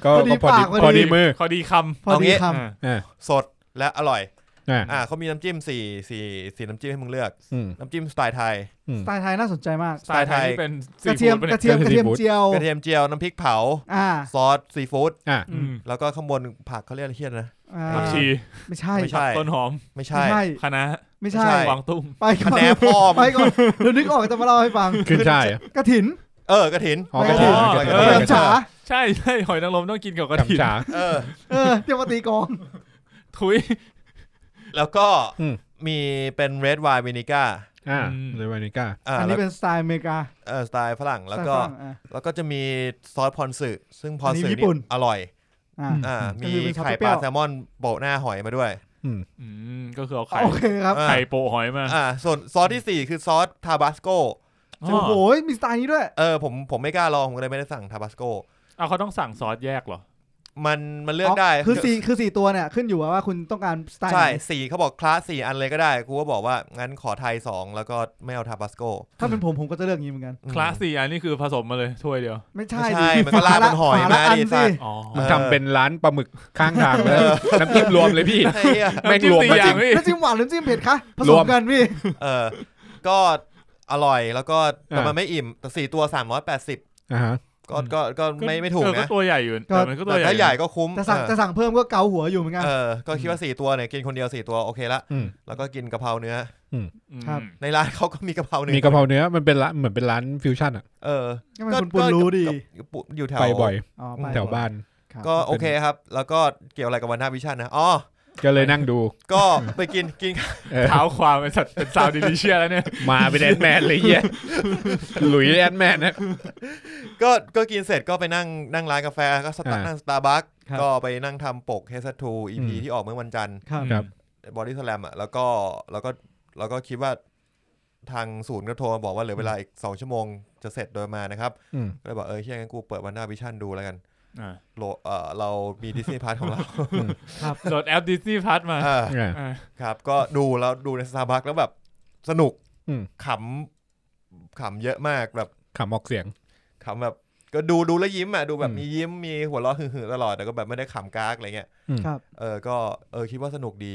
Speaker 1: ก็
Speaker 4: พอดี
Speaker 1: ก็พอดี
Speaker 4: ปากพอ
Speaker 1: พอ
Speaker 4: ดี
Speaker 1: ดีมือ
Speaker 3: พอดีคำ
Speaker 4: พอดี
Speaker 2: เอางี้
Speaker 4: ค
Speaker 3: อ่า
Speaker 1: อ่า
Speaker 2: สดและอร่อย
Speaker 1: อ่า
Speaker 2: อ่าเขามีน้ำจิ้มสี่สี่สี่น้ำจิ้มให้มึงเลือก
Speaker 1: อืม
Speaker 2: น้ำจิ้มสไตล์ไทย
Speaker 4: สไตล์ไทยน่าสนใจมาก
Speaker 3: สไตล์ไทยนี่เป็น
Speaker 4: กระเทียมกระเทียมก
Speaker 1: เป็น
Speaker 4: ระเทียม
Speaker 1: seafood
Speaker 4: เจียว
Speaker 2: กระเทียมเจียว น้ำพริกเผา
Speaker 4: อ่า
Speaker 2: ซอสซีฟู้ด
Speaker 1: อ่า
Speaker 3: อืม
Speaker 2: แล้วก็ข้างบนผักเขาเรียกอะไรเฮียนะ
Speaker 4: อ่า
Speaker 3: ผักชี
Speaker 4: ไม่ใช่
Speaker 2: ไม่ใช่
Speaker 3: ต้นหอม
Speaker 2: ไม่
Speaker 4: ไม่
Speaker 2: ใช่
Speaker 4: ใช่
Speaker 3: คะน้า
Speaker 4: ไม่ใช่
Speaker 2: ไม่ใช่
Speaker 3: กวางตุ้ง
Speaker 4: ไปก่อ
Speaker 2: คะ
Speaker 4: น
Speaker 2: แนนพ่อ
Speaker 4: ไป
Speaker 2: มึง
Speaker 4: ก่อนเดี๋ยวนึกออกจะมาเล่าให้ฟัง
Speaker 1: ขึ้นใช่ายอะ
Speaker 4: กระถิน
Speaker 2: เออกระถิน
Speaker 1: อ๋อกระเทียม
Speaker 3: อ๋อ
Speaker 1: กระ
Speaker 2: เอ
Speaker 1: เที
Speaker 2: อ
Speaker 1: ยม
Speaker 4: ฉา
Speaker 3: ใช่ ใช่หอยนางรมต้องกินกับกระ
Speaker 1: กระเทีย
Speaker 3: ถิ่น
Speaker 1: มฉา
Speaker 2: เออ
Speaker 4: เออเตรียมมาตีกลอง
Speaker 3: ทุย
Speaker 2: แล้วก็
Speaker 1: อืม
Speaker 2: มีเป็นเรดไวน์วินิก้า
Speaker 1: อ่า
Speaker 3: อืม
Speaker 1: เลวานิก้า
Speaker 2: อ่า
Speaker 4: อันนี้เป็นสไตล์อเมริกา
Speaker 2: เออสไตล์ฝรั่งแล้ว
Speaker 4: สไต
Speaker 2: ก็
Speaker 4: ฝรั่งอ่ะ
Speaker 2: แล้วก็จะมีซอสพอนสึซึ่งพอนสึ
Speaker 4: อันนี้ญี่
Speaker 2: นี่
Speaker 4: ปุ่น
Speaker 2: อร่อย
Speaker 4: อ่ะ
Speaker 2: อ่า
Speaker 4: ก็
Speaker 2: มี
Speaker 4: คือเป็น
Speaker 2: ไข่ป
Speaker 4: ซอสเปรี้
Speaker 2: ลา
Speaker 4: ยว
Speaker 2: แซลมอนโปะหน้าหอยมาด้วย
Speaker 3: อืมก็คือเอาไข่
Speaker 4: โอเคครับ
Speaker 2: อ่ะ
Speaker 3: ไข่โปะหอยมา
Speaker 2: อ่า ส่วนซอสที่สี่คือซอสทาบาสโก
Speaker 3: อ๋
Speaker 4: โอ้
Speaker 3: อ
Speaker 4: โหมีสไตล์นี้ด้วย
Speaker 2: เออผมผมไม่กล้าลอง ผมก็เลยไม่ได้สั่งทาบาสโก
Speaker 3: เอาเขาต้องสั่งซอสแยกเหรอ
Speaker 2: มันมันเลือกได้
Speaker 4: คือสี่คือสี่ตัวเนี่ย ขึ้นอยู่ว่าคุณต้องการสไตล์ไห
Speaker 2: ใช่
Speaker 4: น
Speaker 2: สี่เขาบอกคลาสสี่อันเลยก็ได้ กูก็บอกว่า งั้นขอไทยสองแล้วก็ไม่เอาทาบาสโก
Speaker 4: ถ้าเป็นผม ผมก็จะเลือกอย่างนี้เหมือนกัน
Speaker 3: คลาสสี่อันนี้คือผสมมาเลยถ้วยเดียว
Speaker 4: ไม่ใช่
Speaker 2: ไม่ใช่
Speaker 4: ดิ
Speaker 2: มันก็ลาดบนหอย
Speaker 4: ฝ
Speaker 2: มา
Speaker 4: ละอัน
Speaker 2: ดิ
Speaker 4: สิ
Speaker 2: สัตว์
Speaker 3: อ๋อ
Speaker 1: มึง
Speaker 2: เออ
Speaker 1: ทำเป็นร้านปลาหมึกข้างทางเลยน้ำจิ้มรวมเลยพี่
Speaker 2: ไอ้เหี้ย
Speaker 1: แม่งรวม
Speaker 3: น้ำจิ้
Speaker 1: มาจริ
Speaker 3: สี่อย่าง งพี่
Speaker 4: น้ำจิ้มหวานน้ำจิ้มเผ็ดคะผ
Speaker 1: ร
Speaker 4: ส
Speaker 1: ว
Speaker 4: ม
Speaker 1: ม
Speaker 4: กันพี่
Speaker 2: เออ ก็อร่อยแล้วก็แต่
Speaker 1: อ่ามั
Speaker 2: มันไม่อิ่ม แต่สี่ตัวสามร้อยแปดสิบ
Speaker 1: อ่าฮะ
Speaker 2: ก็ก็ก็ไม่ไม่ถูก
Speaker 3: เออก็
Speaker 2: นะ
Speaker 3: ตัวใหญ่อยู่
Speaker 4: ก็
Speaker 3: แต่มันก็ตัว
Speaker 2: แต่ถ้า
Speaker 3: ให
Speaker 2: ให
Speaker 3: ญ่
Speaker 2: ญ่
Speaker 3: อยู่
Speaker 2: ก็คุ้ม
Speaker 4: จะสั่ง
Speaker 2: เออ
Speaker 4: จะสั่งเพิ่มก็เกาหัวอยู่เหมือนกัน
Speaker 2: เออ ก็คิดว่าสี่ตัวเนี่ยกินคนเดียวสี่ตัวโอเคละ
Speaker 1: อืม
Speaker 2: แล้วก็กินกะเพราเนื้อ
Speaker 3: อืม
Speaker 4: ครับ
Speaker 2: ในร้านเขาก็มีกะเพราเนื้
Speaker 1: มีกะเพราเนื้อมันเป็นร้านเหมือนเป็นร้านฟิวชั่นอ่ะ
Speaker 2: เออ
Speaker 4: ก็เป็นคุณปุณรู้ดี
Speaker 2: ก็ปุ๊บอยู่แถว
Speaker 1: ไปบ่อย
Speaker 4: อ๋อไป
Speaker 1: แถวบ้าน
Speaker 4: ครับ
Speaker 2: ก็โอเคครับ แล้วก็เกี่ยวอะไรกับวันหน้าวิชั่นนะ อ๋อ
Speaker 1: ก็เลยนั่งดู
Speaker 2: ก็ไปกินกิน
Speaker 1: เออ
Speaker 3: เท้าความเป็นสัตว์เป็นสาวดิลิเชียแล้วเนี่ย
Speaker 1: มาเป็นแอนแมนเลยเฮียหลุยแอนแมนนะ
Speaker 2: ก็ก็กินเสร็จก็ไปนั่งนั่งร้านกาแฟก็สตาร์
Speaker 1: อ่า
Speaker 2: นั่งสตาร์บัค
Speaker 1: ครับ
Speaker 2: ก็ไปนั่งทำปกเฮสทูอีพี
Speaker 1: อืม
Speaker 2: ที่ออกเมื่อวันจันทร์
Speaker 4: ครับ
Speaker 1: ครับ
Speaker 2: บอดี้สแลมอ่ะแล้วก็แล้วก็แล้วก็คิดว่าทางศูนย์ก็โทรมาบอกว่าเหลือเวลาอีกสองชั่วโมงจะเสร็จโดยมานะครับ
Speaker 1: อืม
Speaker 2: ก็เลยบอกเออเฮียงั้นกูเปิดวันหน้าวิชั่นดูแล้วกัน
Speaker 3: อ่า
Speaker 2: โลเออเรามีดิสนีย์พาร์ทของเรา
Speaker 3: โหลดแอปดิสนีย์พัทมา
Speaker 2: เออ
Speaker 1: อ่า
Speaker 3: อ่า
Speaker 2: ครับ ก็ดูแล้วดูในสตาร์บัคแล้วแบบสนุก
Speaker 1: อืม
Speaker 2: ขำขำเยอะมากแบบ
Speaker 1: ขำออกเสียง
Speaker 2: ขำแบบ ก็ดูดูแล้วยิ้มอ่ะดูแบบ
Speaker 1: อืม
Speaker 2: มียิ้มมีหัวเราะหึ่งๆตลอดแต่ก็แบบไม่ได้ขำกากอะไรเงี้ย
Speaker 4: ครับ
Speaker 2: เออก็เออคิดว่าสนุกดี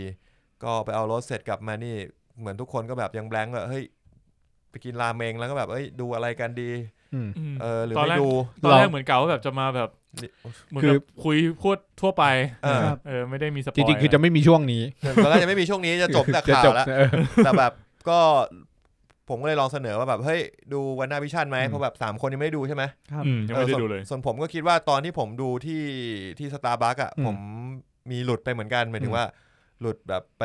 Speaker 2: ก็ไปเอารถเสร็จกลับมานี่เหมือนทุกคนก็แบบยังแบงค์แบบเฮ้ยไปกินราเมงแล้วก็แบบเอ้ยดูอะไรกันดี
Speaker 1: อืม
Speaker 3: อืม
Speaker 2: เออหรือ
Speaker 3: ตอน
Speaker 2: ไม่
Speaker 3: แรก
Speaker 2: ดู
Speaker 3: ตอนแรกเหมือนเก่าว่าแบบจะมาแบบเหมือน
Speaker 1: คือ
Speaker 3: แบบคุยพูดทั่วไป
Speaker 2: เออ
Speaker 4: ครับ
Speaker 3: เออไม่ได้มีสป
Speaker 1: จ
Speaker 3: อย
Speaker 1: ริงๆคือจะไม่มีช่วงนี้
Speaker 2: ตอนแรกจะไม่มีช่วงนี้จะจบแต่
Speaker 1: จะ
Speaker 2: ข่า
Speaker 1: จ
Speaker 2: ว
Speaker 1: บ
Speaker 2: แล้ว
Speaker 1: เออ
Speaker 2: แต่แบบก็ผมก็เลยลองเสนอว่าแบบเฮ้ยดูวันนาวิชั่นไหม
Speaker 1: อืม
Speaker 2: เพราะแบบสามคนยังไม่ได้ดูใช่ไหม
Speaker 3: อืมยังไม่ได้
Speaker 2: ออส่วน
Speaker 3: ดูเลย
Speaker 2: ส่วนผมก็คิดว่าตอนที่ผมดูที่ที่สตาร์บัคอ่ะ
Speaker 1: อืม
Speaker 2: ผมมีหลุดไปเหมือนกันหมายถึงว่า หลุดแบบไป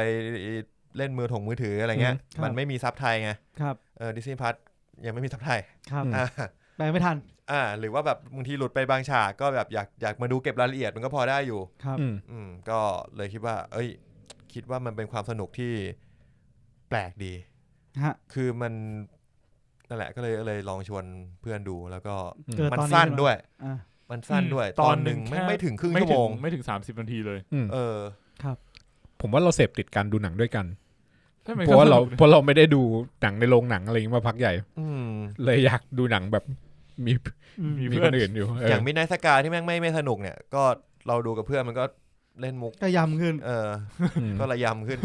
Speaker 2: เล่นมือถงมือถืออะไรเงี้ย
Speaker 1: อืมครับ
Speaker 2: มันไม่มีซับไทยไง
Speaker 4: ครับ
Speaker 2: เออดิสนีย์พัทยังไม่มีซับไทย
Speaker 4: ครับ
Speaker 1: อืม
Speaker 2: อ่า
Speaker 4: แปลไม่ทัน
Speaker 2: อ่า หรือว่าแบบบางทีหลุดไปบางฉากก็แบบอยากอยากมาดูเก็บรายละเอียดมันก็พอได้อยู่
Speaker 4: ครับ
Speaker 1: อืม
Speaker 2: อืม ก็เลยคิดว่า เอ้ย คิดว่ามันเป็นความสนุกที่แปลกดี
Speaker 4: ฮะ
Speaker 2: คือมันนั่นแหละก็เลยเลยลองชวนเพื่อนดูแล้วก็
Speaker 1: อืม
Speaker 4: เออ
Speaker 2: มัน
Speaker 4: ตอนนี้
Speaker 2: สั้น
Speaker 4: ใช่ไหม
Speaker 2: ด้วย
Speaker 4: อ่ะ
Speaker 2: มันสั้นด้วย
Speaker 3: อืม
Speaker 2: ต
Speaker 3: ต
Speaker 2: อ
Speaker 3: อน
Speaker 2: นหนึ่ง
Speaker 3: ห
Speaker 2: ไม่
Speaker 3: นึ่งแค่
Speaker 2: ไม่ถึงครึ่ง
Speaker 3: ไม่
Speaker 2: ชั่ว
Speaker 3: ถึ
Speaker 2: โม
Speaker 3: ง
Speaker 2: ง
Speaker 3: ไม่ถึงสามสิบนาทีเลย
Speaker 1: อืม
Speaker 2: เออ
Speaker 1: ผมว่าเราเสพติดการดูหนังด้วยกัน
Speaker 3: ใช่ไหม
Speaker 1: เพราะว่าเราเพราะเราไม่ได้ดูหนังในโรงหนังอะไรอย่างงี้มาพักใหญ่
Speaker 2: อืม
Speaker 1: เลยอยากดูหนังแบบมี
Speaker 3: มี
Speaker 1: มีค
Speaker 3: เพื่อน
Speaker 1: นอื่นอยู่เออ
Speaker 2: อ
Speaker 1: อย่าง
Speaker 2: มินไนสกาที่แม่งไม่ไม่สนุกเนี่ย ก็เราดูกับเพื่อนมันก็เล่นมุก
Speaker 4: ก็ยำขึ้น
Speaker 2: เออ
Speaker 1: อืม
Speaker 2: ก็ระยำขึ้น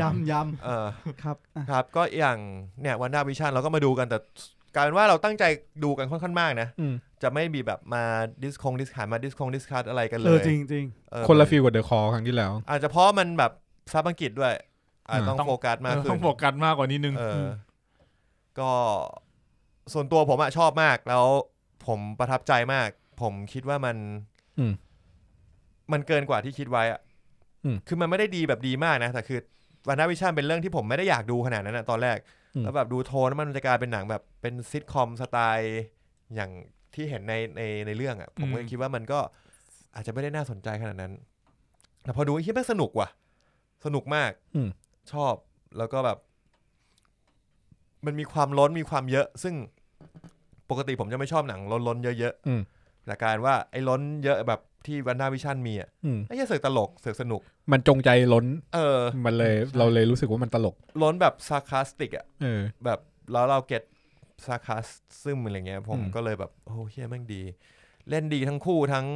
Speaker 4: ยำย
Speaker 2: เออ
Speaker 4: ำครับอ่ะ
Speaker 2: ครับ ก็อย่างเนี่ยวันด้าวิชั่นเราก็มาดูกันแต่กลายเป็นว่าเราตั้งใจดูกันค่อนข้างมากนะ
Speaker 1: อืม
Speaker 2: จะไม่มีแบบมาดิสคงดิสคัทมาดิสคงดิสคัทอะไรกันเล
Speaker 4: เออย จริงจริง
Speaker 2: เออ
Speaker 1: คนละฟีลกับเดอะคอครั้งที่แล้ว
Speaker 2: อาจจะเพราะมันแบบซับอังกฤษด้วยอาจจะต้องโฟกัสมาก
Speaker 3: เออ
Speaker 2: ขึ้
Speaker 3: ต้อน งโฟกัสมากกว่านี้นึง
Speaker 2: เออ ก็ส่วนตัวผมอะชอบมาก แล้วผมประทับใจมาก ผมคิดว่ามัน
Speaker 1: อืม
Speaker 2: มันเกินกว่าที่คิดไว้อะ
Speaker 1: อืม
Speaker 2: คือมันไม่ได้ดีแบบดีมากนะ แต่คือวันนาวิชั่นเป็นเรื่องที่ผมไม่ได้อยากดูขนาดนั้นนะตอนแรก
Speaker 1: อืม
Speaker 2: แล้วแบบดูโทนแล้วมันจะกลายเป็นหนังแบบเป็นซิทคอมสไตล์อย่างที่เห็นในในในเรื่องอะผมก็เลยคิดว่ามันก็อาจจะไม่ได้น่าสนใจขนาดนั้น แต่พอดูไอ้ที่แม่งสนุกว่ะ สนุกมาก
Speaker 1: อืม
Speaker 2: ชอบแล้วก็แบบ มันมีความล้นมีความเยอะ ซึ่งปกติผมจะไม่ชอบหนังล้นล้นๆเยอะ
Speaker 1: อืม
Speaker 2: ๆแต่กลารว่าไอ้ล้นเยอะแบบที่วันด้าวิชั่นมีอ่ะ
Speaker 1: อืม
Speaker 2: ไอ้เหี้ยเสือกตลกเสือกสนุก
Speaker 1: มันจงใจล้น
Speaker 2: เออ
Speaker 1: มันเลยเราเลยรู้สึกว่ามันตลก
Speaker 2: ล้นแบบซาร์คาสติกอ่ะ
Speaker 1: เออ
Speaker 2: แบบแล้วเราเก็ตซาร์คาสซึมอะไรเงี้ย ผม
Speaker 1: อืม
Speaker 2: ก็เลยแบบ โอ้เฮียแม่งดี เล่นดีทั้งคู่ทั้ง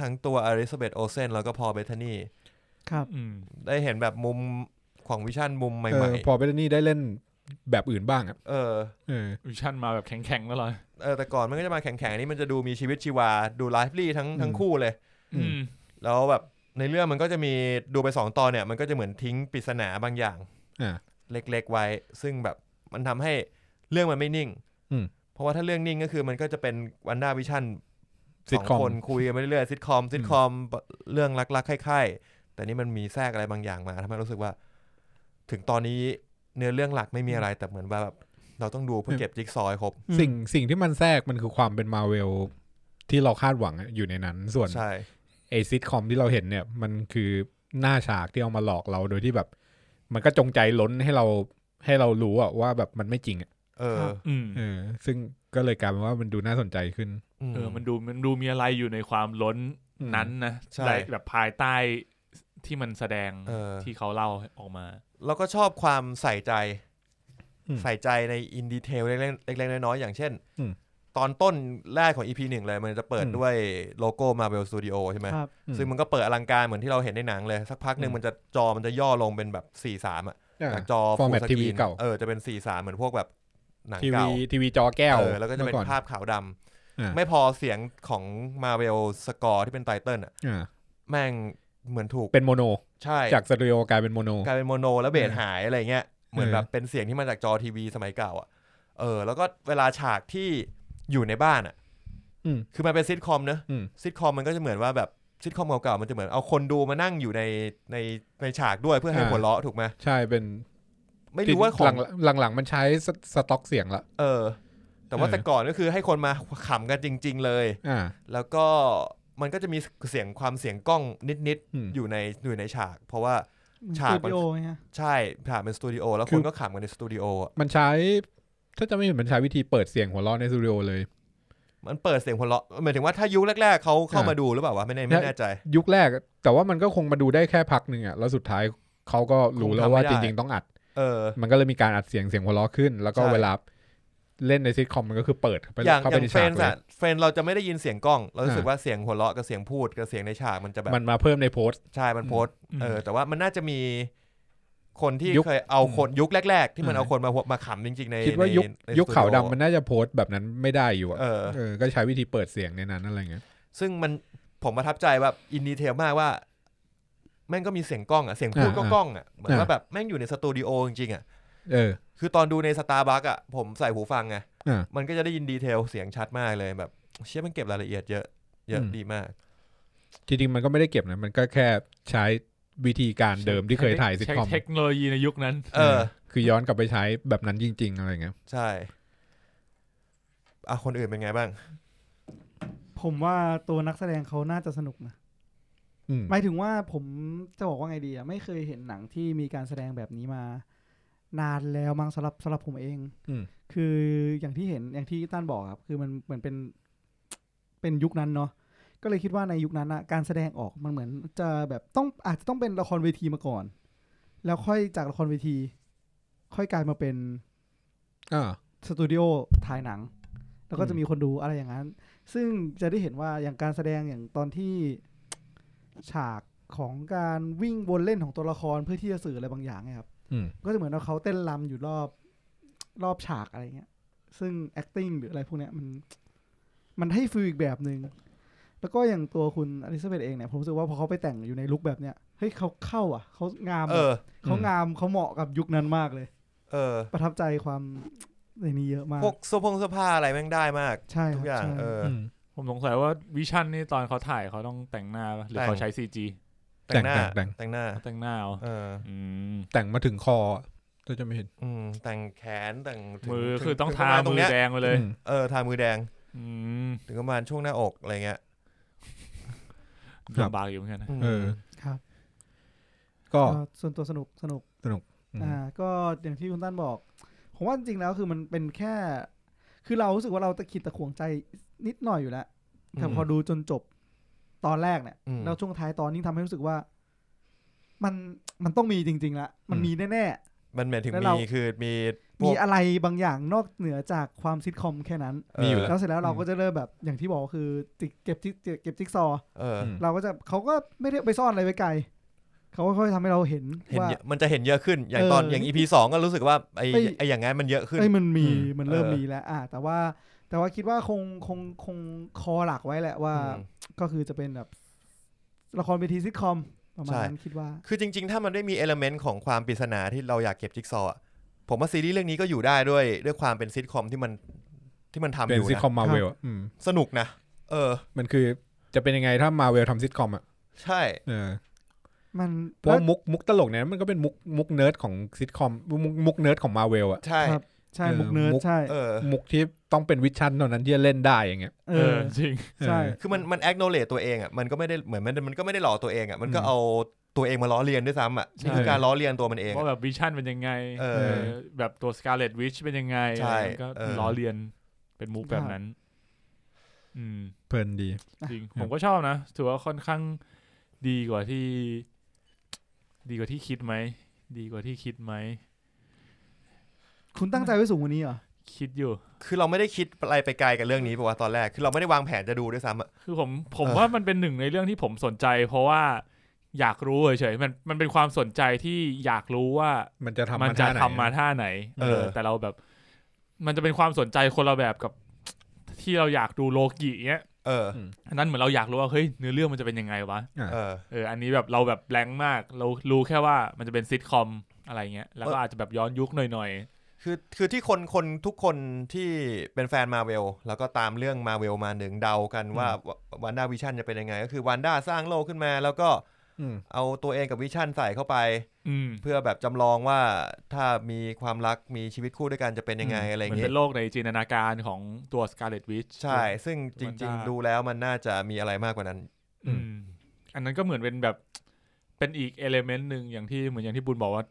Speaker 2: ทั้งตัวอ i ริ b เบตโอเซนแล้วก็พอเบธานี
Speaker 4: ๆครับ
Speaker 3: อืม
Speaker 2: ได้เห็นแบบมุม ของวิชั่นมุมให
Speaker 1: เอ
Speaker 2: ม่
Speaker 1: อพอเบลนี่ได้เล่นแบบอื่นบ้างอ่ะ
Speaker 2: ๆเออ
Speaker 1: เออ
Speaker 3: วิชั่นมาแบบแข็งๆแล้วเลย
Speaker 2: เออแต่ก่อนมันก็จะมาแข็งๆอันนี่มันจะดูมีชีวิตชีวาดูไลฟ์ลี่ทั้งทั้ง
Speaker 1: อืม
Speaker 2: คู่เลย
Speaker 1: อืม
Speaker 3: ม
Speaker 2: แล้วแบบในเรื่องมันก็จะมีดูไปสองตอนเนี่ย มันก็จะเหมือนทิ้งปริศนาบางอย่าง
Speaker 1: อ่า
Speaker 2: เล็กๆไว้ ซึ่งแบบมันทำให้เรื่องมันไม่นิ่ง
Speaker 1: อืม
Speaker 2: เพราะว่าถ้าเรื่องนิ่งก็คือมันก็จะเป็นวันด้าวิชั่นสอง
Speaker 1: sitcom
Speaker 2: คนคุยกันไปเรื่อยๆซิทคอมซิทคอมเรื่องรักๆค่ายๆแต่นี่มันมีแทรกอะไรบางอย่างมาทำให้รู้สึกว่า ถึงตอนนี้เนื้อเรื่องหลักไม่มีอะไรแต่เหมือนว่าแบบเราต้องดูเพื่อเก็บจิ๊กซอว์ให้ครบ
Speaker 1: สิ่งสิ่งที่มันแทรกมันคือความเป็นมาเวลที่เราคาดหวังอะอยู่ในนั้นส่วน
Speaker 2: ใช่
Speaker 1: ไอซิทคอมที่เราเห็นเนี่ยมันคือหน้าฉากที่เอามาหลอกเราโดยที่แบบ มันก็จงใจล้นให้เราให้เรารู้อะว่าแบบมันไม่จริงอะ
Speaker 2: เออ
Speaker 3: อืม
Speaker 1: เออ ซึ่งก็เลยกลายเป็นว่ามันดูน่าสนใจขึ้น
Speaker 2: ม
Speaker 3: เออมันดูมันดูมีอะไรอยู่ในความล้น
Speaker 1: อืม
Speaker 3: นั้นนะ
Speaker 2: ใช่
Speaker 3: ได้แบบภายใต้ที่มันแสดง
Speaker 2: เออ
Speaker 3: ที่เขาเล่าออกมา
Speaker 2: เราก็ชอบความใส่ใจ
Speaker 1: อืม
Speaker 2: ใส่ใจในอินดีเทลเล็กๆเล็กๆน้อยๆอย่างเช่น
Speaker 1: อืม
Speaker 2: ตอนต้นแรกของ EP หนึ่งเลย มันจะเปิด
Speaker 1: อืม
Speaker 2: ด้วยโลโก้มาเ e ลสตูดิโอใช่ไหม
Speaker 4: ครับ
Speaker 1: อืม
Speaker 2: ซึ่งมันก็เปิดอลังการเหมือนที่เราเห็นในหนังเลย สักพักหนึ่ง
Speaker 1: อืม
Speaker 2: มันจะจอมันจะย่อลงเป็นแบบ 4 3 อ่ะจากจอ
Speaker 1: ฟอร์แมต
Speaker 2: full
Speaker 1: ทีวี
Speaker 2: screen
Speaker 1: เก่า
Speaker 2: เออจะเป็น 4 3 เหมือนพวกแบบหนัง
Speaker 1: ทีวี
Speaker 2: เก่า
Speaker 1: ทีวีจอแก้ว
Speaker 2: เออแล้วก็จะเป็น
Speaker 1: มื่ออ
Speaker 2: ภาพขาวดำ
Speaker 1: อ่า
Speaker 2: ไม่พอเสียงของมาเ e ลสกอร์ที่เป็นไตเติลอ่ะ
Speaker 1: อ่า
Speaker 2: แม่งเหมือนถูก
Speaker 1: เป็นโมโน
Speaker 2: ใช่
Speaker 1: จากสตูดิโอกลายเป็นโมโน
Speaker 2: กลายเป็นโมโน แล้วเบส
Speaker 1: เออ
Speaker 2: หายอะไรเงี้ยเหมือน
Speaker 1: เออ
Speaker 2: แบบเป็นเสียงที่มาจากจอทีวีสมัยเก่าอ่ะเออ แล้วก็เวลาฉากที่อยู่ในบ้านอ่ะ
Speaker 1: อืม
Speaker 2: คือมันเป็นซิทคอมเนอะ
Speaker 1: อืม
Speaker 2: ซิทคอมมันก็จะเหมือนว่าแบบซิทคอมเก่าๆมันจะเหมือนเอาคนดูมานั่งอยู่ในในในฉากด้วยเพื่อให้
Speaker 1: อ่า
Speaker 2: หัวเราะถูกไหม
Speaker 1: ใช่เป็น
Speaker 2: ไม่รู้ว่าของ
Speaker 1: หลังหลังๆมันใช้สสต็อกเสียงละ
Speaker 2: เออ แต่ว่า
Speaker 1: เออ
Speaker 2: แต่ก่อนก็คือให้คนมาขำกันจริง ๆ เลย
Speaker 1: อ่า
Speaker 2: แล้วก็มันก็จะมีเสียงความเสียงกล้องนิด
Speaker 1: อืม
Speaker 2: ๆอยู่ในอยู่ในฉาก เพราะว่า ฉา
Speaker 4: ฉาก ก
Speaker 2: มัน
Speaker 4: วิดีโอไงฮะ
Speaker 2: ใช่ถ่ายเป็นสตูดิโอแล้วคนก็ขำกันในสตูดิโออะ
Speaker 1: มันใช้ ถ้าจะไม่เห็นมันใช้วิธีเปิดเสียงหัวเราะในสตูดิโอเลย
Speaker 2: มันเปิดเสียงหัวเราะหมายถึงว่าถ้ายุคแรกๆเขาเข้ามาดูหรือเปล่าวะไม่แน่ไม่แน่ใจ
Speaker 1: ยุคแรก แต่ว่ามันก็คงมาดูได้แค่พักหนึ่งอะแล้วสุดท้ายเขาก็รู้แล้วว่า
Speaker 2: คง
Speaker 1: จ
Speaker 2: ทำไม่ได้
Speaker 1: ริงๆต้องอัด
Speaker 2: เออ
Speaker 1: มันก็เลยมีการอัดเสียงเสียงหัวเราะขึ้น แล้วก็
Speaker 2: ใช่
Speaker 1: เวลาเล่นในซิทคอมมันก็คือเปิดเข้าไป
Speaker 2: อย่าง
Speaker 1: เข้า
Speaker 2: อ
Speaker 1: ไป
Speaker 2: ย่าง
Speaker 1: ใน
Speaker 2: เฟร
Speaker 1: ฉาก
Speaker 2: นส์
Speaker 1: เลย
Speaker 2: อะเฟรนเราจะไม่ได้ยินเสียงกล้อง เรารู้สึก
Speaker 1: อ่า
Speaker 2: ว่าเสียงหัวเราะกับเสียงพูดกับเสียงในฉากมันจะแบบ
Speaker 1: มันมาเพิ่มในโพสต์
Speaker 2: ใช่ มันโพสต์
Speaker 3: อืม
Speaker 2: เออ แต่ว่ามันน่าจะมีคนที่
Speaker 1: ยุค
Speaker 2: เคยเอาคนยุคแรก ๆ ที่มัน
Speaker 1: อ่า
Speaker 2: เอาคนมาหัวมาขำจริง ๆ ใน
Speaker 1: คิดว่า
Speaker 2: ใน
Speaker 1: ยุค
Speaker 2: ใน
Speaker 1: ยุค
Speaker 2: สตูดิโอ
Speaker 1: ขาวดำมันน่าจะโพสต์แบบนั้นไม่ได้อยู่อะ
Speaker 2: เออ
Speaker 1: เออก็ใช้วิธีเปิดเสียงในนั้นอะไรเงี้ย
Speaker 2: ซึ่งมันผมประทับใจแบบอินดีเทลมากว่า แม่งก็มีเสียงกล้องอ่ะ เสียงพูดก็
Speaker 1: อ่าก ก
Speaker 2: ล้องอ่ะ เหมือน
Speaker 1: อ่า
Speaker 2: ว่าแบบแม่งอยู่ในสตูดิโอจริงๆอ่ะ
Speaker 1: เออ
Speaker 2: คือตอนดูในสตาร์บัคอ่ะ ผมใส่หูฟังไง
Speaker 1: อ่า
Speaker 2: มันก็จะได้ยินดีเทลเสียงชัดมากเลยแบบ เชี่ยมันเก็บรายละเอียดเยอะ เยอะ
Speaker 1: อืม
Speaker 2: ดีมาก
Speaker 1: จริงๆมันก็ไม่ได้เก็บนะมันก็แค่ใช้วิธีการเดิมที่เคยถ่ายซิท
Speaker 3: ใช้
Speaker 1: คอม
Speaker 3: เทคโนโลยีในยุคนั้น
Speaker 2: เออ
Speaker 1: คือย้อนกลับไปใช้แบบนั้นจริง ๆ อะไรเงี้ย
Speaker 2: ใช่อ่ะคนอื่นเป็นไงบ้าง
Speaker 4: ผมว่าตัวนักแสดงเขาน่าจะสนุกนะ
Speaker 1: อืม
Speaker 4: หมายถึงว่าผมจะบอกว่าไงดีอ่ะไม่เคยเห็นหนังที่มีการแสดงแบบนี้มา นานแล้วมั้งสำหรับสำหรับผมเอง
Speaker 1: อืม
Speaker 4: คืออย่างที่เห็นอย่างที่ต้านบอกครับ คือมันเหมือนเป็นเป็นยุคนั้นเนาะก็เลยคิดว่าในยุคนั้นอะการแสดงออกมันเหมือนจะแบบต้องอาจจะต้องเป็นละครเวทีมาก่อน แล้วค่อยจากละครเวที ค่อยกลายมาเป็น
Speaker 1: อ่า
Speaker 4: สตูดิโอถ่ายหนัง แล้วก็
Speaker 1: อื
Speaker 4: จะ
Speaker 1: ม
Speaker 4: มีคนดูอะไรอย่างนั้น ซึ่งจะได้เห็นว่าอย่างการแสดงอย่างตอนที่ ฉากของการวิ่งวนเล่นของตัวละครเพื่อที่จะสื่ออะไรบางอย่างเนี่ยครับ
Speaker 1: อืม
Speaker 4: ก็จะเหมือนว่าเขาเต้นรำอยู่รอบรอบฉากอะไรเงี้ย ซึ่ง acting หรืออะไรพวกเนี้ยมัน มันให้ฟีลอีกแบบหนึง่งแล้วก็อย่างตัวคุณอลิซาเบธเองเนี่ยผมรู้สึกว่าพอเขาไปแต่งอยู่ในลุคแบบเนี้ยเฮ้ยเขาเข้าอ่ะเขางาม
Speaker 2: เอ
Speaker 4: อะ
Speaker 2: อ
Speaker 4: เขางามเขาเหมาะกับยุคนั้นมากเลย
Speaker 2: เออ
Speaker 4: ประทับใจความในนี้เยอะมาก
Speaker 2: พวกเสื้อผงเสื้อผ้าอะไรแม่งได้มาก
Speaker 4: ใช่ครับ
Speaker 2: ทุกอย่าง
Speaker 4: ใช่
Speaker 2: เออ
Speaker 1: อืม
Speaker 3: ผมสงสัยว่าวิชั่นนี่ตอนเขาถ่ายเขาต้องแต่งหน้าปะหรือเขาใช้ซีจี
Speaker 2: แต่งหน้า
Speaker 1: แต่ง
Speaker 2: แต่งหน้า
Speaker 3: แต่งหน้าเอา
Speaker 2: เออ
Speaker 3: อืม
Speaker 1: แต่งมาถึงคออะก็จะไม่เห็น
Speaker 2: อืม แต่งแขนแต่งถึ
Speaker 3: มือคือต้อง
Speaker 2: ประ
Speaker 3: ทา
Speaker 2: ณร
Speaker 3: มือ
Speaker 2: เนี้ย
Speaker 3: แดงไปเลย
Speaker 1: อืม
Speaker 2: เออ ทามือแดง
Speaker 3: อืม
Speaker 2: ถึงประมาณช่วงหน้าอกอะไรเงี้ย
Speaker 1: ครับ
Speaker 3: ลำบากอยู่เหมือนกันนะ
Speaker 1: เออ
Speaker 4: ครับ
Speaker 1: ก็
Speaker 4: ก็ส่วนตัวสนุกสนุก
Speaker 1: สนุกอืม
Speaker 4: อ่า ก็อย่างที่คุณตั้นบอก ผมว่าจริงๆแล้วคือมันเป็นแค่ คือเรารู้สึกว่าเราตะขิดตะขวงใจนิดหน่อยอยู่แล้วแต่พอดูจนจบตอนแรกเนี่ย
Speaker 2: อืม
Speaker 4: แล้วช่วงท้ายตอนนี้ทำให้รู้สึกว่า มันมันต้องมีจริงๆละมันมีแน่
Speaker 2: มันหมายถึง
Speaker 4: แล้วเรา
Speaker 2: มี
Speaker 4: มี
Speaker 2: คือมีพ
Speaker 4: ๆ
Speaker 2: ว
Speaker 4: มี
Speaker 2: ก
Speaker 4: อะไรบางอย่างนอกเหนือจากความซิทคอมแค่นั้น
Speaker 1: มีอยู่
Speaker 4: แล้วเสร็จแล้วเราก็จะเริ่มแบบอย่างที่บอกคือจิกเก็บจิ๊กเก็บจิ๊กซอว์
Speaker 2: เออ
Speaker 1: อืม
Speaker 4: เราก็จะเขาก็ไม่ได้ไปซ่อนอะไรไว้ไกล เขาค่อยๆทำให้เราเห็น
Speaker 2: เห็น
Speaker 4: ว่า
Speaker 2: เยอะมันจะเห็นเยอะขึ้น อย่างตอน
Speaker 4: เอออ
Speaker 2: อย่าง EP สองก็รู้สึกว่าไอ้
Speaker 4: เอ้ย
Speaker 2: ไอ้อย่างงั้นมันเยอะขึ้น
Speaker 4: เอ้ยมันมี
Speaker 1: อืม
Speaker 4: มันเริ่ม
Speaker 2: เออ
Speaker 4: มีแล้ว อ่ะแต่ว่าแต่ว่าคิดว่าคงคงคงคอหลักไว้แหละว่า
Speaker 2: อืม
Speaker 4: ก็คือจะเป็นแบบ ละครเวทีซิทคอมประมาณ
Speaker 2: ใช่
Speaker 4: นั้นคิดว่า
Speaker 2: คือจริงๆ ถ้ามันได้มีเอลเมนต์ของความปริศนาที่เราอยากเก็บจิ๊กซอว์อะผมว่าซีรีส์เรื่องนี้ก็อยู่ได้ด้วยด้วยความเป็นซิทคอมที่มันที่มันทำอ
Speaker 1: เป็น
Speaker 2: ยู่
Speaker 1: ซิท
Speaker 2: นะ
Speaker 1: คอมมาเวล
Speaker 2: สนุกนะ เออ
Speaker 1: มันคือจะเป็นยังไงถ้ามาเวลทำซิทคอมอ่ะ
Speaker 2: ใช่
Speaker 1: เออ
Speaker 4: มัน
Speaker 1: เพราะมุกมุกตลกเนี่ยมันก็เป็นมุกมุกเนิร์ดของซิทคอมมุกมุกเนิร์ดของมาเวลอ่ะ
Speaker 2: ใช่
Speaker 4: ครับใช่
Speaker 1: เออ
Speaker 4: มุกเนิร์ด
Speaker 1: มุก
Speaker 4: ใช่
Speaker 2: เออ
Speaker 1: มุกที่ต้องเป็นวิชั่นเท่านั้นที่จะเล่นได้อย่างเงี้ย
Speaker 4: เอ
Speaker 3: เอ
Speaker 4: อ
Speaker 3: อจริง
Speaker 4: ใช่
Speaker 2: คือมันมันแอคโนเลตตัวเองอ่ะมันก็ไม่ได้เหมือนมันมันก็ไม่ได้หล่อตัวเองอ่ะมันก็
Speaker 1: อืม
Speaker 2: เอาตัวเองมาล้อเลียนด้วยซ้ำอ่ะ
Speaker 3: ใช่
Speaker 2: นี่คือการล้อเลียนตัวมันเอง
Speaker 3: ว่า
Speaker 2: อะ
Speaker 3: แบบวิชั่นเป็นยังไง
Speaker 2: เออ
Speaker 3: เออแบบตัวสกาเลตวิชเป็นยังไง
Speaker 2: ใช่
Speaker 3: อะไรมันก็
Speaker 2: เออ
Speaker 3: ล้อเลียนเป็นมุกแบบนั้น อืม
Speaker 1: เพลินดี
Speaker 3: จริง
Speaker 1: อ่ะ
Speaker 3: ผมก็ชอบนะ ถือว่าค่อนข้างดีกว่าที่ ดีกว่าที่คิดไหม ดีกว่าที่คิดไหม
Speaker 4: คุณตั้งใจไว้สูงกว่านี้เหรอ
Speaker 3: คิดอยู่
Speaker 2: คือเราไม่ได้คิดอะไรไปไกลกับเรื่องนี้ป่าวะตอนแรกคือเราไม่ได้วางแผนจะดูด้วยซ้ำอะ
Speaker 3: คือผมผม
Speaker 2: เออ
Speaker 3: ว่ามันเป็นหนึ่งในเรื่องที่ผมสนใจ เพราะว่าอยากรู้เฉยๆมันมันเป็นความสนใจที่อยากรู้ว่า
Speaker 1: มันจะทำ
Speaker 3: มัน
Speaker 1: น
Speaker 3: จะ
Speaker 1: ท่ไห
Speaker 3: ทำมาท่าไหน เอ
Speaker 2: เอ
Speaker 3: อ
Speaker 2: อ
Speaker 3: แต่เราแบบ มันจะเป็นความสนใจคนละแบบกับ ที่เราอยากดูโลกิเงี้ย
Speaker 2: เออ
Speaker 3: อันนั้นเหมือนเราอยากรู้ว่าเฮ้ยเนื้อเรื่องมันจะเป็นยังไงวะ
Speaker 2: เออ
Speaker 3: เออ อันนี้แบบเราแบบแรงมาก เรารู้แค่ว่ามันจะเป็นซิทคอมอะไรเงี้ย แล้ว
Speaker 2: เอ
Speaker 3: ก็
Speaker 2: ออ
Speaker 3: อาจจะแบบย้อนยุคหน่อย
Speaker 2: คือคือที่คนคนทุกคนที่เป็นแฟนมาเวลแล้วก็ตามเรื่องมาเวลมาหนึ่งเดากันว่าวันด้าวิชั่นจะเป็นยังไง ก็คือวันด้าสร้างโลกขึ้นมา แล้วก็
Speaker 1: อืม
Speaker 2: เอาตัวเองกับวิชั่นใส่เข้าไป
Speaker 3: ๆ อืม
Speaker 2: เพื่อแบบจำลองว่าถ้ามีความรักมีชีวิตคู่ด้วยกันจะเป็นยังไงอะไร
Speaker 3: เหมือน
Speaker 2: เงี้
Speaker 3: เป็
Speaker 2: ย
Speaker 3: นโลกในจินตนาการของตัว Scarlet Witch
Speaker 2: ใช่ ซึ่งจริง ๆ ดูแล้วมันน่าจะมีอะไรมากกว่านั้น
Speaker 3: อืม อันนั้นก็เหมือนเป็นแบบเป็นอีกเอลเมนต์หนึ่งอย่างที่เหมือนอย่างที่บุญบอกว่า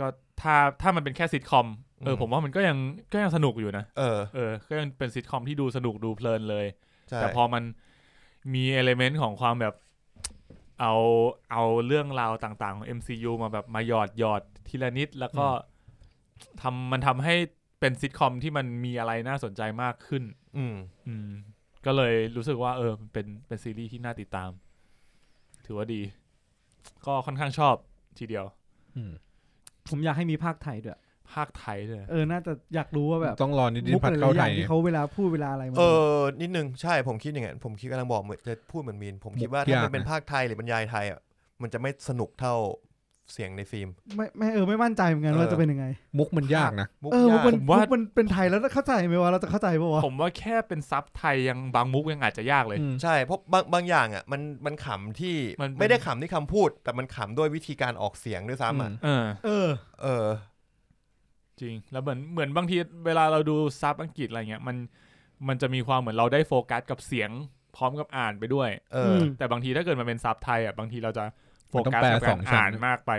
Speaker 3: ก็ถ้าถ้ามันเป็นแค่ซิทคอมเออ
Speaker 2: ม
Speaker 3: ผมว่ามันก็ยังก็ยังสนุกอยู่นะ
Speaker 2: เออ
Speaker 3: เออ ก็ยังเป็นซิทคอมที่ดูสนุกดูเพลินเลย
Speaker 2: ใช่
Speaker 3: แต่พอมันมีเอลเมนต์ของความแบบเอาเอาเรื่องราวต่างๆของ MCU มาแบบมาหยอดหยอดทีละนิด แล้วก็ทำมันทำให้เป็นซิทคอมที่มันมีอะไรน่าสนใจมากขึ้น
Speaker 2: อืม
Speaker 3: อืม ก็เลยรู้สึกว่า เออมันเป็นเป็นซีรีส์ที่น่าติดตาม ถือว่าดี ก็ค่อนข้างชอบทีเดียว
Speaker 4: ผมอยากให้มีภาคไทยด้วย
Speaker 3: ภาคไทยด้วย
Speaker 4: เออ น่าจะอยากรู้ว่าแบบ
Speaker 1: ต้องรอนิดนิด
Speaker 4: มุก
Speaker 1: พั
Speaker 4: อะ
Speaker 1: ด
Speaker 4: ไรห
Speaker 1: เข้า
Speaker 4: ลาย
Speaker 1: ไท
Speaker 4: อย่าง
Speaker 1: ย
Speaker 4: ที่เขาเวลาพูดเวลาอะไรมา
Speaker 2: เออนิดนึงใช่ผมคิดอย่างนั้นผมคิดกำลังบอกเหมือนจะพูดเหมือนมีนผมคิดว่า
Speaker 1: มุกยา
Speaker 2: ถ้าก มันเป็น
Speaker 1: นะ
Speaker 2: ภาคไทยหรือบรรยายไทยอ่ะมันจะไม่สนุกเท่าเสียงในฟิล์ม
Speaker 4: ไม่ไม่เออไม่มั่นใจเหมือนกัน
Speaker 2: เออ
Speaker 4: ว่าจะเป็นยังไง
Speaker 1: มุกมันยากนะ
Speaker 2: มุก
Speaker 4: เออมุ
Speaker 2: ยา
Speaker 4: ก
Speaker 2: ก
Speaker 4: มันมุกมันเป็นไทยแล้วเข้าใจไหมว่าเราจะเข้าใจปะวะ
Speaker 3: ผมว่าแค่เป็นซับไทยยังบางมุกยังอาจจะยากเลย
Speaker 2: ใช่เพราะบางบางอย่างอ่ะมันมันขำที่
Speaker 3: มันเป็น
Speaker 2: ไม่ได้ขำที่คำพูด แต่มันขำด้วยวิธีการออกเสียงด้วยซ้ำอ่ะ
Speaker 3: เออ
Speaker 4: เออ
Speaker 2: เออ
Speaker 3: จริง แล้วเหมือนเหมือนบางทีเวลาเราดูซับอังกฤษอะไรเงี้ยมันมันจะมีความเหมือนเราได้โฟกัสกับเสียงพร้อมกับอ่านไปด้วย
Speaker 2: เอออ
Speaker 4: ม
Speaker 3: แต่บางทีถ้าเกิดมันเป็นซับไทยอ่ะบางทีเราจะโฟ
Speaker 1: มันต้อง
Speaker 3: กัส
Speaker 1: แปล
Speaker 3: กับ
Speaker 1: ส
Speaker 3: กา
Speaker 1: อง
Speaker 3: ร
Speaker 1: ชั้น
Speaker 3: อ่านมากไป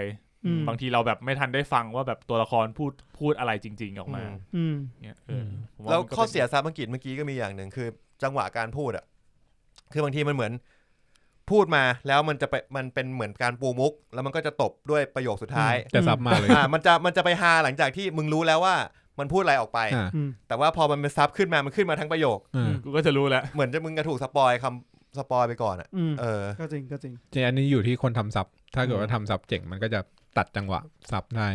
Speaker 4: อืม
Speaker 3: บางทีเราแบบไม่ทันได้ฟังว่าแบบตัวละครพูดพูดอะไรจริง ๆ ออกมา
Speaker 2: อืม
Speaker 4: อืม
Speaker 3: เนี่ยเอออผมว่า
Speaker 2: แล้ว
Speaker 3: มันก็
Speaker 2: ข้อ
Speaker 3: ป็น
Speaker 2: เสียภาษาอังกฤษเมื่อกี้ก็มีอย่างหนึ่งคือ จังหวะการพูดอ่ะ คือบางทีมันเหมือน พูดมาแล้วมันจะไปมันเป็นเหมือนการปูมุก แล้วมันก็จะตบด้วยประโยคสุดท้าย
Speaker 1: จะซับมาเลย
Speaker 2: อ่ามันจะมันจะไปฮาหลังจากที่มึงรู้แล้วว่า มันพูดอะไรออกไป
Speaker 1: อ่า
Speaker 4: อืม
Speaker 2: แต่ว่าพอมันเป็นซับขึ้นมามันขึ้นมาทั้งประโยค
Speaker 1: เออ
Speaker 3: กูก็จะรู้แล้ว
Speaker 2: เหมือนจะมึงจะถูกสปอยคำสปอยไปก่อนอ่ะ
Speaker 4: อืม
Speaker 2: เออ
Speaker 4: ก็จริงก็จริง
Speaker 1: จริงอันนี้อยู่ที่คนทำซับ ถ้าเกิด
Speaker 2: อืม
Speaker 1: ว่าทำซับเจ๋งมันก็จะตัดจังหวะซับได้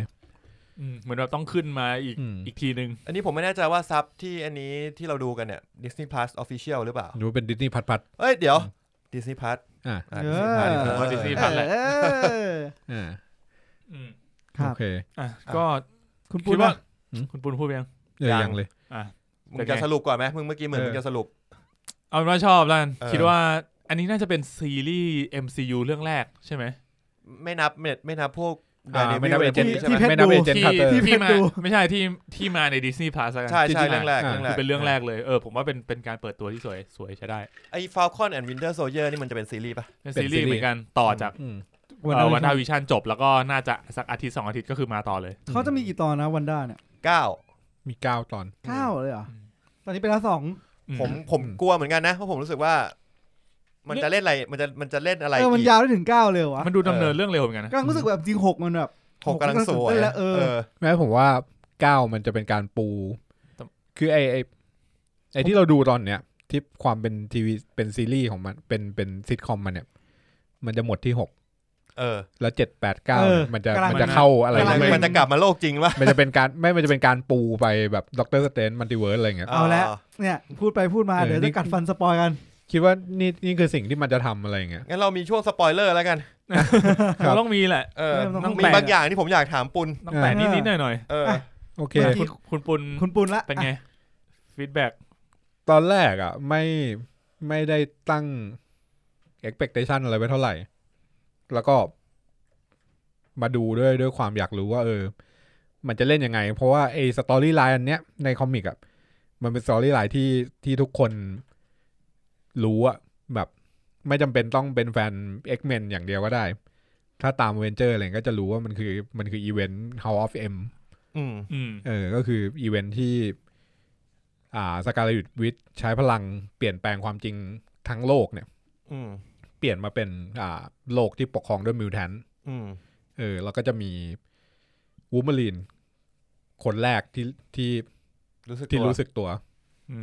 Speaker 3: อืมเหมือนแบบต้องขึ้นมาอีก
Speaker 1: อืม
Speaker 3: อีกทีนึง
Speaker 2: อันนี้ผมไม่แน่ใจว่าซับที่อันนี้ที่เราดูกันเนี่ย Disney Plus Official หรือเปล่า
Speaker 1: ดูเป็นดิสนีย์พัดพัด
Speaker 2: เอ้ยเดี๋ยว Disney Plus
Speaker 1: ๆอ่า
Speaker 2: อ่ะ
Speaker 4: เอ
Speaker 2: Disney Plus
Speaker 4: อ
Speaker 3: ผ
Speaker 2: เอ
Speaker 3: ม
Speaker 2: อ
Speaker 3: ว่า Disney Plus แหละ
Speaker 4: เออ
Speaker 1: อ่า
Speaker 3: อืม
Speaker 4: ครั
Speaker 1: โอบ เค
Speaker 3: อ่ะก็
Speaker 4: คุณปู
Speaker 3: คิ
Speaker 4: น
Speaker 3: ดว่า
Speaker 4: ว่า
Speaker 3: คุณปุณพูดไปยัง
Speaker 1: เออ
Speaker 2: ยั
Speaker 1: ยัง งเลย
Speaker 3: อ่ะ
Speaker 2: มึงจะสรุปก่อนไหมมึงเมื่อกี้เหมือน
Speaker 1: เออ
Speaker 2: มึงจะสรุป
Speaker 3: เอาเป็นว่าชอบแล้วกัน
Speaker 2: เออ
Speaker 3: คิดว่าอันนี้น่าจะเป็นซีรีส์ MCU เรื่องแรกใช่ไหม
Speaker 2: ไม่นับเม็ดไม่นับพวก
Speaker 1: อ่า
Speaker 2: Daredevil
Speaker 1: ไม่นับเอเจนต์
Speaker 2: ะไรพวกนี้ใช่
Speaker 4: ที่
Speaker 2: ไหม
Speaker 1: ไม่นับ
Speaker 4: เพชร
Speaker 1: เอเจนต์พาร์
Speaker 4: ดู
Speaker 3: ที่
Speaker 1: เตอร์
Speaker 4: ที่ดู
Speaker 3: ที่มาไม่ใช่ที่ที่มาใน Disney Plus แล้วกัน
Speaker 2: ใช่ใช่
Speaker 3: ที่
Speaker 2: เรื่องแรกเรื่องแร
Speaker 3: คือก เป็นเรื่องแรกเลยเออผมว่าเป็นเป็นการเปิดตัวที่สวยสวยใช้ได้
Speaker 2: ไอ้ Falcon and Winter Soldier นี่มันจะเป็นซีรีส์ป่ะ
Speaker 3: เป็น
Speaker 1: เป็น
Speaker 3: ซีรี
Speaker 1: ซีรีส์
Speaker 3: ส์เหมือนกันต่อจาก
Speaker 1: อืม
Speaker 3: เอ่อวันดาวิชั่นจบ แล้วก็น่าจะสักอาทิตย์สองอาทิตย์ก็คือมาต่อเลย
Speaker 4: เขาจะมีกี่ตอนนะวันด้าเนี่ย
Speaker 2: 9
Speaker 1: มีเก้าตอน
Speaker 4: เก้าเลยเหรออ
Speaker 3: ม
Speaker 4: ตอนนี้ไปแล้วสอง
Speaker 3: อื
Speaker 2: ผมผม
Speaker 1: อืม
Speaker 2: กลัวเหมือนกันนะ เพราะผมรู้สึกว่า มันจะเล่นอะไรมันจะมันจะเล่นอะไร
Speaker 4: เออ มัน
Speaker 2: อีก
Speaker 4: ยาวได้ถึงเก้าเลยวะ
Speaker 3: มันดูดำเนินเรื่องเร็วเหมือนกันนะ
Speaker 4: กำลังรู้สึกแบบจริงหกมันแบบ
Speaker 2: หกกำลังสวย
Speaker 4: เออเออ
Speaker 1: แม้ผมว่าเก้ามันจะเป็นการปู คือไอไอไอที่เราดูตอนเนี้ยที่ความเป็นทีวีเป็นซีรีส์ของมันเป็นเป็นซิทคอมมันเนี่ย มันจะหมดที่หก
Speaker 2: เ เออ
Speaker 1: แล้วเจ็ดแปดเก้า
Speaker 4: เออ
Speaker 1: มันจะ
Speaker 4: กำลัง
Speaker 1: มันจะเข้าอะไร
Speaker 2: มันจะ
Speaker 1: ไม่
Speaker 2: มันจะกลับมาโลกจริงวะ
Speaker 1: มันจะเป็นการไม่มันจะเป็นการปูไปแบบด็อกเตอร์สเตนมัลติเวิร์สอะไรอย่างเงี้ย
Speaker 4: เอาละเนี่ย พูดไปพูดมา
Speaker 1: เออ
Speaker 4: เดี๋ยว
Speaker 1: นี่
Speaker 4: จะกัดฟันสปอยกัน
Speaker 1: คิดว่านี่นี่คือสิ่งที่มันจะทำอะไรอย่างเงี้ย
Speaker 2: งั้นเรามีช่วงสปอยเลอร์แล้วกัน
Speaker 1: ครับ
Speaker 3: ต้องมีแหละ
Speaker 2: เออ
Speaker 4: เริ่มต้อง
Speaker 2: มี
Speaker 3: แปลก
Speaker 2: บางอย่างที่ผมอยากถามปุณ
Speaker 3: ต้องแต่นิดนิดๆหน่อยหน่อย
Speaker 2: เออ
Speaker 1: โอเค
Speaker 4: เมื่อ
Speaker 3: ๆ
Speaker 4: กี้
Speaker 3: คุณคุณปุณ
Speaker 4: คุณปุณละ
Speaker 3: เป็นไงฟีดแบ็ก
Speaker 1: ตอนแรกอ่ะ ไม่ไม่ได้ตั้ง expectation อะไรไว้เท่าไหร่ แล้วก็มาดูด้วยด้วยความอยากรู้ว่า เออ มันจะเล่นยังไง เพราะว่าไอ้สตอรี่ไลน์อันเนี้ยในคอมิกอ่ะมันเป็นสตอรี่ไลน์ที่ที่ทุกคนรู้อ่ะแบบ ไม่จำเป็นต้องเป็นแฟน X-Men อย่างเดียวก็ได้ ถ้าตามเวนเจอร์อะไรก็จะรู้ว่ามันคือมันคืออีเวนต์ House of M
Speaker 2: อืม
Speaker 3: อืม
Speaker 1: เออ ก็คืออีเวนท์ที่ อ่าสกาลยุทวิทย์ใช้พลังเปลี่ยนแปลงความจริงทั้งโลกเนี่ย
Speaker 2: อืม
Speaker 1: เปลี่ยนมาเป็นอ่าโลกที่ปกครองด้วยมิวแทน
Speaker 2: อืม
Speaker 1: เออ แล้วก็จะมีวูมารีน คนแรกที่ที่
Speaker 2: รู้สึกตัว
Speaker 1: ที่รู้สึกตัว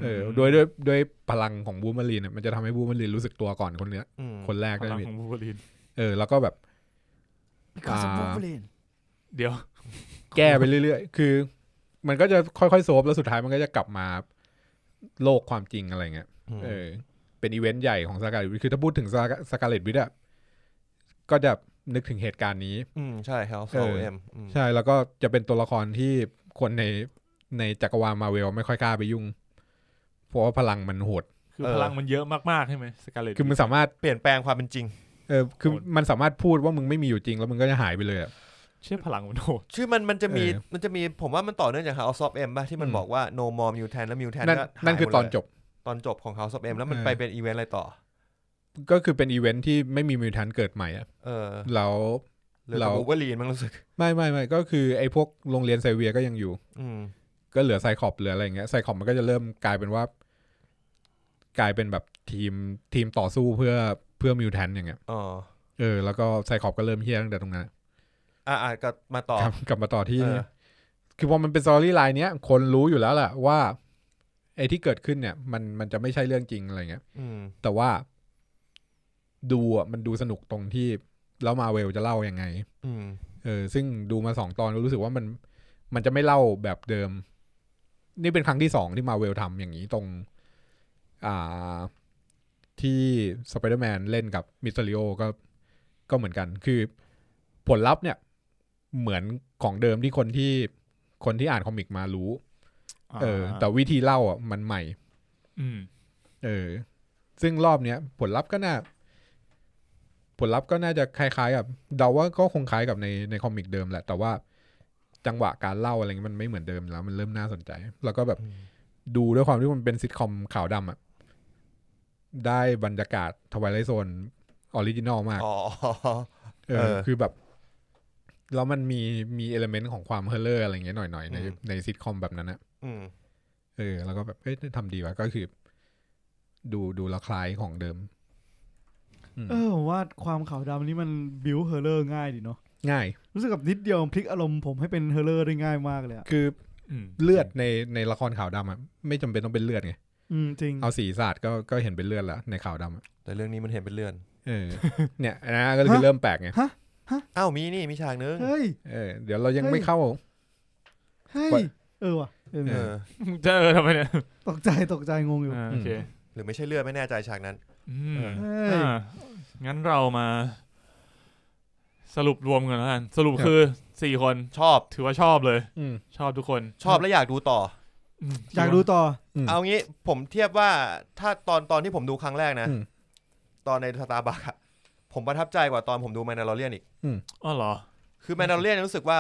Speaker 1: เออด้วยด้วยด้วยพลังของวูมารีนเนี่ยมันจะทำให้วูมารีนรู้สึกตัวก่อนคนเนี้ย
Speaker 2: อืม
Speaker 1: คนแรก
Speaker 3: พ
Speaker 1: ได้
Speaker 3: ลัง
Speaker 1: ไหม
Speaker 3: ของบูเบอรีน
Speaker 1: เออ แล้วก็แบบ
Speaker 4: Because of Wolverine
Speaker 3: เดี๋ยว
Speaker 1: แก้ไปเรื่อยๆ คือ มันก็จะค่อยๆโซบแล้วสุดท้ายมันก็จะกลับมาโลกความจริงอะไรเงี้ย
Speaker 2: ม
Speaker 1: เออเป็นอีเวนต์ใหญ่ของสกาเลตวิทคือถ้าพูดถึงสกาเลตวิทอะก็จะนึกถึงเหตุการณ์นี้
Speaker 2: อืม ใช่ครับโซ
Speaker 1: เออ
Speaker 2: เอ็มอืม
Speaker 1: ใช่แล้วก็จะเป็นตัวละครที่คนในในจักรวาลมาเวลไม่ค่อยกล้าไปยุ่ง เพราะว่าพลังมันโหด
Speaker 3: คือพลังมันเยอะมากๆใช่ไหมสกาเลต
Speaker 1: คือมันสามารถ
Speaker 2: เปลี่ยนแปลงความเป็นจริง
Speaker 1: เออคือ
Speaker 3: โหด
Speaker 1: มันสามารถพูดว่ามึงไม่มีอยู่จริง แล้วมึงก็จะหายไปเลยอะ
Speaker 3: เชื่อพลังมันโหด
Speaker 2: ชื่อมันมันจะมี
Speaker 1: เออ
Speaker 2: มันจะมีผมว่ามันต่อเนื่องจาก House of M ป่ะที่มัน
Speaker 1: อืม
Speaker 2: บอกว่า No More Mutant แล้ว Mutant
Speaker 1: นั่น
Speaker 2: ก็หาย
Speaker 1: นั่นคือ
Speaker 2: หมด
Speaker 1: ตอน
Speaker 2: เลย
Speaker 1: จบ
Speaker 2: ตอนจบของ House of M แล้วมัน
Speaker 1: เออ
Speaker 2: ไปเป็นอีเวนต์อะไรต่อ
Speaker 1: ก็คือเป็นอีเวนต์ที่ไม่มีมิวทันเกิดใหม่อะ
Speaker 2: เออ
Speaker 1: แล้ว
Speaker 2: หรือ
Speaker 1: เรา
Speaker 2: บูเบอรีนมันรู้สึก
Speaker 1: ไม่ไม่ไม่ก็คือไอ้พวกโรงเรียนไซเวียก็ยังอยู่
Speaker 2: อืม
Speaker 1: ก็เหลือไซคอปเหลืออะไรอย่างเงี้ยไซคอปมันก็จะเริ่มกลายเป็นว่า กลายเป็นแบบทีมทีมต่อสู้เพื่อเพื่อมิวแทนอย่างเงี้ย
Speaker 2: อ๋อ
Speaker 1: เออแล้วก็ไซคอปก็เริ่มเฮี้ยตั้งแต่ตรงนั้น
Speaker 2: อ่ะอ่ะก็มาต่อก
Speaker 1: ลับกลับมาต่อที่
Speaker 2: เออ
Speaker 1: คือพอมันเป็นซอรี่ไลน์เนี้ยคนรู้อยู่แล้วแหละว่าไอ้ที่เกิดขึ้นเนี่ย มันมันจะไม่ใช่เรื่องจริงอะไรเงี้ย
Speaker 2: อืม
Speaker 1: แต่ว่าดูอ่ะมันดูสนุกตรงที่แล้วมาเวลจะเล่ายังไง
Speaker 2: อืม
Speaker 1: เออซึ่งดูมาสองตอนก็รู้สึกว่ามันมันจะไม่เล่าแบบเดิม นี่เป็นครั้งที่สองที่มาเวลทำอย่างนี้ตรง อ่า ที่สไปเดอร์แมนเล่นกับมิสเตอริโอก็ก็เหมือนกัน คือผลลัพธ์เนี่ย เหมือนของเดิมที่คนที่คนที่อ่านคอมิกมารู้ เออ แต่วิธีเล่าอ่ะมันใหม่
Speaker 3: อืม
Speaker 1: เออ ซึ่งรอบเนี้ย ผลลัพธ์ก็น่า ผลลัพธ์ก็น่าจะคล้ายๆกับเดาว่าก็คงคล้ายกับในในคอมิกเดิมแหละ แต่ว่าจังหวะการเล่าอะไรเงี้ยมันไม่เหมือนเดิมแล้ว มันเริ่มน่าสนใจ แล้วก็แบบ
Speaker 2: อืม
Speaker 1: ดูด้วยความที่มันเป็นซิทคอมขาวดำอะได้บรรยากาศทวายไลโซนออริจินอลมาก
Speaker 2: อ๋อ
Speaker 1: เอ
Speaker 2: เอ
Speaker 1: อ
Speaker 2: อ
Speaker 1: คือแบบ แล้วมันมีมีเอลเมนต์ของความเฮอร์เลอร์อะไรเงี้ยหน่อยๆใน
Speaker 2: อืม
Speaker 1: ในซิทคอมแบบนั้นอะ
Speaker 2: อืม
Speaker 1: เออแล้วก็แบบเอ้ยทำดีวะก็คือ ดูดูและคล้ายของเดิม อืม
Speaker 4: เออผมว่าความขาวดำนี่มันบิวเฮอร์เลอร์ง่ายดีเนาะ
Speaker 1: ง่าย
Speaker 4: รู้สึกกับนิดเดียวพลิกอารมณ์ผมให้เป็นเฮอร์เลอร์ได้ง่ายมากเลยอะ
Speaker 1: คือ
Speaker 3: อืม
Speaker 1: เลือดในในละครขาวดำอ่ะไม่จำเป็นต้องเป็นเลือดไง
Speaker 4: อืมจริง
Speaker 1: เอาสีสาดก็ก็เห็นเป็นเลือดแล้วในขาวดำอะ
Speaker 2: แต่เรื่องนี้มันเห็นเป็นเลื่อน
Speaker 1: เอ อ เนี่ยอันนะก็คือ
Speaker 4: ฮะ
Speaker 1: เริ่มแปลกไง
Speaker 2: อ้าวมีนี่มีฉากนึง
Speaker 4: เฮ้ย
Speaker 1: เออเดี๋ยวเรายังไม่เข้า
Speaker 4: เฮ้ย
Speaker 1: กว่า
Speaker 4: เออว่ะเออ
Speaker 2: เออ
Speaker 3: จะเออทำไมเนี่ย
Speaker 4: ตกใจตกใจงงอยู่
Speaker 3: อ่าโอเค
Speaker 2: หรือไม่ใช่เลื่อนไม่แน่ใจฉากนั้น
Speaker 3: อืม
Speaker 4: เฮ้ย
Speaker 3: อ่างั้นเรามา สรุปรวมกันแล้วกันสรุป
Speaker 1: ครับ
Speaker 3: คือสี่คน
Speaker 2: ชอบ
Speaker 3: ถือว่าชอบเลย
Speaker 1: อืม
Speaker 3: ชอบทุกคน
Speaker 2: ชอบและอยากดูต่อ
Speaker 3: ม
Speaker 4: อยากดูต่อ
Speaker 1: อืม
Speaker 2: เอางี้ผมเทียบว่าถ้าตอนตอนที่ผมดูครั้งแรกนะ
Speaker 1: อืม
Speaker 2: ตอนในสตาร์บัคอะผมประทับใจกว่าตอนผมดูแมนดาร์เรียนอีก
Speaker 3: อ๋อเหรอ
Speaker 2: คือแมนดาร์เรียนรู้สึกว่า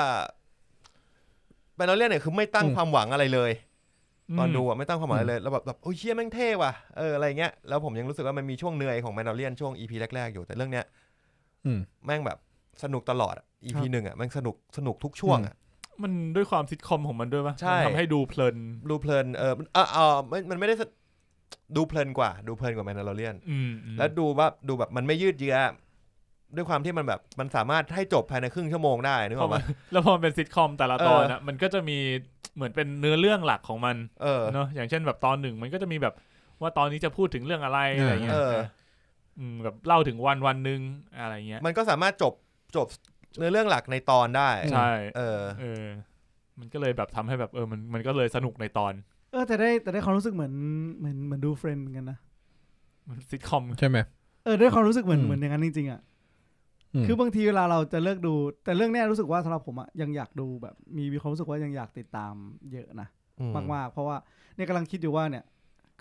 Speaker 2: แมนดาร์เรียนเนี่ยคือไม่ตั้ง
Speaker 1: อืม
Speaker 2: ความหวังอะไรเลย ตอน
Speaker 3: ม
Speaker 2: ดูอะไม่ตั้งความหวังอะไรเลยแล้วแบบแบบโอ้ยเชี่ยแม่งเท่ว่ะเอออะไรเงี้ยแล้วผมยังรู้สึกว่ามันมีช่วงเหนื่อยของแมนดาร์เรียนช่วงอีพีแรกๆอยู่แต่เรื่องเนี้ย
Speaker 1: อืม
Speaker 2: แม่งแบบสนุกตลอดอีพีหนึ่งอะแม่งสนุกสนุกทุกช่วงอะ
Speaker 3: มันด้วยความซิทคอมของมันด้วยปะ
Speaker 2: ใช่
Speaker 3: มันทำให้ดูเพลิน
Speaker 2: ดูเพลินเออมันเออเออมันมันไม่ได้สดูเพลินกว่า ดูเพลินกว่าแมนดาร์เรียน
Speaker 3: อืมอืม
Speaker 2: แล้วดูว่าดูแบบมันไม่ยืดเยื้อด้วยความที่มันแบบมันสามารถให้จบภายในครึ่งชั่วโมงได้นึกอ
Speaker 3: พอ
Speaker 2: อก
Speaker 3: มั
Speaker 2: ปะ
Speaker 3: นแล้วพอมันเป็นซิทคอมแต่ละ
Speaker 2: เออ
Speaker 3: ตอนอ่ะ มันก็จะมีเหมือนเป็นเนื้อเรื่องหลักของมัน
Speaker 2: เออ
Speaker 3: เนาะอย่างเช่นแบบตอนหนึ่งมันก็จะมีแบบว่าตอนนี้จะพูดถึงเรื่องอะไร
Speaker 1: เอออ
Speaker 3: อะไรเงี้ย
Speaker 2: เออ
Speaker 3: มแบบเล่าถึงวันวันหนึ่งอะไรเงี้ย
Speaker 2: มันก็สามารถจบ จบเนื้อเรื่องหลักในตอนได้
Speaker 3: ใช่
Speaker 2: เออ
Speaker 3: เออ มันก็เลยแบบทำให้แบบเออมันมันก็เลยสนุกในตอน
Speaker 4: เออแต่ได้แต่ได้ความรู้สึกเหมือนเหมือนเหมือนดูเฟรนด์เหมือนกันนะ
Speaker 3: มันซิทคอม
Speaker 1: ใช่ไหม
Speaker 4: เออได้ความรู้สึกเหมือน
Speaker 1: อืม
Speaker 4: เหมือนอย่างนั้นจริงๆอ่ะ
Speaker 1: ม
Speaker 4: คือบางทีเวลาเราจะเลิกดู แต่เรื่องเนี้ยรู้สึกว่าสำหรับผมอ่ะยังอยากดูแบบ มีมีความรู้สึกว่ายังอยากติดตามเยอะนะ
Speaker 2: อื
Speaker 4: มากๆ เพราะว่าเนี่ยกำลังคิดอยู่ว่าเนี่ย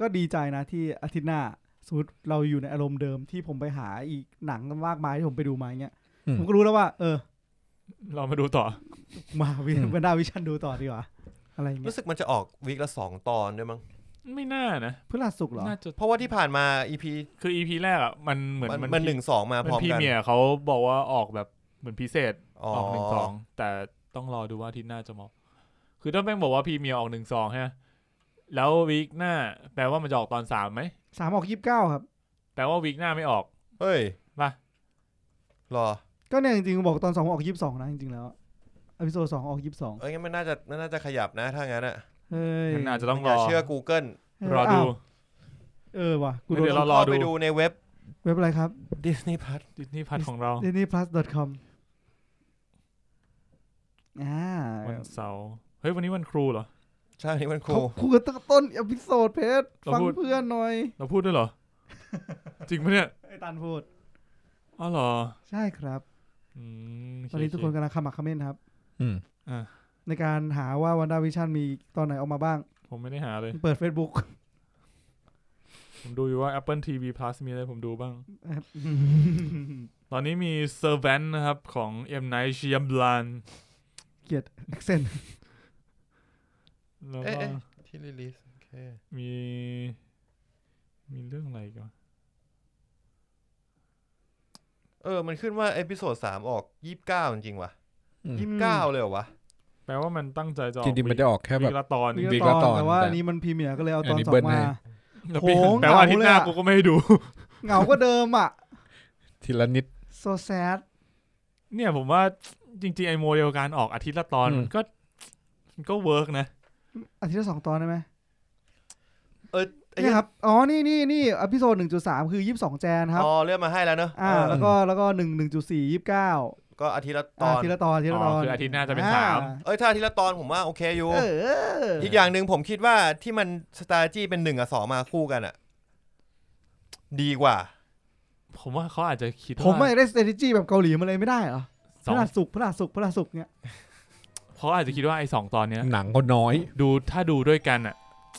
Speaker 4: ก็ดีใจนะที่อาทิตย์หน้าสมมติเราอยู่ในอารมณ์เดิมที่ผมไปหาอีกหนังมากมายที่ผมไปดูมาเงี้ย
Speaker 1: อืม
Speaker 4: ผมก็รู้แล้วว่า เออ
Speaker 3: เรามาดูต่อ
Speaker 4: มาวิ
Speaker 1: อืม
Speaker 4: บรรดาวิชันดูต่อดีกว่า อะไรเงี้
Speaker 2: รู้
Speaker 4: ย
Speaker 2: สึกมันจะออกวีคละสองตอนด้วยมั้ง
Speaker 3: ไม่น่านะ
Speaker 4: พฤหัสสุกร์เหรอ
Speaker 3: น่าจะ
Speaker 2: เพราะว่าที่ผ่านมา EP
Speaker 3: คืออีพีแรกอ่ะ มันเหมือน
Speaker 2: มัน
Speaker 3: มัน
Speaker 2: มันหนึ่งสองมาพ
Speaker 3: มัน
Speaker 2: ร้อม
Speaker 3: พรี่
Speaker 2: กัน
Speaker 3: เมียร์เขาบอกว่าออกแบบเหมือนพิเศษ
Speaker 2: อ๋อ
Speaker 3: ออกหนึ่งสองแต่ต้องรอดูว่าอาที่หน้าจะมอง คือถ้าแม่งบอกว่าพรีเมียร์ออกหนึ่งสองฮะแล้ววีคหน้า แปลว่ามันจะออกตอนสามไหม
Speaker 4: สามออกยี่สิบเก้าครับ
Speaker 3: แปลว่าวีคหน้าไม่ออก
Speaker 2: เฮ้ย
Speaker 3: ป่ะ
Speaker 2: รอ
Speaker 4: ก็เนี่ยจริงๆ บอกตอนสองออกยี่สิบสองนะจริงๆ แล้วอพิโซดสองออกยี่สิบสอง
Speaker 2: เอ้ยงั้นมันน่าจะมันน่าจะขยับนะถ้างั้นอะ
Speaker 4: เฮ้ย
Speaker 3: มันอาจจะต้องร
Speaker 2: ย่า
Speaker 3: อ
Speaker 2: เชื่อ Google
Speaker 3: รอดู
Speaker 4: าวเออว่ะกูโด
Speaker 3: เดี๋ย
Speaker 4: น
Speaker 3: วเรารอ
Speaker 2: เข้าไป
Speaker 3: ดู
Speaker 2: ดูในเว็บ
Speaker 4: เว็บอะไรครับ
Speaker 2: Disney Plus
Speaker 3: ดิสนีย์พัทของเรา
Speaker 4: disneyplus.com อ่า
Speaker 3: วันเสาร์เฮ้ย วันนี้วันครูเหรอ
Speaker 2: ใช่อันนี่มันครู
Speaker 4: เขาคุยกันตั้งแต่ต้นอพิโซดเพจ
Speaker 3: เรา
Speaker 4: ฟัง
Speaker 3: พูด
Speaker 4: เพื่อนหน่อย
Speaker 3: เราพูดด้วยเหรอ จริงปะเนี่ย
Speaker 4: ไอ้ตันพูด
Speaker 3: อ๋อเหรอ
Speaker 4: ใช่ครับ
Speaker 3: อืม
Speaker 4: ตอนนี้ทุกคนกำลังขมักเขม้นครับ
Speaker 1: อืม
Speaker 3: อ่ะ
Speaker 4: ในการหาว่าวันดาวิชันมีตอนไหนออกมาบ้าง
Speaker 3: ผมไม่ได้หาเลย
Speaker 4: เปิด Facebook
Speaker 3: ผมดูอยู่ว่า Apple TV Plus มีอะไรผมดูบ้าง ตอนนี้มี Servant นะครับของ M Night Shyamalan
Speaker 4: เกลียด accent
Speaker 3: แล้ว
Speaker 2: เอ๊ะ
Speaker 3: ก็
Speaker 2: เอ๊ะที่รีลิสโอเค
Speaker 3: มี มีเรื่องอะไรอีกัน
Speaker 2: เออ มันขึ้นว่าเอพิโซดสามออกยี่สิบเก้าจริงๆว่ะ
Speaker 1: อืม
Speaker 2: ยี่สิบเก้าเลยเหรอวะ
Speaker 3: แปลว่ามันตั้งใจจะออก
Speaker 1: จริงๆมันจะออกแค่
Speaker 3: วี
Speaker 1: แบบ
Speaker 3: คละตอน
Speaker 4: มี
Speaker 1: บิ๊ก
Speaker 4: ต
Speaker 1: ละ
Speaker 4: อน
Speaker 1: ตอน
Speaker 4: แต่ว่า
Speaker 1: แต่
Speaker 4: อันนี้มันพรีเมียร์ก็เลยเอาต
Speaker 1: อั
Speaker 4: อน
Speaker 1: นนี้
Speaker 4: สอ
Speaker 1: เบิ้
Speaker 4: ง
Speaker 1: ล
Speaker 4: มา
Speaker 1: ให้
Speaker 3: แล้วปี
Speaker 4: โหง
Speaker 3: แปลว่าอาทิตย์หน้า
Speaker 4: เหงาเลยอะ
Speaker 3: กูก็ไม่ให้ดู
Speaker 4: เหงาก็เดิมอ่ะ
Speaker 1: ทีละนิด
Speaker 4: so sad
Speaker 3: เนี่ยผมว่าจริงๆ ไอโมเดลการออกอาทิตย์ละตอน
Speaker 1: อืม
Speaker 3: มันก็มันก็เวิร์กนะ
Speaker 4: อาทิตย์ละสองตอนได้ไหม
Speaker 2: เออไอ้
Speaker 4: นี่ครับ อ๋อ นี่นี่นี่อพิโซดหนึ่งจุดสามคือยี่สิบสองแจนครับ
Speaker 2: อ๋อเลื่อนมาให้แล้วเนอะ
Speaker 4: อ่า
Speaker 2: เออ
Speaker 4: แล้วก็แล้วก็หนึ่งหนึ่งจุดสี่ยี่สิบเก้า
Speaker 2: ก็อาทิตย์ละต
Speaker 4: อ่า
Speaker 2: อน
Speaker 4: ทีละตอนทีละตอน
Speaker 3: อ๋อคืออาทิตย์หน้าจะเป็นสาม
Speaker 4: อ่
Speaker 2: เอ้ยถ้าอาทิตย์ละตอนผมว่าโอเคอยู่
Speaker 4: เอออ
Speaker 2: อีกอย่างหนึ่งผมคิดว่าที่มันสตาร์จี้เป็นหนึ่งกับสองมาคู่กันอะดีกว่า
Speaker 3: ผมว่าเขาอาจจะคิด
Speaker 4: ผมไม่
Speaker 3: ว่า
Speaker 4: ได้ strategy แบบเกาหลีมาเลยไม่ได้เหรอ
Speaker 3: ส
Speaker 4: พ
Speaker 3: อ
Speaker 4: ระ
Speaker 3: ง
Speaker 4: ราชสุกร์พระราชสุกร์พระราชสุกร์เนี่ย
Speaker 3: เขาอาจจะคิดว่าไอสองตอนเนี้ย
Speaker 1: หนังก็น้อย
Speaker 3: ดูถ้าดูด้วยกันอ่ะ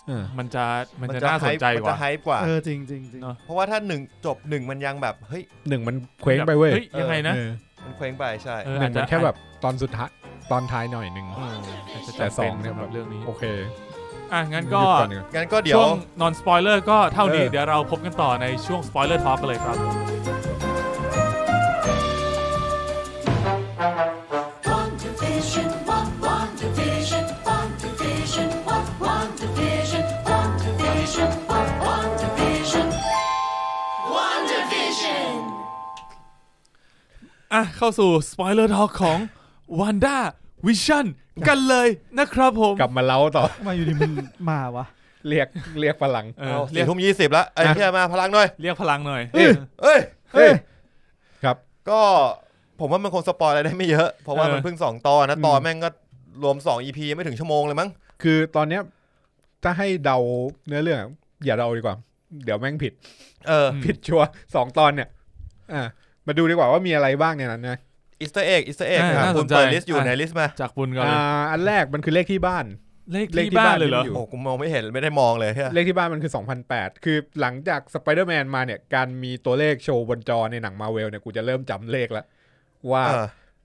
Speaker 1: อ่า
Speaker 3: มันจะมันจะ
Speaker 2: จะ
Speaker 3: น่าสนใจ
Speaker 2: มั
Speaker 3: กว่า
Speaker 2: จะไฮป์กว่า
Speaker 4: เออจริงจริงจริง
Speaker 3: เนอะ
Speaker 2: เพราะว่าถ้าหนึ่งจบหนึ่งมันยังแบบ เฮ้ย
Speaker 1: หนึ่งมันเคว้งไปเว้ย
Speaker 3: ฮ้ยังไงนะ
Speaker 1: เออ
Speaker 2: มันเคว้งไปใช่
Speaker 3: เออ
Speaker 1: หนึ่งมัน
Speaker 3: อาจจะ
Speaker 1: แค่แบบตอนสุดท้ายตอนท้ายหน่อยหนึ่ง
Speaker 3: เอออาจจะ
Speaker 1: แต่สองเนี่ย
Speaker 3: จำป็สำห
Speaker 1: แบ
Speaker 3: รับ
Speaker 1: บ
Speaker 3: เรื่องนี้
Speaker 1: โอเค
Speaker 3: อ่ะ งั้นก็
Speaker 1: หยุดอนดีว่า
Speaker 2: งั้นก็เดี๋ย
Speaker 3: ช่
Speaker 2: ว
Speaker 3: วงนอนสปอยเลอร์ก็เท่านี้
Speaker 1: เออ
Speaker 3: เดี๋ยวเราพบกันต่อในช่วงสปอยเลอร์ทอล์กกันเลยครับ อ่ะ เข้าสู่สปอยเลอร์ทอล์กของ Wanda Vision กันเลยนะครับผม
Speaker 1: กลับมาเล้าต่อ
Speaker 4: มาอยู่ดีมัน มาวะ
Speaker 1: เรียกเรียกพลัง
Speaker 3: เออ
Speaker 2: เอา
Speaker 3: เรี
Speaker 2: สี่
Speaker 3: ยก
Speaker 2: ทุ่มยี่สิบแล้วไอ้
Speaker 1: อ่ะ
Speaker 2: เพี่ยมาพลังหน่อย
Speaker 3: เรียกพลังหน่อย
Speaker 4: เอ้ย
Speaker 2: เอ้ย
Speaker 1: เฮ้ย
Speaker 2: ก็ผมว่ามันคงสปอยอะไรได้ไม่เยอะ เพราะว่า
Speaker 3: เออ
Speaker 2: มันเพิ่งสองตอนนะ ตอน
Speaker 1: อืม
Speaker 2: แม่งก็รวมสองอีพีไม่ถึงชั่วโมงเลยมั้ง
Speaker 1: คือตอนเนี้ยถ้าให้เดาเนื้อเรื่อง อย่าเดาดีกว่า เดี๋ยวแม่งผิด
Speaker 2: เออ
Speaker 1: ผิดชัวร์สองตอนเนี่ย อ่า มาดูดีกว่าว่ามีอะไรบ้างในนั้นนะ
Speaker 2: อิสเตอร์เอ็กอิสเตอร์เอ็ก
Speaker 3: อ่ะน่าสน
Speaker 2: คุณ
Speaker 3: ใจ
Speaker 2: เปิดลิสต์อยู่
Speaker 3: อ่ะ
Speaker 2: ในลิสต์มา
Speaker 3: จากบุญกันเลย
Speaker 1: อ่า อันแรกมันคือเลขที่บ้าน
Speaker 3: เลข
Speaker 1: เลขที่
Speaker 3: ที่บ้า
Speaker 1: บ้าน น
Speaker 3: เลยเหรอ
Speaker 1: ที่ ยู่
Speaker 2: โอ้กูมองไม่เห็นไม่ได้มองเลยเฮีย
Speaker 1: เลขที่บ้านมันคือ 2008 คือหลังจากสไปเดอร์แมนมาเนี่ย การมีตัวเลขโชว์บนจอในหนังมาเวลเนี่ย กูจะเริ่มจำเลขละว่า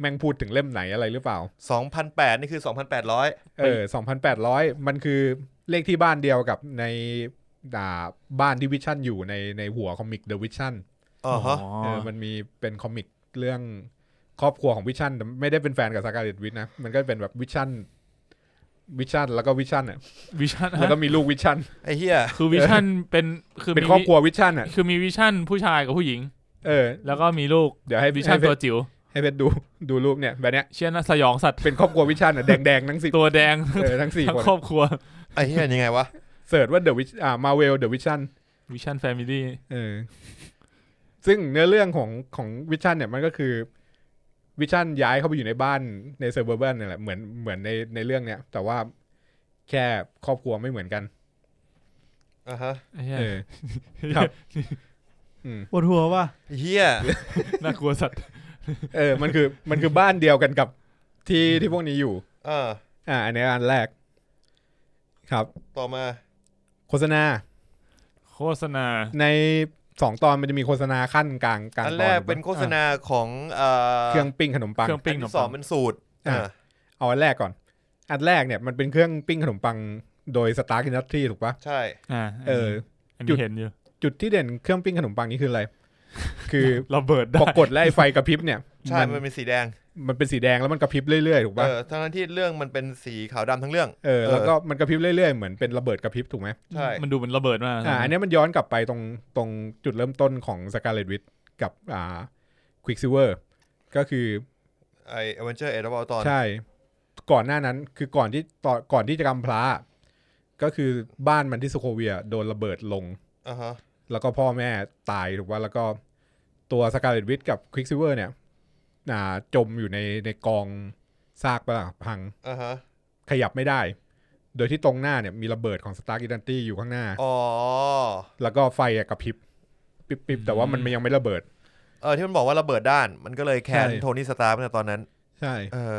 Speaker 1: แม่งพูดถึงเล่มไหนอะไรหรือเปล่า
Speaker 2: สองพันแปดนี่คือสองพันแปดร้อย
Speaker 1: เออ2,800 มันคือเลขที่บ้านเดียวกับในอ่าบ้านที่วิชั่นอยู่ในในหัวคอมิก The Vision
Speaker 2: อ๋อฮะ
Speaker 1: เออมันมีเป็นคอมิกเรื่องครอบครัวของวิชั่นแต่ไม่ได้เป็นแฟนกับสกาเลตวิทนะ มันก็เป็นแบบวิชั่นวิชั่นแล้วก็วิชั่นอ่ะ
Speaker 3: วิชั่น
Speaker 1: แล้วก็มีลูกวิชั่น
Speaker 2: ไอ้เฮีย
Speaker 3: คือวิชั่นเป็นคือ
Speaker 1: เป็น
Speaker 3: มี
Speaker 1: ครอบครัววิชั่นอ่ะ
Speaker 3: คือมีวิชั่นผู้ชายกับผู้หญิง
Speaker 1: เออ
Speaker 3: แล้วก็มีลูก
Speaker 1: เดี๋ยวให้
Speaker 3: วิชั่
Speaker 1: ให้
Speaker 3: น
Speaker 1: เพช
Speaker 3: ตัว
Speaker 1: ร
Speaker 3: จิ๋ว
Speaker 1: ให้เพชรดูดูรูปเนี่ยแบบเนี้ย
Speaker 3: เชี่ยนะสยองสัตว์
Speaker 1: เป็นครอบครัววิชั่นอ่ะแดงๆทั้งสี่
Speaker 3: ตัวแดง
Speaker 1: เออทั้งสี่
Speaker 3: ทั้ง
Speaker 1: คน
Speaker 3: ครอบครัว
Speaker 2: ไอ้เฮียยังไงวะ
Speaker 1: เสิร์ชว่าเดอะวิชอ่ามาเวลเดอะวิชั่น
Speaker 3: วิชั่นแฟมิลี่
Speaker 1: เออซึ่งเนื้อเรื่องของของวิชั่นเนี่ยมันก็คือ วิชั่นย้ายเข้าไปอยู่ในบ้านในเซอร์เบอร์เบิร์นนี่นแหละเหมือนเหมือนในในเรื่องเนี้ย แต่ว่าแค่ครอบครัวไม่เหมือนกัน
Speaker 2: อ่ะฮะ
Speaker 3: ไอ้เหี้ย
Speaker 1: เออ ครับ อืม
Speaker 4: ปวดหัวว่ะ
Speaker 2: เฮีย
Speaker 3: น่ากลัวสัตว์
Speaker 1: เออ มันคือ มันคือบ้านเดียวกันกับที่ที่พวกนี้อยู่
Speaker 2: เออ
Speaker 1: อ่า อันนี้อันแรก ครับ
Speaker 2: ต่อมา
Speaker 1: โฆษณา
Speaker 3: โฆษณา
Speaker 1: ในสองตอนมันจะมีโฆษณาขั้นกลางกลาง
Speaker 2: อัน
Speaker 1: ต
Speaker 2: แร
Speaker 1: อน
Speaker 2: กเป็นโฆษณาของเอ่อ
Speaker 1: เครื่องปิ้งขนมปัง
Speaker 3: เครื่อง ปิ้
Speaker 2: ปิ้
Speaker 3: ง
Speaker 2: ง
Speaker 3: ขนมปัง
Speaker 2: สองเป็นสูตรอ่า
Speaker 1: อ่ะ เอาอันแรกก่อน อันแรกเนี่ยมันเป็นเครื่องปิ้งขนมปังโดยสตาร์กินดัตทรีถูกปะ
Speaker 2: ใช่
Speaker 3: อ่า
Speaker 1: เออ
Speaker 3: อัน
Speaker 1: จุ
Speaker 3: นี้
Speaker 1: ด
Speaker 3: เห็นอยู่
Speaker 1: จุดที่เด่นเครื่องปิ้งขนมปังนี้คืออะไร คือ
Speaker 3: ระเบิดได้
Speaker 1: พอกดแล้วไอ้ไฟกระพริบเนี่ย
Speaker 2: ใช่
Speaker 1: มั
Speaker 2: มัน
Speaker 1: น
Speaker 2: เป็นสีแดง
Speaker 1: มันเป็นสีแดงแล้วมันกระพริบเรื่อยๆถูก
Speaker 2: เอ
Speaker 1: ปะ
Speaker 2: อทั้งที่เรื่องมันเป็นสีขาวดำทั้งเรื่อง
Speaker 1: เออ แล้วก็มันกระพริบเรื่อยๆเหมือนเป็นระเบิดกระพริบถูกไหม
Speaker 2: ใช่
Speaker 3: มันดูเหมือนระเบิดมาก
Speaker 1: อ่าอันเนี้ยมันย้อนกลับไปตรงตรงจุดเริ่มต้นของสกาเลตวิทกับอ่าควิกซิเวอร์ก็คือ
Speaker 2: ไอเอเวนเจอร์เอ็ดบอลตอน
Speaker 1: ใช่ ก่อนหน้านั้นคือก่อนที่ต่อก่อนที่จะกำพร้า ก็คือบ้านมันที่สโคเวียโดนระเบิดลง
Speaker 2: อ่าฮะ
Speaker 1: แล้วก็พ่อแม่ตายถูกว่าแล้วก็ตัวสกาเลตวิทกับควิกซิเวอร์เนี่ยอ่าจมอยู่ในในกองซากปรักพัง
Speaker 2: อ่าฮะ
Speaker 1: ขยับไม่ได้ โดยที่ตรงหน้าเนี่ยมีระเบิดของสตาร์กิดันตี้อยู่ข้างหน้า
Speaker 2: อ๋อ
Speaker 1: แล้วก็ไฟอะกระพริบปิ๊บปิ๊บแต่ว่ามันยังไม่ระเบิด
Speaker 2: เออที่มันบอกว่าระเบิดด้าน มันก็เลยแค้น
Speaker 1: ใช่
Speaker 2: โทนี่สตาร์ตั้งแต่ตอนนั้น
Speaker 1: ใช่
Speaker 2: เออ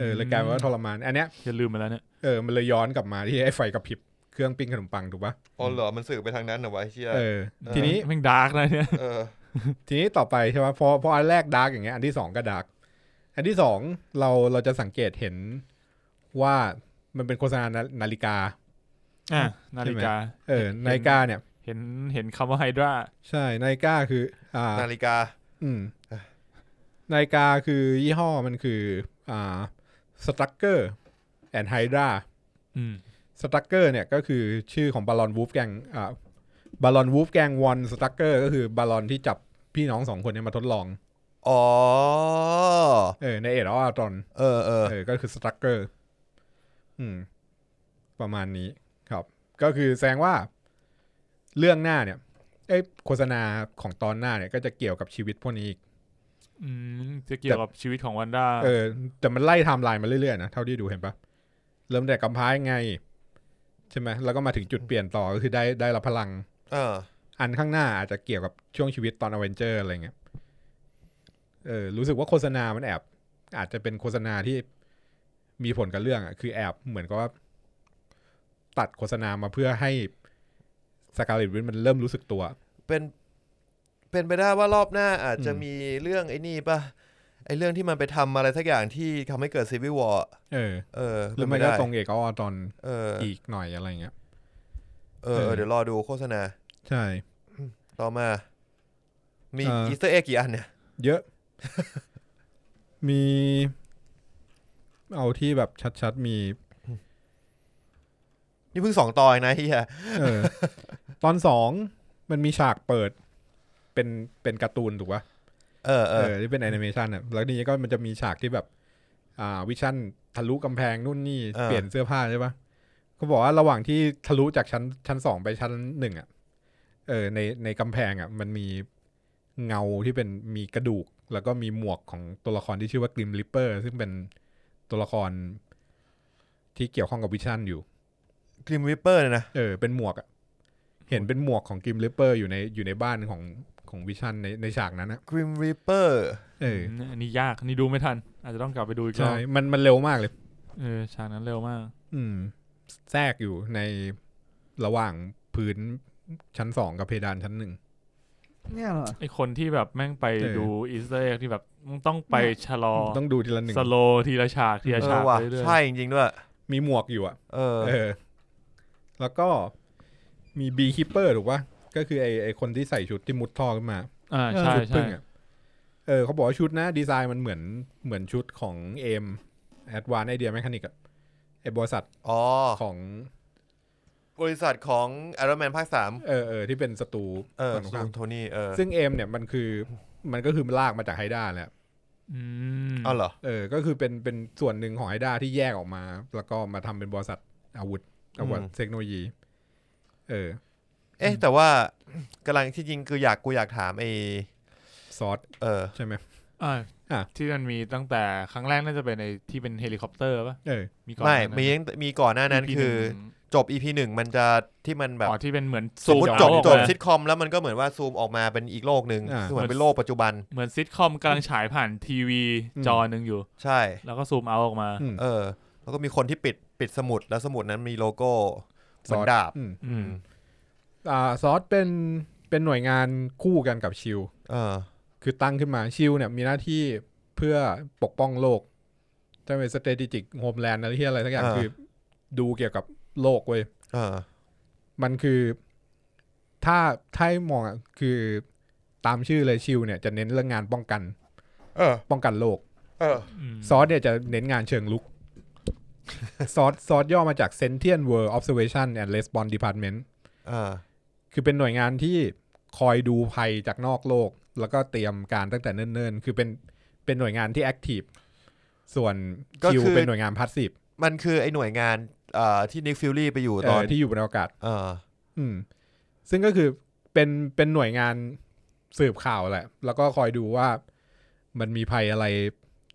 Speaker 1: เออเลยกลายเป็นว่าทรมาน อันเนี้ย
Speaker 3: อย่าลืมไปแล้วเนี่ย
Speaker 1: เออมันเลยย้อนกลับมาที่ไอ้ไฟกระพริบเครื่องปิ้งขนมปังถูกปะ
Speaker 2: อ๋อเหรอ มันสื่อไปทางนั้นเหรอวะไอ้เชี่ย
Speaker 1: เออ ทีนี้
Speaker 3: แม่งดาร์กนะเนี่ย
Speaker 2: เออ
Speaker 1: ทีนี้ต่อไปใช่ไหมพอพออันแรกดาร์กอย่างเงี้ยอันที่สองก็ดาร์กอันที่สองเราเราจะสังเกตเห็นว่ามันเป็นโฆษณานานาฬิกา
Speaker 3: อ่ะนาฬิกา
Speaker 1: เออนาฬิกาเนี่ย
Speaker 3: เห็นเห็นคำว่าไฮดรา
Speaker 1: ใช่นาฬิกาคือ อ่า
Speaker 2: นาฬิกา
Speaker 1: อืมนาฬิกาคือยี่ห้อมันคือ อ่าสตรัคเกอร์แอนไฮดรา
Speaker 3: อืม
Speaker 1: สตักเกอร์เนี่ยก็คือชื่อของบาลอนวูฟแกงอ่าบาลอนวูฟแกงวอนสตักเกอร์ก็คือบาลอนที่จับพี่น้องสองคนเนี่ยมาทดลอง
Speaker 2: อ๋อ
Speaker 1: เออในเอ็ดออตอน
Speaker 2: เออเออ
Speaker 1: เออก็คือสตักเกอร์อืม ประมาณนี้ครับ ก็คือแสดงว่าเรื่องหน้าเนี่ยเอ้ยโฆษณาของตอนหน้าเนี่ย ก็จะเกี่ยวกับชีวิตพวกนี้อีก
Speaker 3: อืมจะเกี่ยวกับชีวิตของวันด้า
Speaker 1: เออ แต่มันไล่ไทม์ไลน์มาเรื่อยๆนะเท่าที่ดูเห็นปะเริ่มแต่กำพร้ายังไง ใช่ไหมแล้วก็มาถึงจุดเปลี่ยนต่อก็คือได้ได้รับพลัง
Speaker 2: เออ
Speaker 1: อันข้างหน้าอาจจะเกี่ยวกับช่วงชีวิตตอนอเวนเจอร์อะไรเงี้ย เออ รู้สึกว่าโฆษณามันแอบ อาจจะเป็นโฆษณาที่มีผลกับเรื่องอ่ะ คือแอบเหมือนกับว่า ตัดโฆษณามาเพื่อให้สกาเลตวินมันเริ่มรู้สึกตัว
Speaker 2: เป็น เป็นไปได้ว่ารอบหน้าอาจจะ
Speaker 1: อืม
Speaker 2: มีเรื่องไอ้นี่ป่ะ ไอ้เรื่องที่มันไปทำอะไรสักอย่างที่ทำให้เกิดซีวิวอร์
Speaker 1: เออ
Speaker 2: เออ
Speaker 1: หรือ
Speaker 2: เป็
Speaker 1: ไม่
Speaker 2: น
Speaker 1: ก็
Speaker 2: ปด้
Speaker 1: ตรงเอกออตอน
Speaker 2: เออ
Speaker 1: อีกหน่อยอะไรเงี้ย
Speaker 2: เออเออ เดี๋ยวรอดูโฆษณา
Speaker 1: ใช่
Speaker 2: ต่อมา มี
Speaker 1: เอ่ออี
Speaker 2: อีสเตอร์เอ็กกี่อันเนี่ย
Speaker 1: เยอะ มี เอาที่แบบชัดๆมี
Speaker 2: นี่เพิ่งสองตอนเองนะเฮีย
Speaker 1: เออ ตอนสองมันมีฉากเปิด เป็นเป็นการ์ตูนถูกปะ
Speaker 2: เออเอ
Speaker 1: เอ
Speaker 2: อ
Speaker 1: อที่เป็นแอนิเมชันอ่ะแล้วทีนี้ก็มันจะมีฉากที่แบบ อ่าวิชั่นทะลุกำแพงนู่นนี่
Speaker 2: เออ
Speaker 1: เปลี่ยนเสื้อผ้าใช่ปะเขาบอกว่าระหว่างที่ทะลุจากชั้นชั้นสองไปชั้นหนึ่งอ่ะเออในในกำแพงอ่ะ มันมีเงาที่เป็นมีกระดูก แล้วก็มีหมวกของตัวละครที่ชื่อว่ากริมลิปเปอร์ ซึ่งเป็นตัวละครที่เกี่ยวข้องกับวิชั่นอยู่
Speaker 2: ครีมวิปเปอร์เนี่ยนะ
Speaker 1: เออเป็นหมวกอ่ะเห็นเป็นหมวกของกริมลิปเปอร์อยู่ในอยู่ในบ้านของของวิชั่นในในฉากนั้นนะ
Speaker 2: กริมรีเปอร์
Speaker 1: เออ
Speaker 3: มอันนี้ยากอันนี่ดูไม่ทัน อาจจะต้องกลับไปดูอีกรอ
Speaker 1: ใช่
Speaker 3: บ
Speaker 1: มันมันเร็วมากเลย
Speaker 3: เออฉากนั้นเร็วมาก
Speaker 1: อืมแทรกอยู่ในระหว่างพื้นชั้นสองกับเพดานชั้นหนึ่ง
Speaker 4: เนี่ยเหรอ
Speaker 3: ไอคนที่แบบแม่งไป
Speaker 1: เออ
Speaker 3: ดูอีสเตอร์เอ็กที่แบบมึงต้องไปชะลอ
Speaker 1: ต้องดูทีละหนึ่ง
Speaker 3: สโลทีละฉากทีละ
Speaker 2: เอ
Speaker 3: ฉา
Speaker 2: อก ว่ะ
Speaker 3: ไปเรื่อย
Speaker 2: ใช่จริงๆด้วย
Speaker 1: มีหมวกอยู่อ่ะ
Speaker 2: เออ
Speaker 1: เออ แล้วก็มีบีคิปเปอร์ถูกปะก็คือไอไอคนที่ใส่ชุดที่มุดท่อขึ้นมา
Speaker 3: อ่าใช่
Speaker 1: ชุด
Speaker 3: ใช่
Speaker 1: พึ่งอ่ะเออเขาบอกว่าชุดนะดีไซน์มันเหมือนเหมือนชุดของเอมแอดวานไอเดียแมคานิกอะไอบริษัท
Speaker 2: อ๋อ
Speaker 1: ของ
Speaker 2: บริษัทของไอรอนแมนภาคสาม
Speaker 1: เออเออที่เป็นสตรู
Speaker 2: เออ
Speaker 1: ฝั่งตรงข้าม
Speaker 2: โทนี่เออ
Speaker 1: ซึ่งเอมเนี่ยมันคือมันก็คือลากมาจากไฮด้าแหละ
Speaker 3: อืม
Speaker 2: อ๋อเหรอ
Speaker 1: เออ ก็คือเป็นเป็นส่วนหนึ่งของไอด้าที่แยกออกมา แล้วก็มาทำเป็นบริษัทอาวุธอาวุธ
Speaker 2: อืม
Speaker 1: เทคโนโลยี เออ
Speaker 2: เอ๊ะ แต่ว่ากำลังที่จริงคืออยากกูอยากถามไอ
Speaker 1: ซอส
Speaker 2: เออ
Speaker 1: ใช่ไหม
Speaker 3: อ่า
Speaker 1: อ่ะ
Speaker 3: ที่มันมีตั้งแต่ครั้งแรกน่าจะเป็นในที่เป็นเฮลิคอปเตอร์ป่ะ
Speaker 1: เออ
Speaker 3: มีก่อนห
Speaker 2: ไม่
Speaker 3: น้านั้น
Speaker 2: มียังมีก่อนหน้านั้น
Speaker 3: ที่
Speaker 2: คือ
Speaker 3: หนึ่ง
Speaker 2: จบ EP หนึ่งมันจะที่มันแบบ
Speaker 3: อ๋อที่เป็นเหมือน
Speaker 2: สมมติ
Speaker 3: ซู
Speaker 2: จบ
Speaker 3: ออก
Speaker 2: จบ
Speaker 3: มา
Speaker 2: ซิทคอมแล้วมันก็เหมือนว่าซูมออกมาเป็นอีกโลกหนึ่ง
Speaker 1: อ่า
Speaker 2: คือเหมือนเป็นโลกปัจจุบัน
Speaker 3: เหมือนซิทคอมกำลังฉายผ่านทีวี
Speaker 1: อืม
Speaker 3: จอหนึ่งอยู่
Speaker 2: ใช่
Speaker 3: แล้วก็ซูมเอาออกมา
Speaker 1: อืม
Speaker 2: เออ แล้วก็มีคนที่ปิดปิดสมุดแล้วสมุดนั้นมีโลโก้เหมือนดาบ
Speaker 1: อืม
Speaker 3: อืม
Speaker 1: อ่าซอสเป็นเป็นหน่วยงานคู่กันกับชิล
Speaker 2: เออ
Speaker 1: คือตั้งขึ้นมาชิลเนี่ยมีหน้าที่เพื่อปกป้องโลกจะเป็น strategic homeland อะไรที่อะไรสักอย่าง
Speaker 2: อ่า
Speaker 1: คือดูเกี่ยวกับโลกเว้ย
Speaker 2: เออ
Speaker 1: มันคือถ้าถ้าให้มองอ่ะคือตามชื่อเลยชิลเนี่ยจะเน้นเรื่องงานป้องกัน
Speaker 2: เออ
Speaker 1: ป้องกันโลก
Speaker 2: เออ
Speaker 3: ม
Speaker 1: ซอสเนี่ยจะเน้นงานเชิงลุก ซอสซอสย่อมาจาก Sentient World Observation and Response Department
Speaker 2: เออ
Speaker 1: คือเป็นหน่วยงานที่คอยดูภัยจากนอกโลก แล้วก็เตรียมการตั้งแต่เนิ่นๆ คือเป็นเป็นหน่วยงานที่แอคทีฟส่วน
Speaker 2: ก็
Speaker 1: คิว
Speaker 2: คือ
Speaker 1: เป็นหน่วยงานพาสซีฟ
Speaker 2: มันคือไอ้หน่วยงานเอ่อที่นิกฟิลลี่ไปอยู่ตอน
Speaker 1: ที่อยู่บนอวกาศ
Speaker 2: เออ
Speaker 1: อืม ซึ่งก็คือเป็นเป็นหน่วยงานสืบข่าวแหละ แล้วก็คอยดูว่ามันมีภัยอะไร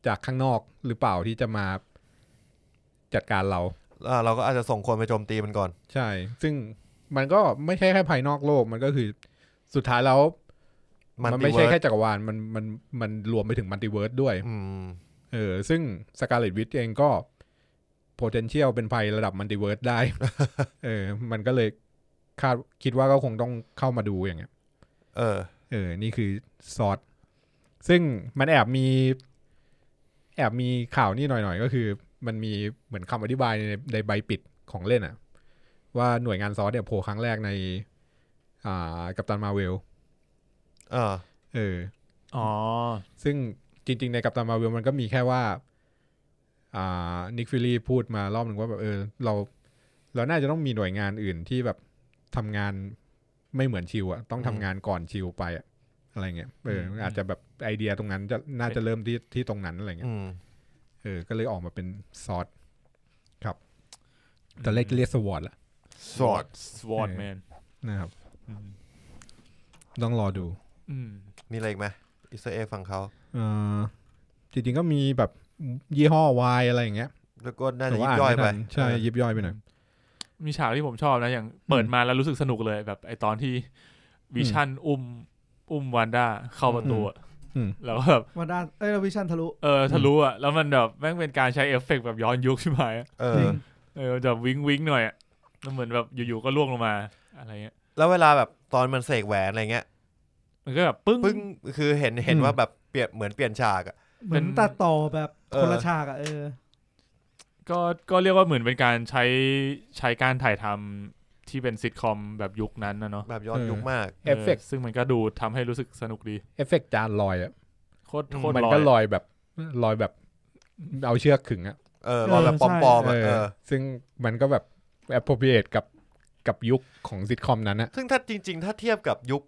Speaker 1: จากข้างนอกหรือเปล่าที่จะมาจัดการเรา
Speaker 2: อ่าเราก็อาจจะส่งคนไปโจมตีมันก่อน
Speaker 1: ใช่ ซึ่งมันก็ไม่ใช่แค่ภายนอกโลก มันก็คือสุดท้ายแล้ว
Speaker 2: มัน
Speaker 1: มัน
Speaker 2: ไม่
Speaker 1: ไม่ใช่
Speaker 2: ใช่แค่
Speaker 1: แค่จักรวาล มันมันมันรวมไปถึงมัลติเวิร์สด้วย
Speaker 2: อืม
Speaker 1: เออ ซึ่งสกาเลตวิทเองก็ potential เป็นภัยระดับมัลติเวิร์สได้ เออ มันก็เลยคาดคิดว่าก็คงต้องเข้ามาดูอย่างเงี้ย
Speaker 2: เออ
Speaker 1: เออ นี่คือซอสซึ่งมันแอบมี แอบมีข่าวนี่หน่อยๆ ก็คือ มันมีเหมือนคำอธิบายในในใบปิดของเล่นอะว่าหน่วยงานซอสเนี่ยโผล่ครั้งแรกใน อ่า กัปตันมาเวล
Speaker 2: เออ
Speaker 1: เออ
Speaker 3: อ๋อ
Speaker 1: ซึ่งจริง ๆ ในกัปตันมาเวลมันก็มีแค่ว่า อ่า นิกฟิลลี่พูดมารอบหนึ่งว่าแบบเออ เรา เราน่าจะต้องมีหน่วยงานอื่นที่แบบทำงานไม่เหมือนชิวอะต้องทำงานก่อนชิวไปอะอะไรเงี้ยเอออ
Speaker 3: ม
Speaker 1: อาจจะแบบไอเดียตรงนั้นจะน่าจะเริ่มที่ที่ตรงนั้นอะไรเงี้ย
Speaker 2: อืม
Speaker 1: เออก็เลยออกมาเป็นซอสครับตอนแรกเรียกสวอตละ
Speaker 2: Sword
Speaker 3: สวอต
Speaker 1: เออ
Speaker 3: แมน
Speaker 1: นะครับต้องรอดู
Speaker 2: มีอะไรอีกไหมอิสราเอลฝั่งเขา
Speaker 1: เออจริง ๆ ก็มีแบบยี่ห้อวายอะไรอย่างเงี้ย
Speaker 2: แล้วก็น่า
Speaker 1: แต่
Speaker 2: จะยิ
Speaker 1: ว่าอ่าน
Speaker 2: บย่อย
Speaker 1: ไม่
Speaker 2: ไป
Speaker 1: ทันใช่
Speaker 2: เออ
Speaker 1: ยิบย่อยไปหน่อย
Speaker 3: มีฉากที่ผมชอบนะ อย่างเปิดมาแล้วรู้สึกสนุกเลยแบบไอตอนที่วิชั่นอุ้ม อุ้มวันด้าเข้าประตูอะ
Speaker 1: อืม
Speaker 3: แล้วก็แบบ
Speaker 4: วันด้านเอ้ยวิชั่นทะลุ
Speaker 3: เออทะลุอ่ะ แล้วมันแบบแม่งเป็นการใช้เอฟเฟกต์แบบย้อนยุคใช่ไหม
Speaker 2: เอ
Speaker 4: จ
Speaker 2: อ
Speaker 4: ริง
Speaker 3: เออจะวิ้งวิ้งๆหน่อยอะแล้วเหมือนแบบอยู่ๆก็ล่วงลงมาอะไรเงี้ย
Speaker 2: แล้วเวลาแบบตอนมันเสกแหวนอะไรเงี้ย
Speaker 3: มันก็แบบปึ้ง
Speaker 2: ปึ้ง คือเห็นเห็น
Speaker 1: อืม
Speaker 2: ว่าแบบเปลี่ยนเหมือนเปลี่ยนฉากอะ
Speaker 4: เหมือนตัดต่อแบบ
Speaker 2: เออ
Speaker 4: คนละฉากอะเออ
Speaker 3: ก็ก็เรียกว่าเหมือนเป็นการใช้ใช้การถ่ายทำที่เป็นซิทคอมแบบยุคนั้นนะเนาะ
Speaker 2: แบบย้อน
Speaker 1: เออ
Speaker 2: ยุคมาก
Speaker 1: เอฟเฟกต์
Speaker 3: ซึ่งมันก็ดูทำให้รู้สึกสนุกดี
Speaker 1: เอฟเฟกต์จานลอยอ่ะ
Speaker 3: โคตรโคตร
Speaker 1: มัน
Speaker 3: ลอ
Speaker 1: ก็
Speaker 3: ย
Speaker 1: ลอยแบบลอยแบบเอาเชือกขึงอ่ะ
Speaker 2: เออรอยแบบป
Speaker 4: ใช่
Speaker 2: อมๆอะ
Speaker 1: เอ
Speaker 2: เอ
Speaker 1: อ
Speaker 2: อ
Speaker 1: ซึ่งมันก็แบบ appropriate กับกับยุคของซิทคอมนั้นนะ
Speaker 2: ซึ่งถ้าจริง ๆ ถ้าเทียบกับยุค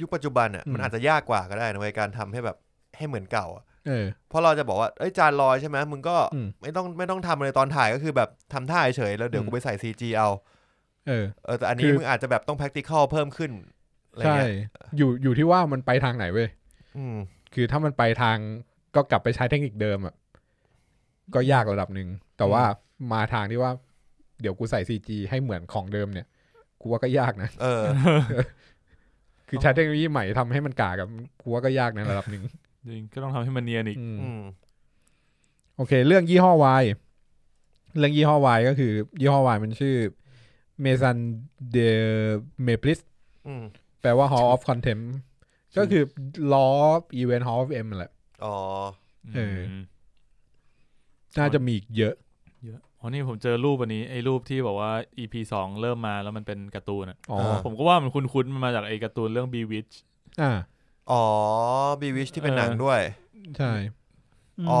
Speaker 2: ยุคปัจจุบันอ่ะ
Speaker 1: อืม
Speaker 2: มันอาจจะยากกว่าก็ได้นะเว้ยการทำให้แบบให้เหมือนเก่าอะ
Speaker 1: เออ
Speaker 2: เพราะเราจะบอกว่า เอ้ยจานลอยใช่ไหมมึงก็
Speaker 1: อืม
Speaker 2: ไม่ต้องไม่ต้องทำอะไรตอนถ่ายก็คือแบบทำท่าเฉยๆแล้วเดี๋ยว
Speaker 1: อืม
Speaker 2: กูไปใส่ CG เอา
Speaker 1: เออ
Speaker 2: เออแต่อัน
Speaker 1: คื
Speaker 2: นี้
Speaker 1: อ
Speaker 2: มึงอาจจะแบบต้อง practical เพิ่มขึ้นอะไร
Speaker 1: ใช่
Speaker 2: เงี้ย
Speaker 1: อยู่อยู่ที่ว่ามันไปทางไหนเว้ย
Speaker 2: อืม
Speaker 1: คือถ้ามันไปทางก็กลับไปใช้เทคนิคเดิมอ่ะก็ยากระดับหนึ่ง แต่ว่ามาทางที่ว่าเดี๋ยวกูใส่ CG ให้เหมือนของเดิมเนี่ย กูว่าก็ยากนะ
Speaker 2: เออ
Speaker 1: คือใช้เทคโนโลยีใหม่ทำให้มันกากับกูว่าก็ยากในระดับหนึ่ง
Speaker 3: จริงก็ต้องทำให้มันเนียนอีก
Speaker 1: อืม
Speaker 2: อืม
Speaker 1: โอเค เรื่องยี่ห้อวายเรื่องยี่ห้อวายก็คือยี่ห้อวายมันชื่อเมซันเดเมพลิส
Speaker 2: อืม
Speaker 1: แปลว่า Hall of Contempt ก็คือล้อ Event Hall of M แหละ
Speaker 2: อ๋อ
Speaker 1: เออ
Speaker 3: ม
Speaker 1: น่าจะมีอีกเยอะ
Speaker 3: เยอะอ๋อนี่ผมเจอรูปอันนี้ไอ้รูปที่บอกว่า EP สองเริ่มมาแล้วมันเป็นการ์ตูนอะ
Speaker 1: อ๋อ
Speaker 2: อ่า
Speaker 3: ผมก็ว่ามันคุ้นๆมันมาจากไอ้การ์ตูนเรื่อง b e w i t c h
Speaker 1: อ่า
Speaker 2: อ๋อบีวิชที่เป็น
Speaker 3: เออ
Speaker 2: หนังด้วย
Speaker 1: ใช่
Speaker 2: อ๋อ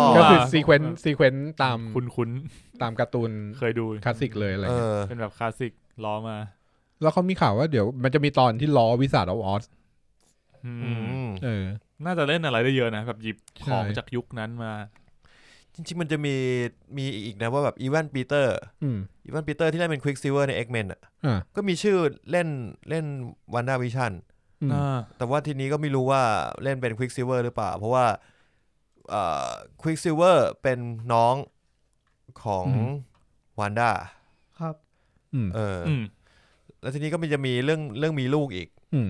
Speaker 3: ม
Speaker 1: ก็คือ
Speaker 3: ว่า
Speaker 1: ซีเควนซีเควนตาม
Speaker 3: คุ้น
Speaker 1: ตามการ์ตูน
Speaker 3: ๆเคยดู
Speaker 1: คลาสสิกเลยอะไร
Speaker 2: เอ
Speaker 1: เงี้ย
Speaker 2: อ
Speaker 3: เป็นแบบคลาสสิกล้อมา
Speaker 1: แล้วเขามีข่าวว่าเดี๋ยวมันจะมีตอนที่ล้อวิสาดออส
Speaker 3: อื
Speaker 2: อื
Speaker 3: ม
Speaker 2: ม
Speaker 1: เออ
Speaker 3: น่าจะเล่นอะไรได้เยอะนะแบบหยิบของ
Speaker 1: ใช่
Speaker 3: จากยุคนั้นมา
Speaker 2: จริง ๆ มันจะมีมีอีกนะว่าแบบอีแวนปีเตอร์
Speaker 1: อืม
Speaker 2: อีแวนปีเตอร์ที่เล่นเป็นควิกซิเวอร์ใน X-Men อ่ะ
Speaker 1: อ่า
Speaker 2: ก็มีชื่อเล่นเล่นวันด้าวิชัน
Speaker 1: อืม
Speaker 3: อ่า
Speaker 2: แต่ว่าทีนี้ก็ไม่รู้ว่าเล่นเป็นควิกซิเวอร์หรือเปล่า เพราะว่าควิกซิเวอร์เป็นน้องของ
Speaker 1: อืม
Speaker 2: วานด้า
Speaker 4: ครับ
Speaker 1: อืม
Speaker 2: เอออ
Speaker 3: อืม
Speaker 2: แล้วทีนี้ก็มันจะมีเรื่องเรื่องมีลูกอีก
Speaker 1: อืม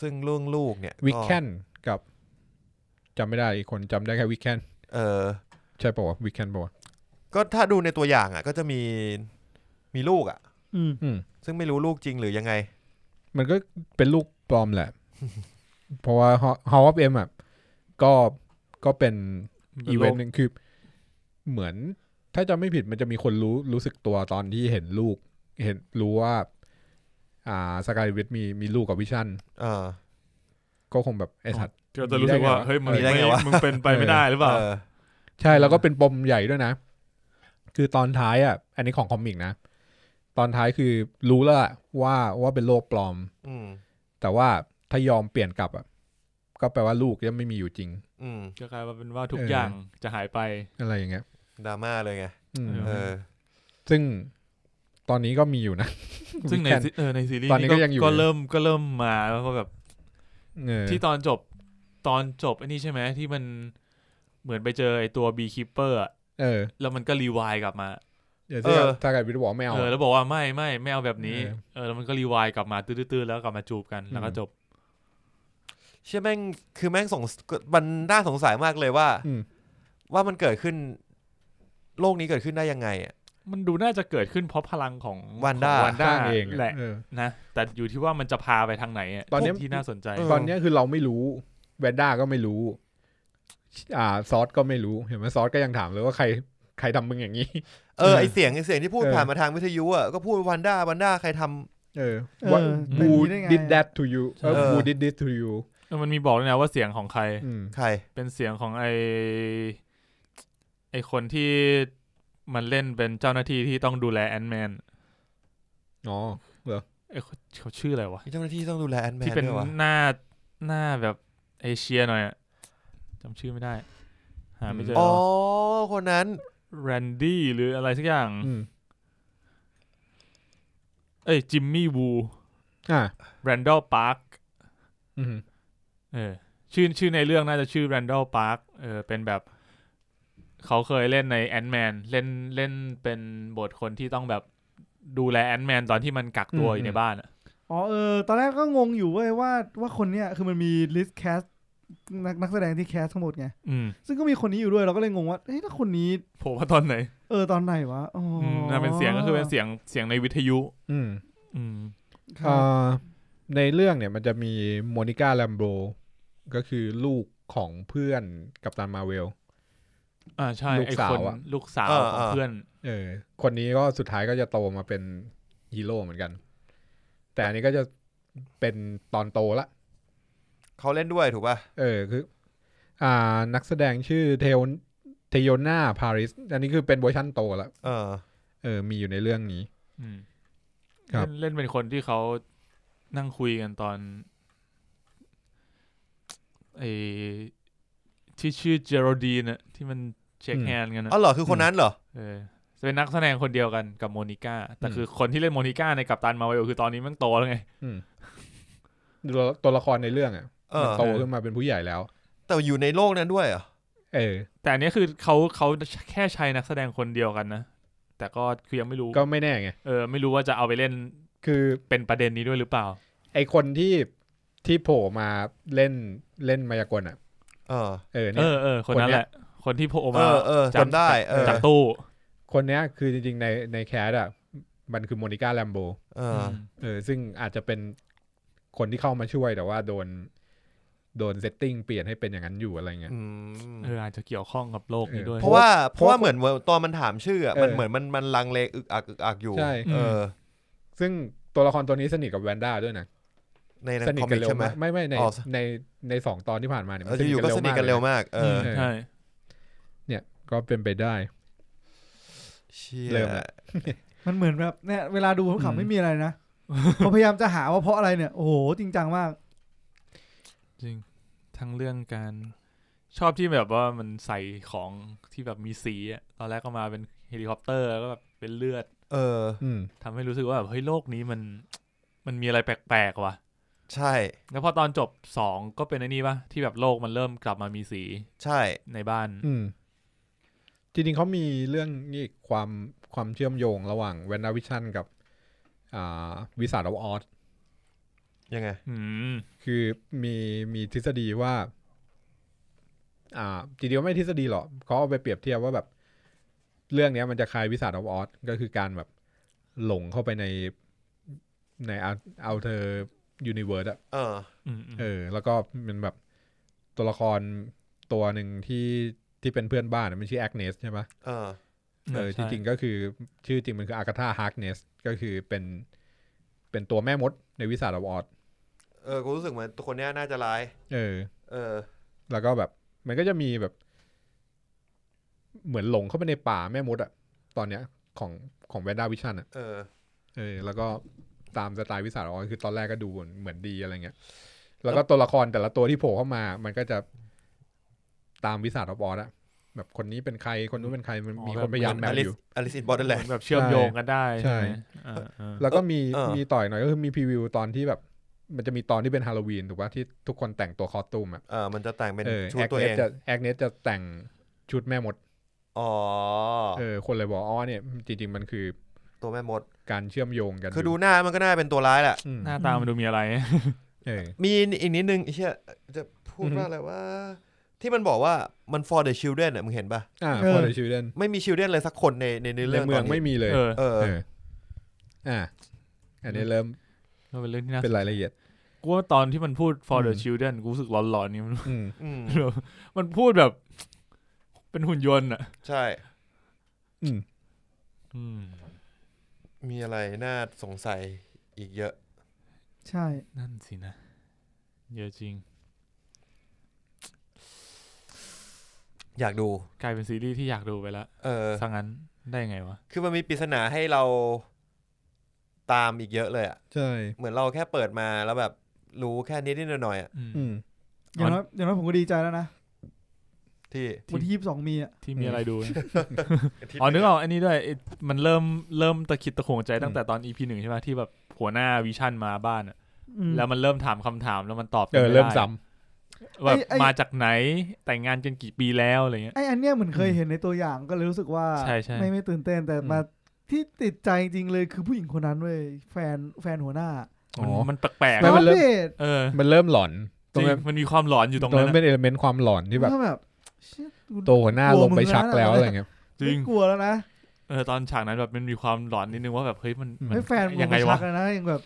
Speaker 2: ซึ่งเรื่องลูกเนี่ย
Speaker 1: วิกแคนกับจำไม่ได้อีกคนจำได้แค่วิกแคน
Speaker 2: เออ
Speaker 1: ใช่ป่าววิกแคนป่าวะ
Speaker 2: ก็ถ้าดูในตัวอย่างอ่ะ ก็จะมีมีลูกอ่ะ
Speaker 4: อืม
Speaker 1: อืม
Speaker 2: ซึ่งไม่รู้ลูกจริงหรือยังไง
Speaker 1: มันก็เป็นลูกปลอม แหละ เพราะว่าฮาวอฟเอ็มอ่ะก็ก็เป็นอีเวนต์หนึ่งคือ เหมือนถ้าจำไม่ผิดมันจะมีคนรู้รู้สึกตัวตอนที่เห็นลูก เห็นรู้ว่า อ่าสกายวิทมีมีลูกกับวิชัน
Speaker 2: เออ
Speaker 1: ก็คงแบบไอ้สัตว์
Speaker 3: ก็จะรู้สึกว่า เฮ้ยมึง
Speaker 2: มีได้
Speaker 3: ไม่
Speaker 2: ไงวะ
Speaker 3: มึงเป็นไปไม่ได้หรือเปล่า
Speaker 2: เออ
Speaker 1: ใช่ แล้วก็เป็นปมใหญ่ด้วยนะ คือตอนท้ายอ่ะ อันนี้ของคอมิกนะ ตอนท้ายคือรู้แล้วอะว่าว่าเป็นโลกปลอม
Speaker 2: อืม
Speaker 1: แต่ว่าถ้ายอมเปลี่ยนกลับอ่ะก็แปลว่าลูกยังไม่มีอยู่จริง
Speaker 2: อืม
Speaker 3: จะกลายมาเป็นว่าทุก
Speaker 1: เออ
Speaker 3: อ
Speaker 1: อ
Speaker 3: ย่างจะหายไป
Speaker 1: อะไรอย่างเงี้ย
Speaker 2: ดราม่าเลยไง
Speaker 1: อืม
Speaker 3: เออ
Speaker 2: เออ
Speaker 1: ซึ่งตอนนี้ก็มีอยู่นะ
Speaker 3: ซึ่งใน
Speaker 1: Weekend
Speaker 3: ซีเออในซีรีส์
Speaker 1: ตอนนี้ก็ยังอยู่
Speaker 3: ก็เริ่มก็เริ่มมาแล้วก็แบบ
Speaker 1: เออ
Speaker 3: ที่ตอนจบตอนจบไอ้นี่ใช่ไหมที่มันเหมือนไปเจอไอ้ตัวบีคิปเปอร์
Speaker 1: เออ
Speaker 3: แล้วมันก็รีวายกลับมา
Speaker 1: เดี๋ยวที่
Speaker 2: เออ
Speaker 1: ถ้าเกิดวิทย์บอกไม่เอา
Speaker 3: เออ
Speaker 1: อะ
Speaker 3: แล้วบอกว่าไม่ไม่ไม่เอาแบบนี้
Speaker 1: เออ
Speaker 3: เออแล้วมันก็รีวายกลับมาตื้อๆแล้วกลับมาจูบกันแล้วก็
Speaker 1: อืม
Speaker 3: จบ
Speaker 2: เชื่อแม่งคือแม่งสงสมันน่าสงสัยมากเลยว่า
Speaker 1: อืม
Speaker 2: ว่ามันเกิดขึ้น โลกนี้เกิดขึ้นได้ยังไงอ่ะ
Speaker 3: มันดูน่าจะเกิดขึ้นเพราะพลังของ
Speaker 2: Wanda
Speaker 3: ของ
Speaker 1: ส
Speaker 3: Wanda
Speaker 1: ร้างเองอะ
Speaker 3: แหละ
Speaker 1: เออ
Speaker 3: นะ แต่อยู่ที่ว่ามันจะพาไปทางไหนอะ
Speaker 1: ตอนเนี้ย
Speaker 3: ที่น่าสนใจ
Speaker 2: เอ
Speaker 1: ตอนเนี้ยคือเราไม่รู้แวนด้าก็ไม่รู้ อ่าซอสก็ไม่รู้เห็นไหมซอสก็ยังถามเลยว่าใครใครทำมึงอย่างนี้
Speaker 2: เออ
Speaker 1: เออ
Speaker 2: ไอเสียงไอเสียงที่พูด
Speaker 1: เออ
Speaker 2: ผ่านมาทางวิทยุอ่ะก็พูดวันด้าวันด้าใครทำ
Speaker 1: เออ
Speaker 4: เอ
Speaker 1: What
Speaker 4: อ
Speaker 3: บู
Speaker 4: เป็นอ
Speaker 1: who
Speaker 4: ย่างนี้ได้ไง
Speaker 1: did that to you เออ
Speaker 2: เออ
Speaker 1: who did this to you
Speaker 3: เออมันมีบอกเลยนะว่าเสียงของใคร
Speaker 1: อืม
Speaker 2: ใคร
Speaker 3: เป็นเสียงของไอไอคนที่มันเล่นเป็นเจ้าหน้าที่ที่ต้องดูแลแอนแมน
Speaker 1: อ๋อ
Speaker 3: ไอคนเขาชื่ออะไรวะ
Speaker 2: มีเจ้าหน้าที่ต้องดูแลแอนแมน
Speaker 3: ที่เป็น
Speaker 2: ด้วยวะ
Speaker 3: หน้าหน้าแบบเอเชียหน่อยอะจำชื่อไม่ได้ หาไม่เจอ
Speaker 2: อ๋อ คนนั้น
Speaker 3: แรนดี้หรืออะไรสักอย่าง
Speaker 1: อืม
Speaker 3: เอ้ยจิมมี่วู
Speaker 1: อ่า
Speaker 3: แรนดอลพาร์ค
Speaker 1: อืม
Speaker 3: เออชื่อชื่อในเรื่องน่าจะชื่อแรนดอลพาร์คเออเป็นแบบ เขาเคยเล่นในแอนแมนเล่นเล่นเป็นบทคนที่ต้องแบบดูแลแอนแมนตอนที่มันกักตัวอยู่ในบ้านอะ
Speaker 4: อ๋อเออตอนแรกก็งงอยู่เว้ยว่าว่าคนเนี้ยคือมันมีลิสต์แคสนักนักแสดงที่แคสทั้งหมดไง
Speaker 3: อืม
Speaker 4: ซึ่งก็มีคนนี้อยู่ด้วยเราก็เลยงงว่าเฮ้ยถ้าคนนี้
Speaker 3: โผล่มาตอนไหน
Speaker 4: เออตอนไหนวะอ๋ออ
Speaker 3: มน่าเป็นเสียงก็คือเป็นเสียงเสียงในวิทยุ
Speaker 1: อืม
Speaker 3: อืม
Speaker 4: ครั
Speaker 1: อ่
Speaker 4: บ
Speaker 1: าในเรื่องเนี่ยมันจะมีโมนิก้าแลมโบก็คือลูกของเพื่อนกับตันมาเวล
Speaker 3: อ่าใช่
Speaker 1: ลูก
Speaker 3: ไอ้
Speaker 1: สา
Speaker 3: ค
Speaker 1: วน อะ
Speaker 3: ลูกสาว
Speaker 2: เออ
Speaker 3: ขอ
Speaker 2: เอ
Speaker 3: ง
Speaker 2: อ
Speaker 3: เพื่อน
Speaker 1: เออ คนนี้ก็สุดท้ายก็จะโตมาเป็นฮีโร่เหมือนกัน แต่อันนี้ก็จะเป็นตอนโตละ
Speaker 2: เขาเล่นด้วยถูกป่ะ
Speaker 1: เออคือ อ่า นักแสดงชื่อเทโอเทโยนาพาริส อันนี้คือเป็นเวอร์ชั่นโตละ
Speaker 2: เออ
Speaker 1: เออ มีอยู่ในเรื่องนี้
Speaker 3: อืม
Speaker 1: ครับ
Speaker 3: เล่นเล่นเป็นคนที่เขานั่งคุยกันตอนไอที่ชื่อเจโรดีนอะที่มันเช็คแฮนด์กันอะ
Speaker 2: อ๋อเหรอคือคนนั้นเหรอ
Speaker 3: เออจะเป็นนักแสดงคนเดียวกันกับโมนิก้าแต่คือคนที่เล่นโมนิก้าในกัปตันมาเวลคือตอนนี้มันโตแล้วไง
Speaker 1: อืมตัวตัวละครในเรื่องอ่ะ
Speaker 2: เอ
Speaker 1: มัน
Speaker 2: อ
Speaker 1: โต
Speaker 3: เออ
Speaker 1: ขึ้นมาเป็นผู้ใหญ่แล้ว
Speaker 2: แต่อยู่ในโลกนั้นด้วยเหรอ
Speaker 1: เออ
Speaker 3: แต่อันเนี้ยคือเขาเขาแค่ใช้นักแสดงคนเดียวกันนะแต่ก็คือยังไม่รู้
Speaker 1: ก็ไม่แน่ไง
Speaker 3: เออไม่รู้ว่าจะเอาไปเล่น
Speaker 1: คือ
Speaker 3: เป็นประเด็นนี้ด้วยหรือเปล่า
Speaker 1: ไอคนที่ที่โผล่มาเล่นเล่นมายากลอ่ะ
Speaker 2: เออ
Speaker 1: เออ
Speaker 3: เอ
Speaker 1: เนี่ย
Speaker 3: อเออคนนั้นแหละ คนที่โผล่
Speaker 2: เอ
Speaker 3: มา
Speaker 2: อเออจำได้ เออ
Speaker 3: จากตู้
Speaker 1: คนเนี้ยคือจริงๆในในแคสอ่ะ มันคือโมนิก้าแลมโบ
Speaker 2: เออ
Speaker 1: เออซึ่งอาจจะเป็นคนที่เข้ามาช่วยแต่ว่าโดน โดนเซตติ้งเปลี่ยนให้เป็นอย่างนั้นอยู่อะไรเงี้ย
Speaker 2: อืม
Speaker 3: เอออาจจะเกี่ยวข้องกับโลกนี้
Speaker 1: เออ
Speaker 3: ด้วย
Speaker 2: เพราะว่าเพ
Speaker 1: เพ
Speaker 2: ราะ
Speaker 1: ราะ
Speaker 2: ว่าเหมือนเหมือนตอนมันถามชื่ออะ
Speaker 1: เออ
Speaker 2: มันเหมือนมันมันลังเลอึกอักอึกอักอยู่
Speaker 1: ใช่
Speaker 2: เออ
Speaker 1: ซึ่งตัวละครตัวนี้สนิทกับแวนด้าด้วยนะ
Speaker 2: ในใน
Speaker 1: สนิท
Speaker 2: คอม
Speaker 1: กั
Speaker 2: มิ
Speaker 1: น
Speaker 2: ก
Speaker 1: เร็ว
Speaker 2: ใช่ไหม
Speaker 1: มากไม่ไม่ใน
Speaker 2: อ๋อ
Speaker 1: ในในสองตอนที่ผ่านมาเนี่ย
Speaker 2: เอออยู่ๆก็สนิทกันเร็วมากเออ
Speaker 1: เออ
Speaker 3: ใช่
Speaker 1: เนี่ยก็เป็นไปได้
Speaker 2: เชี่ย
Speaker 1: เริ่มละ
Speaker 4: มันเหมือนแบบเนี่ยเวลาดูผมขำไม่มีอะไรนะ พอพยายามจะหาว่าเพราะอะไรเนี่ย โอ้โห จริงจังมาก
Speaker 3: จริง ทั้งเรื่องการชอบที่แบบว่ามันใส่ของที่แบบมีสีอะตอนแรกก็มาเป็นเฮลิคอปเตอร์แล้วก็แบบเป็นเลือด
Speaker 2: เออ
Speaker 1: อืม
Speaker 3: ทำให้รู้สึกว่าแบบเฮ้ยโลกนี้มัน มันมีอะไรแปลกๆว่ะ
Speaker 2: ใช่
Speaker 3: แล้วพอตอนจบสองก็เป็นไอ้นี่ปะที่แบบโลกมันเริ่มกลับมามีสี
Speaker 2: ใช่
Speaker 3: ในบ้าน
Speaker 1: อืม จริงๆเขามีเรื่องนี่อีกความความเชื่อมโยงระหว่างเวนนาวิชันกับ อ่าวิสาดออส
Speaker 2: ยังไง
Speaker 3: อืม
Speaker 1: คือมีมีทฤษฎีว่า อ่าจริงๆไม่ทฤษฎีหรอกเขาเอาไปเปรียบเทียบว่าแบบ เรื่องเนี้ยมันจะคล้ายวิสาดออสก็คือการแบบหลงเข้าไปในในเอาเธอยูนิเวิร์สอะ
Speaker 2: เออ
Speaker 3: อืมอืม
Speaker 1: เออ แล้วก็มันแบบตัวละครตัวหนึ่งที่ที่เป็นเพื่อนบ้านอะมันชื่อแอคเนสใช่ปะ
Speaker 2: เออ
Speaker 1: เออ
Speaker 3: ใช่
Speaker 1: จริงๆก็คือชื่อจริงมันคืออากาธาฮาร์กเนสก็คือเป็นเป็นตัวแม่มดในวิสาดออด
Speaker 2: เออกูรู้สึกเหมือนตัวคนเนี้ยน่าจะร้าย
Speaker 1: เออ
Speaker 2: เออ
Speaker 1: แล้วก็แบบ มันก็จะมีแบบ เหมือนหลงเข้าไปในป่าแม่มดอะตอนเนี้ยของของแวนด้าวิชันอะ
Speaker 2: เออ
Speaker 1: เออแล้วก็ตามสไตล์วิสาดออดคือตอนแรกก็ดูเหมือนดีอะไรเงี้ย แล้วก็ตัวละครแต่ละตัวที่โผล่เข้ามา มันก็จะตามวิสาดออดอะแบบคนนี้เป็นใครคนนู้นเป็นใครมันมีคนพยายามแมว
Speaker 2: ลิ
Speaker 1: อ
Speaker 2: ส
Speaker 1: ยู่
Speaker 2: อลิสอินบอร์ดแลน
Speaker 3: แบบเชื่อมโยงกันได้
Speaker 1: ใช่
Speaker 3: ใช่ไหมอ่าอ่า
Speaker 1: แล้วก็มี
Speaker 2: เออ
Speaker 1: มีต่อยหน่อยก็คือมีพรีวิวตอนที่แบบ มันจะมีตอนที่เป็นฮาโลวีนถูกป่ะที่ทุกคนแต่งตัวคอสตูมอะ
Speaker 2: เออมันจะแต่งเป็น
Speaker 1: เออ
Speaker 2: ชุด
Speaker 1: แอค
Speaker 2: ตัว
Speaker 1: เน
Speaker 2: เอ
Speaker 1: ส
Speaker 2: ง
Speaker 1: จะแอคเนสจะแต่งชุดแม่มด
Speaker 2: อ๋อ
Speaker 1: เออคนเลยบอกอ๋อเนี่ยจริงๆมันคือ
Speaker 2: ตัวแม่มด
Speaker 1: การเชื่อมโยงกัน
Speaker 2: คือดูหน้ามันก็น่าเป็นตัวร้ายแหละ
Speaker 1: อืม
Speaker 3: หน้าตามันดูมีอะไร
Speaker 1: เออ
Speaker 2: มีอีกนิดนึงไอ้เชี่ยจะพูด
Speaker 1: อือฮึ
Speaker 2: ว่าอะไรว่า ที่มันบอกว่ามัน for the children อ่ะมึงเห็นปะ
Speaker 1: อ่า
Speaker 4: เออ
Speaker 1: พอเลยชิวเดน
Speaker 2: ไม่มี children เลยสักคนในในใน
Speaker 1: ใน
Speaker 2: เรื่อง
Speaker 1: เมือง
Speaker 2: ตนนี้
Speaker 1: ไม่มีเลย
Speaker 3: เออ
Speaker 2: เออ
Speaker 1: เอออ่าอันนี้เริ่ม
Speaker 3: ก็เป็นเรื่องที่น่า
Speaker 1: เป็นรายละเอียด
Speaker 3: กูว่าตอนที่มันพูด for the
Speaker 1: อืม
Speaker 3: children กูรู้สึกร้อนๆนี่มัน
Speaker 1: อืม
Speaker 2: อืม
Speaker 3: มันพูดแบบ เป็นหุ่นยนต์อ่ะ
Speaker 2: ใช่
Speaker 1: อืม
Speaker 3: อืม
Speaker 2: มีอะไรน่าสงสัยอีกเยอะ
Speaker 4: ใช่
Speaker 3: นั่นสินะ เยอะจริง
Speaker 2: อยากดู
Speaker 3: กลายเป็นซีรีส์ที่อยากดูไปแล้ว
Speaker 2: เออ
Speaker 3: สังงั้นได้ไงวะ
Speaker 2: คือมันมีปริศนาให้เราตามอีกเยอะเลยอ่ะ
Speaker 1: ใช่
Speaker 2: เหมือนเราแค่เปิดมาแล้วแบบรู้แค่นิดนิดหน่อยๆอ่ะ
Speaker 3: อืม
Speaker 1: อืม
Speaker 4: อย่างน้อยอย่างน้อยผมก็ดีใจแล้วนะ
Speaker 2: ที่
Speaker 3: ที่
Speaker 4: วันที่ยี่สิบสองมีอ่ะ
Speaker 3: ที่มีอะไรดูนะอ๋อนึกออกอันนี้ด้วยไอ้มันเริ่มเริ่มตะคิดตะขวงใจตั้งแต่ตอน EP หนึ่งใช่ไหมที่แบบหัวหน้าวิชั่นมาบ้านอะ
Speaker 4: อืม
Speaker 3: แล้วมันเริ่มถามคำถามแล้วมันตอบ
Speaker 1: เออ
Speaker 3: ไได้
Speaker 1: เริ่มซ้
Speaker 3: แบบ
Speaker 4: ไอ้ไอ้
Speaker 3: มาจากไหนแต่งงานกันกี่ปีแล้วอะไรเงี้ย
Speaker 4: ไออันเนี้ยเหมือนเคยเห็นในตัวอย่างก็เลยรู้สึกว่า
Speaker 3: ใช่ใช่
Speaker 4: ไม่ไม่ตื่นเต้นแต่มาที่ติดใจจริงเลยคือผู้หญิงคนนั้นเว้ยแฟนแฟนหัวหน้า
Speaker 1: ำ
Speaker 3: มั
Speaker 1: อ๋
Speaker 3: น
Speaker 1: อ
Speaker 3: มันแปลก
Speaker 1: ไม่
Speaker 4: แล้ว
Speaker 1: มั
Speaker 4: มัน น
Speaker 1: เริ่ม
Speaker 3: ๆเออ
Speaker 1: มันเริ่มหลอนต
Speaker 3: จ
Speaker 1: รง
Speaker 3: ริง
Speaker 1: นั้น
Speaker 3: มันมีความหลอนอยู่ตรง
Speaker 1: ตรง
Speaker 3: นั้
Speaker 1: นั้น นเป็
Speaker 3: อะ
Speaker 1: นเอลเมนต์ความหลอนที่แบบ
Speaker 4: แบบเชี่ยกู
Speaker 1: ตัวหัวหน้าลงไปชักแล้วอะไรเงี้ย
Speaker 3: จริง
Speaker 4: ไม่กลัวแล้วนะ
Speaker 3: เออตอนฉากนั้นแบบมันมีความหลอนนิดนึงว่าแบบเฮ้ยมันมั
Speaker 4: ไม่แฟนมึ
Speaker 3: ยัง ง
Speaker 4: ไป
Speaker 3: ไง
Speaker 4: ชั
Speaker 3: วะ
Speaker 4: กแล้วนะยังแบบ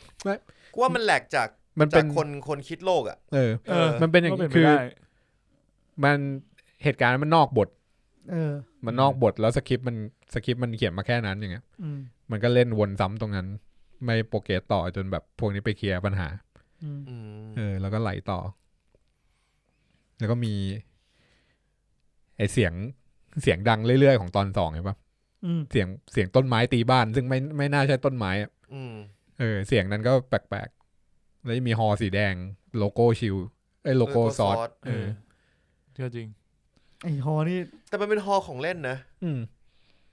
Speaker 2: กูว่ามันแหลกจาก
Speaker 1: มันเป็
Speaker 2: จาน กคนคนคิดโลกอ่ะ
Speaker 1: เออ
Speaker 3: เออ
Speaker 1: มันเป็นอย่าง
Speaker 3: ก็
Speaker 1: นี้
Speaker 3: เป็นไป
Speaker 1: คือ
Speaker 3: ได้
Speaker 1: มันเหตุการณ์มันนอกบท
Speaker 4: เออ
Speaker 1: มันนอกบทแล้วสคริปต์มันสคริปต์มันเขียนมาแค่นั้นอย่างเงี้ย
Speaker 4: อืม
Speaker 1: มันก็เล่นวนซ้ำตรงนั้น ไม่โปรเกตต่อจนแบบพวกนี้ไปเคลียร์ปัญหา
Speaker 4: อืม
Speaker 2: อืม
Speaker 1: เออ แล้วก็ไหลต่อ แล้วก็มี ไอเสียงเสียงดังเรื่อยๆของตอนสองเห็นปะ
Speaker 4: อืม
Speaker 1: เสียงเสียงต้นไม้ตีบ้าน ซึ่งไม่ไม่น่าใช่ต้นไม้อะ
Speaker 2: อืม
Speaker 1: เออ เสียงนั้นก็แปลกๆแล้วมีฮอสีแดงโลโก้ชิลไอยโลโก้ซอส
Speaker 3: เออก็จริง
Speaker 4: ไอฮอนี่
Speaker 2: แต่มันเป็นฮอของเล่นนะ
Speaker 1: อืม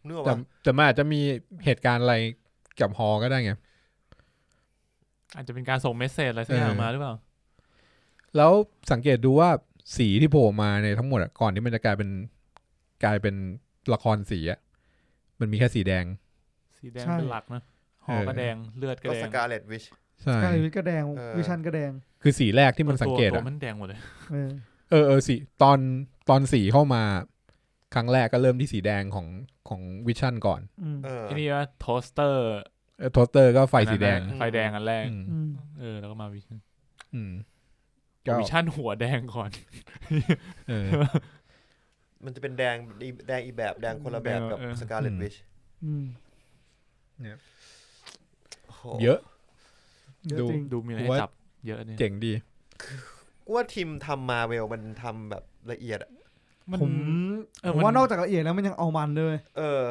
Speaker 2: นึกออก
Speaker 1: แต่
Speaker 2: ปะ
Speaker 1: แต่มันอาจจะมีเหตุการณ์อะไรกับฮอก็ได้ไง
Speaker 3: อาจจะเป็นการส่งเมสเซจอะไรสักอย่างมาหรือเปล่า
Speaker 1: แล้วสังเกตดูว่าสีที่โผล่มาในทั้งหมดอะก่อนที่มันจะกลายเป็นกลายเป็นละครสีอะมันมีแค่สีแดง
Speaker 3: สีแดงเป็นหลักนะหอก็แดงเลือดก็
Speaker 2: ก็
Speaker 3: แด
Speaker 2: ส
Speaker 3: ง
Speaker 2: กาเลตวิช
Speaker 1: ใช่
Speaker 4: กายวิทย์ก็แดง
Speaker 2: เออ
Speaker 4: วิชันก็แดง
Speaker 1: คือสีแรกที่มันสังเกต
Speaker 3: ตัว
Speaker 1: อะ
Speaker 3: ตัวมันแดงหมดเลย
Speaker 4: เออ
Speaker 1: เออเออสีตอนตอนสีเข้ามา ครั้งแรกก็เริ่มที่สีแดงของของวิชั่นก่อน
Speaker 4: อืม
Speaker 2: เออ
Speaker 3: ที่นี่ว่าโทสเตอร์
Speaker 1: เออโทสเตอร์ก็ไฟสีแดง
Speaker 3: อัน
Speaker 2: อืม
Speaker 3: นั้นอะไฟแดงอันแรก
Speaker 1: อืม
Speaker 4: อืม
Speaker 3: เออแล้วก็มาวิชั่น
Speaker 1: อืมก็
Speaker 3: วิชั่นหัวแดงก่อน
Speaker 1: เออ
Speaker 2: มันจะเป็นแดงอีแดงอีแบบแดงคนละแบบกับสกาเลตวิช
Speaker 4: อืม
Speaker 1: เยอะ
Speaker 4: เยอะ
Speaker 1: ดู
Speaker 4: จริง
Speaker 3: ดูมีอะไร
Speaker 1: หัว
Speaker 3: ให้จับเยอะเนี่ย
Speaker 1: เจ๋งดี
Speaker 2: กูว่าทีมทำมาเวลมันทำแบบละเอียดอะ
Speaker 3: มัน
Speaker 4: ผม
Speaker 3: เออ
Speaker 4: ผม
Speaker 3: มัน
Speaker 4: ว่านอกจากละเอียดแล้วมันยังเอามันด้วยเวย
Speaker 2: เออ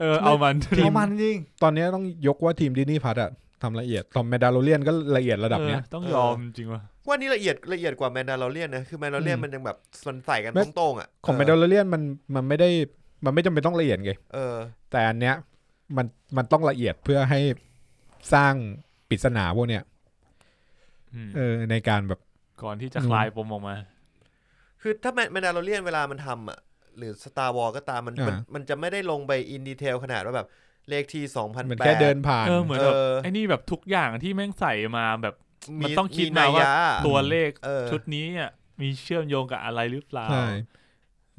Speaker 3: เออเอามัน
Speaker 4: เอามันจริง
Speaker 1: ตอนนี้ต้องยกว่าทีมดิสนีย์พัทอะทำละเอียดตอมแมดาโลเลียนก็ละเอียดระดับเนี้ย
Speaker 3: เออต้องยอมจริงว่ะ
Speaker 2: ว่านี่ละเอียดละเอียดกว่าแมนดา l เรียนนะ คือแมนดา l เรียน
Speaker 1: อืม
Speaker 2: มันยังแบบมันใส่กัน
Speaker 1: ไม่
Speaker 2: ตรงๆอ่ะ
Speaker 1: ของแมดาโลเลียนมันมันไม่ได้มันไม่จำเป็นต้องละเอียดไง
Speaker 2: เออ
Speaker 1: แต่อันเนี้ยมันมันต้องละเอียดเพื่อให้สร้างปริศนาพวกเนี้ย
Speaker 3: อืม
Speaker 1: เออในการแบบ
Speaker 3: ก่อนที่จะคลายปมออกมา
Speaker 2: คือถ้าแมนดาโลเรียนเวลามันทำอ่ะหรือสตาร์วอลก็ตามมันมัน
Speaker 1: อ่า
Speaker 2: มันจะไม่ได้ลงไปอินดีเทลขนาดว่าแบบเลขที่สองพัน
Speaker 1: เหมือน
Speaker 2: แป
Speaker 1: แค่
Speaker 2: ด
Speaker 1: เดินผ่าน
Speaker 3: เออเหมือนแบบ
Speaker 2: เออ
Speaker 3: ไอ้นี่แบบทุกอย่างที่แม่งใส่มาแบบ มันต้องคิดมาว่า ตัวเลข
Speaker 2: เออ
Speaker 3: ชุดนี้อ่ะมีเชื่อมโยงกับอะไรหรือเปล่า
Speaker 1: ใช่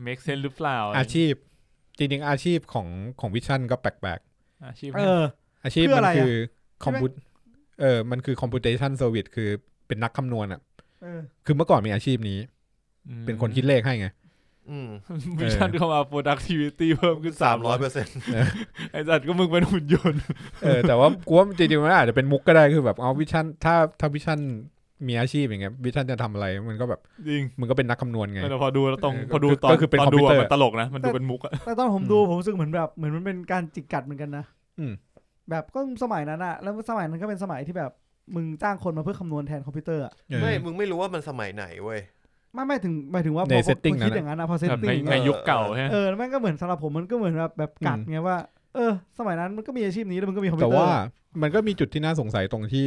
Speaker 3: make sense หรือเปล่า
Speaker 1: อาชีพ จริงๆอาชีพของของวิชั่นก็แปลก
Speaker 3: อาชีพ
Speaker 4: เออ
Speaker 1: ๆ อาชีพ
Speaker 4: คือ
Speaker 1: มั
Speaker 4: อะ
Speaker 1: น
Speaker 4: ไรอะ
Speaker 1: คือคอมพุตเออมันคือคอมพิวเตชันเซอร์วิสคือเป็นนักคำนวณอ่ะ
Speaker 4: เออ
Speaker 1: คือเมื่อก่อนมีอาชีพนี้ เป็นคนคิดเลขให้ไง
Speaker 2: อืม
Speaker 3: วิชั่นเข้ามา productivity เพิ่มขึ้นสา
Speaker 2: สาม ม
Speaker 3: ร้
Speaker 2: ร้
Speaker 3: อ
Speaker 2: อย ยเปอร์เซ็นต์
Speaker 3: ไอ้สัตว์ก็มึงเป็นหุ่นยนต์
Speaker 1: เออแต่ว่ากูว่าจริงๆมันอาจจะเป็นมุกก็ได้คือแบบเอาวิชั่นถ้าถ้าวิชั่นมีอาชีพอย่างเงี้ยวิชั่นจะทำอะไรมันก็แบบ
Speaker 3: จริง
Speaker 1: มันก็เป็นนักคำนวณไง
Speaker 3: แต่พอดูแล้วตรง
Speaker 1: เออ
Speaker 3: พอดู
Speaker 1: ก็
Speaker 3: ตอน
Speaker 1: ก็คือเป็น
Speaker 3: ตอน
Speaker 1: คอมพิ
Speaker 3: ดู
Speaker 1: วเตอร์
Speaker 3: มันตลกนะ มันดูเป็นมุกอะ
Speaker 4: แต่ตอนผมดูผมรู้สึกเหมือนแบบเหมือนมันเป็นการจิกกัดเหมือนกันนะ
Speaker 1: อืม
Speaker 4: แบบก็สมัยนั้นอะแล้วสมัยนั้นก็เป็นสมัยที่แบบมึงจ้างคนมาเพื่อคำนวณแทนคอมพิวเตอร์อะ
Speaker 1: เออ
Speaker 2: ไม่มึงไม่รู้ว่ามันสมัยไหนเว้ย
Speaker 4: ไม่ไม่ถึงหมายถึงว่าพ
Speaker 1: ใน
Speaker 4: อ
Speaker 1: setting
Speaker 4: มึง
Speaker 1: นั้นอะ
Speaker 4: คิดอย่างนั้นอะพอเซต
Speaker 3: แบบใน
Speaker 4: ติ้ง
Speaker 3: ใน
Speaker 2: เออ
Speaker 3: ยุคเก่าใช่ไหม
Speaker 4: เออแล้วแม่งก็เหมือนสำหรับผมมันก็เหมือนแบบแบบกัดไงว่า เออ สมัยนั้นมันก็มีอาชีพนี้แล้วมันก็มีคอมพิ
Speaker 1: แต่
Speaker 4: วเตอร์
Speaker 1: ว่ามันก็มีจุดที่น่าสงสัยตรงที่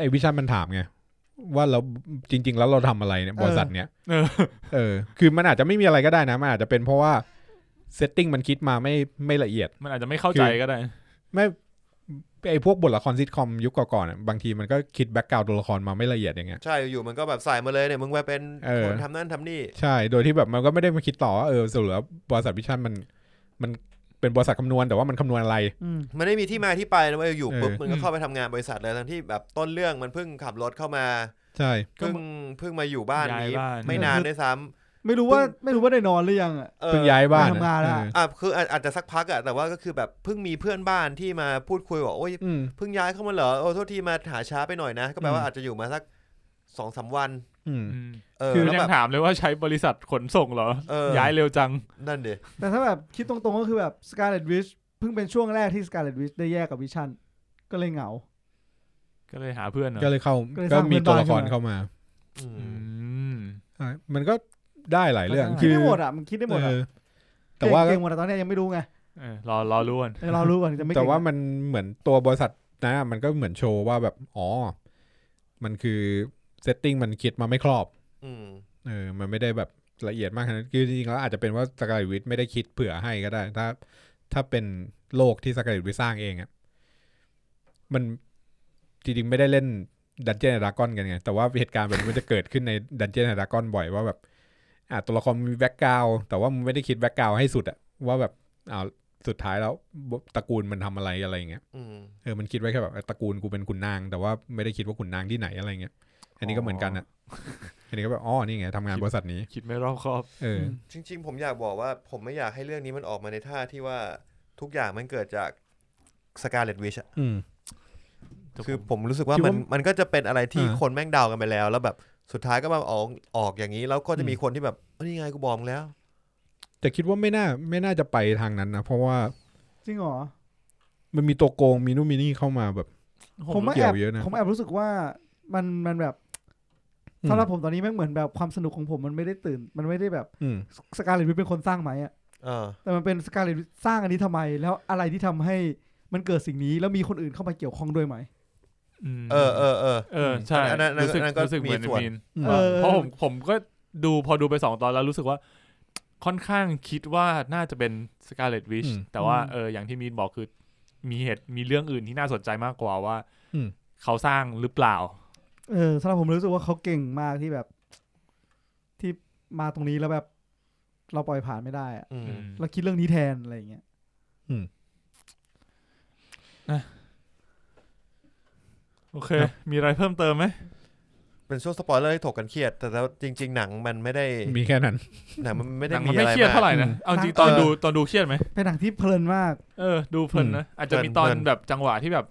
Speaker 1: ไอ้วิชั่นมันถามไงว่าเราจริง ๆ แล้วเราทำอะไรเนี่ยบริษัทเนี้ย
Speaker 3: เออ
Speaker 1: เออคือมันอาจจะไม่มีอะไรก็ได้นะมันอาจจะเป็นเพราะว่าเซตติ้งมันคิดมาไม่ไม่ละเอียด
Speaker 3: มันอาจจะไม่เข้าใจก็ได้
Speaker 1: ไม่ไอ้พวกบทละครซิทคอมยุคก่อนๆอะบางทีมันก็คิดแบ็กกราวด์ตัวละครมาไม่ละเอียดอย่างเงี้ย
Speaker 2: ใช่อยู่มันก็แบบใส่มาเลยเนี่ยมึงไปเป็น
Speaker 1: เออ
Speaker 2: คนทำนั่นทำนี่
Speaker 1: ใช่ โดยที่แบบมันก็ไม่ได้มาคิดต่อว่าเออสรุปแล้วบริษัทวิชั่นมันมันเป็นบริษัทคำนวณแต่ว่ามันคำนวณอะไร
Speaker 4: อืม
Speaker 2: มันไม่มีที่มาที่ไปนะเว้ยอยู่ปุ๊บ
Speaker 1: เออ
Speaker 2: มันก็เข้าไปทำงานบริษัทเลยทั้งที่แบบต้นเรื่องมันเพิ่งขับรถเข้ามา
Speaker 1: ใช่
Speaker 2: เพิ่งเพิ่งมาอยู่บ้าน
Speaker 3: ย้าย
Speaker 2: นี้
Speaker 3: บ้าน
Speaker 2: ไม่นานด้วยซ้
Speaker 4: ไม่รู้ว่าไม่รู้ว่าได้นอนหรือยังอะ
Speaker 2: ำเออ
Speaker 1: เพิ่งย้ายบ้าน
Speaker 4: ไปทำงานแล้ว
Speaker 1: เออ
Speaker 2: อ่ะคืออาจอาจจะสักพักอะแต่ว่าก็คือแบบเพิ่งมีเพื่อนบ้านที่มาพูดคุยว่าโอ้ย
Speaker 1: อืม
Speaker 2: เพิ่งย้ายเข้ามาเหรอโอ้โทษทีมาหาช้าไปหน่อยนะ ก็แปล
Speaker 1: อื
Speaker 2: ว่าม อาจจะอยู่มาสักสองสามวัน
Speaker 1: อืม
Speaker 3: อืม
Speaker 2: เออ
Speaker 3: คือ
Speaker 2: แล้ว
Speaker 3: ยั
Speaker 2: แบ
Speaker 3: ง
Speaker 2: บ
Speaker 3: ถามเลยว่าใช้บริษัทขนส่งเหรอ
Speaker 2: เออ
Speaker 3: ย้ายเร็วจัง
Speaker 2: นั่นเดี
Speaker 4: แต่ถ้าแบบคิดตรงๆก็คือแบบ Scarlet Witch เพิ่งเป็นช่วงแรกที่ Scarlet Witch ได้แยกกับวิชั่นก็เลยเหงา
Speaker 3: ก็เลยหาเพื่อนเหรอ
Speaker 1: ก็เลยเข้า
Speaker 4: ก็เลยส
Speaker 1: ก็
Speaker 4: ร้าง
Speaker 1: มีตัวละคร
Speaker 4: เพื่อนบ้าน
Speaker 1: เข้ามา
Speaker 3: อืม
Speaker 1: ใช่มันก็ได้หลายเรื่อง
Speaker 3: ก็ได้
Speaker 4: คิ
Speaker 1: คือ
Speaker 4: ดได้หมดอ่ะมันคิดได้หมด
Speaker 1: เอ
Speaker 4: อ่ะ
Speaker 1: อแต่ว่า
Speaker 4: เก่งหมดแต่ตอนเนี้ยยังไม่รู้ไง
Speaker 3: เออรอรอรู้ก่อน
Speaker 4: เออเรารู้ก่อนจะไม่เก่ง
Speaker 1: แต่ว่ามันเหมือนตัวบริษัทนะมันก็เหมือนโชว์ว่าแบบอ๋อ มันคือเซตติ้งมันคิดมาไม่ครอบ เออ มันไม่ได้แบบละเอียดมากขนาดนั้นคือจริงๆแล้วอาจจะเป็นว่าสกายวิทไม่ได้คิดเผื่อให้ก็ได้ ถ้า ถ้าเป็นโลกที่สกายวิทสร้างเองอะมันจริงๆไม่ได้เล่นดันเจียนดากอนกันไง แต่ว่าเหตุการณ์แบบนี้มันจะเกิดขึ้นในดันเจียนดากอนบ่อยว่าแบบอ่ะตัวละครมีแบ็กกราวแต่ว่ามันไม่ได้คิดแบ็กกราวให้สุดอะว่าแบบอ้าวสุดท้ายแล้วตระกูลมันทำอะไรอะไรอย่างเงี้ยเออมันคิดไว้แค่แบบตระกูลกูเป็นขุนนาง แต่ว่าไม่ได้คิดว่าขุนนางที่ไหนอะไรเงี้ยอันนี้ก็เหมือนกันอะ อันนี้ก็แบบอ๋อนี่ไงทำงานบริษัทนี้
Speaker 3: คิดไม่รอบคอบ
Speaker 1: เอออ
Speaker 2: จริง ๆ ผมอยากบอกว่า ผมไม่อยากให้เรื่องนี้มันออกมาในท่าที่ว่าทุกอย่างมันเกิดจากสกาเลตวิช
Speaker 1: อืม
Speaker 2: คือผมรู้สึกว่า
Speaker 1: คิด
Speaker 2: มั
Speaker 1: ว่าน
Speaker 2: มันก็จะเป็นอะไรที่
Speaker 1: อ่า
Speaker 2: คนแม่งเดากันไปแล้ว แล้วแบบสุดท้ายก็มาออกออกอย่างนี้แล้วก็จะมี
Speaker 1: อืม
Speaker 2: คนที่แบบเอ้ยนี่ไงกูบอกมึงแล้ว
Speaker 1: แต่คิดว่าไม่น่าไม่น่าจะไปทางนั้นนะ เพราะว่า
Speaker 4: จริงเหรอ
Speaker 1: มันมีตัวโกงมีนู่นมีนี่เข้ามาแบบ
Speaker 4: ผมว่า
Speaker 1: เกี่
Speaker 4: แอ
Speaker 1: ยว
Speaker 4: บ
Speaker 1: เยอะนะ
Speaker 4: ผมแอบรู้สึกว่ามันมันแบบ
Speaker 1: อืม
Speaker 4: สำหรับผมตอนนี้แม่งเหมือนแบบความสนุกของผมมันไม่ได้ตื่น มันไม่ได้แบบ
Speaker 1: อืม
Speaker 4: สกาเลตวิเป็นคนสร้างไหมอ่ะ
Speaker 2: เออ
Speaker 4: แต่มันเป็นสกาเลตสร้างอันนี้ทำไม แล้วอะไรที่ทำให้มันเกิดสิ่งนี้แล้วมีคนอื่นเข้ามาเกี่ยวข้องด้วยไหม
Speaker 3: ม
Speaker 2: เออเออเออ
Speaker 3: เออใช่
Speaker 2: อันนั้นอันนั้น
Speaker 3: รู้สึก
Speaker 2: อันนั้นก็
Speaker 3: รู้สึกเหมือน
Speaker 2: มีส่วน
Speaker 3: มีน
Speaker 1: อืม
Speaker 4: เออ
Speaker 3: เพราะผมผมก็ดูพอดูไปสองตอนแล้วรู้สึกว่า ค่อนข้างคิดว่าน่าจะเป็น Scarlet Witch
Speaker 1: อืม
Speaker 3: แต่ว่า
Speaker 4: อืม
Speaker 3: เอออย่างที่มีนบอกคือมีเหตุมีเรื่องอื่นที่น่าสนใจมากกว่าว่า
Speaker 1: อืม
Speaker 3: เขาสร้างหรือเปล่า
Speaker 4: เออสำหรับผมรู้สึกว่าเขาเก่งมากที่แบบ ที่มาตรงนี้แล้วแบบ เราปล่อยผ่านไม่ได้อะ
Speaker 2: อืม
Speaker 4: เราคิดเรื่องนี้แทนอะไรอย่างเงี้ย
Speaker 3: โอเค มีอะไรเพิ่มเติมไหม
Speaker 2: เป็นช่วงสปอยเลอร์ที่ถกกันเครียด แต่แล้วจริง ๆ หนังมันไม่ได้
Speaker 1: มีแค่นั้น
Speaker 2: หนังมันไม่
Speaker 3: ห
Speaker 2: ได้
Speaker 3: นัง
Speaker 2: มี
Speaker 3: มัน
Speaker 2: อะ
Speaker 3: ไม่
Speaker 2: ไร
Speaker 3: เครียดเท่าไห
Speaker 2: มาก
Speaker 3: ร่นะเอาจริง
Speaker 2: เออ
Speaker 3: ตอนดูตอนดูเครียดไหม
Speaker 4: เป็นหนังที่เพลินมาก
Speaker 3: เออดูเพลินนะอาจจะมีตอนแบบจังหวะที่แบบ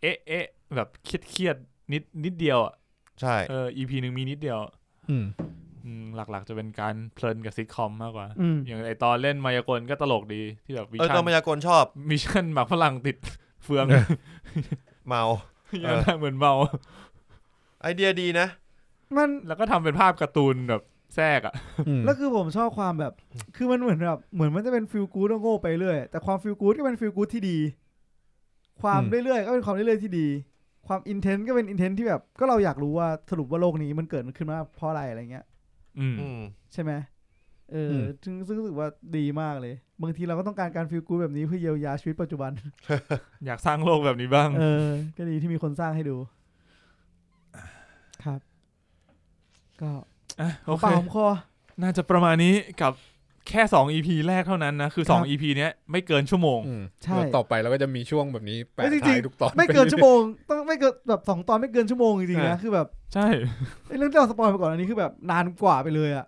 Speaker 3: เอ๊ะเอ๊ะแบบเครียดเครียดๆนิดนิดเดียวอะ
Speaker 2: ใช่
Speaker 3: เออ EP หนึ่งมีนิดเดียว
Speaker 1: อืม
Speaker 3: อืมหลักๆจะเป็นการเพลินกับซิทคอมมากกว่า
Speaker 4: อืม
Speaker 3: อย่างไอตอนเล่นมายากลก็ตลกดีที่แบบวิ
Speaker 2: เออ
Speaker 3: ชั่
Speaker 2: ตอน
Speaker 3: น
Speaker 2: มายากลชอบ
Speaker 3: วิชั่นหมักฝรั่งติดเฟือง
Speaker 1: เออ
Speaker 2: เมา
Speaker 3: อย่างนั้นนะเหมือนเมา
Speaker 2: ไอเดียดีนะ
Speaker 4: มัน
Speaker 3: แล้วก็ทำเป็นภาพการ์ตูนแบบแทรกอ่ะ
Speaker 1: อืม
Speaker 4: แล้วคือผมชอบความแบบ คือมันเหมือนแบบเหมือนมันจะเป็นฟิลกู๊ดโง่ๆไปเรื่อยแต่ความฟิลกู๊ดก็เป็นฟิลกู๊ดที่ดี ความ
Speaker 1: อืม
Speaker 4: เรื่อยๆก็เป็นความเรื่อยๆที่ดี ความอินเทนต์ก็เป็นอินเทนต์ที่แบบ ก็เราอยากรู้ว่าสรุปว่าโลกนี้มันเกิดขึ้นมาเพราะอะไรอะไรเงี้ย
Speaker 3: อืม
Speaker 2: อืม
Speaker 4: ใช่ไหมเออ
Speaker 1: ม
Speaker 4: อซึ่งซึ่งรู้สึกว่าดีมากเลย บางทีเราก็ต้องการการฟิลกูดแบบนี้เพื่อเยียวยาชีวิตปัจจุบัน
Speaker 3: อยากสร้างโลกแบบนี้บ้าง
Speaker 4: เออ ก็ดีที่มีคนสร้างให้ดู ครับ ก็
Speaker 3: อ่ะโอเค
Speaker 4: เป่าหอมคอ
Speaker 3: น่าจะประมาณนี้กับแค่ 2 EP แรกเท่านั้นนะ คือ
Speaker 4: ครับ
Speaker 3: 2 EP เนี้ยไม่เกินชั่วโมง
Speaker 1: อืม
Speaker 4: ใช่
Speaker 1: แล้วต่อไปเราก็จะมีช่วงแบบนี้แปะ
Speaker 4: เอ้ยจริงๆ
Speaker 1: ท้ายทุกตอน
Speaker 4: ไม่เกิน
Speaker 1: ป
Speaker 4: ชั่ว
Speaker 1: รื่อย
Speaker 4: โมง ต้องไม่เกินแบบสองตอนไม่เกินชั่วโมงจริงๆนะ
Speaker 1: อ่ะ
Speaker 4: คือแบบ
Speaker 3: ใช่
Speaker 4: เอ้ยเรื่องที่เราสปอยไปก่อนอันนี้คือแบบนานกว่าไปเลยอ่ะ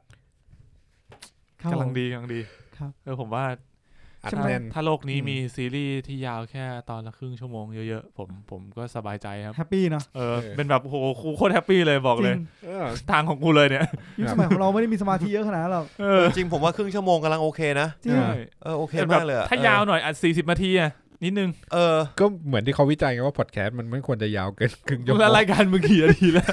Speaker 4: ครับ
Speaker 3: กำลัง
Speaker 4: ผม
Speaker 3: ดีกำลังดี
Speaker 4: ครับ
Speaker 3: เออผมว่า
Speaker 1: ๆอัด
Speaker 3: ถ้า
Speaker 1: แน่น
Speaker 3: ถ้าโลกนี้
Speaker 1: อืม
Speaker 3: มีซีรีส์ที่ยาวแค่ตอนละครึ่งชั่วโมงเยอะๆ ผมผมก็สบายใจครับ
Speaker 4: แฮปปี้เนาะ
Speaker 3: เออ
Speaker 1: เออ
Speaker 3: เป็นแบบโหครูโคตรแฮปปี้เลยบอก
Speaker 4: จ
Speaker 3: เล
Speaker 4: ริ
Speaker 3: ย
Speaker 4: ง
Speaker 1: เออ
Speaker 3: ทางของกูเลยเนี่ย
Speaker 4: ยุค
Speaker 1: ครับ
Speaker 4: สมัยของเราไม่ได้มีสมาธิเยอะขนาดนั้นหรอก
Speaker 3: เออ
Speaker 2: จริงผมว่าครึ่งชั่วโมงกำลังโอเคนะ
Speaker 4: จริง
Speaker 1: อ่า
Speaker 2: เออโอเค
Speaker 3: เป็นแบ
Speaker 2: มา
Speaker 3: บ
Speaker 2: กเลยอะ
Speaker 3: ถ้ายาวหน่อยอัด40นาทีอ่ะนิดนึง
Speaker 2: เออ
Speaker 1: ก็เหมือนที่เขาวิจัยไงว่าพอดแคสต์มันไม่ควรจะยาวเกิน ครึ่งชั่วโม
Speaker 3: แล้ว
Speaker 1: ง
Speaker 3: รายการมึงกี่นาทีแล้ว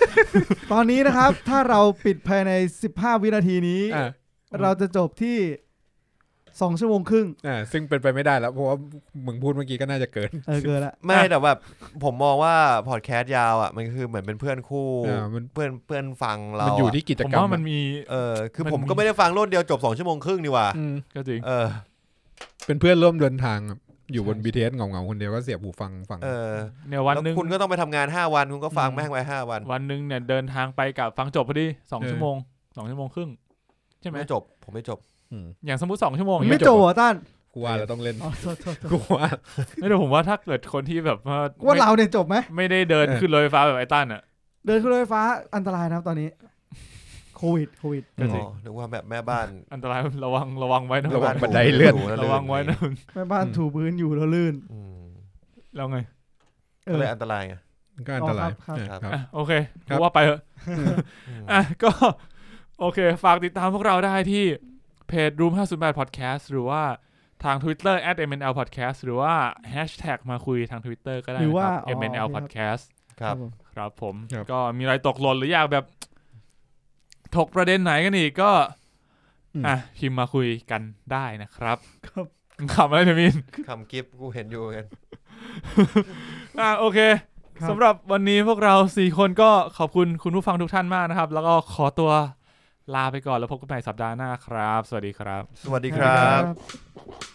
Speaker 4: ตอนนี้นะครับ ถ้าเราปิดภายใน 15 วินาทีนี้
Speaker 1: อ่า
Speaker 4: เราจะจบที่ 2 ชั่วโมงครึ่ง
Speaker 1: อ่าซึ่งเป็นไปไม่ได้แล้ว เพราะว่ามึงพูดเมื่อกี้ก็น่าจะเกิน
Speaker 4: เออเกินละ
Speaker 2: ไม่
Speaker 3: อ่ะ
Speaker 2: แต่แบบผมมองว่าพอดแคสต์ยาวอ่ะมันคือเหมือนเป็นเพื่อนคู่
Speaker 1: อ่ามัน
Speaker 2: เพื่อนเพื่อนฟังเรา
Speaker 1: มัน
Speaker 2: อะ
Speaker 1: อยู่ที่กิจ
Speaker 3: ผม
Speaker 1: กรรม
Speaker 3: ว่ามัน
Speaker 1: อะ
Speaker 3: มี
Speaker 2: เออคือ
Speaker 3: มัน
Speaker 2: ผมก็ไม่ได้ฟังรวดเดียวจบสองชั่วโมงครึ่งนี่หว่า
Speaker 1: อืม
Speaker 3: ก็จริง
Speaker 2: เออ
Speaker 1: เป็นเพื่อนร่วมเดินทางอะอยู่บน
Speaker 3: ใช่
Speaker 1: BTS เหงาๆคนเดียวก็เสียบหูฟังฟัง
Speaker 2: เออ
Speaker 3: เนี่ยวัน
Speaker 2: แล้ว
Speaker 3: หนึ่ง
Speaker 2: คุณก็ต้องไปทำงานห้าวันคุณก็ฟัง
Speaker 1: อืม
Speaker 2: แม่งไว้ห้าวัน
Speaker 3: วันหนึ่งเนี่ยเดินทางไปกับฟังจบพอดีสอง
Speaker 1: เออ
Speaker 3: ชั่วโมงสองชั่วโมงครึ่งใช่ไหม
Speaker 2: ไม่จบ ผมไม่จบ
Speaker 1: อืม
Speaker 3: อย่างสมมติสองชั่วโมง
Speaker 1: ผม
Speaker 3: เนี่ย
Speaker 1: ไม่
Speaker 4: ไม่
Speaker 1: จ
Speaker 4: จ
Speaker 1: บบอะ
Speaker 4: เหรอต้าน
Speaker 1: กูว่าเราต้องเล่น
Speaker 4: อ๋อโทษโทษโทษ
Speaker 1: กูว่า
Speaker 3: ไม่แต่ผมว่าถ้าเกิดคนที่แบบว่า
Speaker 4: ว่า
Speaker 3: ไม่
Speaker 4: เราเนี่ยจบไหม
Speaker 3: ไม่ได้เดินขึ้นรถไฟฟ้าแบบไอ้ตั้นอ่ะ
Speaker 4: เดินขึ้นรถไฟฟ้าอันตรายนะครับตอนนี้ โควิด โควิด
Speaker 1: อืม
Speaker 2: อ๋อนึกว่าแบบแม่บ้าน
Speaker 3: อันตรายระวัง ระวังไว้นะ
Speaker 1: ระวัง
Speaker 2: แม่า
Speaker 1: บันไดเลื่อน
Speaker 2: ยู่
Speaker 3: ระวังไว้นะมึง
Speaker 4: แม่บ้าน
Speaker 1: อืม
Speaker 4: ถูพื้นอยู่แล้วลื่น
Speaker 2: อืม
Speaker 3: แล้วไง
Speaker 4: เอ
Speaker 2: ก็
Speaker 4: อ
Speaker 2: เลยอันตรายไง
Speaker 1: ก็อันตราย
Speaker 4: อ๋อครับ
Speaker 1: เนี่ยครับ
Speaker 3: อ่ะโอเค
Speaker 1: ครับ
Speaker 3: กูว่าไปเถอะ
Speaker 2: อืม
Speaker 3: อ่ะ ก็ โอเค ฝากติดตามพวกเราได้ที่เพจ Room 508 Podcast หรือว่าทาง Twitter at mnl podcast หรือว่า hashtag มาคุยทาง Twitter ก็ได้
Speaker 4: หรือ
Speaker 3: นะค
Speaker 4: ว่า
Speaker 3: รับ
Speaker 4: อ๋อ
Speaker 3: mnl
Speaker 4: โอเคครับ
Speaker 3: podcast
Speaker 2: ครับ
Speaker 4: ผม
Speaker 3: ครับผม
Speaker 1: ครับ
Speaker 3: ก็มีอะไรตกหล่นหรืออยากแบบ ถกประเด็นไหนกันอีกก็อ่ะพิมพ์มาคุยกันได้นะครับ
Speaker 4: ครับ
Speaker 3: ขำอะไรเทมิน
Speaker 2: คำกิฟต์กูเห็นอยู่เหมือนกัน
Speaker 3: อ่ะโอเค
Speaker 4: ครับ
Speaker 3: สำหรับวันนี้พวกเราสี่คนก็ขอบคุณคุณผู้ฟังทุกท่านมากนะครับ แล้วก็ขอตัวลาไปก่อนแล้วพบกันใหม่สัปดาห์หน้าครับ สวัสดีครับ
Speaker 2: สวัสดีครับ